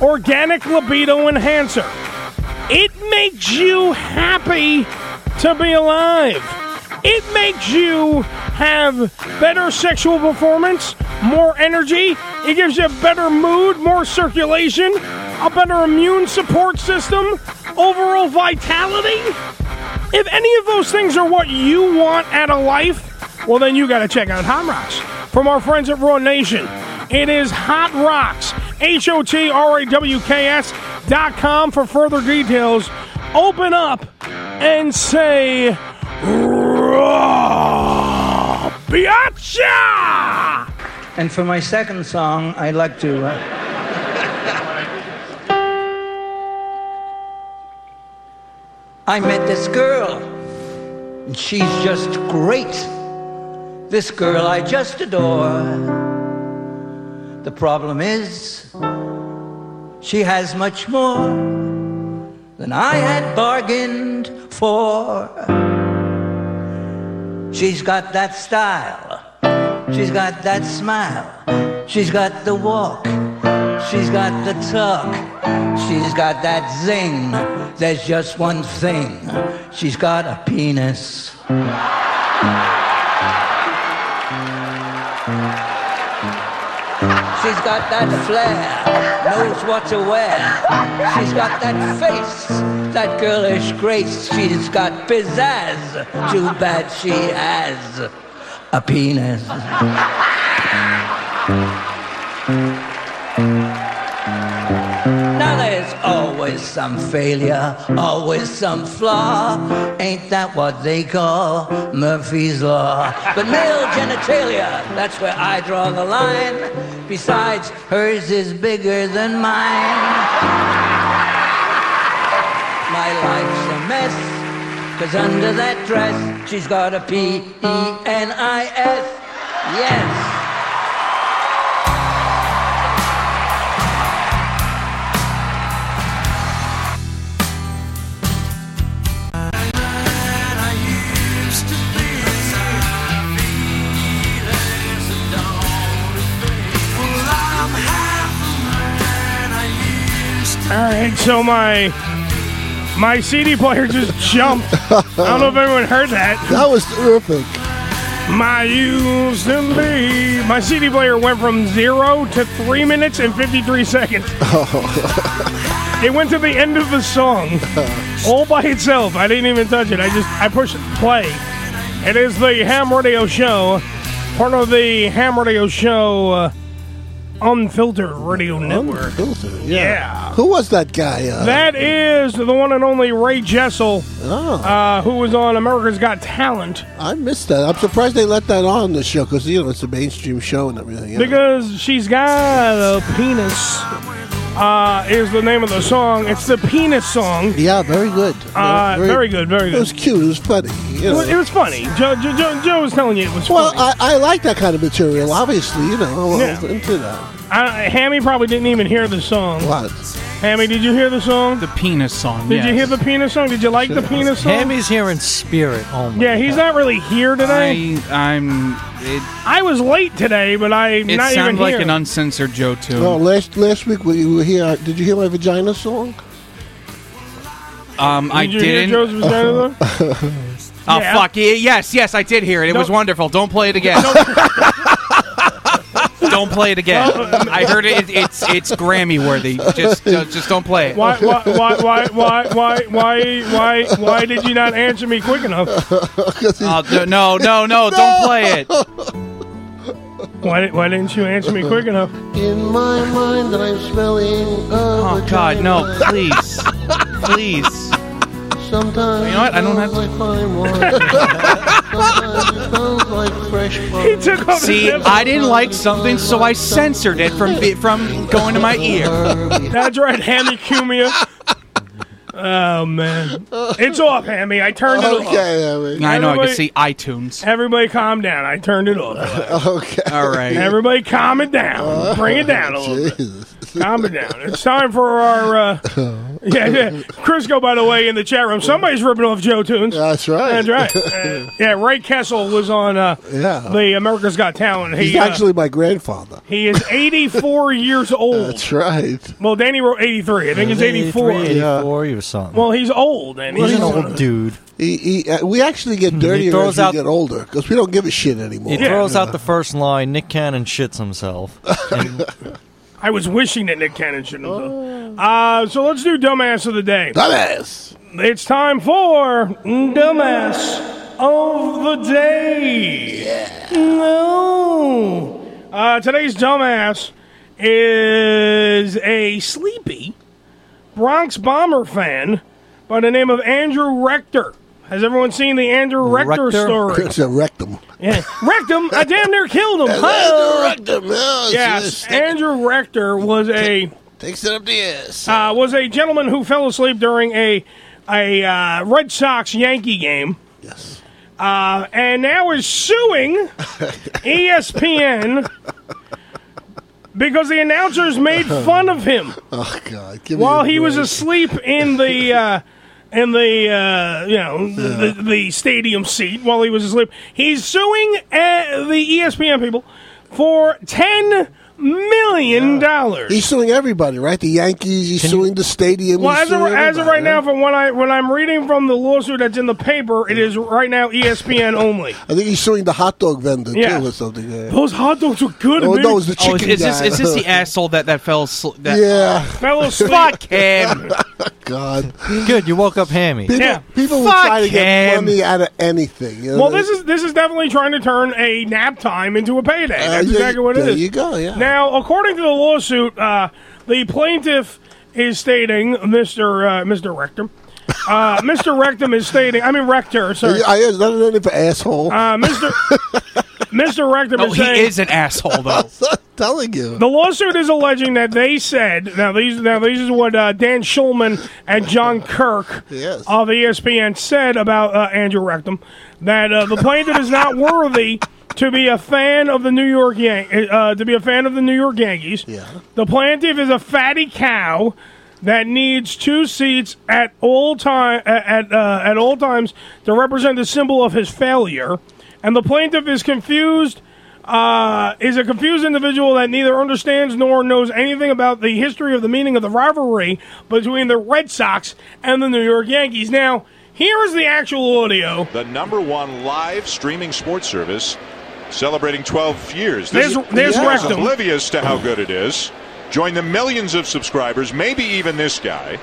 [SPEAKER 10] organic libido enhancer. It makes you happy to be alive. It makes you have better sexual performance, more energy. It gives you a better mood, more circulation, a better immune support system, overall vitality. If any of those things are what you want out of life, well, then you got to check out Hot Rocks from our friends at Raw Nation. It is Hot Rocks, H O T R A W K S dot com for further details. Open up and say, Raw Biatcha!
[SPEAKER 20] And for my second song, I'd like to. Uh... I met this girl, and she's just great. This girl I just adore. The problem is, she has much more than I had bargained for. She's got that style. She's got that smile. She's got the walk. She's got the tuck. She's got that zing. There's just one thing. She's got a penis. She's got that flair, knows what to wear. She's got that face, that girlish grace. She's got pizzazz. Too bad she has a penis. Now there's always some failure, always some flaw. Ain't that what they call Murphy's Law? But male genitalia, that's where I draw the line. Besides, hers is bigger than mine. My life's a mess, cause under that dress, she's got a P E N I S. Yes.
[SPEAKER 10] All right, so my my CD player just jumped. I don't know if everyone heard that.
[SPEAKER 11] (laughs) That was terrific.
[SPEAKER 10] My used to be my CD player went from zero to three minutes and fifty three seconds. it went to the end of the
[SPEAKER 11] (laughs)
[SPEAKER 10] song, all by itself. I didn't even touch it. I just I pushed play. It is the Ham Radio Show, part of the Ham Radio Show uh, Unfiltered Radio Network.
[SPEAKER 11] Unfiltered,
[SPEAKER 10] yeah.
[SPEAKER 11] Who was that guy? Uh,
[SPEAKER 10] That is the one and only Ray Jessel,
[SPEAKER 11] Oh.
[SPEAKER 10] uh, who was on America's Got Talent.
[SPEAKER 11] (laughs) I missed that. I'm surprised they let that on the show because you know it's a mainstream show and everything. You know?
[SPEAKER 10] Because she's got a penis, uh, is the name of the song. It's the penis song.
[SPEAKER 11] Yeah, very good.
[SPEAKER 10] Uh, very, good, very good.
[SPEAKER 11] It was cute. It was funny. you
[SPEAKER 10] It was,
[SPEAKER 11] know.
[SPEAKER 10] it was funny. Joe, Joe, Joe, Joe was telling you it was
[SPEAKER 11] Well,
[SPEAKER 10] funny.
[SPEAKER 11] I, I like that kind of material. Obviously, you know, I was
[SPEAKER 10] Yeah.
[SPEAKER 11] into that.
[SPEAKER 10] I, Hammy probably didn't even hear the song.
[SPEAKER 11] What?
[SPEAKER 10] Hammy, did you hear the song?
[SPEAKER 13] The penis song.
[SPEAKER 10] Did you hear
[SPEAKER 13] yes.
[SPEAKER 10] the penis song? Did you like the penis song?
[SPEAKER 1] Hammy's here in spirit only.
[SPEAKER 10] yeah, he's not really here today.
[SPEAKER 13] I, I'm. It,
[SPEAKER 10] I, was late today, but I'm
[SPEAKER 13] it
[SPEAKER 10] not even
[SPEAKER 13] sounded like
[SPEAKER 10] here.
[SPEAKER 13] an uncensored Joe tune.
[SPEAKER 11] No, last last week when you were here, did you hear my vagina song?
[SPEAKER 13] um, I
[SPEAKER 10] Did you hear
[SPEAKER 13] didn't.
[SPEAKER 10] Joe's vagina though?
[SPEAKER 3] (laughs)
[SPEAKER 13] Oh
[SPEAKER 10] Yeah.
[SPEAKER 13] fuck! Yeah, yes, yes, I did hear it. It was wonderful. Don't play it again. don't play it again. I heard it. it it's it's Grammy worthy. (laughs) Just just just don't play it.
[SPEAKER 10] Why, why, why, why, why, why, why, why, why did you not answer me quick enough?
[SPEAKER 13] Oh, d- no, no, no! Don't play it.
[SPEAKER 10] Why, why didn't you answer me quick enough?
[SPEAKER 11] In my mind, that I'm smelling.
[SPEAKER 13] Oh God, no! Please, please.
[SPEAKER 11] Sometimes
[SPEAKER 13] You know what? I don't have. To. (laughs)
[SPEAKER 10] He took off
[SPEAKER 13] See,
[SPEAKER 10] his
[SPEAKER 13] I didn't like something, so I censored it from be- from going to
[SPEAKER 11] (laughs)
[SPEAKER 13] my ear.
[SPEAKER 10] That's right, Hammy Cumia. Oh man, it's off, Hammy. I turned it off.
[SPEAKER 11] Okay,
[SPEAKER 13] I know. I can see iTunes.
[SPEAKER 10] Everybody, calm down. I turned it off.
[SPEAKER 11] Okay. Uh,
[SPEAKER 13] All right.
[SPEAKER 10] Everybody, calm it down. Bring it down a little. bit. Calm it down. It's time for our.
[SPEAKER 11] (laughs)
[SPEAKER 10] Uh, yeah, yeah. Crisco, by the way, in the chat room, somebody's ripping off Joe Tunes.
[SPEAKER 11] That's right.
[SPEAKER 10] That's right. Uh, yeah, Ray Kessel was on uh,
[SPEAKER 11] Yeah.
[SPEAKER 10] the America's Got Talent. He,
[SPEAKER 11] He's
[SPEAKER 10] uh,
[SPEAKER 11] actually my grandfather.
[SPEAKER 10] he is
[SPEAKER 1] (laughs)
[SPEAKER 10] 84 years old.
[SPEAKER 11] That's right.
[SPEAKER 10] Well, Danny wrote 83. I think it's 84.
[SPEAKER 1] 83, 84 or something.
[SPEAKER 10] Well, he's old, and
[SPEAKER 1] he's
[SPEAKER 10] he's
[SPEAKER 1] an old dude.
[SPEAKER 11] He, he, uh, we actually get dirtier as
[SPEAKER 1] throws
[SPEAKER 11] we
[SPEAKER 1] out-
[SPEAKER 11] get older because we don't give a shit anymore.
[SPEAKER 1] He throws out the first line. Nick Cannon
[SPEAKER 10] (laughs)
[SPEAKER 1] shits himself.
[SPEAKER 10] I was wishing that Nick Cannon shouldn't have done. Uh, so let's do Dumbass of the Day.
[SPEAKER 11] Dumbass.
[SPEAKER 10] It's time for Dumbass of the Day. No. Uh, today's Dumbass is a sleepy Bronx Bomber fan by the name of Andrew Rector. Has everyone seen the Andrew Rector, story?
[SPEAKER 11] It's a rectum.
[SPEAKER 10] Yeah. Rectum, I damn near killed him. Huh?
[SPEAKER 11] Rectum. Yes.
[SPEAKER 10] Yes, Andrew Rector was a
[SPEAKER 11] Takes it up the ass.
[SPEAKER 10] uh, was a gentleman who fell asleep during a a uh, Red Sox Yankee game.
[SPEAKER 11] Yes.
[SPEAKER 10] uh, and now is
[SPEAKER 11] (laughs)
[SPEAKER 10] suing E ESPN because the announcers made fun of him
[SPEAKER 11] Oh God! Give me
[SPEAKER 10] while
[SPEAKER 11] a
[SPEAKER 10] he was
[SPEAKER 11] break.
[SPEAKER 10] asleep in the uh, in the uh, you know the, the, the stadium seat while he was asleep. He's suing uh, the ESPN people for ten million dollars.
[SPEAKER 11] He's suing everybody, right? The Yankees. He's suing the E stadium.
[SPEAKER 10] Well,
[SPEAKER 11] he's
[SPEAKER 10] as of,
[SPEAKER 11] suing
[SPEAKER 10] as of
[SPEAKER 11] everybody,
[SPEAKER 10] right now, from when I when I'm reading from the lawsuit that's in the paper, it is right now E ESPN only.
[SPEAKER 11] I think he's suing the hot dog vendor
[SPEAKER 10] Yeah.
[SPEAKER 11] too, or something. Yeah.
[SPEAKER 10] Those hot dogs are good.
[SPEAKER 11] Oh,
[SPEAKER 10] man.
[SPEAKER 11] no, it was the chicken
[SPEAKER 13] Oh, is, is this
[SPEAKER 11] guy.
[SPEAKER 13] is this the asshole that that fell? Sl- that
[SPEAKER 11] yeah.
[SPEAKER 10] fellow
[SPEAKER 11] (laughs)
[SPEAKER 13] Fuck him.
[SPEAKER 11] God.
[SPEAKER 1] Good, you woke up hammy.
[SPEAKER 11] People, people will
[SPEAKER 10] Fuck
[SPEAKER 11] try to get
[SPEAKER 10] him.
[SPEAKER 11] money out of anything. You know?
[SPEAKER 10] Well, this is this is definitely trying to turn a nap time into a payday.
[SPEAKER 11] Uh,
[SPEAKER 10] That's
[SPEAKER 11] yeah,
[SPEAKER 10] exactly what it
[SPEAKER 11] there
[SPEAKER 10] is.
[SPEAKER 11] you go, yeah.
[SPEAKER 10] Now, according to the lawsuit, uh, the plaintiff is stating, Mister uh, Mister Rectum, uh, (laughs) Mister Rectum is stating, I mean Rector, sorry,
[SPEAKER 11] I is not an for asshole.
[SPEAKER 10] uh,
[SPEAKER 11] (laughs)
[SPEAKER 10] Mister Mister Rectum
[SPEAKER 13] No,
[SPEAKER 10] is
[SPEAKER 13] he
[SPEAKER 10] saying
[SPEAKER 13] is an
[SPEAKER 11] (laughs)
[SPEAKER 13] asshole though.
[SPEAKER 11] I'm telling you.
[SPEAKER 10] The lawsuit is alleging that they said now these now these is what uh, Dan Schulman and John Kirk
[SPEAKER 11] Yes.
[SPEAKER 10] of E ESPN said about uh, Andrew Rectum that uh, the plaintiff is not worthy to be a fan of the New York Yan- uh, to be a fan of the New York Yankees. The plaintiff is a fatty cow that needs two seats at all time at uh, at all times to represent the symbol of his failure, and the plaintiff is confused. Uh, is a confused individual that neither understands nor knows anything about the history of the meaning of the rivalry between the Red Sox and the New York Yankees. Now, here is the actual audio.
[SPEAKER 5] The number one live streaming sports service celebrating 12 years.
[SPEAKER 10] There's- there's
[SPEAKER 5] this is
[SPEAKER 10] Rectum.
[SPEAKER 5] oblivious to how good it is. Join the millions of subscribers, maybe even this guy.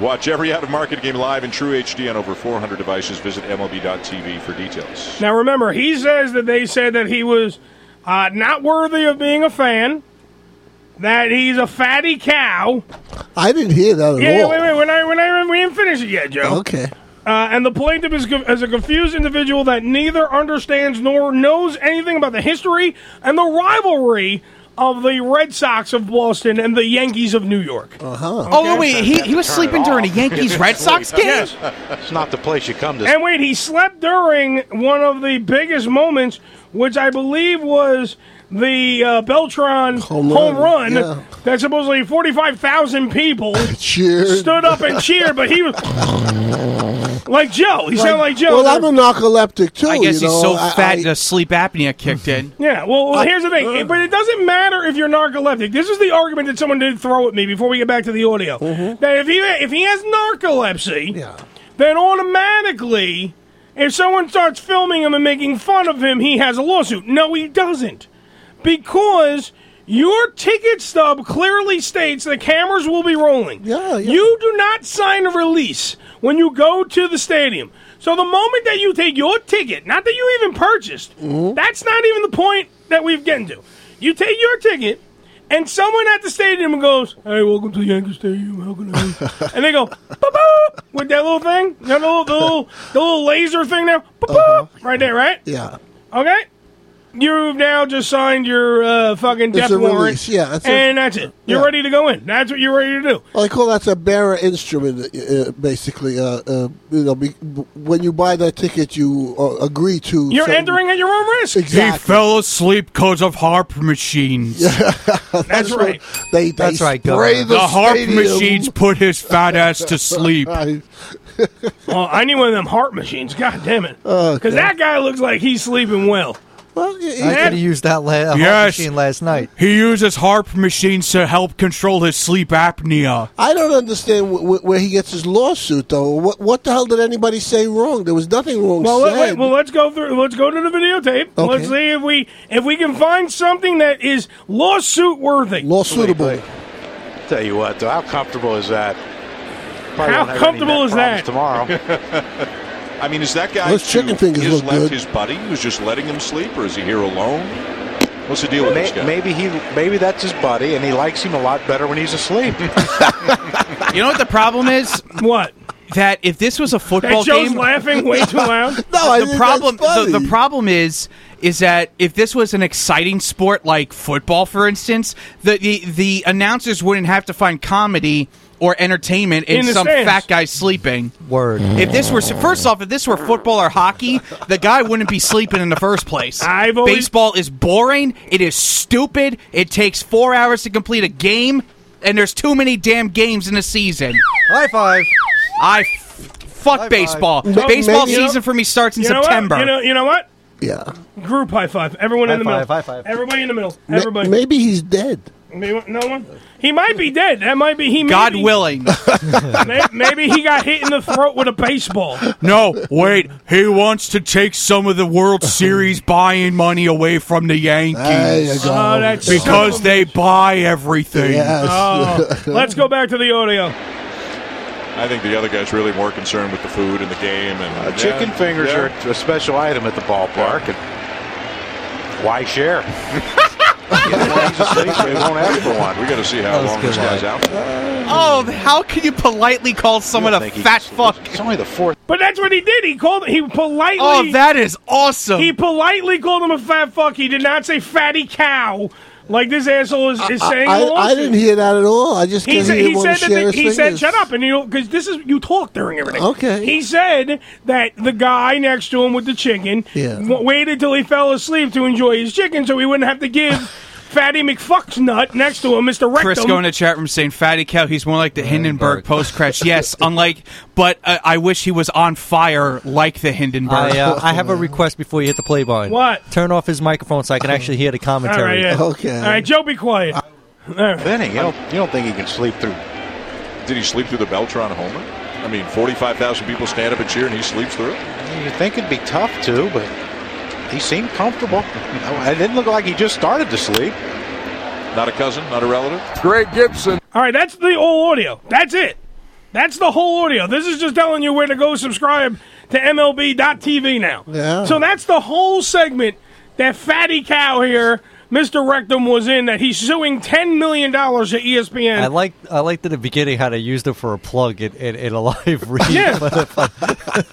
[SPEAKER 5] Watch every out of market game live in true HD on over 400 devices. Visit MLB.tv for details.
[SPEAKER 10] Now, remember, he says that they said that he was uh, not worthy of being a fan, that he's a fatty cow.
[SPEAKER 11] I didn't hear that at
[SPEAKER 10] Yeah, yeah,
[SPEAKER 11] all.
[SPEAKER 10] wait, wait, we're not, we're not, even- we didn't finish it yet, Joe.
[SPEAKER 11] Okay.
[SPEAKER 10] Uh, and the plaintiff is, co- is a confused individual that neither understands nor knows anything about the history and the rivalry of the Red Sox of Boston and the Yankees of New York. Uh-huh.
[SPEAKER 13] Oh, no, wait, he- he was sleeping during a Yankees
[SPEAKER 11] (laughs)
[SPEAKER 13] Red Sox game?
[SPEAKER 10] Yes.
[SPEAKER 21] It's not the place you come to.
[SPEAKER 10] And wait, he slept during one of the biggest moments, which I believe was the uh, Beltron home run,
[SPEAKER 11] run, yeah.
[SPEAKER 10] that supposedly 45,000 people
[SPEAKER 11] (laughs) Cheered.
[SPEAKER 10] stood up and cheered, but he was like Joe. He sounded like Joe.
[SPEAKER 11] Well, I'm a narcoleptic too.
[SPEAKER 13] I guess
[SPEAKER 11] you know?
[SPEAKER 13] he's so
[SPEAKER 11] I-
[SPEAKER 13] fat the sleep apnea kicked in.
[SPEAKER 10] Yeah, well, well here's the thing.
[SPEAKER 11] uh,
[SPEAKER 10] It- but it doesn't matter if you're narcoleptic. This is the argument that someone did throw at me before we get back to the audio.
[SPEAKER 11] Mm-hmm.
[SPEAKER 10] That if he if he has narcolepsy, then automatically, if someone starts filming him and making fun of him, he has a lawsuit. No, he doesn't, because. Your ticket stub clearly states the cameras will be rolling. Yeah, yeah. You do not sign a release when you go to the stadium. So the moment that you take your ticket, not that you even purchased, that's not even the point that we've getting to. You take your ticket, and someone at the stadium goes, "Hey, welcome to Yankee Stadium. How can I?" (laughs) help?" and they go, "Boop boop," with that little thing, that little, the little, the little laser thing there, boop boop, right there, right?
[SPEAKER 11] Yeah.
[SPEAKER 10] Okay. You've now just signed your uh, fucking
[SPEAKER 11] It's
[SPEAKER 10] death
[SPEAKER 11] a
[SPEAKER 10] warrant,
[SPEAKER 11] release, yeah, that's it.
[SPEAKER 10] and that's it. You're
[SPEAKER 11] Yeah.
[SPEAKER 10] ready to go in. That's what you're ready to do.
[SPEAKER 11] Well, they call that a bearer instrument, uh, uh, basically. Uh, uh, you know, be, when you buy that ticket, you uh, agree to.
[SPEAKER 10] You're
[SPEAKER 11] certain-
[SPEAKER 10] entering at your own risk.
[SPEAKER 13] He (laughs) fell asleep because of harp machines.
[SPEAKER 11] That's, right. They, they
[SPEAKER 13] That's right,
[SPEAKER 11] spray
[SPEAKER 13] Governor. The harp
[SPEAKER 11] stadium.
[SPEAKER 13] machines put his fat ass
[SPEAKER 11] (laughs)
[SPEAKER 13] to sleep.
[SPEAKER 11] Right.
[SPEAKER 10] Oh, I need one of them heart machines. God damn it! Because that guy looks like he's sleeping well.
[SPEAKER 11] Oh, Well,
[SPEAKER 1] I could have used that la- a hot
[SPEAKER 13] Yes.
[SPEAKER 1] machine last night.
[SPEAKER 13] He uses harp machines to help control his sleep apnea.
[SPEAKER 11] I don't understand wh- wh- where he gets his lawsuit though. What what the hell did anybody say wrong? There was nothing wrong
[SPEAKER 10] Well,
[SPEAKER 11] said.
[SPEAKER 10] let, wait, well, let's go through. Let's go to the videotape.
[SPEAKER 11] Okay.
[SPEAKER 10] Let's see if we if we can find something that is lawsuit worthy,
[SPEAKER 11] lawsuitable.
[SPEAKER 21] Tell you what, though, how comfortable is that?
[SPEAKER 10] How
[SPEAKER 21] won't have any
[SPEAKER 10] comfortable
[SPEAKER 21] neck
[SPEAKER 10] is that?
[SPEAKER 21] problems (laughs)
[SPEAKER 5] Tomorrow. I mean, is that guy
[SPEAKER 21] Those
[SPEAKER 5] who
[SPEAKER 21] chicken fingers
[SPEAKER 5] has
[SPEAKER 21] look
[SPEAKER 5] left
[SPEAKER 21] good.
[SPEAKER 5] his buddy who's just letting him sleep, or is he here alone? What's the deal with this
[SPEAKER 21] May-
[SPEAKER 5] guy?
[SPEAKER 21] maybe he, maybe that's his buddy, and he likes him a lot better when he's asleep.
[SPEAKER 13] (laughs) You know what the problem is?
[SPEAKER 10] What?
[SPEAKER 13] That if this was a football
[SPEAKER 10] Joe's
[SPEAKER 13] game,
[SPEAKER 10] laughing way too
[SPEAKER 13] (laughs)
[SPEAKER 10] loud.
[SPEAKER 11] No, I
[SPEAKER 13] the
[SPEAKER 11] think
[SPEAKER 13] problem.
[SPEAKER 11] that's
[SPEAKER 13] The, the
[SPEAKER 11] funny.
[SPEAKER 13] problem is, is that if this was an exciting sport like football, for instance, the the, the announcers wouldn't have to find comedy or entertainment in,
[SPEAKER 10] In the
[SPEAKER 13] some
[SPEAKER 10] stands.
[SPEAKER 13] fat guy sleeping. Mm-hmm.
[SPEAKER 1] Word.
[SPEAKER 13] If this were first off, if this were football or hockey, the guy wouldn't be sleeping in the first place. I've
[SPEAKER 10] always-
[SPEAKER 13] Baseball is boring. It is stupid. It takes four hours to complete a game, and there's too many damn games in a season.
[SPEAKER 1] High five.
[SPEAKER 13] I f- fuck baseball.
[SPEAKER 10] Well,
[SPEAKER 13] baseball
[SPEAKER 10] maybe-
[SPEAKER 13] season for me starts in
[SPEAKER 10] You know what?
[SPEAKER 13] September.
[SPEAKER 10] You know, you know what?
[SPEAKER 11] Yeah.
[SPEAKER 10] Group high five. Everyone in
[SPEAKER 13] High
[SPEAKER 10] the
[SPEAKER 13] five,
[SPEAKER 10] middle.
[SPEAKER 13] high five.
[SPEAKER 10] Everybody in the middle.
[SPEAKER 11] Ma-
[SPEAKER 10] Everybody.
[SPEAKER 11] Maybe he's dead.
[SPEAKER 10] Maybe- No one. He might be dead. That might be. He. may
[SPEAKER 13] God
[SPEAKER 10] be-
[SPEAKER 13] willing.
[SPEAKER 10] (laughs) May- Maybe he got hit in the throat with a baseball.
[SPEAKER 13] No, wait. He wants to take some of
[SPEAKER 10] (laughs)
[SPEAKER 13] the World Series buying money away from the Yankees
[SPEAKER 10] go. Oh, that's
[SPEAKER 13] because
[SPEAKER 10] so-
[SPEAKER 13] they buy everything.
[SPEAKER 10] Oh, let's go back to the audio.
[SPEAKER 5] I think the other guy's really more concerned with the food and the game. And
[SPEAKER 21] Uh, chicken
[SPEAKER 5] Yeah,
[SPEAKER 21] fingers
[SPEAKER 5] yeah.
[SPEAKER 21] are a special item at the ballpark, and why
[SPEAKER 5] (laughs)
[SPEAKER 21] share? they won't ask for one.
[SPEAKER 5] We got to see how long this guy's out.
[SPEAKER 13] Oh, how can you politely call someone a fat fuck? It's only the fourth.
[SPEAKER 10] But that's what he did. He called. He politely.
[SPEAKER 13] Oh, that is awesome.
[SPEAKER 10] He politely called him a fat fuck. He did not say fatty cow. Like this asshole is, is
[SPEAKER 11] I,
[SPEAKER 10] saying.
[SPEAKER 11] I-
[SPEAKER 10] a
[SPEAKER 11] I
[SPEAKER 10] lawsuit.
[SPEAKER 11] didn't hear that at all. I just
[SPEAKER 10] He
[SPEAKER 11] didn't
[SPEAKER 10] said,
[SPEAKER 11] hear
[SPEAKER 10] he
[SPEAKER 11] him
[SPEAKER 10] said
[SPEAKER 11] want
[SPEAKER 10] that
[SPEAKER 11] to share
[SPEAKER 10] the,
[SPEAKER 11] his
[SPEAKER 10] he said
[SPEAKER 11] fingers.
[SPEAKER 10] shut up and you because this is you talk during everything.
[SPEAKER 11] Okay.
[SPEAKER 10] He said that the guy next to him with the chicken
[SPEAKER 11] Yeah.
[SPEAKER 10] w- waited till he fell asleep to enjoy his chicken so he wouldn't have to give
[SPEAKER 11] (laughs)
[SPEAKER 10] Fatty McFuck's nut next to him, Mr. Rectum.
[SPEAKER 13] Crisco in the chat room saying fatty cow. He's more like the Hindenburg post crash. Yes, unlike, but uh, I wish he was on fire like the Hindenburg.
[SPEAKER 1] I, uh, I have a request before you hit the play button.
[SPEAKER 10] What?
[SPEAKER 1] Turn off his microphone so I can actually hear the
[SPEAKER 10] All right,
[SPEAKER 1] commentary.
[SPEAKER 10] yeah. All right, Joe, be quiet.
[SPEAKER 5] Benny, you don't, you don't think he can sleep through? Did he sleep through the Beltron homer? I mean, forty-five thousand people stand up and cheer, and he sleeps through it.
[SPEAKER 21] You'd think it'd be tough too, but he seemed comfortable. (laughs) No, It didn't look like he just started to sleep.
[SPEAKER 5] Not a cousin, not a relative.
[SPEAKER 21] Greg Gibson.
[SPEAKER 10] All right, that's the whole audio. That's it. That's the whole audio. This is just telling you where to go subscribe to MLB.TV now.
[SPEAKER 11] Yeah.
[SPEAKER 10] So that's the whole segment that Fatty Cow here, Mr. Rectum, was in that he's suing $10 million to E ESPN.
[SPEAKER 1] I like I liked at the beginning how they used it for a plug in, in, in
[SPEAKER 10] (laughs)
[SPEAKER 1] a live read.
[SPEAKER 10] Yeah.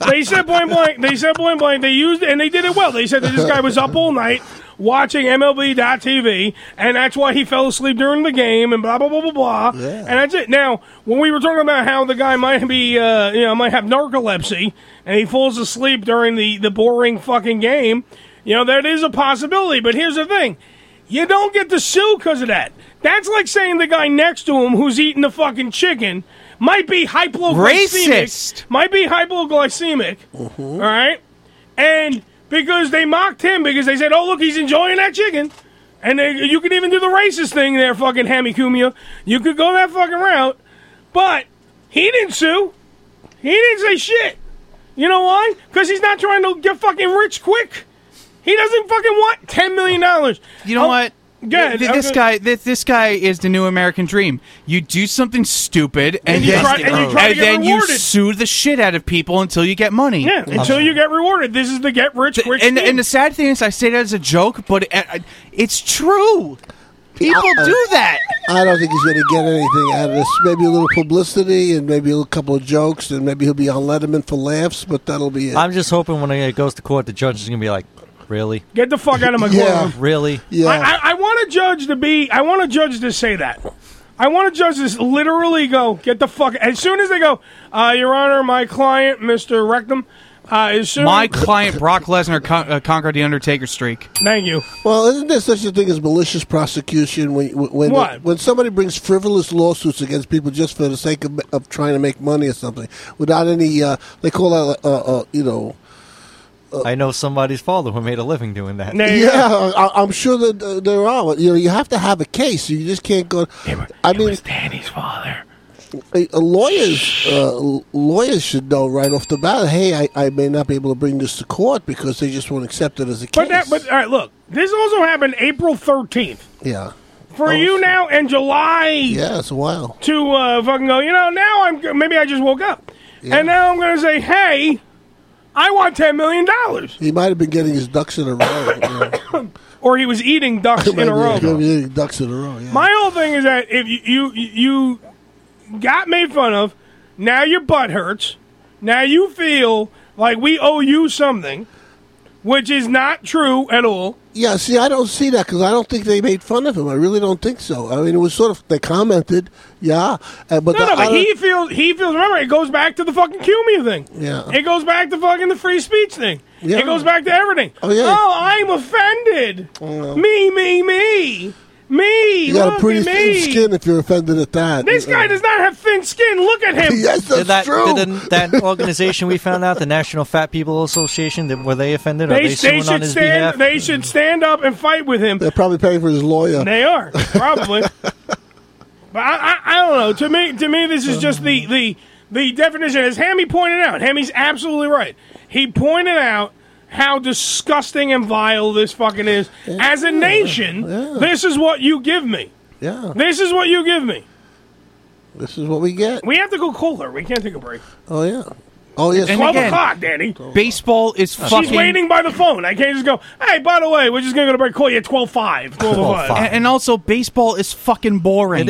[SPEAKER 10] they said point blank. They said point blank. They used it and they did it well. They said that this guy was up all night watching MLB.TV, and that's why he fell asleep during the game, and blah blah blah blah blah. And that's it. Now, when we were talking about how the guy might be, uh, you know, might have narcolepsy, and he falls asleep during the the boring fucking game, you know, that is a possibility. But here's the thing. You don't get to sue because of that. That's like saying the guy next to him who's eating the fucking chicken might be hypoglycemic.
[SPEAKER 13] Racist.
[SPEAKER 10] Might be hypoglycemic. all right? And because they mocked him because they said, oh, look, he's enjoying that chicken. And they, you could even do the racist thing there, fucking Hammy Cumia. You could go that fucking route. But he didn't sue. He didn't say shit. You know why? Because he's not trying to get fucking rich quick. He doesn't fucking want $10 million. Oh,
[SPEAKER 13] You know what?
[SPEAKER 10] Yeah,
[SPEAKER 13] Th- this guy, this, this guy is the new American dream. You do something stupid, and,
[SPEAKER 10] And you
[SPEAKER 13] then,
[SPEAKER 10] try- and you try to
[SPEAKER 13] and
[SPEAKER 10] get
[SPEAKER 13] then you
[SPEAKER 10] rewarded.
[SPEAKER 13] sue the shit out of people until you get money.
[SPEAKER 10] Yeah, until you get rewarded. This is the get rich quick
[SPEAKER 13] and
[SPEAKER 10] scheme.
[SPEAKER 13] and the sad thing is, I say that as a joke, but it, uh, it's true. People
[SPEAKER 11] Uh,
[SPEAKER 13] do that.
[SPEAKER 11] I don't think he's going to get anything out of this. Maybe a little publicity and maybe a little couple of jokes and maybe he'll be on Letterman for laughs, but that'll be it.
[SPEAKER 1] I'm just hoping when it goes to court, the judge is gonna be like, "Really?
[SPEAKER 10] Get the fuck
[SPEAKER 13] (laughs)
[SPEAKER 10] out of my
[SPEAKER 1] yeah,
[SPEAKER 10] courtroom.
[SPEAKER 1] really?
[SPEAKER 10] I, I, I want a judge to be. I want a judge to say that. I want a judge to literally go get the fuck. As soon as they go, uh, Your Honor, my client, Mister Rectum. Uh, as soon
[SPEAKER 13] My client Brock Lesnar con- uh, conquered the Undertaker streak.
[SPEAKER 10] Thank you.
[SPEAKER 11] Well, isn't there such a thing as malicious prosecution when when
[SPEAKER 13] What?
[SPEAKER 11] when somebody brings frivolous lawsuits against people just for the sake of, of trying to make money or something without any uh, they call that uh, uh, you know
[SPEAKER 1] I know somebody's father who made a living doing that."
[SPEAKER 11] yeah I, I'm sure that uh, there are you know you have to have a case you just can't go I mean
[SPEAKER 10] Danny's father
[SPEAKER 11] a, a lawyers uh, l- lawyers should know right off the bat hey I, I may not be able to bring this to court because they just won't accept it as a case
[SPEAKER 10] But that. But all right, look. This also happened April thirteenth
[SPEAKER 11] yeah
[SPEAKER 10] for you now and July.
[SPEAKER 11] yeah it's a while
[SPEAKER 10] to uh, fucking go, you know, now I'm g- maybe I just woke up. And now I'm going to say, hey, I want $10 million.
[SPEAKER 11] he might have been getting his ducks in a row you know.
[SPEAKER 10] Or he was eating
[SPEAKER 11] (laughs)
[SPEAKER 10] ducks in a row.
[SPEAKER 11] He might be getting ducks in a row yeah.
[SPEAKER 10] My whole thing is that if you, you you got made fun of, now your butt hurts. Now you feel like we owe you something. which is not true at all.
[SPEAKER 11] Yeah, see, I don't see that because I don't think they made fun of him. I really don't think so. I mean, it was sort of they commented, yeah, uh,
[SPEAKER 10] no,
[SPEAKER 11] but the-
[SPEAKER 10] no,
[SPEAKER 11] I
[SPEAKER 10] but
[SPEAKER 11] don't-
[SPEAKER 10] he feels he feels. Remember, it goes back to the fucking Cumia thing.
[SPEAKER 11] Yeah.
[SPEAKER 10] it goes back to fucking the free speech thing.
[SPEAKER 11] Yeah.
[SPEAKER 10] It goes back to everything.
[SPEAKER 11] Oh, yeah.
[SPEAKER 10] Oh, I'm offended. Me, me, me, Mm. me.
[SPEAKER 11] you got
[SPEAKER 10] look
[SPEAKER 11] a pretty
[SPEAKER 10] at
[SPEAKER 11] thin
[SPEAKER 10] me.
[SPEAKER 11] skin if you're offended at that.
[SPEAKER 10] This guy does not have thin skin. Look at him.
[SPEAKER 11] (laughs) Yes, that's
[SPEAKER 1] did that, Did an- that organization we found out, the National Fat People Association, that, were they offended? Are
[SPEAKER 10] They,
[SPEAKER 1] they,
[SPEAKER 10] they
[SPEAKER 1] suing on
[SPEAKER 10] should
[SPEAKER 1] his
[SPEAKER 10] stand.
[SPEAKER 1] behalf?
[SPEAKER 10] They should stand up and fight with him.
[SPEAKER 11] They're probably paying for his lawyer.
[SPEAKER 10] They are probably,
[SPEAKER 11] (laughs)
[SPEAKER 10] but I, I, I don't know. To me, to me, this is just the the the definition. As Hammy pointed out, Hammy's absolutely right. He pointed out how disgusting and vile this fucking is. As a nation, this is what you give me.
[SPEAKER 11] Yeah,
[SPEAKER 10] This is what you give me.
[SPEAKER 11] this is what we get.
[SPEAKER 10] We have to go cooler. We can't take a break.
[SPEAKER 11] Oh yeah, oh yeah.
[SPEAKER 10] It's twelve o'clock, Danny.
[SPEAKER 13] Baseball is fucking.
[SPEAKER 10] She's waiting by the phone. I can't just go. Hey, by the way, we're just gonna go to break. Call you at 12:05. 12:05.
[SPEAKER 13] And, and also, baseball is fucking boring.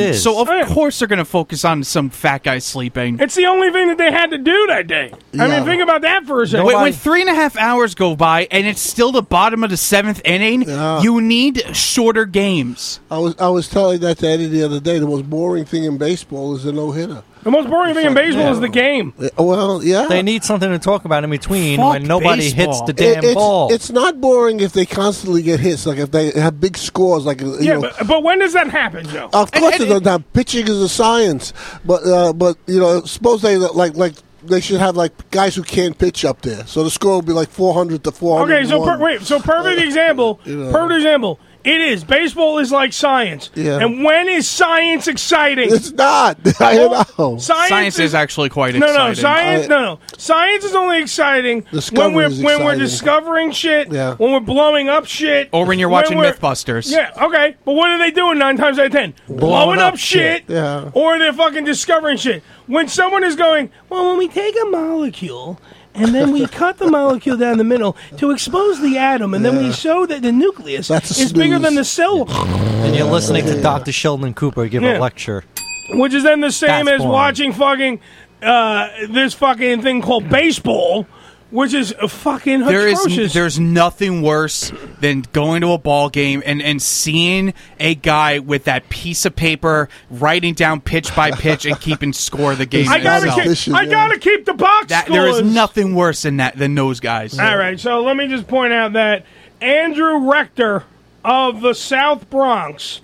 [SPEAKER 10] It is.
[SPEAKER 13] So of course they're gonna focus on some fat guy sleeping.
[SPEAKER 10] It's the only thing that they had to do that day. I mean, think about that for a second.
[SPEAKER 13] When, when three and a half hours go by and it's still the bottom of the seventh inning,
[SPEAKER 10] (laughs)
[SPEAKER 13] you need shorter games.
[SPEAKER 11] I was I was telling that to Eddie the other day. The most boring thing in baseball is a no hitter.
[SPEAKER 10] The most boring thing in baseball is the game.
[SPEAKER 11] Uh, Well, yeah.
[SPEAKER 1] They need something to talk about in between
[SPEAKER 11] Fuck
[SPEAKER 1] when nobody hits the
[SPEAKER 11] It-
[SPEAKER 1] damn
[SPEAKER 11] it's,
[SPEAKER 1] ball.
[SPEAKER 11] It's not boring if they constantly get hits, like if they have big scores, like you
[SPEAKER 10] yeah,
[SPEAKER 11] know.
[SPEAKER 10] but, but when does that happen, Joe?
[SPEAKER 11] Of course, it's not. Pitching is a science, but uh, but you know, suppose they like like they should have like guys who can't pitch up there, so the score would be like four hundred to four hundred.
[SPEAKER 10] Okay, so per, wait, so perfect
[SPEAKER 11] (laughs)
[SPEAKER 10] example.
[SPEAKER 11] know.
[SPEAKER 10] Perfect example. It is baseball is like science.
[SPEAKER 11] Yeah.
[SPEAKER 10] And when is science exciting?
[SPEAKER 11] It's not. (laughs) I know.
[SPEAKER 10] Science,
[SPEAKER 13] Science is actually quite
[SPEAKER 10] no,
[SPEAKER 13] exciting.
[SPEAKER 10] no, science, no, no. Science is only exciting when
[SPEAKER 13] Oh. Discovery
[SPEAKER 10] we're
[SPEAKER 13] is
[SPEAKER 10] when we're
[SPEAKER 13] exciting.
[SPEAKER 10] discovering shit,
[SPEAKER 13] Yeah.
[SPEAKER 10] when we're blowing up shit,
[SPEAKER 13] Or when you're watching
[SPEAKER 10] we're-
[SPEAKER 13] Mythbusters.
[SPEAKER 10] Yeah, okay, but what are they doing nine times out of ten? Blowing, up, shit,
[SPEAKER 11] Yeah.
[SPEAKER 10] or they're fucking discovering shit. When someone is going, well, when we take a molecule. And then we cut the molecule down the middle to expose the atom, and then we show that the nucleus
[SPEAKER 1] That's a
[SPEAKER 10] is bigger
[SPEAKER 1] snooze.
[SPEAKER 10] than the cell.
[SPEAKER 1] and you're listening to Dr. Sheldon Cooper give
[SPEAKER 10] Yeah.
[SPEAKER 1] a lecture.
[SPEAKER 10] Which is then the same
[SPEAKER 1] That's
[SPEAKER 10] as
[SPEAKER 1] boring.
[SPEAKER 10] watching fucking uh, this fucking thing called baseball, which is fucking
[SPEAKER 13] There is
[SPEAKER 10] atrocious.
[SPEAKER 13] there's nothing worse than going to a ball game and, and seeing a guy with that piece of paper writing down pitch by pitch and keeping score
[SPEAKER 10] (laughs)
[SPEAKER 13] of the game.
[SPEAKER 10] I gotta,
[SPEAKER 13] itself.
[SPEAKER 10] keep, I gotta keep the box
[SPEAKER 13] That-
[SPEAKER 10] scores.
[SPEAKER 13] there is nothing worse than that than those guys.
[SPEAKER 10] All right, so let me just point out that Andrew Rector of the South Bronx,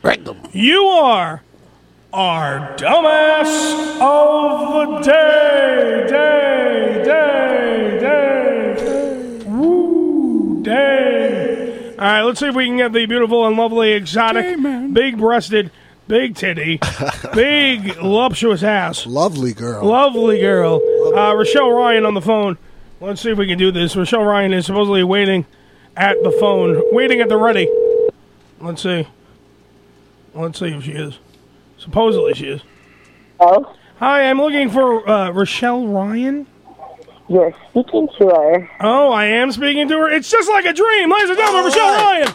[SPEAKER 10] you are our dumbass of the day, day, day, day, woo, day. All right, let's see if we can get the beautiful and lovely, exotic, big-breasted, big
[SPEAKER 11] (laughs)
[SPEAKER 10] titty, big voluptuous ass,
[SPEAKER 11] lovely girl,
[SPEAKER 10] lovely girl, uh, Rochelle Ryan on the phone. Let's see if we can do this. Rochelle Ryan is supposedly waiting at the phone, waiting at the ready. Let's see. Let's see if she is. Supposedly she is.
[SPEAKER 6] Hello?
[SPEAKER 10] Hi, I'm looking for uh, Rochelle Ryan.
[SPEAKER 6] You're speaking to her.
[SPEAKER 10] Oh, I am speaking to her. It's just like a dream. Ladies and gentlemen, Rochelle Ryan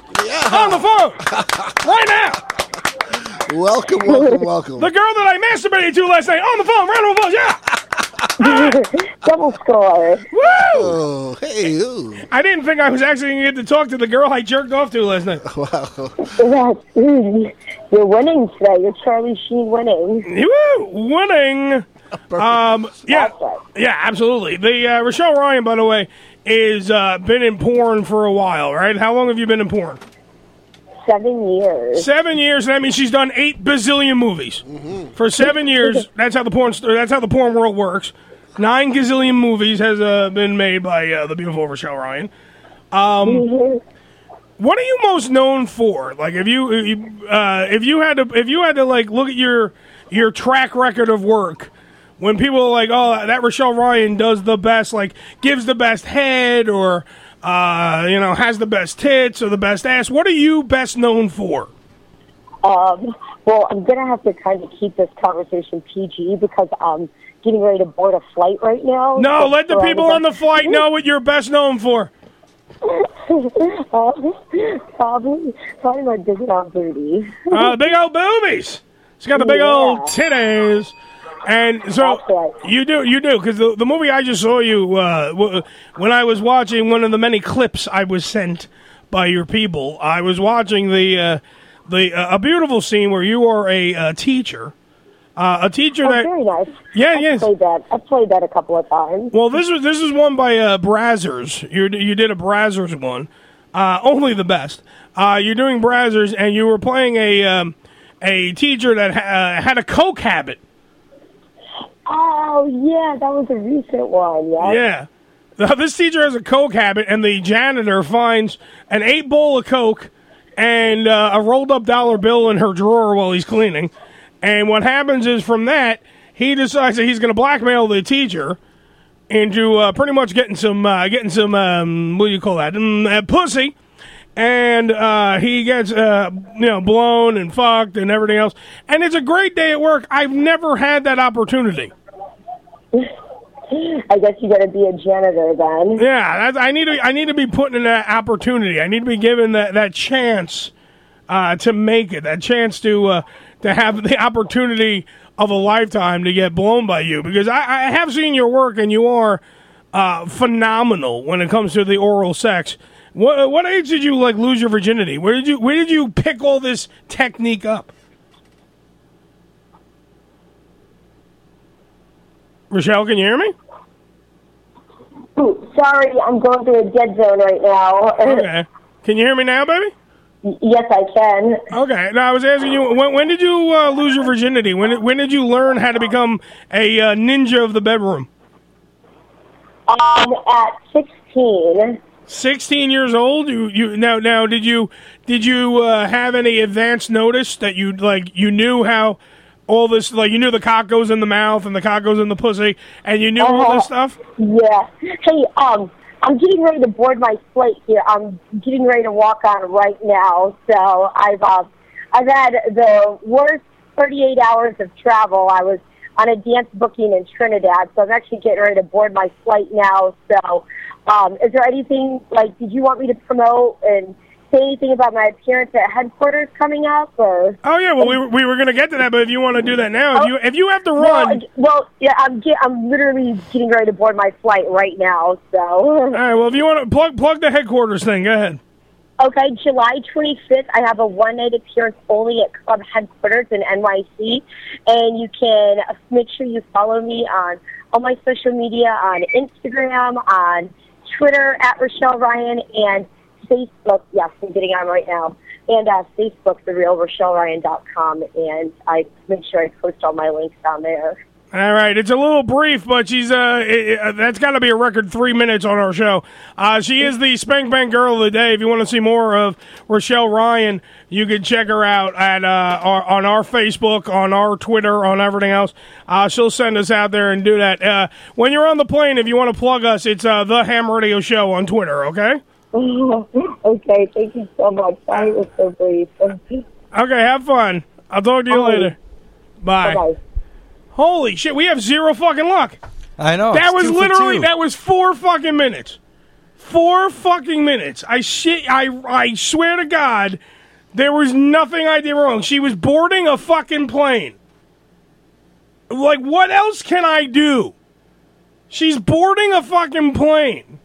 [SPEAKER 10] on the
[SPEAKER 11] (laughs)
[SPEAKER 10] phone right now.
[SPEAKER 11] Welcome, welcome,
[SPEAKER 4] (laughs)
[SPEAKER 11] welcome.
[SPEAKER 10] The girl that I masturbated to last night on the phone. Round of applause, yeah.
[SPEAKER 6] Double score.
[SPEAKER 10] Woo!
[SPEAKER 11] Oh, hey, ooh.
[SPEAKER 10] I didn't think I was actually going to get to talk to the girl I jerked off to last night.
[SPEAKER 11] (laughs) Wow.
[SPEAKER 6] That's easy. You're winning today. You're Charlie Sheen winning.
[SPEAKER 10] Woo! Winning. Um, yeah, yeah, absolutely. The uh, Rochelle Ryan, by the way, is uh, been in porn for a while, right? How long have you been in porn?
[SPEAKER 6] Seven years.
[SPEAKER 10] Seven years. and That means she's done eight bazillion movies for seven years. That's how the porn. st- That's how the porn world works. Nine gazillion movies has uh, been made by uh, the beautiful Rochelle Ryan. Um, what are you most known for? Like, if you if you, uh, if you had to if you had to like look at your your track record of work. When people are like, "Oh, that Rochelle Ryan does the best," like gives the best head, or uh, you know, has the best tits or the best ass. What are you best known for?
[SPEAKER 6] Um, well, I'm going to have to kind of keep this conversation PG because I'm getting ready to board a flight right now.
[SPEAKER 10] No,
[SPEAKER 6] So
[SPEAKER 10] let the
[SPEAKER 6] we're
[SPEAKER 10] people on the flight know what you're best known for.
[SPEAKER 6] um, probably, probably my big old booty. (laughs)
[SPEAKER 10] Uh, the big old boobies. She's got the big old titties. And so you do, you do, because the, the movie I just saw you uh, w- when I was watching one of the many clips I was sent by your people. I was watching the uh, the uh, a beautiful scene where you are a uh, teacher, uh, a teacher
[SPEAKER 6] Oh,
[SPEAKER 10] that
[SPEAKER 6] very nice.
[SPEAKER 10] Yeah,
[SPEAKER 6] I've
[SPEAKER 10] yes.
[SPEAKER 6] Played that. I've played that a couple of times.
[SPEAKER 10] Well, this was this is one by uh, Brazzers. You you did a Brazzers one, uh, only the best. Uh, you're doing Brazzers, and you were playing a um, a teacher that ha- uh, had a coke habit.
[SPEAKER 6] Oh yeah, that was a recent one. Yeah.
[SPEAKER 10] Yeah. Now, this teacher has a coke habit, and the janitor finds an eight bowl of coke and uh, a rolled up dollar bill in her drawer while he's cleaning. And what happens is from that, he decides that he's going to blackmail the teacher into uh, pretty much getting some uh, getting some um, what do you call that mm, uh, pussy. And uh, he gets uh, you know blown and fucked and everything else. And it's a great day at work. I've never had that opportunity.
[SPEAKER 6] I guess you got to be a janitor then.
[SPEAKER 10] Yeah, that's, I need to. I need to be put in that opportunity. I need to be given that that chance uh, to make it. That chance to uh, to have the opportunity of a lifetime to get blown by you. Because I, I have seen your work, and you are uh, phenomenal when it comes to the oral sex. What, what age did you like lose your virginity? Where did you Where did you pick all this technique up? Rochelle, can you hear me?
[SPEAKER 6] Ooh, sorry, I'm going through a dead zone right now. (laughs)
[SPEAKER 10] Okay. Can you hear me now, baby?
[SPEAKER 6] Yes, I can.
[SPEAKER 10] Okay. Now I was asking you when, when did you uh, lose your virginity? When when did you learn how to become a uh, ninja of the bedroom?
[SPEAKER 6] Um, at sixteen.
[SPEAKER 10] Sixteen years old. You you now now did you did you uh, have any advance notice that you like you knew how all this like you knew the cock goes in the mouth and the cock goes in the pussy and you knew all this
[SPEAKER 6] Uh-huh.
[SPEAKER 10] stuff.
[SPEAKER 6] Yeah. Hey, um, I'm getting ready to board my flight here. I'm getting ready to walk on right now. So I've um, I've had the worst 38 hours of travel. I was on a dance booking in Trinidad, so I'm actually getting ready to board my flight now. So, um, is there anything like? Did you want me to promote and say anything about my appearance at headquarters coming up? Or
[SPEAKER 10] Oh yeah. Well, we were, we were going to get to that, but if you want to do that now, if you if you have to run.
[SPEAKER 6] Well, well, yeah, I'm get, I'm literally getting ready to board my flight right now. So.
[SPEAKER 10] all right. Well, if you want to plug plug the headquarters thing, go ahead.
[SPEAKER 6] Okay, July 25th, I have a one night appearance only at club headquarters in NYC. And you can uh, make sure you follow me on all my social media on Instagram, on Twitter, at Rochelle Ryan, and Facebook. Yes, I'm getting on right now. And uh, Facebook, the real com, And I make sure I post all my links on there.
[SPEAKER 10] All right, it's a little brief, but she's uh, i i- that's got to be a record three minutes on our show. Uh, she is the Spank Bang Girl of the Day. If you want to see more of Rochelle Ryan, you can check her out at uh, our, on our Facebook, on our Twitter, on everything else. Uh, she'll send us out there and do that. Uh, when you're on the plane, if you want to plug us, it's uh, the Ham Radio Show on Twitter. Okay.
[SPEAKER 6] (laughs) okay, thank you so much. Sorry it was so brief.
[SPEAKER 10] Okay, have fun. I'll talk to you
[SPEAKER 6] Bye.
[SPEAKER 10] later. Bye.
[SPEAKER 6] Bye-bye.
[SPEAKER 10] Holy shit, we have zero fucking luck.
[SPEAKER 1] I know.
[SPEAKER 10] that
[SPEAKER 1] Oh, it's
[SPEAKER 10] was
[SPEAKER 1] two for
[SPEAKER 10] literally
[SPEAKER 1] two.
[SPEAKER 10] that was four fucking minutes. Four fucking minutes. I shit I I swear to God, there was nothing I did wrong. She was boarding a fucking plane. Like what else can I do? She's boarding a fucking plane.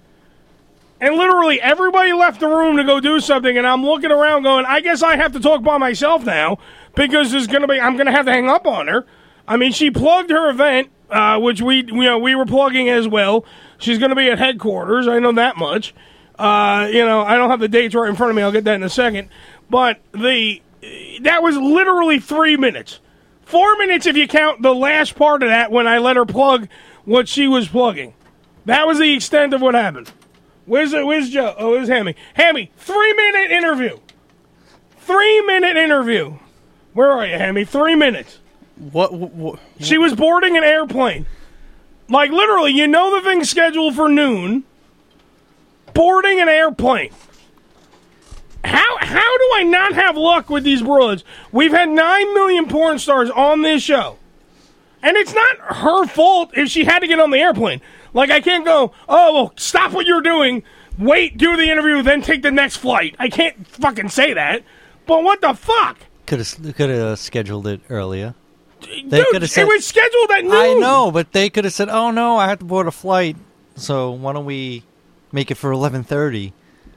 [SPEAKER 10] And literally everybody left the room to go do something, and I'm looking around going, I guess I have to talk by myself now because there's gonna be I'm gonna have to hang up on her. I mean, she plugged her event, uh, which we you know we were plugging as well. She's gonna be at headquarters. I know that much. Uh, you know, I don't have the dates right in front of me. I'll get that in a second. But the that was literally three minutes. Four minutes if you count the last part of that when I let her plug what she was plugging. That was the extent of what happened. Where's where's Joe? Oh, where's Hammy? Hammy, three minute interview. Three minute interview. Where are you, Hammy? Three minutes.
[SPEAKER 13] What? what
[SPEAKER 10] She was boarding an airplane. Like literally, you know the thing's scheduled for noon. Boarding an airplane. How how do I not have luck with these broads? We've had nine million porn stars on this show. And it's not her fault if she had to get on the airplane. Like I can't go, oh well, stop what you're doing, wait, do the interview, then take the next flight. I can't fucking say that. But what the fuck?
[SPEAKER 1] Could have could have scheduled uh, it earlier. They could
[SPEAKER 10] Dude,
[SPEAKER 1] have said
[SPEAKER 10] it was scheduled at noon.
[SPEAKER 1] I know, but they could have said, "Oh no, I have to board a flight, so why don't we make it for 11:30?"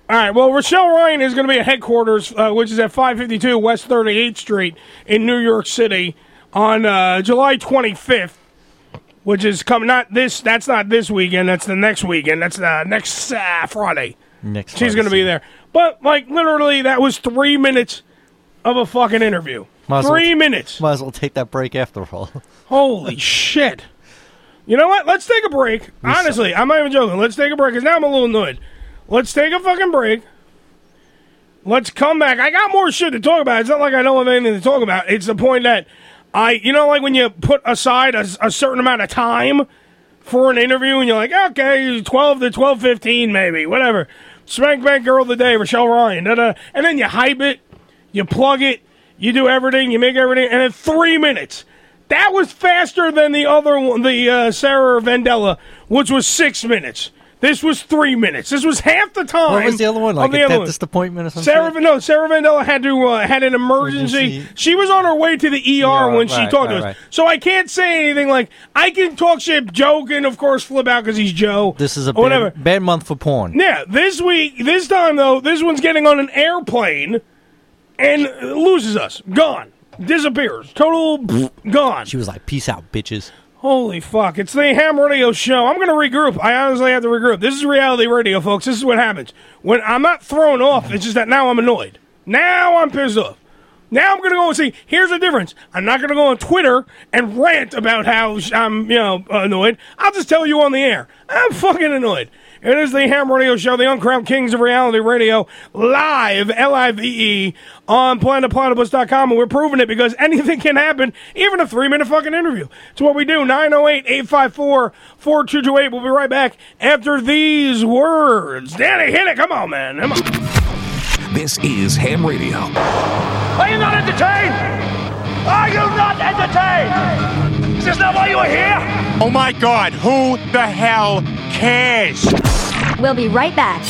[SPEAKER 10] All right. Well, Rochelle Ryan is going to be at headquarters, uh, which is at 552 West 38th Street in New York City on uh, July 25th, which is coming not this. That's not this weekend. That's the next weekend. That's uh, next uh, Friday.
[SPEAKER 1] Next,
[SPEAKER 10] She's going to be there. But like literally, that was three minutes of a fucking interview.
[SPEAKER 1] Might as well-
[SPEAKER 10] Three minutes.
[SPEAKER 1] Might as well take that break after all. (laughs)
[SPEAKER 10] Holy shit. You know what? Let's take a break. Honestly, I'm not even joking. Let's take a break because now I'm a little annoyed. Let's take a fucking break. Let's come back. I got more shit to talk about. It's not like I don't have anything to talk about. It's the point that I, you know, like when you put aside a, a certain amount of time for an interview and you're like, okay, 12 to 12.15 maybe, whatever. Spank Bank Girl of the Day, Rochelle Ryan. Da-da. And then you hype it, you plug it, you do everything, you make everything, and in three minutes. That was faster than the other one, the uh, Sarah Vendella, which was six minutes. This was three minutes. This was half the time.
[SPEAKER 1] What was the other one?
[SPEAKER 10] of
[SPEAKER 1] Like
[SPEAKER 10] the
[SPEAKER 1] a
[SPEAKER 10] other one.
[SPEAKER 1] dentist appointment or something?
[SPEAKER 10] Sarah, no, Sarah Vandella had to uh, had an emergency.
[SPEAKER 1] Emergency.
[SPEAKER 10] She was on her way to the ER
[SPEAKER 1] Yeah,
[SPEAKER 10] when she
[SPEAKER 1] E right,
[SPEAKER 10] talked to
[SPEAKER 1] right,
[SPEAKER 10] us,
[SPEAKER 1] right.
[SPEAKER 10] so I can't say anything. Like I can talk shit, joke, and of course flip out because he's Joe.
[SPEAKER 1] This is a
[SPEAKER 10] or whatever.
[SPEAKER 1] bad, bad month for porn.
[SPEAKER 10] Yeah, this week, this time though, this one's getting on an airplane and loses us. Gone, disappears, total pff, gone.
[SPEAKER 1] She was like, "Peace out, bitches."
[SPEAKER 10] Holy fuck. It's the Ham Radio Show. I'm going to regroup. I honestly have to regroup. This is reality radio, folks. This is what happens. When I'm not thrown off, it's just that now I'm annoyed. Now I'm pissed off. Now I'm going to go and see. Here's the difference. I'm not going to go on Twitter and rant about how sh- I'm, you know, annoyed. I'll just tell you on the air. I'm fucking annoyed. It is the Ham Radio Show, the uncrowned kings of reality radio, live, L-I-V-E, E, on planetplatypus.com, and we're proving it because anything can happen, even a three-minute fucking interview. It's what we do, 908-854-4228. We'll be right back after these words. Danny, hit it. Come on, man. Come on.
[SPEAKER 3] This is Ham Radio.
[SPEAKER 9] Are you not entertained? Are you not entertained? Is this not why you are here?
[SPEAKER 17] Oh my god, who the hell cares?
[SPEAKER 4] We'll be right back.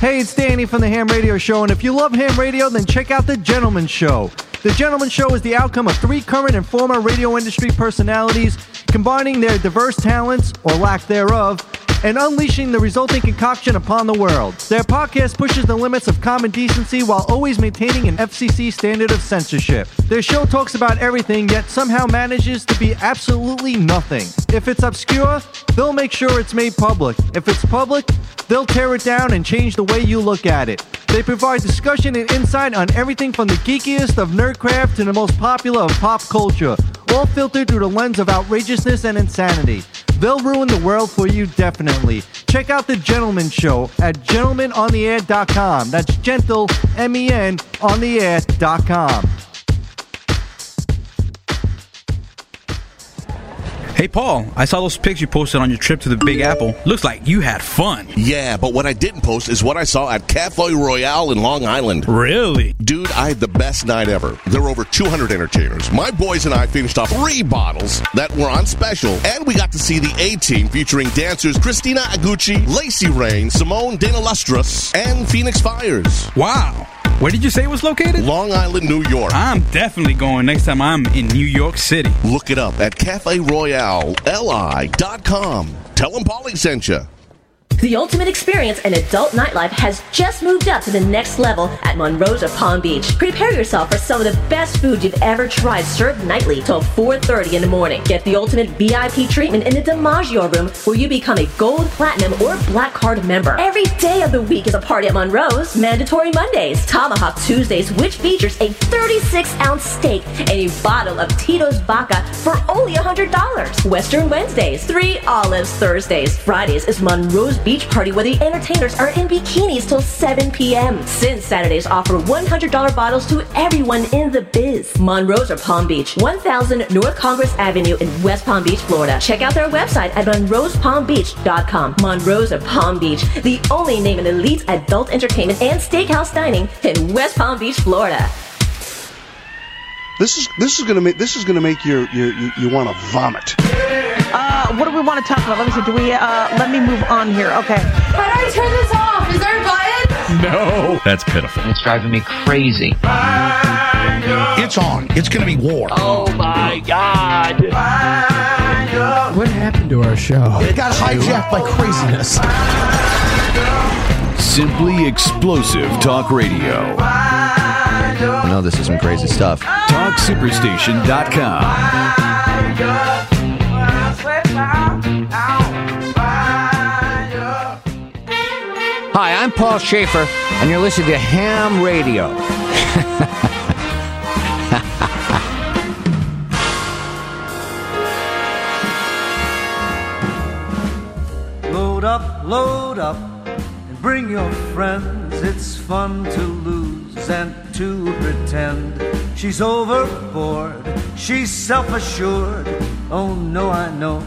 [SPEAKER 1] Hey, it's Danny from the Ham Radio Show, and if you love ham radio, then check out The Gentleman Show. The Gentleman Show is the outcome of three current and former radio industry personalities combining their diverse talents, or lack thereof, and unleashing the resulting concoction upon the world. Their podcast pushes the limits of common decency while always maintaining an FCC standard of censorship. Their show talks about everything, yet somehow manages to be absolutely nothing. If it's obscure, they'll make sure it's made public. If it's public, they'll tear it down and change the way you look at it. They provide discussion and insight on everything from the geekiest of nerdcraft to the most popular of pop culture, all filtered through the lens of outrageousness and insanity. They'll ruin the world for you, definitely. Check out The Gentleman Show at gentlemanontheair.com. That's gentle, M E N, on the air.com.
[SPEAKER 24] Hey, Paul, I saw those pics you posted on your trip to the Big Apple. Looks like you had fun.
[SPEAKER 25] Yeah, but what I didn't post is what I saw at Cafe Royale in Long Island. Really? Dude, I had the best night ever. There were over 200 entertainers. My boys and I finished off three bottles that were on special, and we got to see the A Team featuring dancers Christina Aguchi, Lacey Rain, Simone De La Lustras, and Phoenix Fires. Wow. Where did you say it was located? Long Island, New York.
[SPEAKER 24] I'm definitely going next time I'm in New York City.
[SPEAKER 25] Look it up at CafeRoyaleLI.com. Tell them Polly sent you.
[SPEAKER 23] The ultimate experience in adult nightlife has just moved up to the next level at Monroe's of Palm Beach. Prepare yourself for some of the best food you've ever tried served nightly till 4.30 in the morning. Get the ultimate VIP treatment in the DiMaggio room where you become a gold, platinum, or black card member. Every day of the week is a party at Monroe's, mandatory Mondays, Tomahawk Tuesdays, which features a 36-ounce steak and a bottle of Tito's Vodka for only $100. Western Wednesdays, Three Olives Thursdays, Fridays is Monroe's Beach Party where the entertainers are in bikinis till 7 p.m. Sin Saturdays offer $100 bottles to everyone in the biz. Monroe's or Palm Beach, 1000 North Congress Avenue in West Palm Beach, Florida. Check out their website at monroespalmbeach.com. Monroe's of Palm Beach, the only name in elite adult entertainment and steakhouse dining in West Palm Beach, Florida.
[SPEAKER 15] This is this is gonna make this is gonna make your your you, you want to vomit.
[SPEAKER 16] Uh, what do we want to talk about? Let me see. Do we? Uh, let me move on here.
[SPEAKER 7] (laughs)
[SPEAKER 16] Okay.
[SPEAKER 28] How do I turn this off? Is there a button?
[SPEAKER 2] No.
[SPEAKER 7] That's pitiful. It's driving me crazy.
[SPEAKER 8] It's on. It's going to be war.
[SPEAKER 7] Oh my God.
[SPEAKER 12] What happened to our show?
[SPEAKER 8] It got hijacked by craziness.
[SPEAKER 26] Simply Explosive Talk Radio.
[SPEAKER 18] No, this is some crazy stuff.
[SPEAKER 26] TalkSuperstation.com.
[SPEAKER 2] Hi, I'm Paul Schaefer, and you're listening to Ham Radio.
[SPEAKER 22] Load up, load up, and bring your friends. It's fun to lose and to pretend. She's overboard, she's self assured. Oh no, I know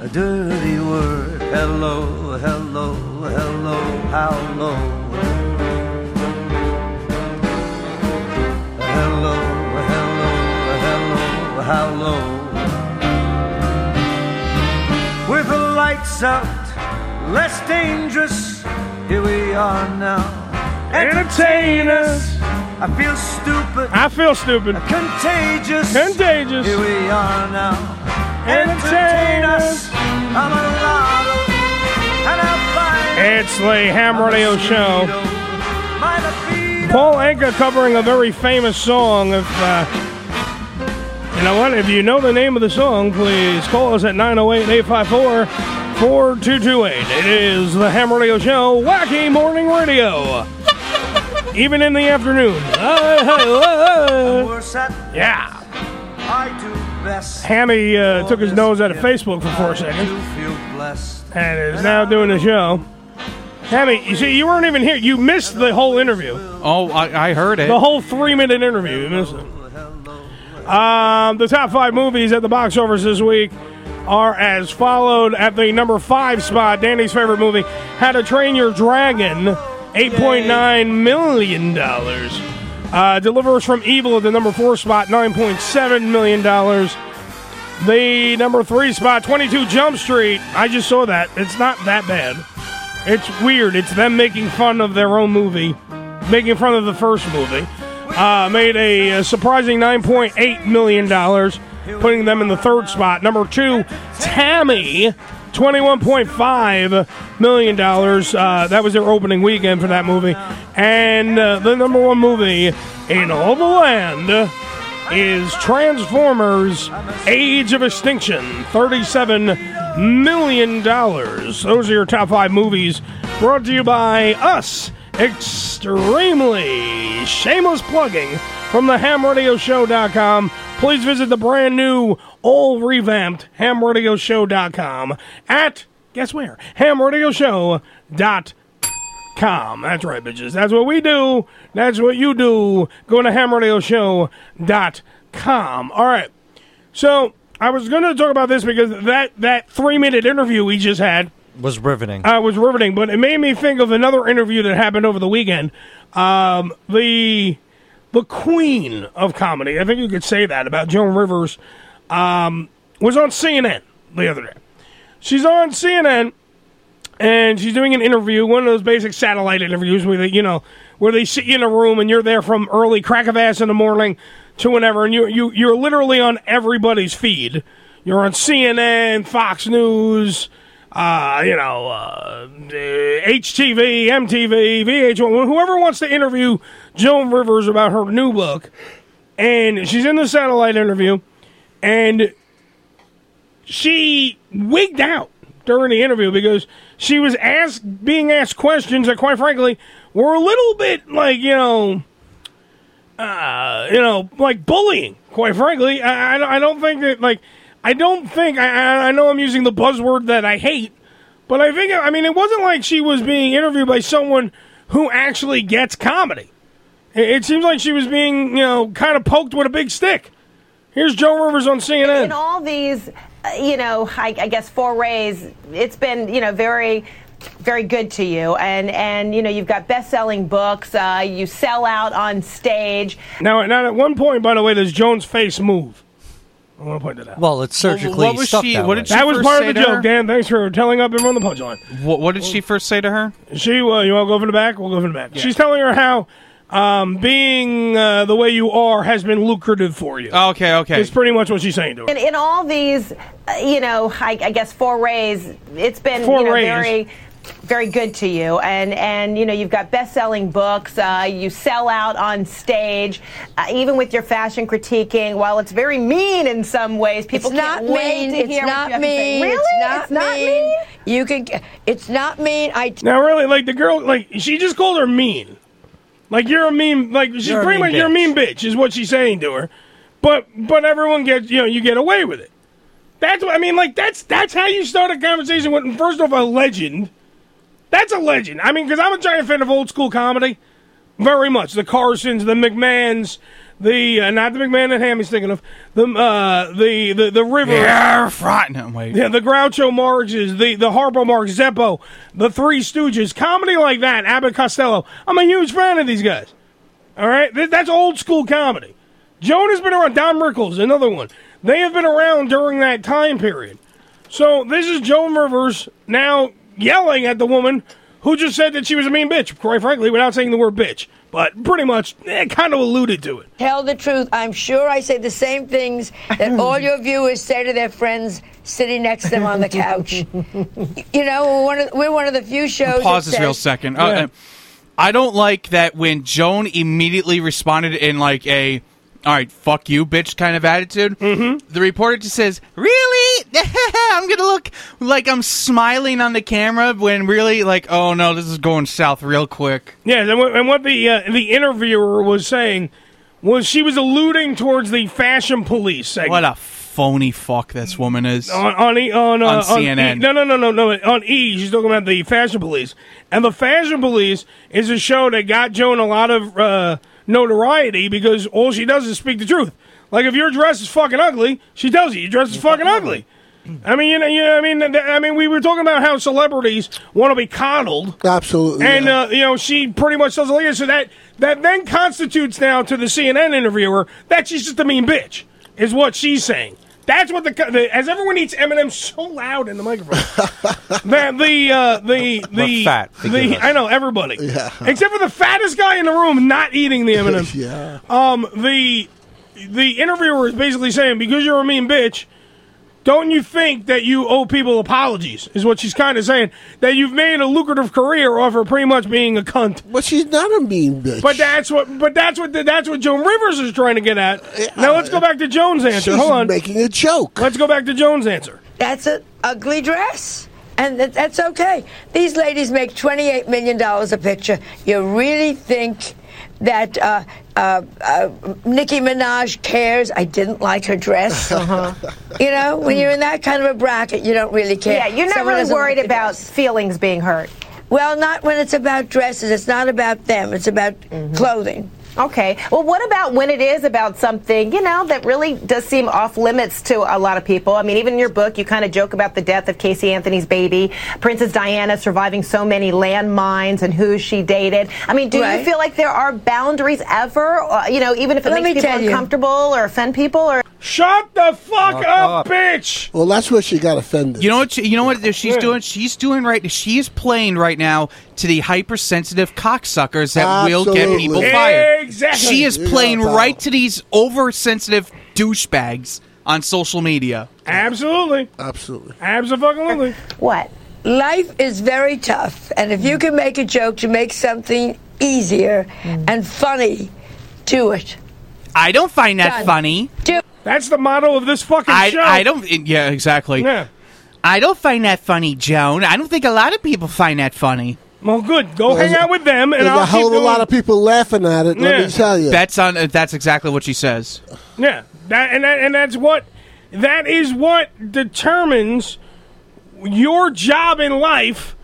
[SPEAKER 22] a dirty word. Hello, hello, hello, how low. Hello, hello, hello, how low. With the lights out, less dangerous. Here we are now. Entertain us. I feel stupid.
[SPEAKER 10] I feel stupid.
[SPEAKER 22] Contagious.
[SPEAKER 10] Contagious.
[SPEAKER 22] Here we are now. Entertain us. I'm a lotto. And I'll find
[SPEAKER 10] It's the Ham Radio Show. Paul Anka covering a very famous song. If uh, you know what, if you know the name of the song, please call us at 908-854-4228. It is the Ham Radio Show, Wacky Morning Radio. Even in the afternoon. (laughs) Uh.
[SPEAKER 22] I'm worse at
[SPEAKER 10] Yeah.
[SPEAKER 22] I do best.
[SPEAKER 10] Hammy uh, took his nose out of Facebook for four seconds.
[SPEAKER 22] Feel blessed.
[SPEAKER 10] and uh, is now doing the show. Hammy, you see, you weren't even here. You missed the whole interview,
[SPEAKER 13] Oh, I, I heard it.
[SPEAKER 10] the whole three-minute interview. You missed it. Um, the top five movies at the box office this week are as followed. At the number five spot, Danny's favorite movie, How to Train Your Dragon, eight point nine million dollars. Uh, Delivers from Evil at the number four spot, nine point seven million dollars. The number three spot, 22 Jump Street. I just saw that. It's not that bad. It's weird. It's them making fun of their own movie, making fun of the first movie. Uh, made a, uh, surprising $9.8 million, putting them in the third spot. Number two, Tammy, $21.5 million. Uh, that was their opening weekend for that movie. And uh, the number one movie in all the land is Transformers Age of Extinction, $37 million. Those are your top five movies brought to you by us. Extremely shameless plugging from the hamradioshow.com. Please visit the brand new, all revamped hamradioshow.com at, guess where? hamradioshow.com com. That's right, bitches. That's what we do. That's what you do. Go to hamradioshow.com. All right. So I was going to talk about this because that, that three minute interview we just had
[SPEAKER 1] was riveting.
[SPEAKER 10] uh, was riveting, but it made me think of another interview that happened over the weekend. Um, the the queen of comedy, I think you could say that about Joan Rivers, um, was on CNN the other day. She's on CNN and she's doing an interview, one of those basic satellite interviews where they, you know, where they sit you in a room and you're there from early crack of ass in the morning to whenever, and you you you're literally on everybody's feed. You're on CNN, Fox News, uh, you know, uh, HTV, MTV, VH1, whoever wants to interview Joan Rivers about her new book, and she's in the satellite interview, and she wigged out during the interview because she was asked being asked questions that quite frankly were a little bit like you know uh, you know like bullying quite frankly I, I, I don't think that like i don't think I, I, I know i'm using the buzzword that i hate but i think i mean it wasn't like she was being interviewed by someone who actually gets comedy it, it seems like she was being you know kind of poked with a big stick here's joe rivers on cnn
[SPEAKER 28] in all these, uh, you know, I, I guess forays, it's been, you know, very, very good to you. And and you know, you've got best-selling books. Uh, you sell out on stage.
[SPEAKER 10] Now, now at one point, by the way, does Jones' face move? I want to point that out.
[SPEAKER 1] Well, it's surgically
[SPEAKER 13] what was
[SPEAKER 1] stuck
[SPEAKER 13] she-
[SPEAKER 1] that
[SPEAKER 13] what
[SPEAKER 1] way.
[SPEAKER 13] did she
[SPEAKER 10] was
[SPEAKER 13] first
[SPEAKER 10] part
[SPEAKER 13] say
[SPEAKER 10] of the
[SPEAKER 13] to
[SPEAKER 10] joke,
[SPEAKER 13] her?
[SPEAKER 10] Dan. Thanks for telling up everyone the punchline.
[SPEAKER 13] What, what did she first say to her?
[SPEAKER 10] She, uh, you want to go from the back? We'll go from the back. She's telling her how um, being uh, the way you are has been lucrative for you.
[SPEAKER 13] Okay, okay.
[SPEAKER 10] It's pretty much what she's saying to her.
[SPEAKER 28] In, in all these, uh, you know, I, I guess forays, it's been you know,
[SPEAKER 10] Forays.
[SPEAKER 28] very, very good to you. And and you know, you've got best-selling books. Uh, you sell out on stage, uh, even with your fashion critiquing. While it's very mean in some ways, people
[SPEAKER 5] it's not
[SPEAKER 28] can't wait
[SPEAKER 5] mean.
[SPEAKER 28] to
[SPEAKER 5] It's
[SPEAKER 28] hear
[SPEAKER 5] not
[SPEAKER 28] what you have to say.
[SPEAKER 5] mean.
[SPEAKER 28] Really,
[SPEAKER 5] It's not, mean.
[SPEAKER 28] mean?
[SPEAKER 5] You can. It's not mean. I.
[SPEAKER 10] Now, really, like the girl, like she just called her mean. Like you're a mean. Like she's
[SPEAKER 5] You're a
[SPEAKER 10] pretty
[SPEAKER 5] mean
[SPEAKER 10] much you're a mean bitch is what she's saying to her. But but everyone gets you know you get away with it. That's what I mean. Like that's that's how you start a conversation with first off a legend. That's a legend. I mean, because I'm a giant fan of old school comedy, very much. The Carsons, the McMahons, the uh, not the McMahon that Hammy's thinking of, the uh, the the the River.
[SPEAKER 13] Yeah, frightened him. Wait.
[SPEAKER 10] Yeah, the Groucho Marxes, the the Harpo Marx, Zeppo, the Three Stooges, comedy like that. Abbott Costello. I'm a huge fan of these guys. All right, Th- that's old school comedy. Jonah's been around. Don Rickles, another one. They have been around during that time period. So this is Joan Rivers now yelling at the woman who just said that she was a mean bitch. Quite frankly, without saying the word bitch, but pretty much eh, kind of alluded to it.
[SPEAKER 5] Tell the truth. I'm sure I say the same things that all your viewers say to their friends sitting next to them on the couch. you know, we're one of, we're one of the few shows.
[SPEAKER 13] Pause
[SPEAKER 5] that
[SPEAKER 13] this real
[SPEAKER 5] says-
[SPEAKER 13] second. Uh, uh, I don't like that when Joan immediately responded in like a "all right, fuck you, bitch" kind of attitude. Mm-hmm. The reporter just says, "Really? (laughs) I'm gonna look like I'm smiling on the camera when really like, oh no, this is going south real quick."
[SPEAKER 10] Yeah, and what- and what the uh, the interviewer was saying was she was alluding towards the fashion police segment.
[SPEAKER 13] What a phony fuck this woman is.
[SPEAKER 10] on on E- on, uh,
[SPEAKER 13] On
[SPEAKER 10] E-
[SPEAKER 13] CNN.
[SPEAKER 10] no, no, no, no, no. On E, she's talking about the Fashion Police, and the Fashion Police is a show that got Joan a lot of uh, notoriety because all she does is speak the truth. Like if your dress is fucking ugly, she tells you your dress is fucking ugly. I mean, you know, you know, I mean, th- I mean, we were talking about how celebrities want to be coddled.
[SPEAKER 15] Absolutely.
[SPEAKER 10] And uh, you know, she pretty much doesn't like it. So that that then constitutes now to the CNN interviewer that she's just a mean bitch, is what she's saying. That's what the, co- the as everyone eats M and M's so loud in the microphone that the uh, the the
[SPEAKER 1] We're fat, forgive
[SPEAKER 10] the
[SPEAKER 1] us.
[SPEAKER 10] I know everybody except for the fattest guy in the room not eating
[SPEAKER 15] (laughs)
[SPEAKER 10] the M and M's.
[SPEAKER 15] Yeah.
[SPEAKER 10] Um, the the interviewer is basically saying because you're a mean bitch, don't you think that you owe people apologies? Is what she's kind of saying that you've made a lucrative career off her pretty much being a cunt.
[SPEAKER 15] But she's not a mean bitch.
[SPEAKER 10] But that's what. But that's what. That's what Joan Rivers is trying to get at. Now let's go back to Joan's answer.
[SPEAKER 15] she's
[SPEAKER 10] Hold on,
[SPEAKER 15] making a joke.
[SPEAKER 10] Let's go back to Joan's answer.
[SPEAKER 5] That's an ugly dress. And that, that's okay. These ladies make $28 million a picture. You really think that uh, uh, uh, Nicki Minaj cares? I didn't like her dress. You know, when you're in that kind of a bracket, you don't really care.
[SPEAKER 28] Yeah, you're not
[SPEAKER 5] Someone
[SPEAKER 28] really
[SPEAKER 5] doesn't
[SPEAKER 28] worried
[SPEAKER 5] like the
[SPEAKER 28] about
[SPEAKER 5] dress.
[SPEAKER 28] feelings being hurt.
[SPEAKER 5] Well, not when it's about dresses. It's not about them. It's about clothing.
[SPEAKER 28] Mm-hmm. Okay. Well, what about when it is about something, you know, that really does seem off limits to a lot of people? I mean, even in your book, you kind of joke about the death of Casey Anthony's baby, Princess Diana surviving so many landmines and who she dated. I mean, do
[SPEAKER 5] Right.
[SPEAKER 28] you feel like there are boundaries ever, uh, you know, even if it
[SPEAKER 5] Let me
[SPEAKER 28] makes people
[SPEAKER 5] tell you.
[SPEAKER 28] uncomfortable or offend people or
[SPEAKER 10] Shut the fuck
[SPEAKER 28] Fuck
[SPEAKER 10] up, bitch.
[SPEAKER 15] Well, that's where she got offended.
[SPEAKER 13] You know what? She, you know what she's doing? She's doing right. She is playing right now to the hypersensitive cocksuckers that will get
[SPEAKER 15] Absolutely.
[SPEAKER 13] people fired.
[SPEAKER 10] Exactly.
[SPEAKER 13] She is
[SPEAKER 10] You're
[SPEAKER 13] playing
[SPEAKER 10] not wrong.
[SPEAKER 13] right to these oversensitive douchebags on social media.
[SPEAKER 10] Absolutely.
[SPEAKER 15] Absolutely.
[SPEAKER 10] Absolutely.
[SPEAKER 28] What? Mm.
[SPEAKER 5] Life is very tough, and if you can make a joke to make something easier
[SPEAKER 28] Mm.
[SPEAKER 5] and funny, do it.
[SPEAKER 13] I don't find that
[SPEAKER 5] Done.
[SPEAKER 13] funny.
[SPEAKER 5] Do.
[SPEAKER 10] That's the motto of this fucking
[SPEAKER 13] I,
[SPEAKER 10] show.
[SPEAKER 13] I don't. Yeah, exactly.
[SPEAKER 10] Yeah.
[SPEAKER 13] I don't find that funny, Joan. I don't think a lot of people find that funny.
[SPEAKER 10] Well, good. Go hang out with them, and
[SPEAKER 15] There's
[SPEAKER 10] I'll
[SPEAKER 15] a hell
[SPEAKER 10] keep
[SPEAKER 15] of a
[SPEAKER 10] doing-
[SPEAKER 15] lot of people laughing at it. Let me tell you.
[SPEAKER 13] That's on. uh, That's exactly what she says.
[SPEAKER 10] Yeah, that and that, and that's what that is what determines your job in life.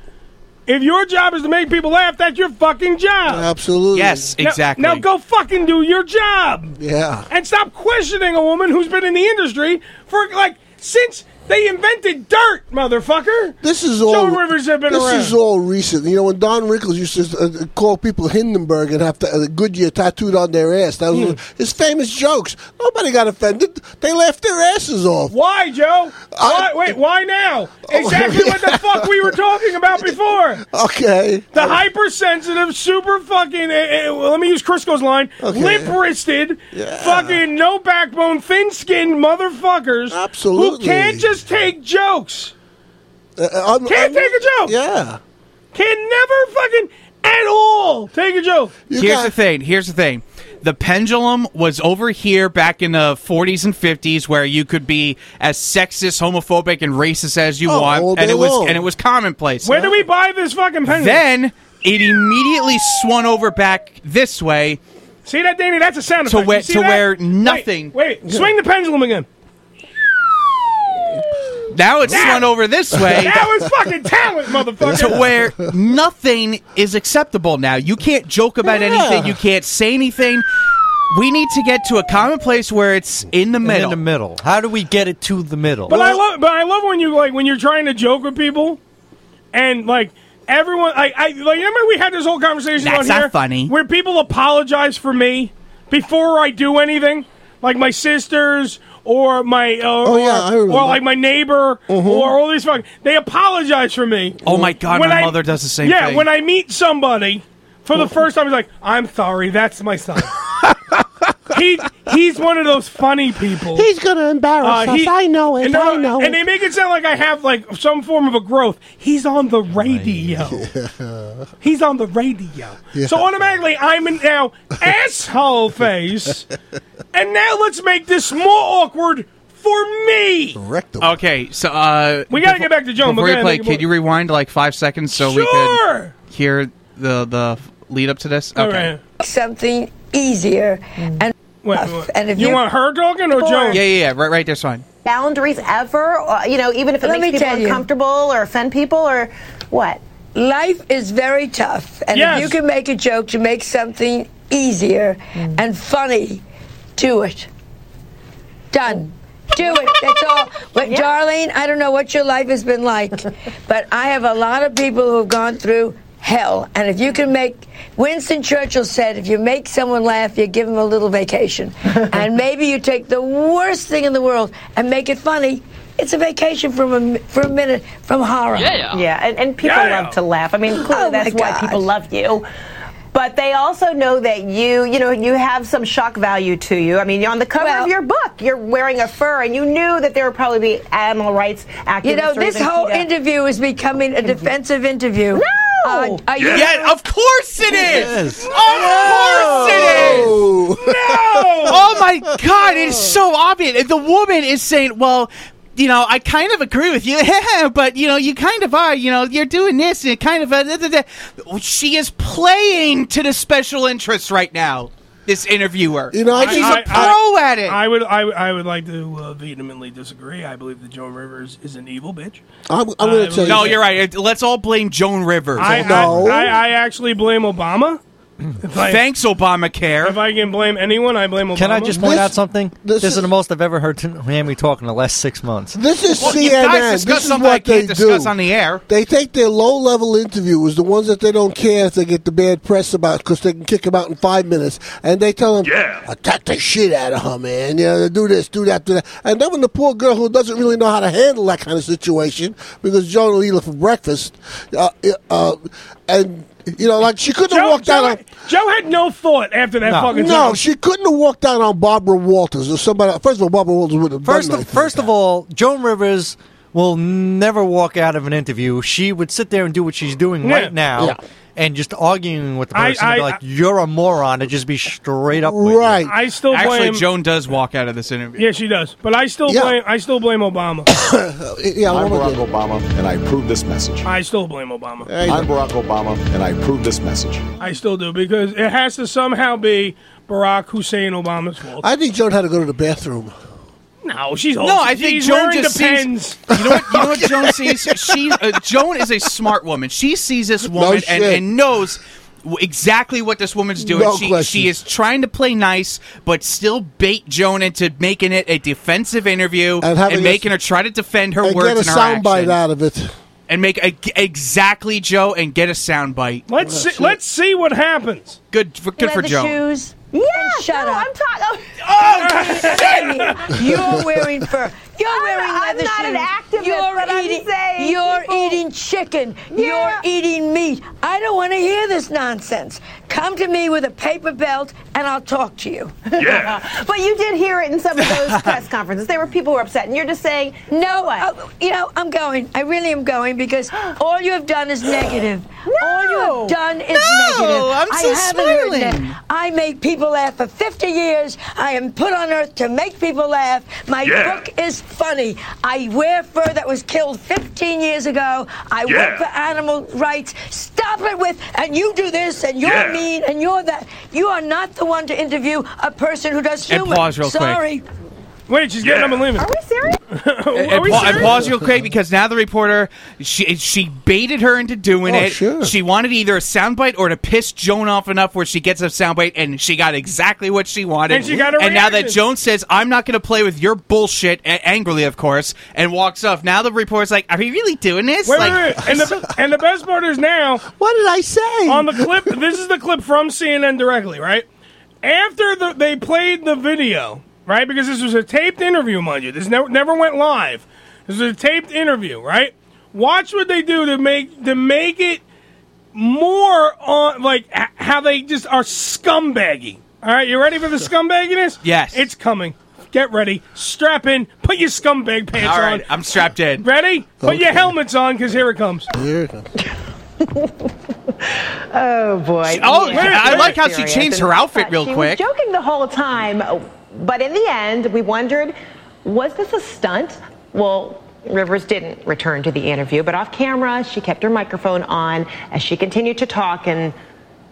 [SPEAKER 10] If your job is to make people laugh, that's your fucking job.
[SPEAKER 15] Absolutely.
[SPEAKER 13] Yes,
[SPEAKER 10] Now-
[SPEAKER 13] exactly.
[SPEAKER 10] Now, go fucking do your job
[SPEAKER 15] Yeah.
[SPEAKER 10] and stop questioning a woman who's been in the industry for like since They invented dirt, motherfucker.
[SPEAKER 3] This is
[SPEAKER 10] Joe
[SPEAKER 3] all.
[SPEAKER 10] Rivers have been
[SPEAKER 3] this
[SPEAKER 10] around.
[SPEAKER 3] is all recent. You know, when Don Rickles used to uh, call people Hindenburg and have to, uh, Goodyear tattooed on their ass, that was
[SPEAKER 10] Hmm.
[SPEAKER 3] his famous jokes. Nobody got offended. They laughed their asses off.
[SPEAKER 10] Why, Joe? Why, wait, why now?
[SPEAKER 3] Oh.
[SPEAKER 10] Exactly what
[SPEAKER 3] (laughs)
[SPEAKER 10] the fuck we were talking about before.
[SPEAKER 3] Okay.
[SPEAKER 10] The hypersensitive, super fucking. eh, eh, well, let me use Crisco's line. Lip wristed, fucking no backbone, thin skinned motherfuckers. Absolutely. Who can't just take jokes. can't take a joke.
[SPEAKER 3] Yeah.
[SPEAKER 10] Can never fucking at all take a joke.
[SPEAKER 13] Here's the thing. Here's the thing. The pendulum was over here back in the 40s and 50s, where you could be as sexist, homophobic, and racist as you
[SPEAKER 10] Oh, all
[SPEAKER 13] want,
[SPEAKER 10] day
[SPEAKER 13] and it was
[SPEAKER 10] long.
[SPEAKER 13] and it was commonplace.
[SPEAKER 10] Where do we buy this fucking pendulum?
[SPEAKER 13] Then it immediately swung over back this way.
[SPEAKER 10] See that, Danny? That's a sound
[SPEAKER 13] to
[SPEAKER 10] effect.
[SPEAKER 13] Where,
[SPEAKER 10] You see
[SPEAKER 13] to
[SPEAKER 10] that?
[SPEAKER 13] where
[SPEAKER 10] Wait,
[SPEAKER 13] nothing.
[SPEAKER 10] Wait, swing the pendulum again.
[SPEAKER 13] Now it's swung over this way.
[SPEAKER 10] Now it's fucking talent, motherfucker.
[SPEAKER 13] to where nothing is acceptable now. You can't joke about
[SPEAKER 10] Yeah.
[SPEAKER 13] anything. You can't say anything. We need to get to a common place where it's in the middle.
[SPEAKER 1] In the middle. How do we get it to the middle?
[SPEAKER 10] But I love, but I love when you like when you're trying to joke with people, and like everyone, I, I like remember we had this whole conversation
[SPEAKER 13] That's
[SPEAKER 10] on
[SPEAKER 13] not
[SPEAKER 10] here,
[SPEAKER 13] funny.
[SPEAKER 10] where people apologize for me before I do anything, like my sisters or my uh, or,
[SPEAKER 3] Oh, yeah, I remember. Mm-hmm.
[SPEAKER 10] or like my neighbor or all these fucking, they apologize for me.
[SPEAKER 13] Oh my God,
[SPEAKER 10] When
[SPEAKER 13] my
[SPEAKER 10] I-
[SPEAKER 13] mother does the same
[SPEAKER 10] yeah,
[SPEAKER 13] thing.
[SPEAKER 10] when I meet somebody for the first time, he's like, "I'm sorry, that's my
[SPEAKER 13] (laughs)
[SPEAKER 10] son." he he's one of those funny people.
[SPEAKER 3] He's gonna embarrass
[SPEAKER 10] Uh, he-
[SPEAKER 3] us. I know it.
[SPEAKER 10] and they're-
[SPEAKER 3] I know
[SPEAKER 10] And
[SPEAKER 3] it.
[SPEAKER 10] they make it sound like I have like some form of a growth. He's on the radio. Uh, He's on the radio.
[SPEAKER 3] Yeah.
[SPEAKER 10] So automatically, I'm in now asshole face. and now let's make this more awkward for me.
[SPEAKER 13] Okay, so uh,
[SPEAKER 10] We gotta
[SPEAKER 13] befo-
[SPEAKER 10] get back to Joan, but go
[SPEAKER 13] Before you
[SPEAKER 10] ahead,
[SPEAKER 13] play,
[SPEAKER 10] make it
[SPEAKER 13] could you rewind like five seconds so we could
[SPEAKER 10] Sure.
[SPEAKER 13] hear the the lead up to this? Okay.
[SPEAKER 10] All right. Hmm.
[SPEAKER 5] Something easier and and if
[SPEAKER 13] You
[SPEAKER 10] want her talking or
[SPEAKER 13] Yeah, yeah, yeah. Right, right. There's fine.
[SPEAKER 28] boundaries ever? Uh, you know, even if it
[SPEAKER 5] Let me
[SPEAKER 28] makes people
[SPEAKER 5] tell you.
[SPEAKER 28] uncomfortable or offend people or what?
[SPEAKER 5] Life is very tough, and
[SPEAKER 28] Yes.
[SPEAKER 5] if you can make a joke to make something easier and funny, do it. Done. Do it. That's all. But Darlene, I don't know what your life has been like, but I have a lot of people who have gone through hell, and if you can make Winston Churchill said, if you make someone laugh, you give them a little vacation, and maybe you take the worst thing in the world and make it funny. It's a vacation from a mi- for a minute from horror.
[SPEAKER 28] Yeah, and, and people
[SPEAKER 5] Yeah.
[SPEAKER 28] love to laugh. I
[SPEAKER 5] (laughs)
[SPEAKER 28] mean, clearly
[SPEAKER 5] Oh, my
[SPEAKER 28] that's why
[SPEAKER 5] God.
[SPEAKER 28] people love you. But they also know that you, you know, you have some shock value to you. I mean, on the cover of your book, you're wearing a fur, and you knew that there would probably be animal rights activists.
[SPEAKER 5] You know,
[SPEAKER 28] or
[SPEAKER 5] this
[SPEAKER 28] even
[SPEAKER 5] whole
[SPEAKER 28] PETA.
[SPEAKER 5] interview is becoming a defensive interview. Uh, No!
[SPEAKER 28] oh,
[SPEAKER 13] Yeah,
[SPEAKER 5] (laughs)
[SPEAKER 13] of course it is.
[SPEAKER 5] Oh,
[SPEAKER 13] Oh, Of course it is. oh my god, it's so obvious. And The woman is saying, "Well, you know, I kind of agree with you, (laughs) but you know, you kind of are. You know, you're doing this and kind of." A, da, da, da." She is playing to the special interests right now. This interviewer, you know, she's a pro at it.
[SPEAKER 10] I would, I, would- I would like to uh, vehemently disagree. I believe that Joan Rivers is an evil bitch.
[SPEAKER 3] I'm,
[SPEAKER 10] I'm gonna tell you-
[SPEAKER 13] Uh, no, you're right. It- Let's all blame Joan Rivers.
[SPEAKER 10] I, I, I, I actually blame Obama. If I-
[SPEAKER 13] Thanks, Obamacare.
[SPEAKER 10] If I can blame anyone, I blame Obama.
[SPEAKER 1] Can I just point out something? This,
[SPEAKER 10] this
[SPEAKER 1] is, the most I've ever heard Miami talk in the last six months.
[SPEAKER 3] This is
[SPEAKER 13] Well, you guys
[SPEAKER 3] CNN.
[SPEAKER 13] discuss
[SPEAKER 3] This is
[SPEAKER 13] something I
[SPEAKER 3] what they
[SPEAKER 13] can't discuss
[SPEAKER 3] do.
[SPEAKER 13] on the air.
[SPEAKER 3] They take their low-level interviewers, the ones that they don't care if they get the bad press about, because they can kick them out in five minutes, and they tell them,
[SPEAKER 15] Yeah.
[SPEAKER 3] attack the shit out of her, man. You know, do this, do that, do that." And then when the poor girl who doesn't really know how to handle that kind of situation, because Joan will eat her for breakfast, uh, uh, and you know, like she couldn't have walked out. on,
[SPEAKER 10] Joe had no thought after that fucking.
[SPEAKER 3] no, she couldn't have walked out on Barbara Walters or somebody. First of all, Barbara Walters would have done
[SPEAKER 1] First of, first of all, Joan Rivers will never walk out of an interview. She would sit there and do what she's doing
[SPEAKER 10] Yeah.
[SPEAKER 1] right now.
[SPEAKER 10] Yeah.
[SPEAKER 1] And just arguing with the
[SPEAKER 10] I-
[SPEAKER 1] person, and be
[SPEAKER 10] I-
[SPEAKER 1] like you're a moron, and just be straight up.
[SPEAKER 3] Right.
[SPEAKER 10] I still
[SPEAKER 13] Actually,
[SPEAKER 10] blame.
[SPEAKER 13] Joan does walk out of this interview.
[SPEAKER 10] yeah, she does, but I still
[SPEAKER 13] Yeah.
[SPEAKER 10] blame. I still blame Obama.
[SPEAKER 3] yeah,
[SPEAKER 6] I'm Barack Obama, and I approve this message.
[SPEAKER 10] I still blame Obama.
[SPEAKER 6] I'm Barack Obama, and I approve this message.
[SPEAKER 10] I still do because it has to somehow be Barack Hussein Obama's fault.
[SPEAKER 3] I think Joan had to go to the bathroom.
[SPEAKER 10] no, she's old.
[SPEAKER 13] No, I think
[SPEAKER 10] She's
[SPEAKER 13] Joan
[SPEAKER 10] wearing
[SPEAKER 13] just
[SPEAKER 10] depends.
[SPEAKER 13] sees. (laughs) You know what? You
[SPEAKER 11] (laughs)
[SPEAKER 13] know what Joan sees? She uh, Joan is a smart woman. She sees this woman and,
[SPEAKER 3] shit.
[SPEAKER 13] and knows w- exactly what this woman's doing.
[SPEAKER 11] No
[SPEAKER 13] she,
[SPEAKER 11] question.
[SPEAKER 13] she is trying to play nice, but still bait Joan into making it a defensive interview
[SPEAKER 11] And
[SPEAKER 13] and,
[SPEAKER 11] having us-
[SPEAKER 13] making her try to defend her
[SPEAKER 11] and
[SPEAKER 13] words
[SPEAKER 11] get a
[SPEAKER 13] and her
[SPEAKER 11] soundbite
[SPEAKER 13] actions.
[SPEAKER 11] out of it.
[SPEAKER 13] and make a, exactly Joe and get a soundbite.
[SPEAKER 10] Let's see, let's see what happens.
[SPEAKER 13] Good for good for Joe.
[SPEAKER 5] shoes.
[SPEAKER 28] Yeah,
[SPEAKER 5] shut up. I'm
[SPEAKER 28] talking.
[SPEAKER 5] Oh, shit!
[SPEAKER 28] (laughs)
[SPEAKER 5] You're wearing fur. You're wearing
[SPEAKER 28] I'm
[SPEAKER 5] leather
[SPEAKER 28] not an
[SPEAKER 5] shoes.
[SPEAKER 28] activist.
[SPEAKER 5] You're
[SPEAKER 28] I'm
[SPEAKER 5] eating.
[SPEAKER 28] saying
[SPEAKER 5] you're
[SPEAKER 28] people-
[SPEAKER 5] eating chicken.
[SPEAKER 28] Yeah.
[SPEAKER 5] You're eating meat. I don't want to hear this nonsense. Come to me with a paper belt, and I'll talk to you.
[SPEAKER 28] (laughs) but you did hear it in some
[SPEAKER 5] (laughs)
[SPEAKER 28] of those press conferences. There were people who were upset, and you're just saying,
[SPEAKER 5] No, uh, you know, I'm going. I really am going
[SPEAKER 28] (gasps)
[SPEAKER 5] because all you have done is negative. All you have done is
[SPEAKER 28] No,
[SPEAKER 5] negative.
[SPEAKER 28] I'm
[SPEAKER 5] I
[SPEAKER 28] so
[SPEAKER 5] haven't heard that.
[SPEAKER 28] smiling.
[SPEAKER 5] I make people laugh for 50 years. I am put on earth to make people laugh. My
[SPEAKER 28] Yeah.
[SPEAKER 5] book is funny. I wear fur that was killed 15 years ago. I
[SPEAKER 28] Yeah.
[SPEAKER 5] work for animal rights. Stop it with, and you do this, and you're
[SPEAKER 13] Yeah.
[SPEAKER 5] mean, and you're that. You are not the one to interview a person who does
[SPEAKER 13] And
[SPEAKER 5] humor.
[SPEAKER 13] pause real quick.
[SPEAKER 5] Sorry.
[SPEAKER 10] Wait, she's getting up and leaving. Are
[SPEAKER 28] we serious?
[SPEAKER 10] (laughs)
[SPEAKER 13] And, and,
[SPEAKER 10] we
[SPEAKER 13] pa- and
[SPEAKER 10] serious?
[SPEAKER 13] pause real quick because now the reporter she she baited her into doing
[SPEAKER 10] Oh,
[SPEAKER 13] it.
[SPEAKER 10] sure.
[SPEAKER 13] She wanted either a soundbite or to piss Joan off enough where she gets a soundbite, and she got exactly what she wanted.
[SPEAKER 10] And she got her
[SPEAKER 13] now that
[SPEAKER 10] reaction.
[SPEAKER 13] Joan says, "I'm not going to play with your bullshit," a- angrily, of course, and walks off. Now the reporter's like, "Are we really doing this?"
[SPEAKER 10] Wait,
[SPEAKER 13] like,
[SPEAKER 10] wait, wait. And the, (laughs) and the best part is now.
[SPEAKER 11] What did I say?
[SPEAKER 10] On the clip, this is the clip from CNN directly, right? After the, they played the video, right? Because this was a taped interview, mind you. This never, never went live. This was a taped interview, right? Watch what they do to make to make it more on like h- how they just are scumbaggy. All right, you ready for the scumbagginess?
[SPEAKER 13] Yes.
[SPEAKER 10] it's coming. Get ready. Strap in. Put your scumbag pants
[SPEAKER 13] all
[SPEAKER 10] on.
[SPEAKER 13] right, I'm strapped in.
[SPEAKER 10] Ready? Put your
[SPEAKER 13] Okay.
[SPEAKER 10] helmets on, because here it comes.
[SPEAKER 11] Here it comes.
[SPEAKER 28] Oh boy!
[SPEAKER 13] Oh,
[SPEAKER 28] Yeah.
[SPEAKER 13] I
[SPEAKER 28] Very
[SPEAKER 13] like how she
[SPEAKER 28] serious.
[SPEAKER 13] changed her
[SPEAKER 28] And
[SPEAKER 11] (laughs)
[SPEAKER 28] I
[SPEAKER 13] outfit
[SPEAKER 28] thought
[SPEAKER 13] real
[SPEAKER 28] she was
[SPEAKER 13] quick.
[SPEAKER 28] joking the whole time, but in the end, we wondered, was this a stunt? Well. Rivers didn't return to the interview, but off camera, she kept her microphone on as she continued to talk and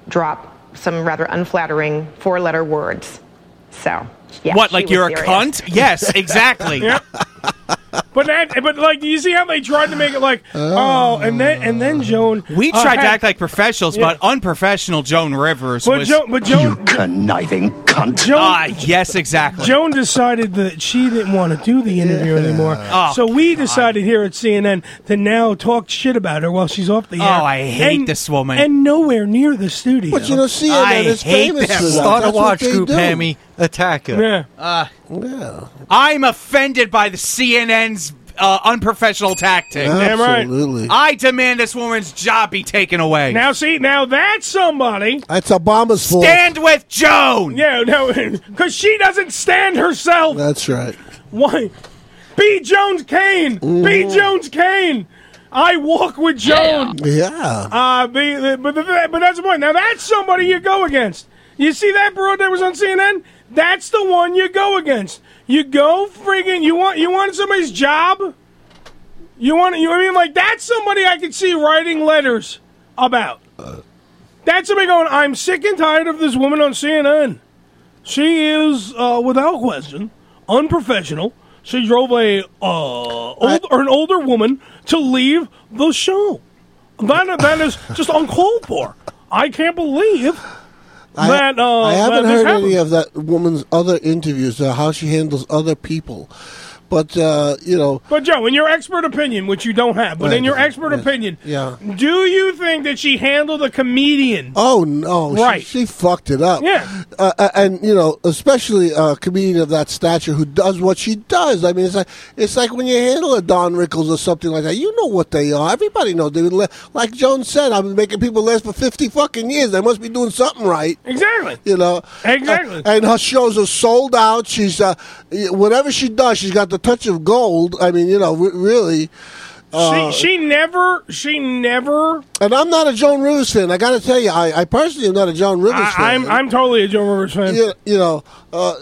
[SPEAKER 28] drop some rather unflattering four letter words. So, yeah.
[SPEAKER 13] what?
[SPEAKER 28] she
[SPEAKER 13] Like
[SPEAKER 28] was
[SPEAKER 13] you're
[SPEAKER 28] serious.
[SPEAKER 13] a
[SPEAKER 28] (laughs)
[SPEAKER 13] cunt? Yes, exactly.
[SPEAKER 10] But that, but like, you see how they tried to make it like, oh, and then and then Joan.
[SPEAKER 13] (laughs) We
[SPEAKER 10] uh,
[SPEAKER 13] tried to
[SPEAKER 10] had-
[SPEAKER 13] act like professionals,
[SPEAKER 10] Yeah.
[SPEAKER 13] but unprofessional Joan Rivers
[SPEAKER 10] But
[SPEAKER 13] was.
[SPEAKER 10] Joan- but Joan- You
[SPEAKER 13] conniving cunt.
[SPEAKER 10] Joan-
[SPEAKER 13] ah,
[SPEAKER 10] (laughs)
[SPEAKER 13] yes, exactly.
[SPEAKER 10] Joan decided that she didn't want to do the interview anymore,
[SPEAKER 13] Oh,
[SPEAKER 10] so we decided here at CNN to now talk shit about her while she's off the
[SPEAKER 13] Oh,
[SPEAKER 10] air.
[SPEAKER 13] I hate
[SPEAKER 10] And-
[SPEAKER 13] this woman.
[SPEAKER 10] And nowhere near the studio.
[SPEAKER 11] But you know, CNN
[SPEAKER 13] I
[SPEAKER 11] is
[SPEAKER 13] hate
[SPEAKER 11] famous
[SPEAKER 13] them.
[SPEAKER 11] for that.
[SPEAKER 13] Start a
[SPEAKER 11] That's what
[SPEAKER 13] watch
[SPEAKER 11] they
[SPEAKER 13] group,
[SPEAKER 11] do.
[SPEAKER 13] Hammy.
[SPEAKER 1] Attack her.
[SPEAKER 10] Yeah.
[SPEAKER 13] Uh, I'm offended by the CNN's uh, unprofessional tactic.
[SPEAKER 10] Damn right.
[SPEAKER 11] Absolutely.
[SPEAKER 13] I demand this woman's job be taken away.
[SPEAKER 10] Now see, now that's somebody.
[SPEAKER 11] That's Obama's fault.
[SPEAKER 13] Stand with Joan.
[SPEAKER 10] Yeah, no, (laughs) because she doesn't stand herself.
[SPEAKER 11] That's right.
[SPEAKER 10] Why? B. Jones Kane. B. Jones Kane. I walk with Joan.
[SPEAKER 11] Yeah.
[SPEAKER 10] Uh, the, the, but, the, but that's the point. Now that's somebody you go against. You see that broad that was on CNN? That's the one you go against. You go friggin' you want you want somebody's job. You want you know what I mean like that's somebody I could see writing letters about. That's somebody going. I'm sick and tired of this woman on CNN. She is uh, without question unprofessional. She drove a uh, old, or an older woman to leave the show. That that is just uncalled for. I can't believe that. uh,
[SPEAKER 11] I
[SPEAKER 10] that
[SPEAKER 11] haven't
[SPEAKER 10] this
[SPEAKER 11] heard
[SPEAKER 10] happened.
[SPEAKER 11] any of that woman's other interviews, uh, how she handles other people. But, uh, you know,
[SPEAKER 10] But Joe, in your expert opinion, which you don't have, but in
[SPEAKER 11] Right.
[SPEAKER 10] your expert opinion,
[SPEAKER 11] yeah.
[SPEAKER 10] do you think that she handled a comedian?
[SPEAKER 11] Oh, no. she-
[SPEAKER 10] Right.
[SPEAKER 11] She, fucked it up.
[SPEAKER 10] Yeah.
[SPEAKER 11] Uh, uh, and, you know, especially a comedian of that stature who does what she does. I mean, it's like it's like when you handle a Don Rickles or something like that. You know what they are. Everybody knows. They, would la- like Joan said, I've been making people last for 50 fucking years. They must be doing something right.
[SPEAKER 10] Exactly.
[SPEAKER 11] You know,
[SPEAKER 10] Exactly.
[SPEAKER 11] Uh, and her shows are sold out. She's uh, y- whatever she does, she's got the touch of gold. I mean, you know, re- really. uh,
[SPEAKER 10] she she never she never.
[SPEAKER 11] and I'm not a Joan Rivers fan. I got to tell you, I, I personally am not a Joan Rivers fan.
[SPEAKER 10] I, I'm I'm totally a Joe Rivers fan.
[SPEAKER 11] you, you know, uh,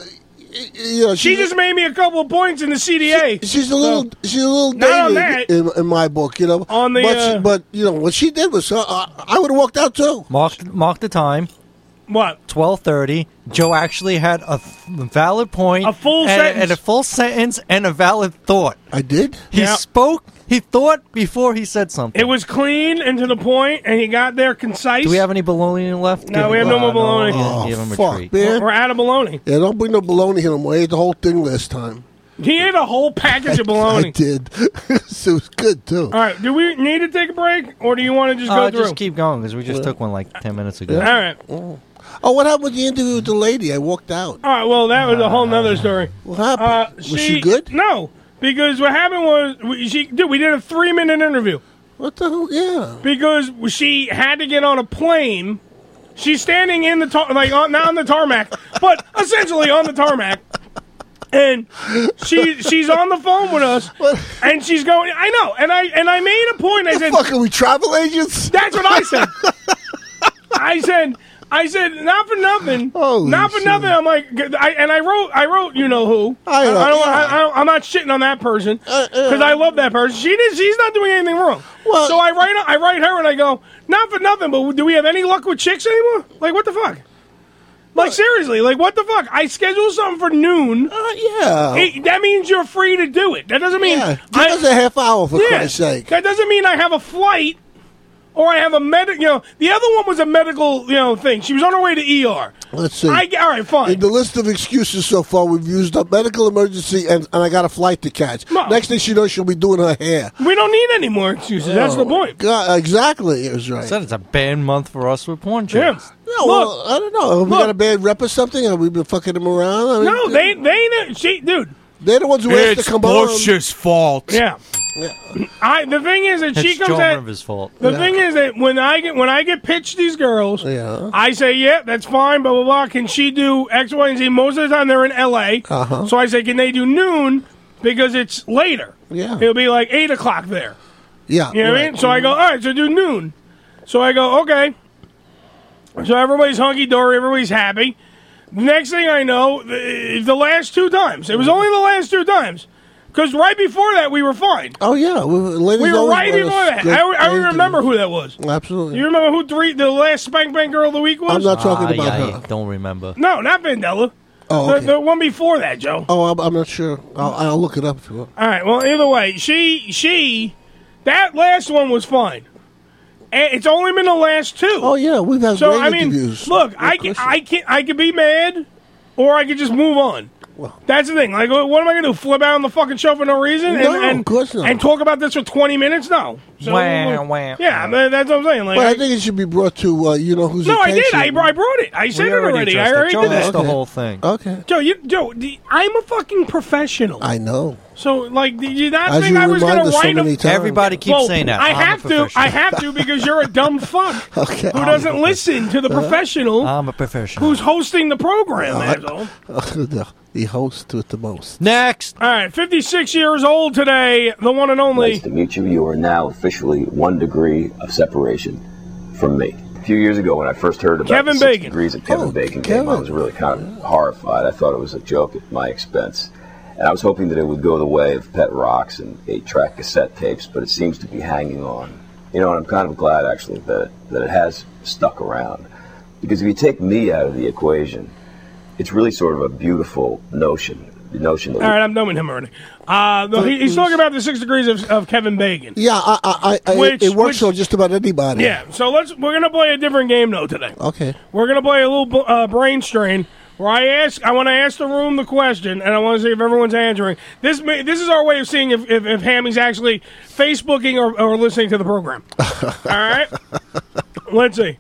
[SPEAKER 11] y- you know,
[SPEAKER 10] She just made me a couple of points in the CDA.
[SPEAKER 11] she's a little, she's a little
[SPEAKER 10] Not on
[SPEAKER 11] dated
[SPEAKER 10] that.
[SPEAKER 11] in, in my book. You know,
[SPEAKER 10] On the,
[SPEAKER 11] but, she-
[SPEAKER 10] uh,
[SPEAKER 11] but you know what she did was, uh, I, I would have walked out too.
[SPEAKER 1] Mark, mark the time.
[SPEAKER 10] What?
[SPEAKER 1] Twelve thirty. Joe actually had a f- valid point,
[SPEAKER 10] A full
[SPEAKER 1] and,
[SPEAKER 10] sentence.
[SPEAKER 1] and a full sentence, and a valid thought.
[SPEAKER 11] I did.
[SPEAKER 1] He
[SPEAKER 10] Yeah.
[SPEAKER 1] spoke He thought before he said something.
[SPEAKER 10] It was clean and to the point, and he got there concise.
[SPEAKER 1] Do we have any bologna left?
[SPEAKER 10] No,
[SPEAKER 1] Give
[SPEAKER 10] we
[SPEAKER 1] it-
[SPEAKER 10] have no more
[SPEAKER 1] Oh,
[SPEAKER 10] bologna.
[SPEAKER 1] give-
[SPEAKER 10] Oh,
[SPEAKER 1] give him a
[SPEAKER 3] fuck,
[SPEAKER 1] treat.
[SPEAKER 3] man.
[SPEAKER 10] We're out of bologna.
[SPEAKER 3] Yeah, don't bring no bologna in him. I ate the whole thing last time.
[SPEAKER 10] He ate a whole package
[SPEAKER 11] (laughs)
[SPEAKER 10] of bologna.
[SPEAKER 3] I did. so it was good too.
[SPEAKER 10] All right, do we need to take a break, or do you want to just go
[SPEAKER 1] Uh,
[SPEAKER 10] through?
[SPEAKER 1] just keep going because we just took one like ten minutes ago.
[SPEAKER 10] All right.
[SPEAKER 3] Oh, what happened with the interview with the lady? I walked out.
[SPEAKER 10] All right. Well, that was a whole nother story. What happened?
[SPEAKER 3] Was she good?
[SPEAKER 10] No, because what happened was we, she. Dude, we did a three-minute interview.
[SPEAKER 3] What the hell? Yeah.
[SPEAKER 10] Because she had to get on a plane. She's standing in the tar- like on, not on the tarmac, but essentially on the tarmac. And she she's on the phone with us, and she's going. I know, and I and I made a point. I said,
[SPEAKER 3] "Fuck, are we travel agents?"
[SPEAKER 10] That's what I
[SPEAKER 3] (laughs)
[SPEAKER 10] said. I said, I said, not for nothing, not for nothing. I'm like, I, and I wrote, I wrote, you know who? I,
[SPEAKER 3] know,
[SPEAKER 10] don't,
[SPEAKER 3] yeah. Uh,
[SPEAKER 10] I, I don't, I'm not shitting on that person because I love that person. She did, she's not doing anything wrong. so I write, I write her, and I go, not for nothing, but do we have any luck with chicks anymore? Like, what the fuck? Like seriously, like what the fuck? I schedule something for noon.
[SPEAKER 3] Uh, yeah.
[SPEAKER 10] It- that means you're free to do it. That doesn't mean
[SPEAKER 3] Yeah, give us a half hour, for Christ's sake.
[SPEAKER 10] That doesn't mean I have a flight or I have a medic. You know, the other one was a medical, you know, thing. She was on her way to ER.
[SPEAKER 3] Let's see.
[SPEAKER 10] I, all right, fine.
[SPEAKER 3] In the list of excuses so far, we've used up medical emergency and, and I got a flight to catch. Next thing she knows, she'll be doing her hair.
[SPEAKER 10] We don't need any more excuses. That's the
[SPEAKER 3] Oh,
[SPEAKER 10] point.
[SPEAKER 3] God, exactly. It was right.
[SPEAKER 1] Said it's a bad month for us with porn chicks.
[SPEAKER 3] No, well, I don't know. Have we got a bad rep or something? Have we been fucking them around? I mean,
[SPEAKER 10] No, they, they, she, dude.
[SPEAKER 3] They're the ones who asked to come on.
[SPEAKER 13] fault.
[SPEAKER 10] Yeah. I. The thing is that she
[SPEAKER 1] It's
[SPEAKER 10] comes
[SPEAKER 1] Joan
[SPEAKER 10] at.
[SPEAKER 1] Rivers' fault.
[SPEAKER 10] The thing is that when I get when I get pitched these girls, I say, "Yeah, that's fine." Blah blah blah. Can she do X, Y, and Z? Most of the time they're in L.A.,
[SPEAKER 3] Uh-huh.
[SPEAKER 10] so I say, "Can they do noon?" Because it's later.
[SPEAKER 3] Yeah.
[SPEAKER 10] it'll be like eight o'clock there.
[SPEAKER 3] Yeah.
[SPEAKER 10] You know what I mean? So I go, all right, so do noon. So I go, okay. So everybody's hunky dory, everybody's happy. Next thing I know, the, the last two times. It was only the last two times. Because right before that, we were fine.
[SPEAKER 3] Oh, yeah. We, ladies
[SPEAKER 10] We were
[SPEAKER 3] always
[SPEAKER 10] right
[SPEAKER 3] let
[SPEAKER 10] before
[SPEAKER 3] us
[SPEAKER 10] that.
[SPEAKER 3] get-
[SPEAKER 10] I, I
[SPEAKER 3] they do.
[SPEAKER 10] remember who that was.
[SPEAKER 3] Absolutely.
[SPEAKER 10] You remember who three, the last Spank Bank girl of the week was?
[SPEAKER 3] I'm not talking about
[SPEAKER 1] I
[SPEAKER 3] her.
[SPEAKER 1] don't remember.
[SPEAKER 10] No, not Vandella.
[SPEAKER 3] Oh, okay.
[SPEAKER 10] the, the one before that, Joe.
[SPEAKER 3] Oh, I'm, I'm not sure. I'll, I'll look it up. if you want.
[SPEAKER 10] All right. Well, either way, she she that last one was fine. And it's only been the last two. Oh
[SPEAKER 3] yeah, we've had
[SPEAKER 10] so
[SPEAKER 3] great
[SPEAKER 10] I mean,
[SPEAKER 3] interviews.
[SPEAKER 10] look, I can, I can I could be mad, or I could just move on. That's the thing. Like, what am I going to do? Flip out on the fucking show for no reason? And,
[SPEAKER 3] No, of
[SPEAKER 10] and,
[SPEAKER 3] course not.
[SPEAKER 10] And talk about this for twenty minutes? No.
[SPEAKER 3] Wah, wah,
[SPEAKER 10] yeah, but that's what I'm saying. Like,
[SPEAKER 3] but I
[SPEAKER 10] I-
[SPEAKER 3] think it should be brought to uh, you know who's.
[SPEAKER 10] no, I did. I, I brought it. I said
[SPEAKER 1] We
[SPEAKER 10] it already. I already
[SPEAKER 1] addressed it. Joe
[SPEAKER 10] did
[SPEAKER 1] missed
[SPEAKER 10] that.
[SPEAKER 1] the whole thing.
[SPEAKER 3] Okay.
[SPEAKER 10] Joe, you, Joe, the, I'm a fucking professional.
[SPEAKER 3] I know.
[SPEAKER 10] So, like, did you not
[SPEAKER 3] As
[SPEAKER 10] think
[SPEAKER 3] you
[SPEAKER 10] I was
[SPEAKER 3] remind
[SPEAKER 10] going to
[SPEAKER 3] us so
[SPEAKER 10] write
[SPEAKER 3] many
[SPEAKER 10] a
[SPEAKER 3] times. Everybody
[SPEAKER 1] keeps
[SPEAKER 10] Well,
[SPEAKER 1] saying that.
[SPEAKER 10] I
[SPEAKER 1] I'm a
[SPEAKER 10] have to. I
[SPEAKER 1] professional.
[SPEAKER 10] have to because you're a dumb fuck
[SPEAKER 3] (laughs) Okay.
[SPEAKER 10] who doesn't listen to the
[SPEAKER 3] Huh?
[SPEAKER 10] professional
[SPEAKER 1] I'm a professional.
[SPEAKER 10] who's hosting the program.
[SPEAKER 3] (laughs)
[SPEAKER 10] asshole.
[SPEAKER 3] Oh, the, the host with the most.
[SPEAKER 1] Next.
[SPEAKER 10] All right, 56 years old today, the one and only.
[SPEAKER 9] Nice to meet you. You are now officially one degree of separation from me. A few years ago, when I first heard about
[SPEAKER 10] Kevin
[SPEAKER 9] the six
[SPEAKER 10] Bacon. Oh,
[SPEAKER 9] degrees of Kevin Bacon came, I was really kind of horrified. I thought it was a joke at my expense, and I was hoping that it would go the way of Pet Rocks and eight-track cassette tapes, but it seems to be hanging on. You know, and I'm kind of glad actually that it, that it has stuck around, because if you take me out of the equation, it's really sort of a beautiful notion. The notion that
[SPEAKER 10] All right, I'm dumbing him already. Uh, no, he, he's talking about the six degrees of, of Kevin Bacon.
[SPEAKER 3] Yeah, I, I, I, I
[SPEAKER 10] Which-
[SPEAKER 3] it works
[SPEAKER 10] which-
[SPEAKER 3] on just about anybody.
[SPEAKER 10] Yeah, so let's. We're gonna play a different game though today.
[SPEAKER 3] Okay.
[SPEAKER 10] We're gonna play a little bl- uh, brain strain where I ask. I want to ask the room the question, and I want to see if everyone's answering. This may, this is our way of seeing if if, if Hammy's actually Facebooking or, or listening to the program. All right. Let's see.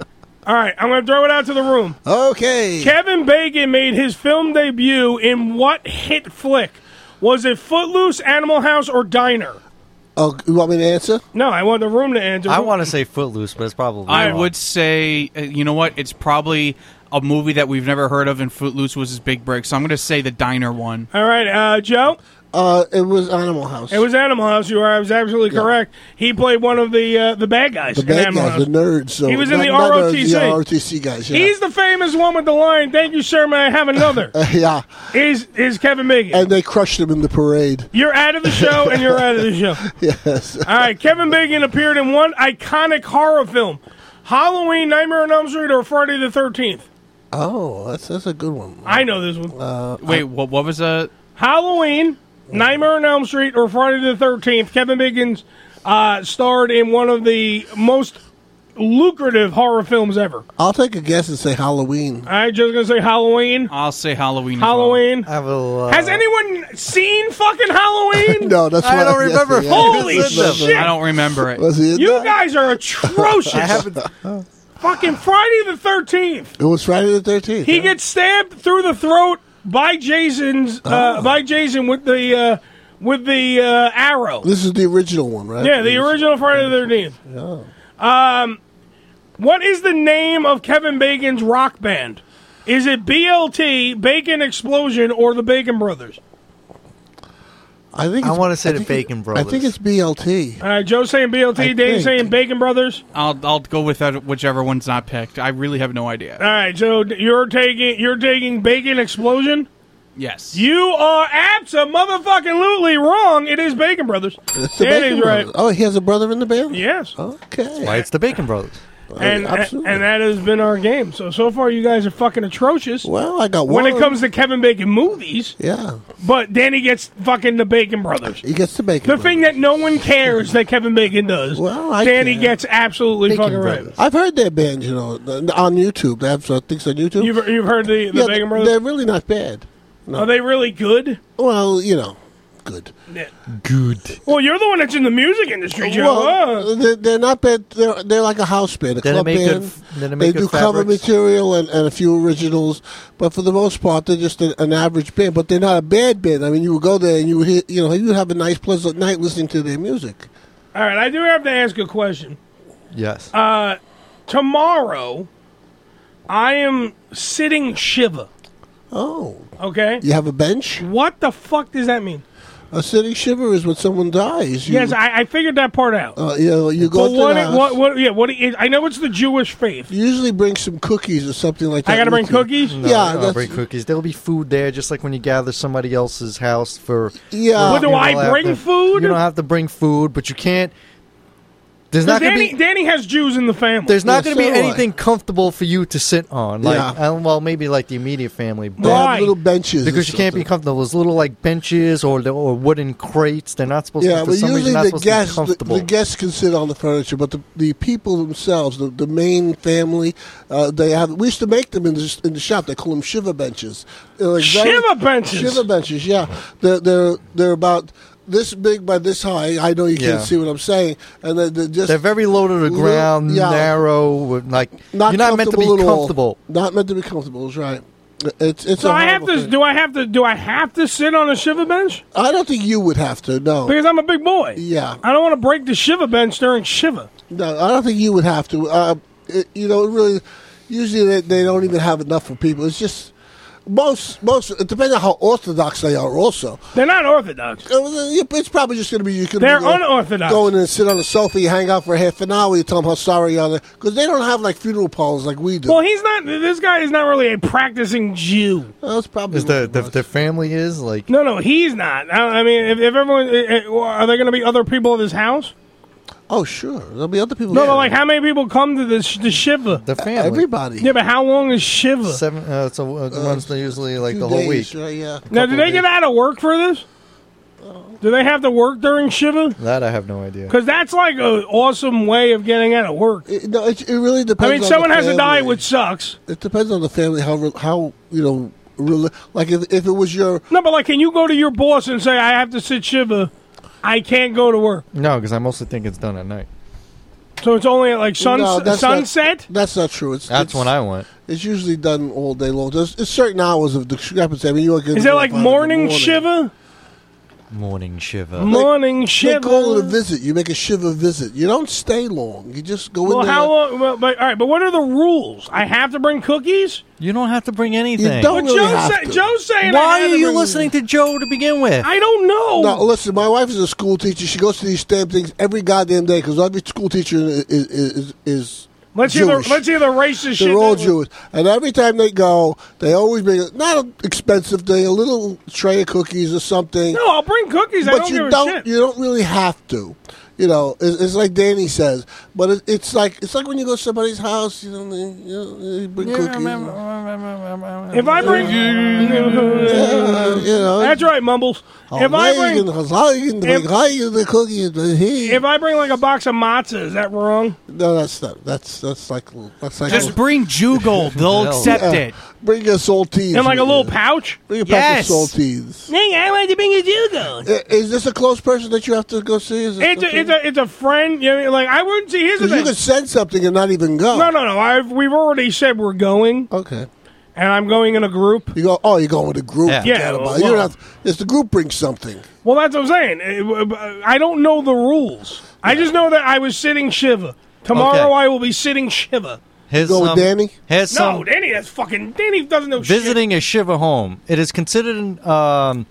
[SPEAKER 10] All right, I'm gonna throw it out to the room.
[SPEAKER 3] Okay.
[SPEAKER 10] Kevin Bacon made his film debut in what hit flick? Was it Footloose, Animal House, or Diner?
[SPEAKER 3] Oh, you want me to answer?
[SPEAKER 10] No, I want the room to answer.
[SPEAKER 1] I want to say Footloose, but it's probably
[SPEAKER 13] I
[SPEAKER 1] wrong.
[SPEAKER 13] would say, uh, you know what? It's probably a movie that we've never heard of, and Footloose was his big break. So I'm going to say the diner one.
[SPEAKER 10] All right, uh, Joe.
[SPEAKER 3] Uh, it was Animal House.
[SPEAKER 10] It was Animal House. You are. I was absolutely correct. He played one of the uh, the bad guys
[SPEAKER 3] The
[SPEAKER 10] in
[SPEAKER 3] bad
[SPEAKER 10] Animal
[SPEAKER 3] guys,
[SPEAKER 10] House.
[SPEAKER 3] the nerds. So
[SPEAKER 10] He was in
[SPEAKER 3] not-
[SPEAKER 10] the
[SPEAKER 3] not nerds,
[SPEAKER 10] ROTC.
[SPEAKER 3] the ROTC guys. Yeah.
[SPEAKER 10] He's the famous one with the line. Thank you, sir. May I have
[SPEAKER 3] (laughs)
[SPEAKER 10] another?
[SPEAKER 3] Uh, yeah.
[SPEAKER 10] Is is Kevin Bacon?
[SPEAKER 3] And they crushed him in the parade.
[SPEAKER 10] You're out of the show, and you're out of the show.
[SPEAKER 3] (laughs) Yes.
[SPEAKER 10] All right, Kevin Bacon appeared in one iconic horror film: Halloween, Nightmare on Elm Street, or Friday the Thirteenth.
[SPEAKER 3] Oh, that's that's a good one.
[SPEAKER 10] I know this one.
[SPEAKER 3] Uh,
[SPEAKER 13] Wait, what, what was a
[SPEAKER 10] Halloween, Nightmare on Elm Street or Friday the 13th, Kevin Biggins uh, starred in one of the most lucrative horror films ever.
[SPEAKER 11] I'll take a guess and say Halloween.
[SPEAKER 10] I just gonna say Halloween.
[SPEAKER 13] I'll say Halloween. as well.
[SPEAKER 10] Halloween.
[SPEAKER 1] I will.
[SPEAKER 10] Has anyone seen fucking Halloween?
[SPEAKER 11] Uh, (laughs) no, that's
[SPEAKER 10] I
[SPEAKER 11] what
[SPEAKER 10] don't
[SPEAKER 11] guessing,
[SPEAKER 10] remember.
[SPEAKER 11] yeah.
[SPEAKER 10] Holy shit!
[SPEAKER 13] I don't remember it.
[SPEAKER 10] You guys are atrocious.
[SPEAKER 11] I haven't-
[SPEAKER 10] fucking Friday the 13th.
[SPEAKER 11] It was Friday the 13th.
[SPEAKER 10] He gets stabbed through the throat by Jason's uh,
[SPEAKER 11] Oh.
[SPEAKER 10] by Jason with the uh, with the uh, arrow.
[SPEAKER 11] This is the original one, right?
[SPEAKER 10] Yeah, the original Friday the Thirteenth. Um, what is the name of Kevin Bacon's rock band? Is it BLT, Bacon Explosion, or the Bacon Brothers?
[SPEAKER 11] I think
[SPEAKER 1] I
[SPEAKER 11] it's-
[SPEAKER 1] want to say
[SPEAKER 11] I
[SPEAKER 1] the
[SPEAKER 11] think
[SPEAKER 1] Bacon
[SPEAKER 11] I
[SPEAKER 1] Brothers.
[SPEAKER 11] think it's BLT.
[SPEAKER 10] All right, Joe's saying BLT,
[SPEAKER 11] I
[SPEAKER 10] Dave's
[SPEAKER 11] think.
[SPEAKER 10] saying Bacon Brothers.
[SPEAKER 13] I'll I'll go with that, whichever one's not picked. I really have no idea.
[SPEAKER 10] All right, Joe, you're taking you're taking Bacon Explosion.
[SPEAKER 13] Yes.
[SPEAKER 10] You are absolutely wrong. It is Bacon Brothers.
[SPEAKER 11] It's the
[SPEAKER 10] It
[SPEAKER 11] Bacon
[SPEAKER 10] is right.
[SPEAKER 11] Brothers. Oh, he has a brother in the band.
[SPEAKER 10] Yes.
[SPEAKER 11] Okay.
[SPEAKER 1] Why it's the Bacon Brothers.
[SPEAKER 10] and, and
[SPEAKER 11] absolutely.
[SPEAKER 10] and that has been our game. So so far, you guys are fucking atrocious.
[SPEAKER 11] Well, I got
[SPEAKER 10] when it
[SPEAKER 11] one.
[SPEAKER 10] comes to Kevin Bacon movies,
[SPEAKER 11] Yeah,
[SPEAKER 10] but then he gets fucking the Bacon Brothers.
[SPEAKER 11] he gets the Bacon.
[SPEAKER 10] The thing that no one cares that Kevin Bacon does, well,
[SPEAKER 11] I
[SPEAKER 10] Danny
[SPEAKER 11] care.
[SPEAKER 10] gets absolutely fucking right.
[SPEAKER 11] I've heard their band, you know, th- on YouTube. They have some things on YouTube.
[SPEAKER 10] You've, you've heard the, the
[SPEAKER 11] Yeah,
[SPEAKER 10] Bacon
[SPEAKER 11] They're
[SPEAKER 10] Brothers?
[SPEAKER 11] really not bad. no.
[SPEAKER 10] Are they really good?
[SPEAKER 11] Well, you know, good.
[SPEAKER 10] Yeah.
[SPEAKER 1] Good.
[SPEAKER 10] Well, you're the one that's in the music industry, Joe.
[SPEAKER 11] Well, they're, they're not bad. They're, they're like a house band, a
[SPEAKER 1] They
[SPEAKER 11] club
[SPEAKER 1] make good
[SPEAKER 11] band.
[SPEAKER 1] f- they make
[SPEAKER 11] they
[SPEAKER 1] good
[SPEAKER 11] do cover
[SPEAKER 1] fabrics.
[SPEAKER 11] material and, and a few originals, but for the most part, they're just an, an average band. But they're not a bad band. I mean, you would go there and you would hear, you know, you would have a nice, pleasant night listening to their music.
[SPEAKER 10] All right, I do have to ask a question.
[SPEAKER 1] Yes.
[SPEAKER 10] Uh, tomorrow, I am sitting Shiva.
[SPEAKER 11] Oh,
[SPEAKER 10] Okay.
[SPEAKER 11] you have a bench.
[SPEAKER 10] What the fuck does that mean?
[SPEAKER 11] A sitting shiver is when someone dies. You,
[SPEAKER 10] yes, I, I figured that part out.
[SPEAKER 11] uh, you know, you go
[SPEAKER 10] but
[SPEAKER 11] to
[SPEAKER 10] what,
[SPEAKER 11] the
[SPEAKER 10] it-
[SPEAKER 11] house,
[SPEAKER 10] what, what, yeah, what, it- I know it's the Jewish faith.
[SPEAKER 11] you usually bring some cookies or something like that.
[SPEAKER 10] I gotta bring
[SPEAKER 11] with you.
[SPEAKER 10] cookies?
[SPEAKER 1] No,
[SPEAKER 11] yeah,
[SPEAKER 1] yeah,
[SPEAKER 11] that's-
[SPEAKER 1] bring cookies. There'll be food there, just like when you gather somebody else's house for.
[SPEAKER 11] Yeah.
[SPEAKER 10] Well, do
[SPEAKER 1] you
[SPEAKER 10] I
[SPEAKER 1] don't have
[SPEAKER 10] bring
[SPEAKER 1] to-
[SPEAKER 10] food?
[SPEAKER 1] You don't have to bring food, but you can't. There's
[SPEAKER 10] So
[SPEAKER 1] not going to
[SPEAKER 10] Danny,
[SPEAKER 1] be.
[SPEAKER 10] Danny has Jews in the family.
[SPEAKER 1] There's not
[SPEAKER 11] Yeah,
[SPEAKER 1] going to
[SPEAKER 11] so uh,
[SPEAKER 1] be
[SPEAKER 11] do I.
[SPEAKER 1] anything comfortable for you to sit on. Like, uh, well, maybe like the immediate family,
[SPEAKER 11] They
[SPEAKER 1] but
[SPEAKER 10] Why?
[SPEAKER 11] have little benches or
[SPEAKER 1] because you can't be
[SPEAKER 11] something.
[SPEAKER 1] comfortable. There's little like benches or the, or wooden crates. They're not supposed
[SPEAKER 11] Yeah,
[SPEAKER 1] to. For
[SPEAKER 11] but
[SPEAKER 1] some
[SPEAKER 11] usually
[SPEAKER 1] reason, not
[SPEAKER 11] the
[SPEAKER 1] supposed
[SPEAKER 11] guests,
[SPEAKER 1] to be
[SPEAKER 11] the,
[SPEAKER 1] comfortable.
[SPEAKER 11] the guests can sit on the furniture, but the, the people themselves, the, the main family, uh, they have. We used to make them in the, in the shop. They call them shiva benches. They're like very-
[SPEAKER 10] Shiva benches?
[SPEAKER 11] Shiva benches. Yeah, they're they're, they're about this big by this high. I know you can't
[SPEAKER 1] Yeah.
[SPEAKER 11] see what I'm saying, and they're, they're just
[SPEAKER 1] They're very low to the
[SPEAKER 11] Little-
[SPEAKER 1] ground,
[SPEAKER 11] yeah.
[SPEAKER 1] narrow. with, Like
[SPEAKER 11] not
[SPEAKER 1] you're not meant to be
[SPEAKER 11] at all.
[SPEAKER 1] comfortable.
[SPEAKER 11] Not meant to be comfortable. Is right. It's it's.
[SPEAKER 10] so
[SPEAKER 11] I
[SPEAKER 10] I have to. Do I have to? Do I have to sit on a Shiva bench?
[SPEAKER 11] I don't think you would have to. No.
[SPEAKER 10] Because I'm a big boy.
[SPEAKER 11] Oh. yeah.
[SPEAKER 10] I don't want to break the Shiva bench during Shiva.
[SPEAKER 11] No, I don't think you would have to. Uh, it, you know, it really, usually they, they don't even have enough for people. It's just most most. It depends on how orthodox they are. Also,
[SPEAKER 10] They're not Orthodox.
[SPEAKER 11] Uh, it's probably just going to be you can.
[SPEAKER 10] They're
[SPEAKER 11] you know,
[SPEAKER 10] unorthodox.
[SPEAKER 11] Go in and sit on the sofa, you hang out for half an hour, you tell them how sorry you are because they don't have like funeral parlors like we do.
[SPEAKER 10] Well, he's not. This guy is not really a practicing Jew.
[SPEAKER 11] That's probably
[SPEAKER 1] Is the, the the family is like
[SPEAKER 10] No, no, he's not. I, I mean, if, if everyone, eh, eh, are there going to be other people at his house?
[SPEAKER 11] oh sure, there'll be other people.
[SPEAKER 10] No,
[SPEAKER 11] there.
[SPEAKER 10] but like, how many people come to this the Shiva?
[SPEAKER 1] the family.
[SPEAKER 11] everybody.
[SPEAKER 10] Yeah, but how long is Shiva?
[SPEAKER 1] E-, Seven. Uh, it's a, uh, runs the- usually like
[SPEAKER 11] Few
[SPEAKER 1] the whole
[SPEAKER 11] days,
[SPEAKER 1] week.
[SPEAKER 11] right, yeah.
[SPEAKER 10] Now, do
[SPEAKER 1] couple
[SPEAKER 10] they
[SPEAKER 1] of
[SPEAKER 10] get
[SPEAKER 1] days.
[SPEAKER 10] out of work for this? Do they have to work during Shiva?
[SPEAKER 1] That I have no idea.
[SPEAKER 10] Because that's like an awesome way of getting out of work.
[SPEAKER 11] It, no, it, it really
[SPEAKER 10] I
[SPEAKER 11] depends.
[SPEAKER 10] mean,
[SPEAKER 11] on
[SPEAKER 10] someone
[SPEAKER 11] the
[SPEAKER 10] has to die,
[SPEAKER 11] family.
[SPEAKER 10] which sucks.
[SPEAKER 11] It depends on the family how re- how you know. reli- Like if, if it was your
[SPEAKER 10] No, but like, can you go to your boss and say, I have to sit Shiva? I can't go to work.
[SPEAKER 1] No, because I mostly think it's done at night.
[SPEAKER 10] So it's only at (laughs) like sun-
[SPEAKER 11] No, that's not-
[SPEAKER 10] sunset?
[SPEAKER 11] That's not true. It's
[SPEAKER 1] That's
[SPEAKER 11] it's,
[SPEAKER 1] when I went.
[SPEAKER 11] It's usually done all day long. There's, it's certain hours of discrepancy. I mean, you
[SPEAKER 10] Is it like morning, Shiva?
[SPEAKER 1] Morning shiver.
[SPEAKER 10] Morning
[SPEAKER 11] They call it a
[SPEAKER 10] Shiva.
[SPEAKER 11] visit. You make a shiva visit. You don't stay long. You just go in
[SPEAKER 10] Well,
[SPEAKER 11] there.
[SPEAKER 10] how long? Well, but, all right, but what are the rules? I have to bring cookies?
[SPEAKER 1] You don't have to bring
[SPEAKER 11] you
[SPEAKER 1] anything.
[SPEAKER 11] don't
[SPEAKER 10] But
[SPEAKER 11] really
[SPEAKER 10] Joe's
[SPEAKER 11] have
[SPEAKER 10] say-
[SPEAKER 11] to.
[SPEAKER 10] Joe's saying I
[SPEAKER 1] Why
[SPEAKER 10] had
[SPEAKER 1] are
[SPEAKER 10] to
[SPEAKER 1] you
[SPEAKER 10] bring-
[SPEAKER 1] listening to Joe to begin with?
[SPEAKER 10] I don't know.
[SPEAKER 11] No, listen. My wife is a school teacher. She goes to these damn things every goddamn day because every school teacher is is is. is
[SPEAKER 10] let's, hear the,
[SPEAKER 11] Jewish.
[SPEAKER 10] let's hear the racist shit.
[SPEAKER 11] They're all
[SPEAKER 10] that-
[SPEAKER 11] Jewish, and every time they go, they always bring a, not an expensive thing, a little tray of cookies or something.
[SPEAKER 10] No, I'll bring cookies. I
[SPEAKER 11] but
[SPEAKER 10] don't
[SPEAKER 11] you
[SPEAKER 10] give a
[SPEAKER 11] don't
[SPEAKER 10] shit.
[SPEAKER 11] you don't really have to. you know, it's, it's like Danny says. But it, it's like it's like when you go to somebody's house, you know, they, you know, they bring cookies.
[SPEAKER 10] If I bring, that's right, Mumbles.
[SPEAKER 11] Oh,
[SPEAKER 10] If I bring, if I bring like a box of (laughs) matzah, is that wrong?
[SPEAKER 11] No, that's not. That's that's like that's like
[SPEAKER 3] Just bring Jugal. They'll
[SPEAKER 11] (laughs)
[SPEAKER 3] accept
[SPEAKER 11] Yeah.
[SPEAKER 3] it.
[SPEAKER 11] Bring a saltines
[SPEAKER 10] In like a little pouch.
[SPEAKER 11] Bring a
[SPEAKER 10] Yes.
[SPEAKER 11] pack of saltines.
[SPEAKER 10] Ning, I wanted to bring you Jugal.
[SPEAKER 11] I- Is this a close person that you have to go see? Is it
[SPEAKER 10] It's a,
[SPEAKER 11] something-
[SPEAKER 10] it's a it's a friend. You know, like I wouldn't see. Here's the
[SPEAKER 11] 'Cause you
[SPEAKER 10] thing.
[SPEAKER 11] could send something and not even go.
[SPEAKER 10] No, no, no. I've we've already said we're going.
[SPEAKER 11] Okay.
[SPEAKER 10] And I'm going in a group.
[SPEAKER 11] You go. Oh, you're going with a group.
[SPEAKER 10] Yeah.
[SPEAKER 11] Forget
[SPEAKER 10] Yeah,
[SPEAKER 11] about it.
[SPEAKER 10] well-
[SPEAKER 11] you don't have, it's the group brings something.
[SPEAKER 10] Well, that's what I'm saying. It- w- b- I don't know the rules. I just know that I was sitting shiva. Tomorrow
[SPEAKER 1] Okay. um,
[SPEAKER 10] I will be sitting shiva.
[SPEAKER 1] Here's Go with some- Danny? here's
[SPEAKER 10] no,
[SPEAKER 1] some-
[SPEAKER 10] Danny. That's fucking Danny doesn't know shit.
[SPEAKER 1] Visiting a Shiva home. It is considered um,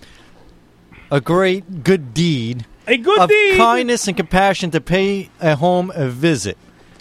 [SPEAKER 1] a great good deed.
[SPEAKER 10] A good
[SPEAKER 1] of
[SPEAKER 10] deed.
[SPEAKER 1] kindness and compassion to pay a home a visit.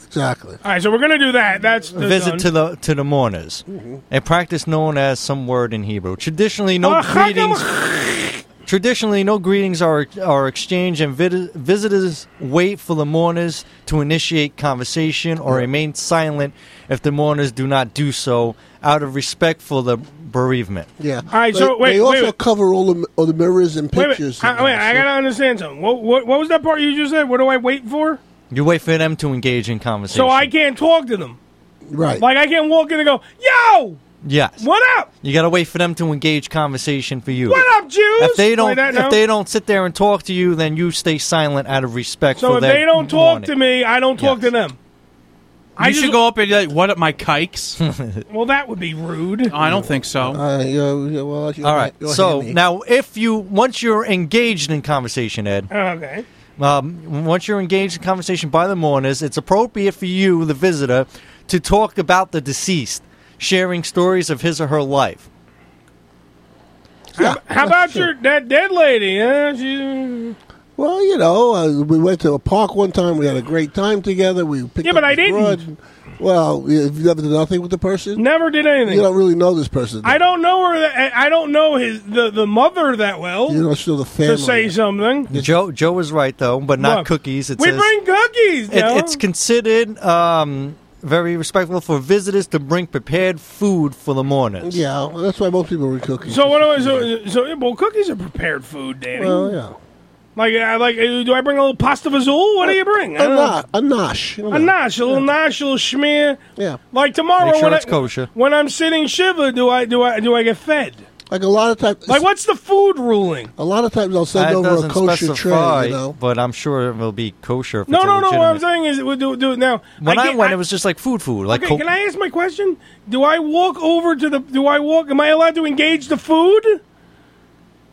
[SPEAKER 11] Exactly.
[SPEAKER 10] All right, so we're gonna do that. That's
[SPEAKER 1] A visit to the to the mourners.
[SPEAKER 10] Mhm.
[SPEAKER 1] A practice known as some word in Hebrew. Traditionally no
[SPEAKER 10] Ah,
[SPEAKER 1] greetings Traditionally no greetings are are exchanged and vid- visitors wait for the mourners to initiate conversation or remain silent if the mourners do not do so out of respect for the bereavement.
[SPEAKER 11] Yeah. All
[SPEAKER 10] right,
[SPEAKER 11] They,
[SPEAKER 10] so wait,
[SPEAKER 11] they also
[SPEAKER 10] wait.
[SPEAKER 11] cover all the, all the mirrors and
[SPEAKER 10] Wait, wait,
[SPEAKER 11] pictures.
[SPEAKER 10] I, wait, I gotta understand something. What, what what was that part you just said? What do I wait for?
[SPEAKER 1] You wait for them to engage in conversation.
[SPEAKER 10] So I can't talk to them.
[SPEAKER 11] Right.
[SPEAKER 10] Like I can't walk in and go, yo,
[SPEAKER 1] yes.
[SPEAKER 10] what up?
[SPEAKER 1] You got to wait for them to engage conversation for you.
[SPEAKER 10] What up, Jews?
[SPEAKER 1] If they
[SPEAKER 10] Like
[SPEAKER 1] don't,
[SPEAKER 10] that, no?
[SPEAKER 1] if they don't sit there and talk to you, then you stay silent out of respect.
[SPEAKER 10] So
[SPEAKER 1] for
[SPEAKER 10] if
[SPEAKER 1] their
[SPEAKER 10] they don't talk
[SPEAKER 1] mourning.
[SPEAKER 10] to me, I don't talk to them. I
[SPEAKER 3] you
[SPEAKER 10] just-
[SPEAKER 3] should go up and be like, "What up, my kikes?"
[SPEAKER 10] Well, that would be rude.
[SPEAKER 3] I don't think so.
[SPEAKER 1] All right. So now, if you once you're engaged in conversation, Ed,
[SPEAKER 10] Okay.
[SPEAKER 1] um, once you're engaged in conversation by the mourners, it's appropriate for you, the visitor, to talk about the deceased, sharing stories of his or her life.
[SPEAKER 10] How about your that dead lady? Yeah, she,
[SPEAKER 11] Well, you know, uh, we went to a park one time. We had a great time together. We picked
[SPEAKER 10] Yeah,
[SPEAKER 11] up
[SPEAKER 10] but I
[SPEAKER 11] this
[SPEAKER 10] didn't.
[SPEAKER 11] broad. Well, if you never did nothing with the person,
[SPEAKER 10] never did anything.
[SPEAKER 11] You don't really know this person.
[SPEAKER 10] I don't know her. That, I don't know his the, the mother that well
[SPEAKER 11] you don't know the family.
[SPEAKER 10] to say something.
[SPEAKER 1] Joe, Joe was right though, but not
[SPEAKER 10] Look,
[SPEAKER 1] cookies. It
[SPEAKER 10] we
[SPEAKER 1] says,
[SPEAKER 10] bring cookies.
[SPEAKER 1] It,
[SPEAKER 10] Joe.
[SPEAKER 1] it's considered um, very respectful for visitors to bring prepared food for the mourners.
[SPEAKER 11] Yeah, well, that's why most people were cookies.
[SPEAKER 10] so what do I so, so well cookies are prepared food, Danny.
[SPEAKER 11] Well, yeah.
[SPEAKER 10] Like uh, like uh, do I bring a little pasta vazul? What do you bring?
[SPEAKER 11] A, na- a nosh.
[SPEAKER 10] A nosh, a little nosh, a little schmear.
[SPEAKER 11] Yeah.
[SPEAKER 10] Like tomorrow
[SPEAKER 11] Make sure
[SPEAKER 10] when
[SPEAKER 11] it's
[SPEAKER 10] I,
[SPEAKER 1] kosher.
[SPEAKER 10] when I'm sitting shiva, do I do I do I get fed?
[SPEAKER 11] Like a lot of times.
[SPEAKER 10] Like what's the food ruling?
[SPEAKER 11] A lot of times I'll send
[SPEAKER 1] It
[SPEAKER 11] over a
[SPEAKER 1] doesn't
[SPEAKER 11] kosher
[SPEAKER 1] specify,
[SPEAKER 11] tray, you know.
[SPEAKER 1] but I'm sure it will be kosher. If
[SPEAKER 10] No,
[SPEAKER 1] it's a
[SPEAKER 10] no, no. What I'm
[SPEAKER 1] legitimate-
[SPEAKER 10] saying is, we do do it now.
[SPEAKER 1] When I,
[SPEAKER 10] get-
[SPEAKER 1] went, it was just like food, food, like
[SPEAKER 10] okay,
[SPEAKER 1] co-
[SPEAKER 10] can I ask my question? Do I walk over to the? Do I walk? Am I allowed to engage the food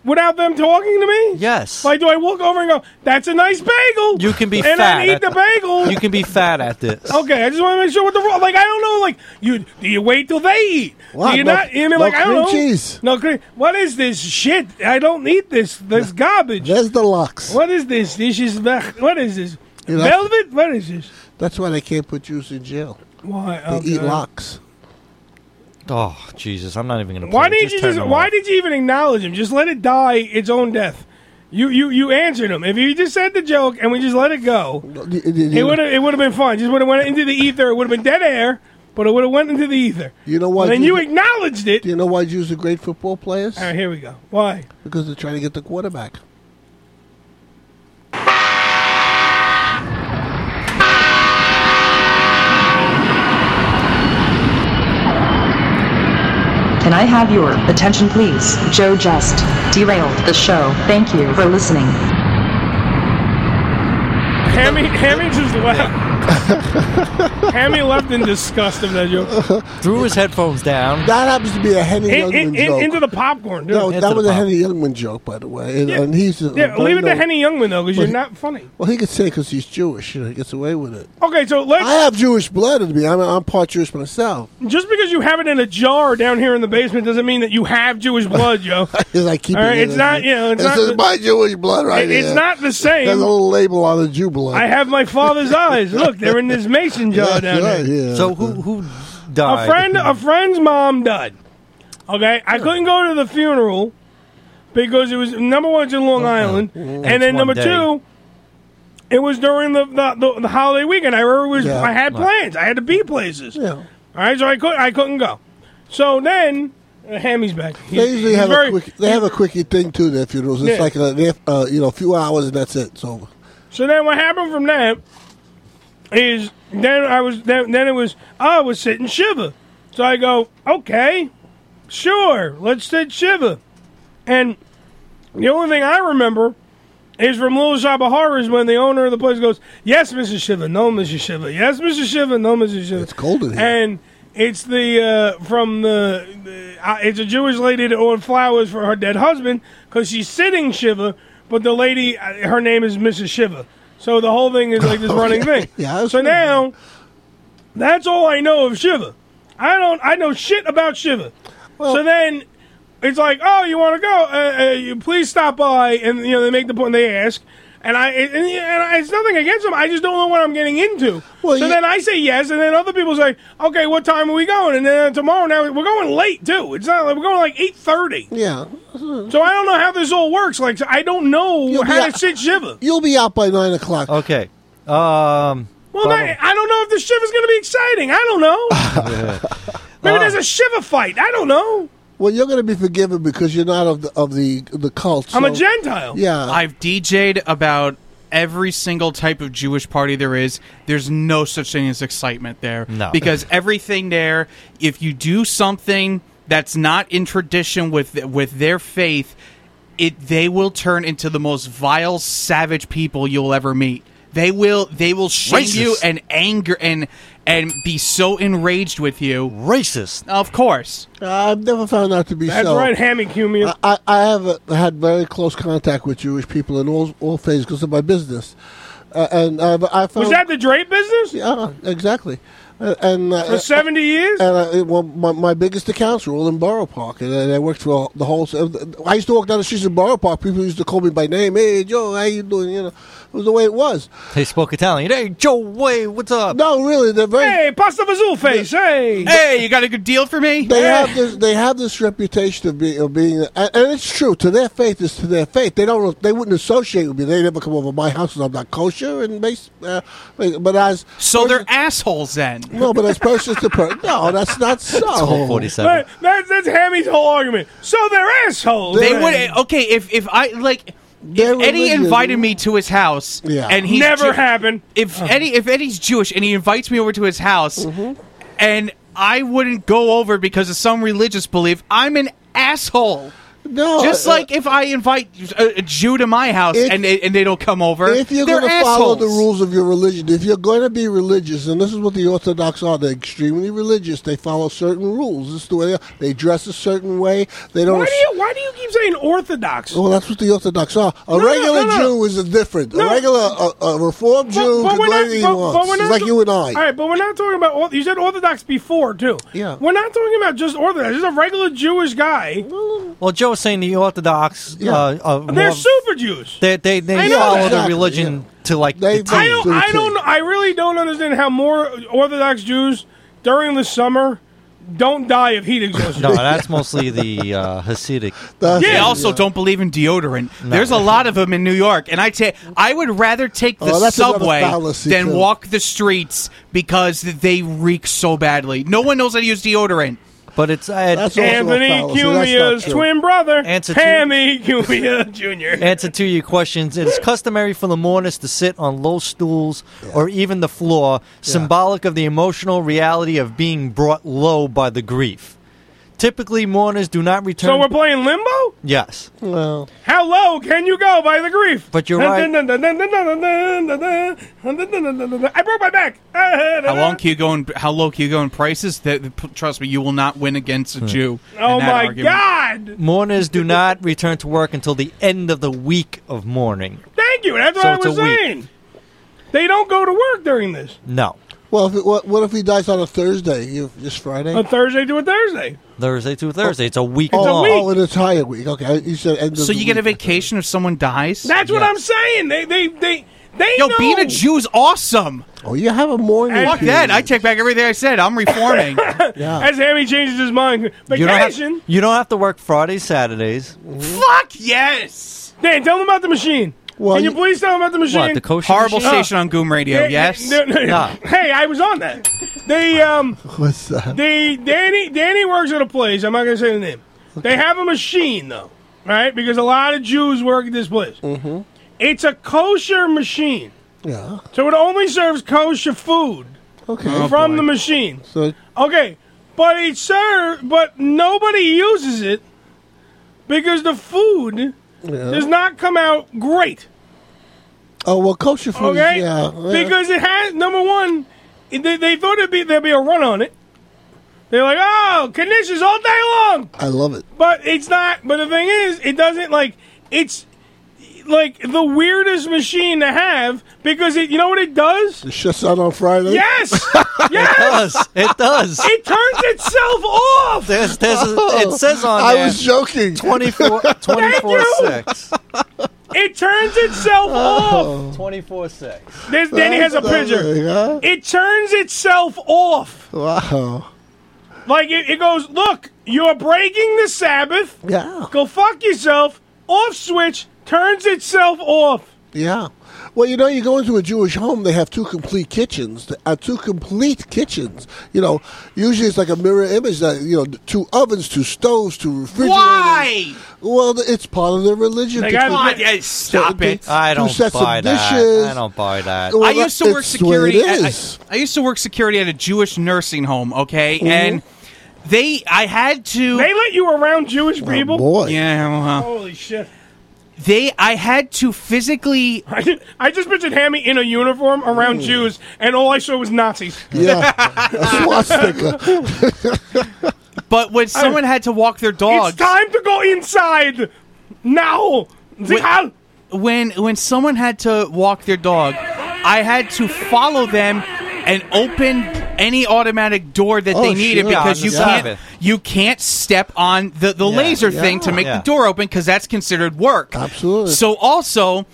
[SPEAKER 10] without them talking to me?
[SPEAKER 1] Yes.
[SPEAKER 10] Like, do I walk over and go? That's a nice bagel.
[SPEAKER 1] you can be
[SPEAKER 10] and
[SPEAKER 1] fat.
[SPEAKER 10] I eat
[SPEAKER 1] at
[SPEAKER 10] the bagel.
[SPEAKER 1] You can be fat at
[SPEAKER 10] (laughs)
[SPEAKER 1] this.
[SPEAKER 10] Okay, I just want to make sure what the rule. Like, I don't know. Like, you do you wait till they eat?
[SPEAKER 1] What?
[SPEAKER 10] Do you
[SPEAKER 1] No-
[SPEAKER 10] not? I mean,
[SPEAKER 1] no
[SPEAKER 10] like, I don't
[SPEAKER 1] cream
[SPEAKER 10] know.
[SPEAKER 1] cheese.
[SPEAKER 10] No cream. What is this shit? I don't need this. This garbage.
[SPEAKER 11] There's the lux.
[SPEAKER 10] What is this? This is back- what is this?
[SPEAKER 11] You know-
[SPEAKER 10] Velvet? What is this?
[SPEAKER 11] That's why they can't put Jews in jail.
[SPEAKER 10] Why?
[SPEAKER 11] They eat
[SPEAKER 10] okay.
[SPEAKER 11] locks.
[SPEAKER 1] Oh Jesus, I'm not even gonna. Play.
[SPEAKER 10] Why did
[SPEAKER 1] just
[SPEAKER 10] you
[SPEAKER 1] turn
[SPEAKER 10] just?
[SPEAKER 1] them
[SPEAKER 10] Why
[SPEAKER 1] off.
[SPEAKER 10] did you even acknowledge him? Just let it die its own death. You you you answered him. If you just said the joke and we just let it go, it would have it would have been fun. Just would have went into the ether. It would have been dead air, but it would have went into the ether.
[SPEAKER 11] You know why?
[SPEAKER 10] And then you
[SPEAKER 11] Jews-
[SPEAKER 10] acknowledged it.
[SPEAKER 11] Do you know why Jews are great football players?
[SPEAKER 10] All right, here we go. Why?
[SPEAKER 11] Because they're trying to get the quarterback.
[SPEAKER 13] Can I have your attention, please? Joe just derailed the show. Thank you for listening.
[SPEAKER 10] Hammy Hammy just left. Hammy left (laughs) in disgust of that joke.
[SPEAKER 1] Threw his headphones down.
[SPEAKER 11] That happens to be a Henny
[SPEAKER 10] In- in-
[SPEAKER 11] Youngman
[SPEAKER 10] in-
[SPEAKER 11] joke.
[SPEAKER 10] into the popcorn. dude.
[SPEAKER 11] no, that was a Henny Youngman joke, by the way. And,
[SPEAKER 10] Yeah.
[SPEAKER 11] and he's a-
[SPEAKER 10] Yeah, leave it to
[SPEAKER 11] no.
[SPEAKER 10] Henny Youngman though, because you're
[SPEAKER 11] Well, he-
[SPEAKER 10] not funny.
[SPEAKER 11] Well, he could say because he's Jewish. You know, he gets away with it.
[SPEAKER 10] Okay, so let's.
[SPEAKER 11] I have Jewish blood in me. I'm, I'm part Jewish myself.
[SPEAKER 10] Just because you have it in a jar down here in the basement doesn't mean that you have Jewish blood, yo.
[SPEAKER 11] (laughs) It's like keep
[SPEAKER 10] All right,
[SPEAKER 11] it in
[SPEAKER 10] it's
[SPEAKER 11] there.
[SPEAKER 10] not, you know, it's
[SPEAKER 11] this
[SPEAKER 10] not
[SPEAKER 11] is
[SPEAKER 10] the-
[SPEAKER 11] my Jewish blood right
[SPEAKER 10] It- it's
[SPEAKER 11] here.
[SPEAKER 10] not the same.
[SPEAKER 11] There's a little label on the Jew blood.
[SPEAKER 10] I have my father's eyes. Look, they're in this mason jar
[SPEAKER 11] (laughs) That's
[SPEAKER 10] down
[SPEAKER 11] right,
[SPEAKER 10] there.
[SPEAKER 11] yeah. So
[SPEAKER 1] who who
[SPEAKER 10] A friend, a friend's mom died. Okay, I couldn't go to the funeral because it was number one, it's in Long Island,
[SPEAKER 1] Mhm.
[SPEAKER 10] and
[SPEAKER 1] It's
[SPEAKER 10] then
[SPEAKER 1] one
[SPEAKER 10] number
[SPEAKER 1] day.
[SPEAKER 10] two, It was during the the, the, the holiday weekend. I remember it was
[SPEAKER 3] Yeah.
[SPEAKER 10] I had plans. I had to be places. Yeah. All right, so I could I couldn't go. So then, uh, Hammy's back. He's-
[SPEAKER 11] They usually
[SPEAKER 10] he's
[SPEAKER 11] have
[SPEAKER 10] very-
[SPEAKER 11] a quick. They have a quickie thing too. Their funerals. It's
[SPEAKER 10] Yeah.
[SPEAKER 11] like a uh, you know a few hours and that's it. It's over.
[SPEAKER 10] So then what happened from that is then I was then, then it was oh, I was sitting Shiva. So I go, okay, sure, let's sit Shiva. And the only thing I remember is from Little Shop of Horrors when the owner of the place goes, Yes, Mrs. Shiva, no Mrs. Shiva, yes, Mrs. Shiva, no Mrs. Shiva. It's
[SPEAKER 11] cold in
[SPEAKER 10] here. And it's the uh, from the, the uh, it's a Jewish lady that ordered flowers for her dead husband because she's sitting Shiva, but the lady uh, her name is Mrs. Shiva, so the whole thing is like (laughs) this running thing. Oh, Yeah. So now, that's all I know of Shiva. I don't I know shit about Shiva. so then it's like, oh, you want to go? Uh, uh, you please stop by, and you know they make the point they ask, and I and, and I, it's nothing against them. I just don't know what I'm getting into. so then I say yes, and then other people say, okay, what time are we going? And then tomorrow now we're going late too. It's not like we're going like eight thirty.
[SPEAKER 11] Yeah.
[SPEAKER 10] So I don't know how this all works. Like I don't know
[SPEAKER 11] (laughs) You'll be
[SPEAKER 10] how
[SPEAKER 11] out-
[SPEAKER 10] to sit shiva.
[SPEAKER 11] You'll be out by nine o'clock.
[SPEAKER 1] Okay. Um.
[SPEAKER 10] Well, I, I don't know if the shiva's going to be exciting. I don't know. Maybe there's a shiva fight. I don't know.
[SPEAKER 11] uh, Well, you're going to be forgiven because you're not of the of the the cult.
[SPEAKER 10] I'm a
[SPEAKER 11] so-
[SPEAKER 10] Gentile.
[SPEAKER 11] Yeah.
[SPEAKER 13] I've DJ'd about every single type of Jewish party there is. There's no such thing as excitement there.
[SPEAKER 1] No.
[SPEAKER 13] Because everything there, if you do something that's not in tradition with with their faith, it they will turn into the most vile, savage people you'll ever meet. They will they will shame you
[SPEAKER 1] Racist.
[SPEAKER 13] and anger and and be so enraged with you.
[SPEAKER 1] Racist.
[SPEAKER 13] Of course.
[SPEAKER 11] I've never found out to be
[SPEAKER 10] That's
[SPEAKER 11] so.
[SPEAKER 10] right, Hammy Cumia.
[SPEAKER 11] I, I have uh had very close contact with Jewish people in all all phases because of my business, uh, and I've, I found
[SPEAKER 10] Was that the drape business?
[SPEAKER 11] Yeah, exactly. Uh, and uh,
[SPEAKER 10] For 70 years.
[SPEAKER 11] And uh, it- well, my, my biggest accounts were all in Borough Park, and, I- I worked for all, the whole. I used to walk down the streets in Borough Park. People used to call me by name. Hey, Joe, how you doing? You know, it was the way it was.
[SPEAKER 1] They spoke Italian. Hey, Joe, way, what's up?
[SPEAKER 11] No, really, they're very.
[SPEAKER 10] Hey, pasta vazul face. Hey,
[SPEAKER 13] hey, you got a good deal for me?
[SPEAKER 11] They have this. They have this reputation of being of being, and and it's true. To their faith is to their faith. They don't. They wouldn't associate with me. They never come over my house 'cause I'm not kosher. And they, s- uh, but as
[SPEAKER 13] So they're assholes then.
[SPEAKER 11] no, but as person to person, no, that's not so.
[SPEAKER 10] That, that's, that's Hammy's whole argument. So they're assholes.
[SPEAKER 13] They would okay if if I like if Eddie
[SPEAKER 10] religion-
[SPEAKER 13] invited me to his house
[SPEAKER 10] Yeah.
[SPEAKER 13] and he's
[SPEAKER 10] Never happened.
[SPEAKER 13] If Eddie if Eddie's Jewish and he invites me over to his house
[SPEAKER 11] Mm-hmm.
[SPEAKER 13] and I wouldn't go over because of some religious belief, I'm an asshole.
[SPEAKER 11] No,
[SPEAKER 13] just
[SPEAKER 11] uh,
[SPEAKER 13] like if I invite a, a Jew to my house
[SPEAKER 11] If-
[SPEAKER 13] and they, and they don't come over,
[SPEAKER 11] If you're
[SPEAKER 13] they're
[SPEAKER 11] going to follow
[SPEAKER 13] assholes.
[SPEAKER 11] the rules of your religion, if you're going to be religious, and this is what the Orthodox are, they're extremely religious. They follow certain rules. This is the way they, are. they dress a certain way. They don't.
[SPEAKER 10] Why do you Why do you keep saying orthodox?
[SPEAKER 11] Well, that's what the Orthodox are. A
[SPEAKER 10] No, no,
[SPEAKER 11] regular
[SPEAKER 10] no, no.
[SPEAKER 11] Jew is different.
[SPEAKER 10] No.
[SPEAKER 11] A regular, a, a reformed Jew
[SPEAKER 10] But
[SPEAKER 11] can
[SPEAKER 10] we're
[SPEAKER 11] do
[SPEAKER 10] not-
[SPEAKER 11] anything he
[SPEAKER 10] but- but
[SPEAKER 11] wants.
[SPEAKER 10] we're
[SPEAKER 11] It's
[SPEAKER 10] not
[SPEAKER 11] like
[SPEAKER 10] ta-
[SPEAKER 11] you and I.
[SPEAKER 10] All right, but we're not talking about. orth- You said Orthodox before too. Yeah, we're not talking about just Orthodox. Just a regular Jewish guy.
[SPEAKER 1] Well, Joe was saying the Orthodox. Uh, uh,
[SPEAKER 10] They're
[SPEAKER 1] more-
[SPEAKER 10] super Jews.
[SPEAKER 1] They they, they
[SPEAKER 10] I know
[SPEAKER 1] follow
[SPEAKER 10] that.
[SPEAKER 1] the religion to like the T.
[SPEAKER 10] I don't. I don't. I really don't understand how more Orthodox Jews during the summer don't die of heat
[SPEAKER 11] (laughs)
[SPEAKER 10] exhaustion.
[SPEAKER 1] No, that's mostly the uh, Hasidic.
[SPEAKER 13] They also don't believe in deodorant. There's a lot of them in New York, and I take I would rather take the
[SPEAKER 1] Oh, that's another
[SPEAKER 13] subway
[SPEAKER 1] fallacy,
[SPEAKER 13] than
[SPEAKER 1] too.
[SPEAKER 13] walk the streets because they reek so badly. No one knows how to use deodorant.
[SPEAKER 1] But it's uh, That's
[SPEAKER 10] Anthony Cumia's twin brother,
[SPEAKER 1] Answer to-
[SPEAKER 10] Hammy Cumia Jr.
[SPEAKER 1] (laughs) Answer to your questions. It is customary for the mourners to sit on low stools or even the floor, symbolic of the emotional reality of being brought low by the grief. Typically, mourners do not return.
[SPEAKER 10] So we're playing limbo.
[SPEAKER 1] yes.
[SPEAKER 11] Well,
[SPEAKER 10] How low can you go by the grief?
[SPEAKER 1] But you're right.
[SPEAKER 10] I broke my back. Ah,
[SPEAKER 13] How long can you go? In, how low can you go in prices? That trust me, you will not win against a
[SPEAKER 1] Hmm.
[SPEAKER 13] Jew. in
[SPEAKER 10] Oh
[SPEAKER 13] that
[SPEAKER 10] my
[SPEAKER 13] argument.
[SPEAKER 10] God!
[SPEAKER 1] Mourners do not return to work until the end of the week of mourning.
[SPEAKER 10] Thank you. That's what
[SPEAKER 1] So
[SPEAKER 10] I
[SPEAKER 1] it's
[SPEAKER 10] was
[SPEAKER 1] a week.
[SPEAKER 10] saying. They don't go to work during this.
[SPEAKER 1] No.
[SPEAKER 11] Well, if it, what, what if he dies on a Thursday? You, just Friday?
[SPEAKER 10] A Thursday to a Thursday.
[SPEAKER 1] Thursday through Thursday. It's a week
[SPEAKER 11] oh,
[SPEAKER 1] long.
[SPEAKER 11] Oh, an entire week. Okay, you said end of
[SPEAKER 13] So
[SPEAKER 11] the
[SPEAKER 13] you get a
[SPEAKER 11] week.
[SPEAKER 13] vacation if someone dies.
[SPEAKER 10] That's what I'm saying. They they they they
[SPEAKER 13] Yo,
[SPEAKER 10] know.
[SPEAKER 13] being a Jew's awesome.
[SPEAKER 11] Oh, you have a morning.
[SPEAKER 13] Fuck that! I take back everything I said. I'm
[SPEAKER 10] (laughs)
[SPEAKER 13] reforming.
[SPEAKER 10] As Hammy changes his mind,
[SPEAKER 1] You don't, have,
[SPEAKER 10] vacation.
[SPEAKER 1] you don't have to work Fridays, Saturdays.
[SPEAKER 13] Fuck yes.
[SPEAKER 10] Dan, tell them about the machine. Can you please tell them about the machine?
[SPEAKER 13] Horrible
[SPEAKER 10] Ah.
[SPEAKER 13] station on Goom Radio.
[SPEAKER 10] They-
[SPEAKER 13] yes.
[SPEAKER 10] they- they- Hey, I was on that. They um,
[SPEAKER 11] What's that?
[SPEAKER 10] they Danny Danny works at a place. I'm not gonna say the name. They have a machine though, right? Because a lot of Jews work at this place. Mm-hmm. It's a kosher machine,
[SPEAKER 11] Yeah.
[SPEAKER 10] so it only serves kosher food.
[SPEAKER 11] Okay.
[SPEAKER 10] from the machine.
[SPEAKER 11] So
[SPEAKER 10] Okay, but it serves, but nobody uses it because the food does not come out great.
[SPEAKER 11] Oh well, kosher food. is-
[SPEAKER 10] Okay,
[SPEAKER 11] Yeah. yeah.
[SPEAKER 10] because it has number one. it- They, they thought it'd be there'd be a run on it. They're like, oh, conditions all day long,
[SPEAKER 11] I love it.
[SPEAKER 10] but it's not. But the thing is, it doesn't like it's like the weirdest machine to have because it. You know what it does?
[SPEAKER 11] It shuts out on Friday. (laughs)
[SPEAKER 10] Yes, yes, it does.
[SPEAKER 1] It does.
[SPEAKER 10] It turns itself off.
[SPEAKER 1] There's, there's
[SPEAKER 10] (laughs)
[SPEAKER 1] a, it says on
[SPEAKER 11] Oh. I
[SPEAKER 1] there,
[SPEAKER 11] was joking. (laughs)
[SPEAKER 1] 24, 24 6.
[SPEAKER 10] It turns itself off.
[SPEAKER 1] 24 6.
[SPEAKER 10] There's, Danny has a
[SPEAKER 11] picture.
[SPEAKER 10] It turns itself off.
[SPEAKER 11] Wow.
[SPEAKER 10] Like it, it goes, look, you're breaking the Sabbath.
[SPEAKER 11] Yeah.
[SPEAKER 10] Go fuck yourself. Off switch turns itself off.
[SPEAKER 11] Yeah. Well, you know, you go into a Jewish home, they have two complete kitchens. Uh, two complete kitchens. You know, usually it's like a mirror image that, you know, two ovens, two stoves, two refrigerators.
[SPEAKER 13] Why?
[SPEAKER 11] Well, th- it's part of their religion.
[SPEAKER 13] They
[SPEAKER 11] to
[SPEAKER 13] got-
[SPEAKER 11] keep
[SPEAKER 13] Come on,
[SPEAKER 11] it-
[SPEAKER 13] yeah, stop
[SPEAKER 11] to-
[SPEAKER 13] it.
[SPEAKER 11] to-
[SPEAKER 1] I
[SPEAKER 11] two
[SPEAKER 1] don't
[SPEAKER 11] sets of
[SPEAKER 1] buy that.
[SPEAKER 11] dishes.
[SPEAKER 1] I don't buy
[SPEAKER 11] (laughs)
[SPEAKER 1] that.
[SPEAKER 11] Well,
[SPEAKER 13] I used to work
[SPEAKER 11] it's the way it
[SPEAKER 13] security. at- I-
[SPEAKER 11] is. Mm-hmm.
[SPEAKER 13] I, used to work security at a Jewish nursing home. Okay, and they, I had to.
[SPEAKER 10] They let you around Jewish
[SPEAKER 11] Oh,
[SPEAKER 10] people.
[SPEAKER 13] Yeah. Well,
[SPEAKER 10] Holy shit.
[SPEAKER 13] they, I had to physically.
[SPEAKER 10] I, did- I just pictured Hammy in a uniform around Jews, and all I saw was Nazis.
[SPEAKER 11] Yeah. (laughs) A swastika.
[SPEAKER 13] But when someone had to walk their dogs,
[SPEAKER 10] It's time to go inside now.
[SPEAKER 13] when, when when someone had to walk their dog, I had to follow them and open any automatic door that
[SPEAKER 10] Oh,
[SPEAKER 13] they needed
[SPEAKER 10] sure.
[SPEAKER 13] because
[SPEAKER 10] Yeah,
[SPEAKER 13] you
[SPEAKER 10] on the
[SPEAKER 13] can't
[SPEAKER 10] Sabbath.
[SPEAKER 13] you can't step on the, the
[SPEAKER 10] Yeah,
[SPEAKER 13] laser
[SPEAKER 10] yeah.
[SPEAKER 13] thing to make
[SPEAKER 10] Yeah.
[SPEAKER 13] the door open because that's considered work. Absolutely. So also.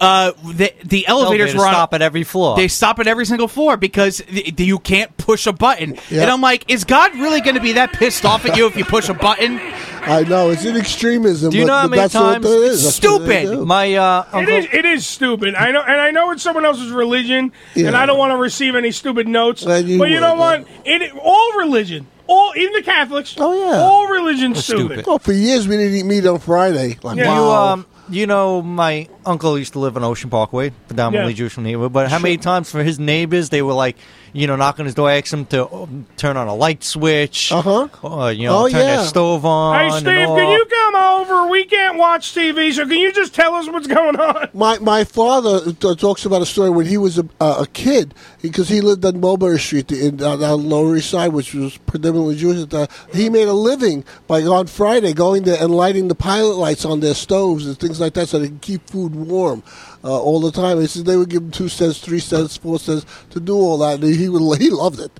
[SPEAKER 13] Uh, the the elevators
[SPEAKER 1] Elevators
[SPEAKER 13] were on
[SPEAKER 1] stop at every floor.
[SPEAKER 13] They stop at every single floor because th- you can't push a button.
[SPEAKER 11] Yeah.
[SPEAKER 13] And I'm like, is God really going to be that pissed off at you if you push
[SPEAKER 11] (laughs)
[SPEAKER 13] a button?
[SPEAKER 11] I know. It's an extremism.
[SPEAKER 1] Do you
[SPEAKER 11] but,
[SPEAKER 1] know how
[SPEAKER 11] but
[SPEAKER 1] many
[SPEAKER 11] that's
[SPEAKER 1] times?
[SPEAKER 11] What it is. That's what they do.
[SPEAKER 1] My uh,
[SPEAKER 10] It
[SPEAKER 1] uncle.
[SPEAKER 10] is, it is stupid. I know, and I know it's someone else's religion, and I don't want to receive any stupid notes.
[SPEAKER 1] you
[SPEAKER 10] but you
[SPEAKER 1] would,
[SPEAKER 10] don't want it. All religion, all even the Catholics. Oh yeah, all religion's stupid.
[SPEAKER 11] Oh, for years we didn't eat meat on Friday. Like,
[SPEAKER 1] You
[SPEAKER 11] wow.
[SPEAKER 1] um, you know, my uncle used to live in Ocean Parkway, predominantly
[SPEAKER 11] Yeah.
[SPEAKER 1] Jewish neighborhood. But how many times for his neighbors they were like, you know, knocking his door, ask him to um, turn on a light switch, uh-huh. or you know,
[SPEAKER 10] Oh,
[SPEAKER 1] turn
[SPEAKER 10] yeah.
[SPEAKER 1] their stove on.
[SPEAKER 10] Hey
[SPEAKER 1] and
[SPEAKER 10] Steve, can
[SPEAKER 1] all.
[SPEAKER 10] you come over? We can't watch TV, so can you just tell us what's going on?
[SPEAKER 11] My my father t- talks about a story when he was a, uh, a kid because he lived on Mulberry Street the- in uh, the Lower East Side, which was predominantly Jewish. At the, he made a living by on Friday going there and lighting the pilot lights on their stoves and things like that, so they can keep food warm uh, all the time. He says they would give him two cents, three cents, four cents to do all that, and he would, (laughs) he loved it.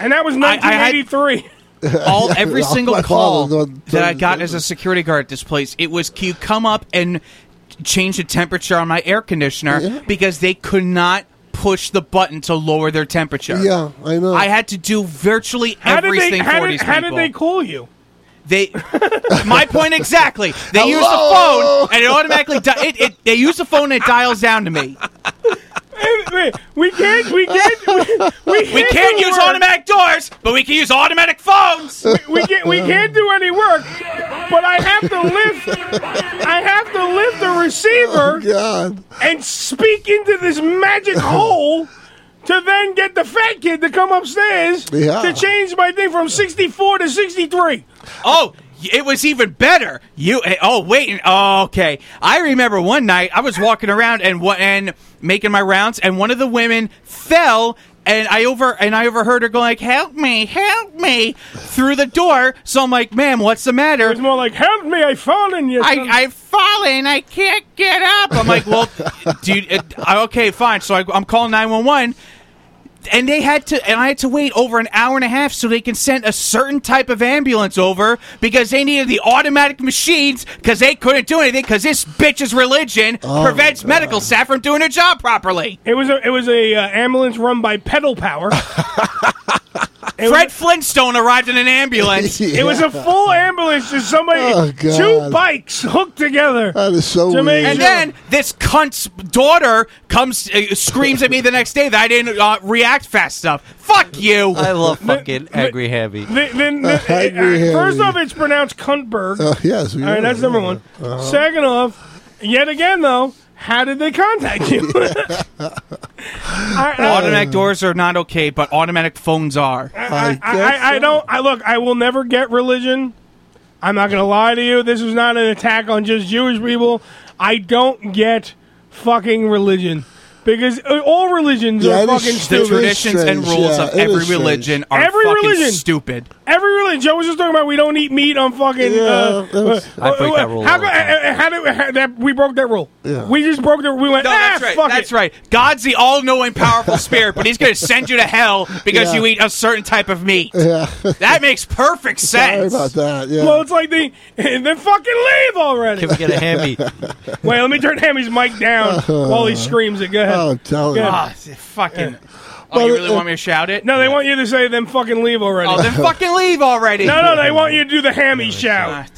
[SPEAKER 10] And that was
[SPEAKER 13] I- I had-
[SPEAKER 11] (laughs)
[SPEAKER 10] 1983.
[SPEAKER 13] all every
[SPEAKER 11] Yeah,
[SPEAKER 13] single
[SPEAKER 11] my
[SPEAKER 13] call
[SPEAKER 11] father's on
[SPEAKER 13] that I got
[SPEAKER 11] Thursday.
[SPEAKER 13] as a security guard at this place, it was you come up and change the temperature on my air conditioner because they could not push the button to lower their temperature.
[SPEAKER 11] Yeah, I know.
[SPEAKER 13] I had to do virtually
[SPEAKER 10] how did
[SPEAKER 13] everything
[SPEAKER 10] they? How
[SPEAKER 13] for
[SPEAKER 10] did,
[SPEAKER 13] these
[SPEAKER 10] how did
[SPEAKER 13] people.
[SPEAKER 10] they call you?
[SPEAKER 11] (laughs)
[SPEAKER 13] They, my point exactly. They use the
[SPEAKER 10] Hello?
[SPEAKER 13] phone and it automatically. Di- it, it, they use the phone and it dials down to me.
[SPEAKER 10] We can't. We can't. We, we can't,
[SPEAKER 13] We can't
[SPEAKER 10] do
[SPEAKER 13] use
[SPEAKER 10] work.
[SPEAKER 13] automatic doors, but we can use automatic phones.
[SPEAKER 10] We can't. We can't do any work. But I have to lift. I have to lift the receiver. And speak into this magic hole. To then get the fat kid to come upstairs
[SPEAKER 13] Yeah.
[SPEAKER 10] to change my thing from 64 to 63.
[SPEAKER 13] Oh, it was even better. You eh, oh wait, oh, okay. I remember one night I was walking around and wa- and making my rounds, and one of the women fell. And I over and I overheard her going like, "Help me, help me!" through the door. So I'm like, "Ma'am, what's the matter?" It's
[SPEAKER 10] more like, "Help me, I've fallen." You,
[SPEAKER 13] I, I've fallen. I can't get up. I'm
[SPEAKER 10] (laughs)
[SPEAKER 13] like, "Well, dude, it, I- okay, fine." So I, I'm calling nine one one, and they had to, and I had to wait over an hour and a half so they can send a certain type of ambulance over because they needed the automatic machines because they couldn't do anything because this bitch's religion prevents medical staff from doing their job properly.
[SPEAKER 10] (laughs)
[SPEAKER 13] (laughs)
[SPEAKER 10] It was a it was a uh, ambulance run by pedal power.
[SPEAKER 13] Fred Flintstone arrived in an
[SPEAKER 10] (laughs)
[SPEAKER 13] ambulance.
[SPEAKER 10] It was a full ambulance to somebody,
[SPEAKER 13] Oh, God.
[SPEAKER 10] two bikes hooked together. That
[SPEAKER 3] is so
[SPEAKER 13] and then this cunt's daughter comes, uh, screams at me the next day that I didn't uh, react fast enough. Fuck you! I (laughs)
[SPEAKER 1] love
[SPEAKER 10] (laughs)
[SPEAKER 1] fucking angry heavy.
[SPEAKER 10] Then, then, then- eh,
[SPEAKER 1] agree,
[SPEAKER 10] first
[SPEAKER 1] Harry.
[SPEAKER 10] off, it's pronounced Cuntberg.
[SPEAKER 1] Uh, yes,
[SPEAKER 10] All
[SPEAKER 1] we
[SPEAKER 10] right,
[SPEAKER 1] know,
[SPEAKER 10] that's
[SPEAKER 1] we
[SPEAKER 10] number
[SPEAKER 1] know.
[SPEAKER 10] one.
[SPEAKER 1] Uh-huh.
[SPEAKER 10] Second off, yet again though, how did they contact you? (laughs)
[SPEAKER 13] automatic doors are not okay, but automatic phones are.
[SPEAKER 10] I, I, I don't. I look. I will never get religion. I'm not gonna lie to you. This is not an attack on just Jewish people. I don't get fucking religion because uh, all religions
[SPEAKER 13] Yeah,
[SPEAKER 10] are
[SPEAKER 13] it is
[SPEAKER 10] fucking
[SPEAKER 13] the
[SPEAKER 10] stupid.
[SPEAKER 13] traditions and rules of every religion are
[SPEAKER 10] every
[SPEAKER 13] fucking
[SPEAKER 10] religion,
[SPEAKER 13] stupid.
[SPEAKER 10] Every religion. Joe was just talking about we don't eat meat on fucking. uh,
[SPEAKER 13] Yeah, that's-
[SPEAKER 10] uh,
[SPEAKER 13] I break
[SPEAKER 10] uh,
[SPEAKER 13] that rule
[SPEAKER 10] How,
[SPEAKER 13] all the
[SPEAKER 10] co- uh, uh, how did how, that? We broke that rule.
[SPEAKER 13] Yeah.
[SPEAKER 10] We just broke the. We went.
[SPEAKER 13] No,
[SPEAKER 10] ah,
[SPEAKER 13] that's right.
[SPEAKER 10] fuck
[SPEAKER 13] That's
[SPEAKER 10] it.
[SPEAKER 13] right. God's the all-knowing, powerful spirit, but He's going to send you to hell because
[SPEAKER 10] Yeah.
[SPEAKER 13] you eat a certain type of meat.
[SPEAKER 3] Yeah.
[SPEAKER 13] That makes perfect
[SPEAKER 3] Sorry
[SPEAKER 13] sense.
[SPEAKER 3] about that. Yeah.
[SPEAKER 10] Well, it's like the then fucking leave already.
[SPEAKER 3] Can we
[SPEAKER 10] (laughs)
[SPEAKER 3] get
[SPEAKER 11] (laughs)
[SPEAKER 3] a Hemi?
[SPEAKER 10] Wait, let me turn Hammy's mic down while he screams it. Go ahead.
[SPEAKER 3] Oh, tell
[SPEAKER 10] Go ahead.
[SPEAKER 3] him.
[SPEAKER 13] Ah, fucking. Oh,
[SPEAKER 10] Well,
[SPEAKER 13] you really
[SPEAKER 10] uh,
[SPEAKER 13] want me to shout it?
[SPEAKER 10] No, they want you to say then fucking leave already.
[SPEAKER 13] (laughs) Oh, then fucking leave already.
[SPEAKER 10] No, no, they want you to do the Hammy shout.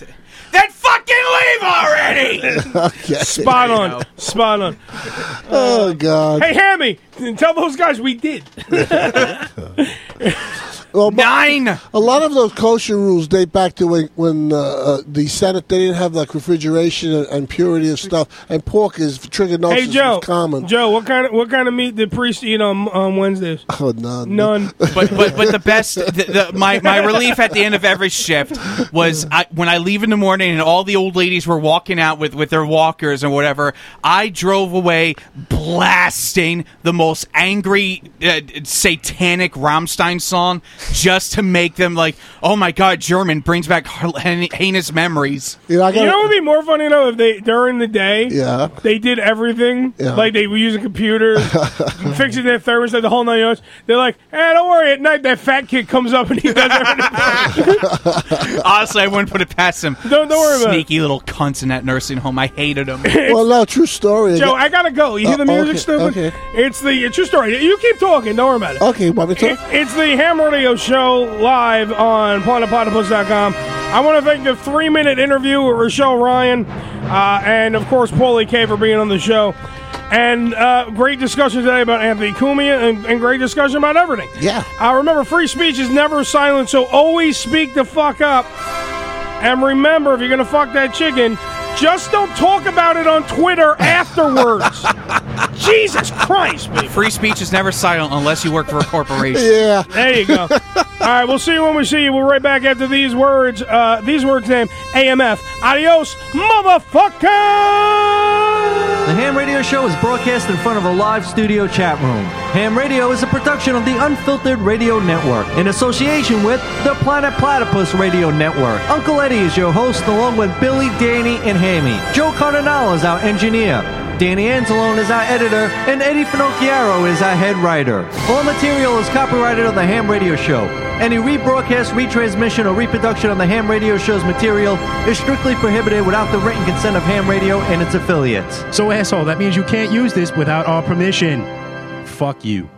[SPEAKER 13] Then fucking leave already.
[SPEAKER 3] okay.
[SPEAKER 10] Spot
[SPEAKER 11] (laughs)
[SPEAKER 10] on. Spot on.
[SPEAKER 3] Oh
[SPEAKER 11] Uh,
[SPEAKER 3] God.
[SPEAKER 10] Hey, Hammy, tell those guys we did.
[SPEAKER 3] Well, but
[SPEAKER 13] Nine.
[SPEAKER 3] A lot of those kosher rules date back to when, when uh, uh, the Senate they didn't have like refrigeration and, and purity of stuff, and pork is trichinosis
[SPEAKER 10] Hey, Joe.
[SPEAKER 3] is common.
[SPEAKER 10] Joe, what kind of what kind of meat did priest eat on on Wednesdays?
[SPEAKER 3] Oh, none.
[SPEAKER 10] None.
[SPEAKER 13] but but but the best the, the, my
[SPEAKER 10] (laughs)
[SPEAKER 13] my relief at the end of every shift was I, when I leave in the morning and all the old ladies were walking out with with their walkers and whatever. I drove away blasting the most angry uh, satanic Rammstein song just to make them like, oh my god, German brings back heinous heinous memories.
[SPEAKER 10] you know what would be more funny though if they during the day
[SPEAKER 13] Yeah.
[SPEAKER 10] they did everything
[SPEAKER 13] Yeah.
[SPEAKER 10] like they were using computers fixing their thermostat the whole nine yards they're like hey don't worry at night that fat kid comes up and he does everything (laughs)
[SPEAKER 13] Honestly, I wouldn't put it past them.
[SPEAKER 10] Don't- don't worry about it.
[SPEAKER 13] sneaky little cunts in that nursing home. I hated them.
[SPEAKER 3] (laughs) well, no, true story.
[SPEAKER 10] Joe I gotta go you hear
[SPEAKER 3] Uh,
[SPEAKER 10] the music
[SPEAKER 3] okay,
[SPEAKER 10] stupid
[SPEAKER 3] okay.
[SPEAKER 10] it's the it's your story you keep talking don't worry about it
[SPEAKER 3] okay want me to
[SPEAKER 10] It- it's the Ham Radio Show live on platyplatypus.com. I want to thank the three minute interview with Rochelle Ryan uh, and, of course, Paulie K for being on the show. And uh, great discussion today about Anthony Cumia and, and great discussion about everything.
[SPEAKER 3] Yeah.
[SPEAKER 10] Uh, remember, free speech is never silent, so always speak the fuck up. And remember, if you're going to fuck that chicken, just don't talk about it on Twitter afterwards. Jesus Christ, man.
[SPEAKER 13] Free speech is never silent unless you work for
[SPEAKER 10] (laughs)
[SPEAKER 13] a corporation.
[SPEAKER 10] There you go. All right, we'll see you when we see you. We're right back after these words. Uh, these words name AMF. Adios, motherfucker!
[SPEAKER 1] The Ham Radio Show is broadcast in front of a live studio chat room. Ham Radio is a production of the Unfiltered Radio Network in association with the Planet Platypus Radio Network. Uncle Eddie is your host, along with Billy, Danny, and Hammy. Joe Cardinale is our engineer. Danny Anzalone is our editor, and Eddie Finocchiaro is our head writer. All material is copyrighted of the Ham Radio Show. Any rebroadcast, retransmission, or reproduction of the Ham Radio Show's material is strictly prohibited without the written consent of Ham Radio and its affiliates.
[SPEAKER 11] So, asshole, that means you can't use this without our permission. Fuck you.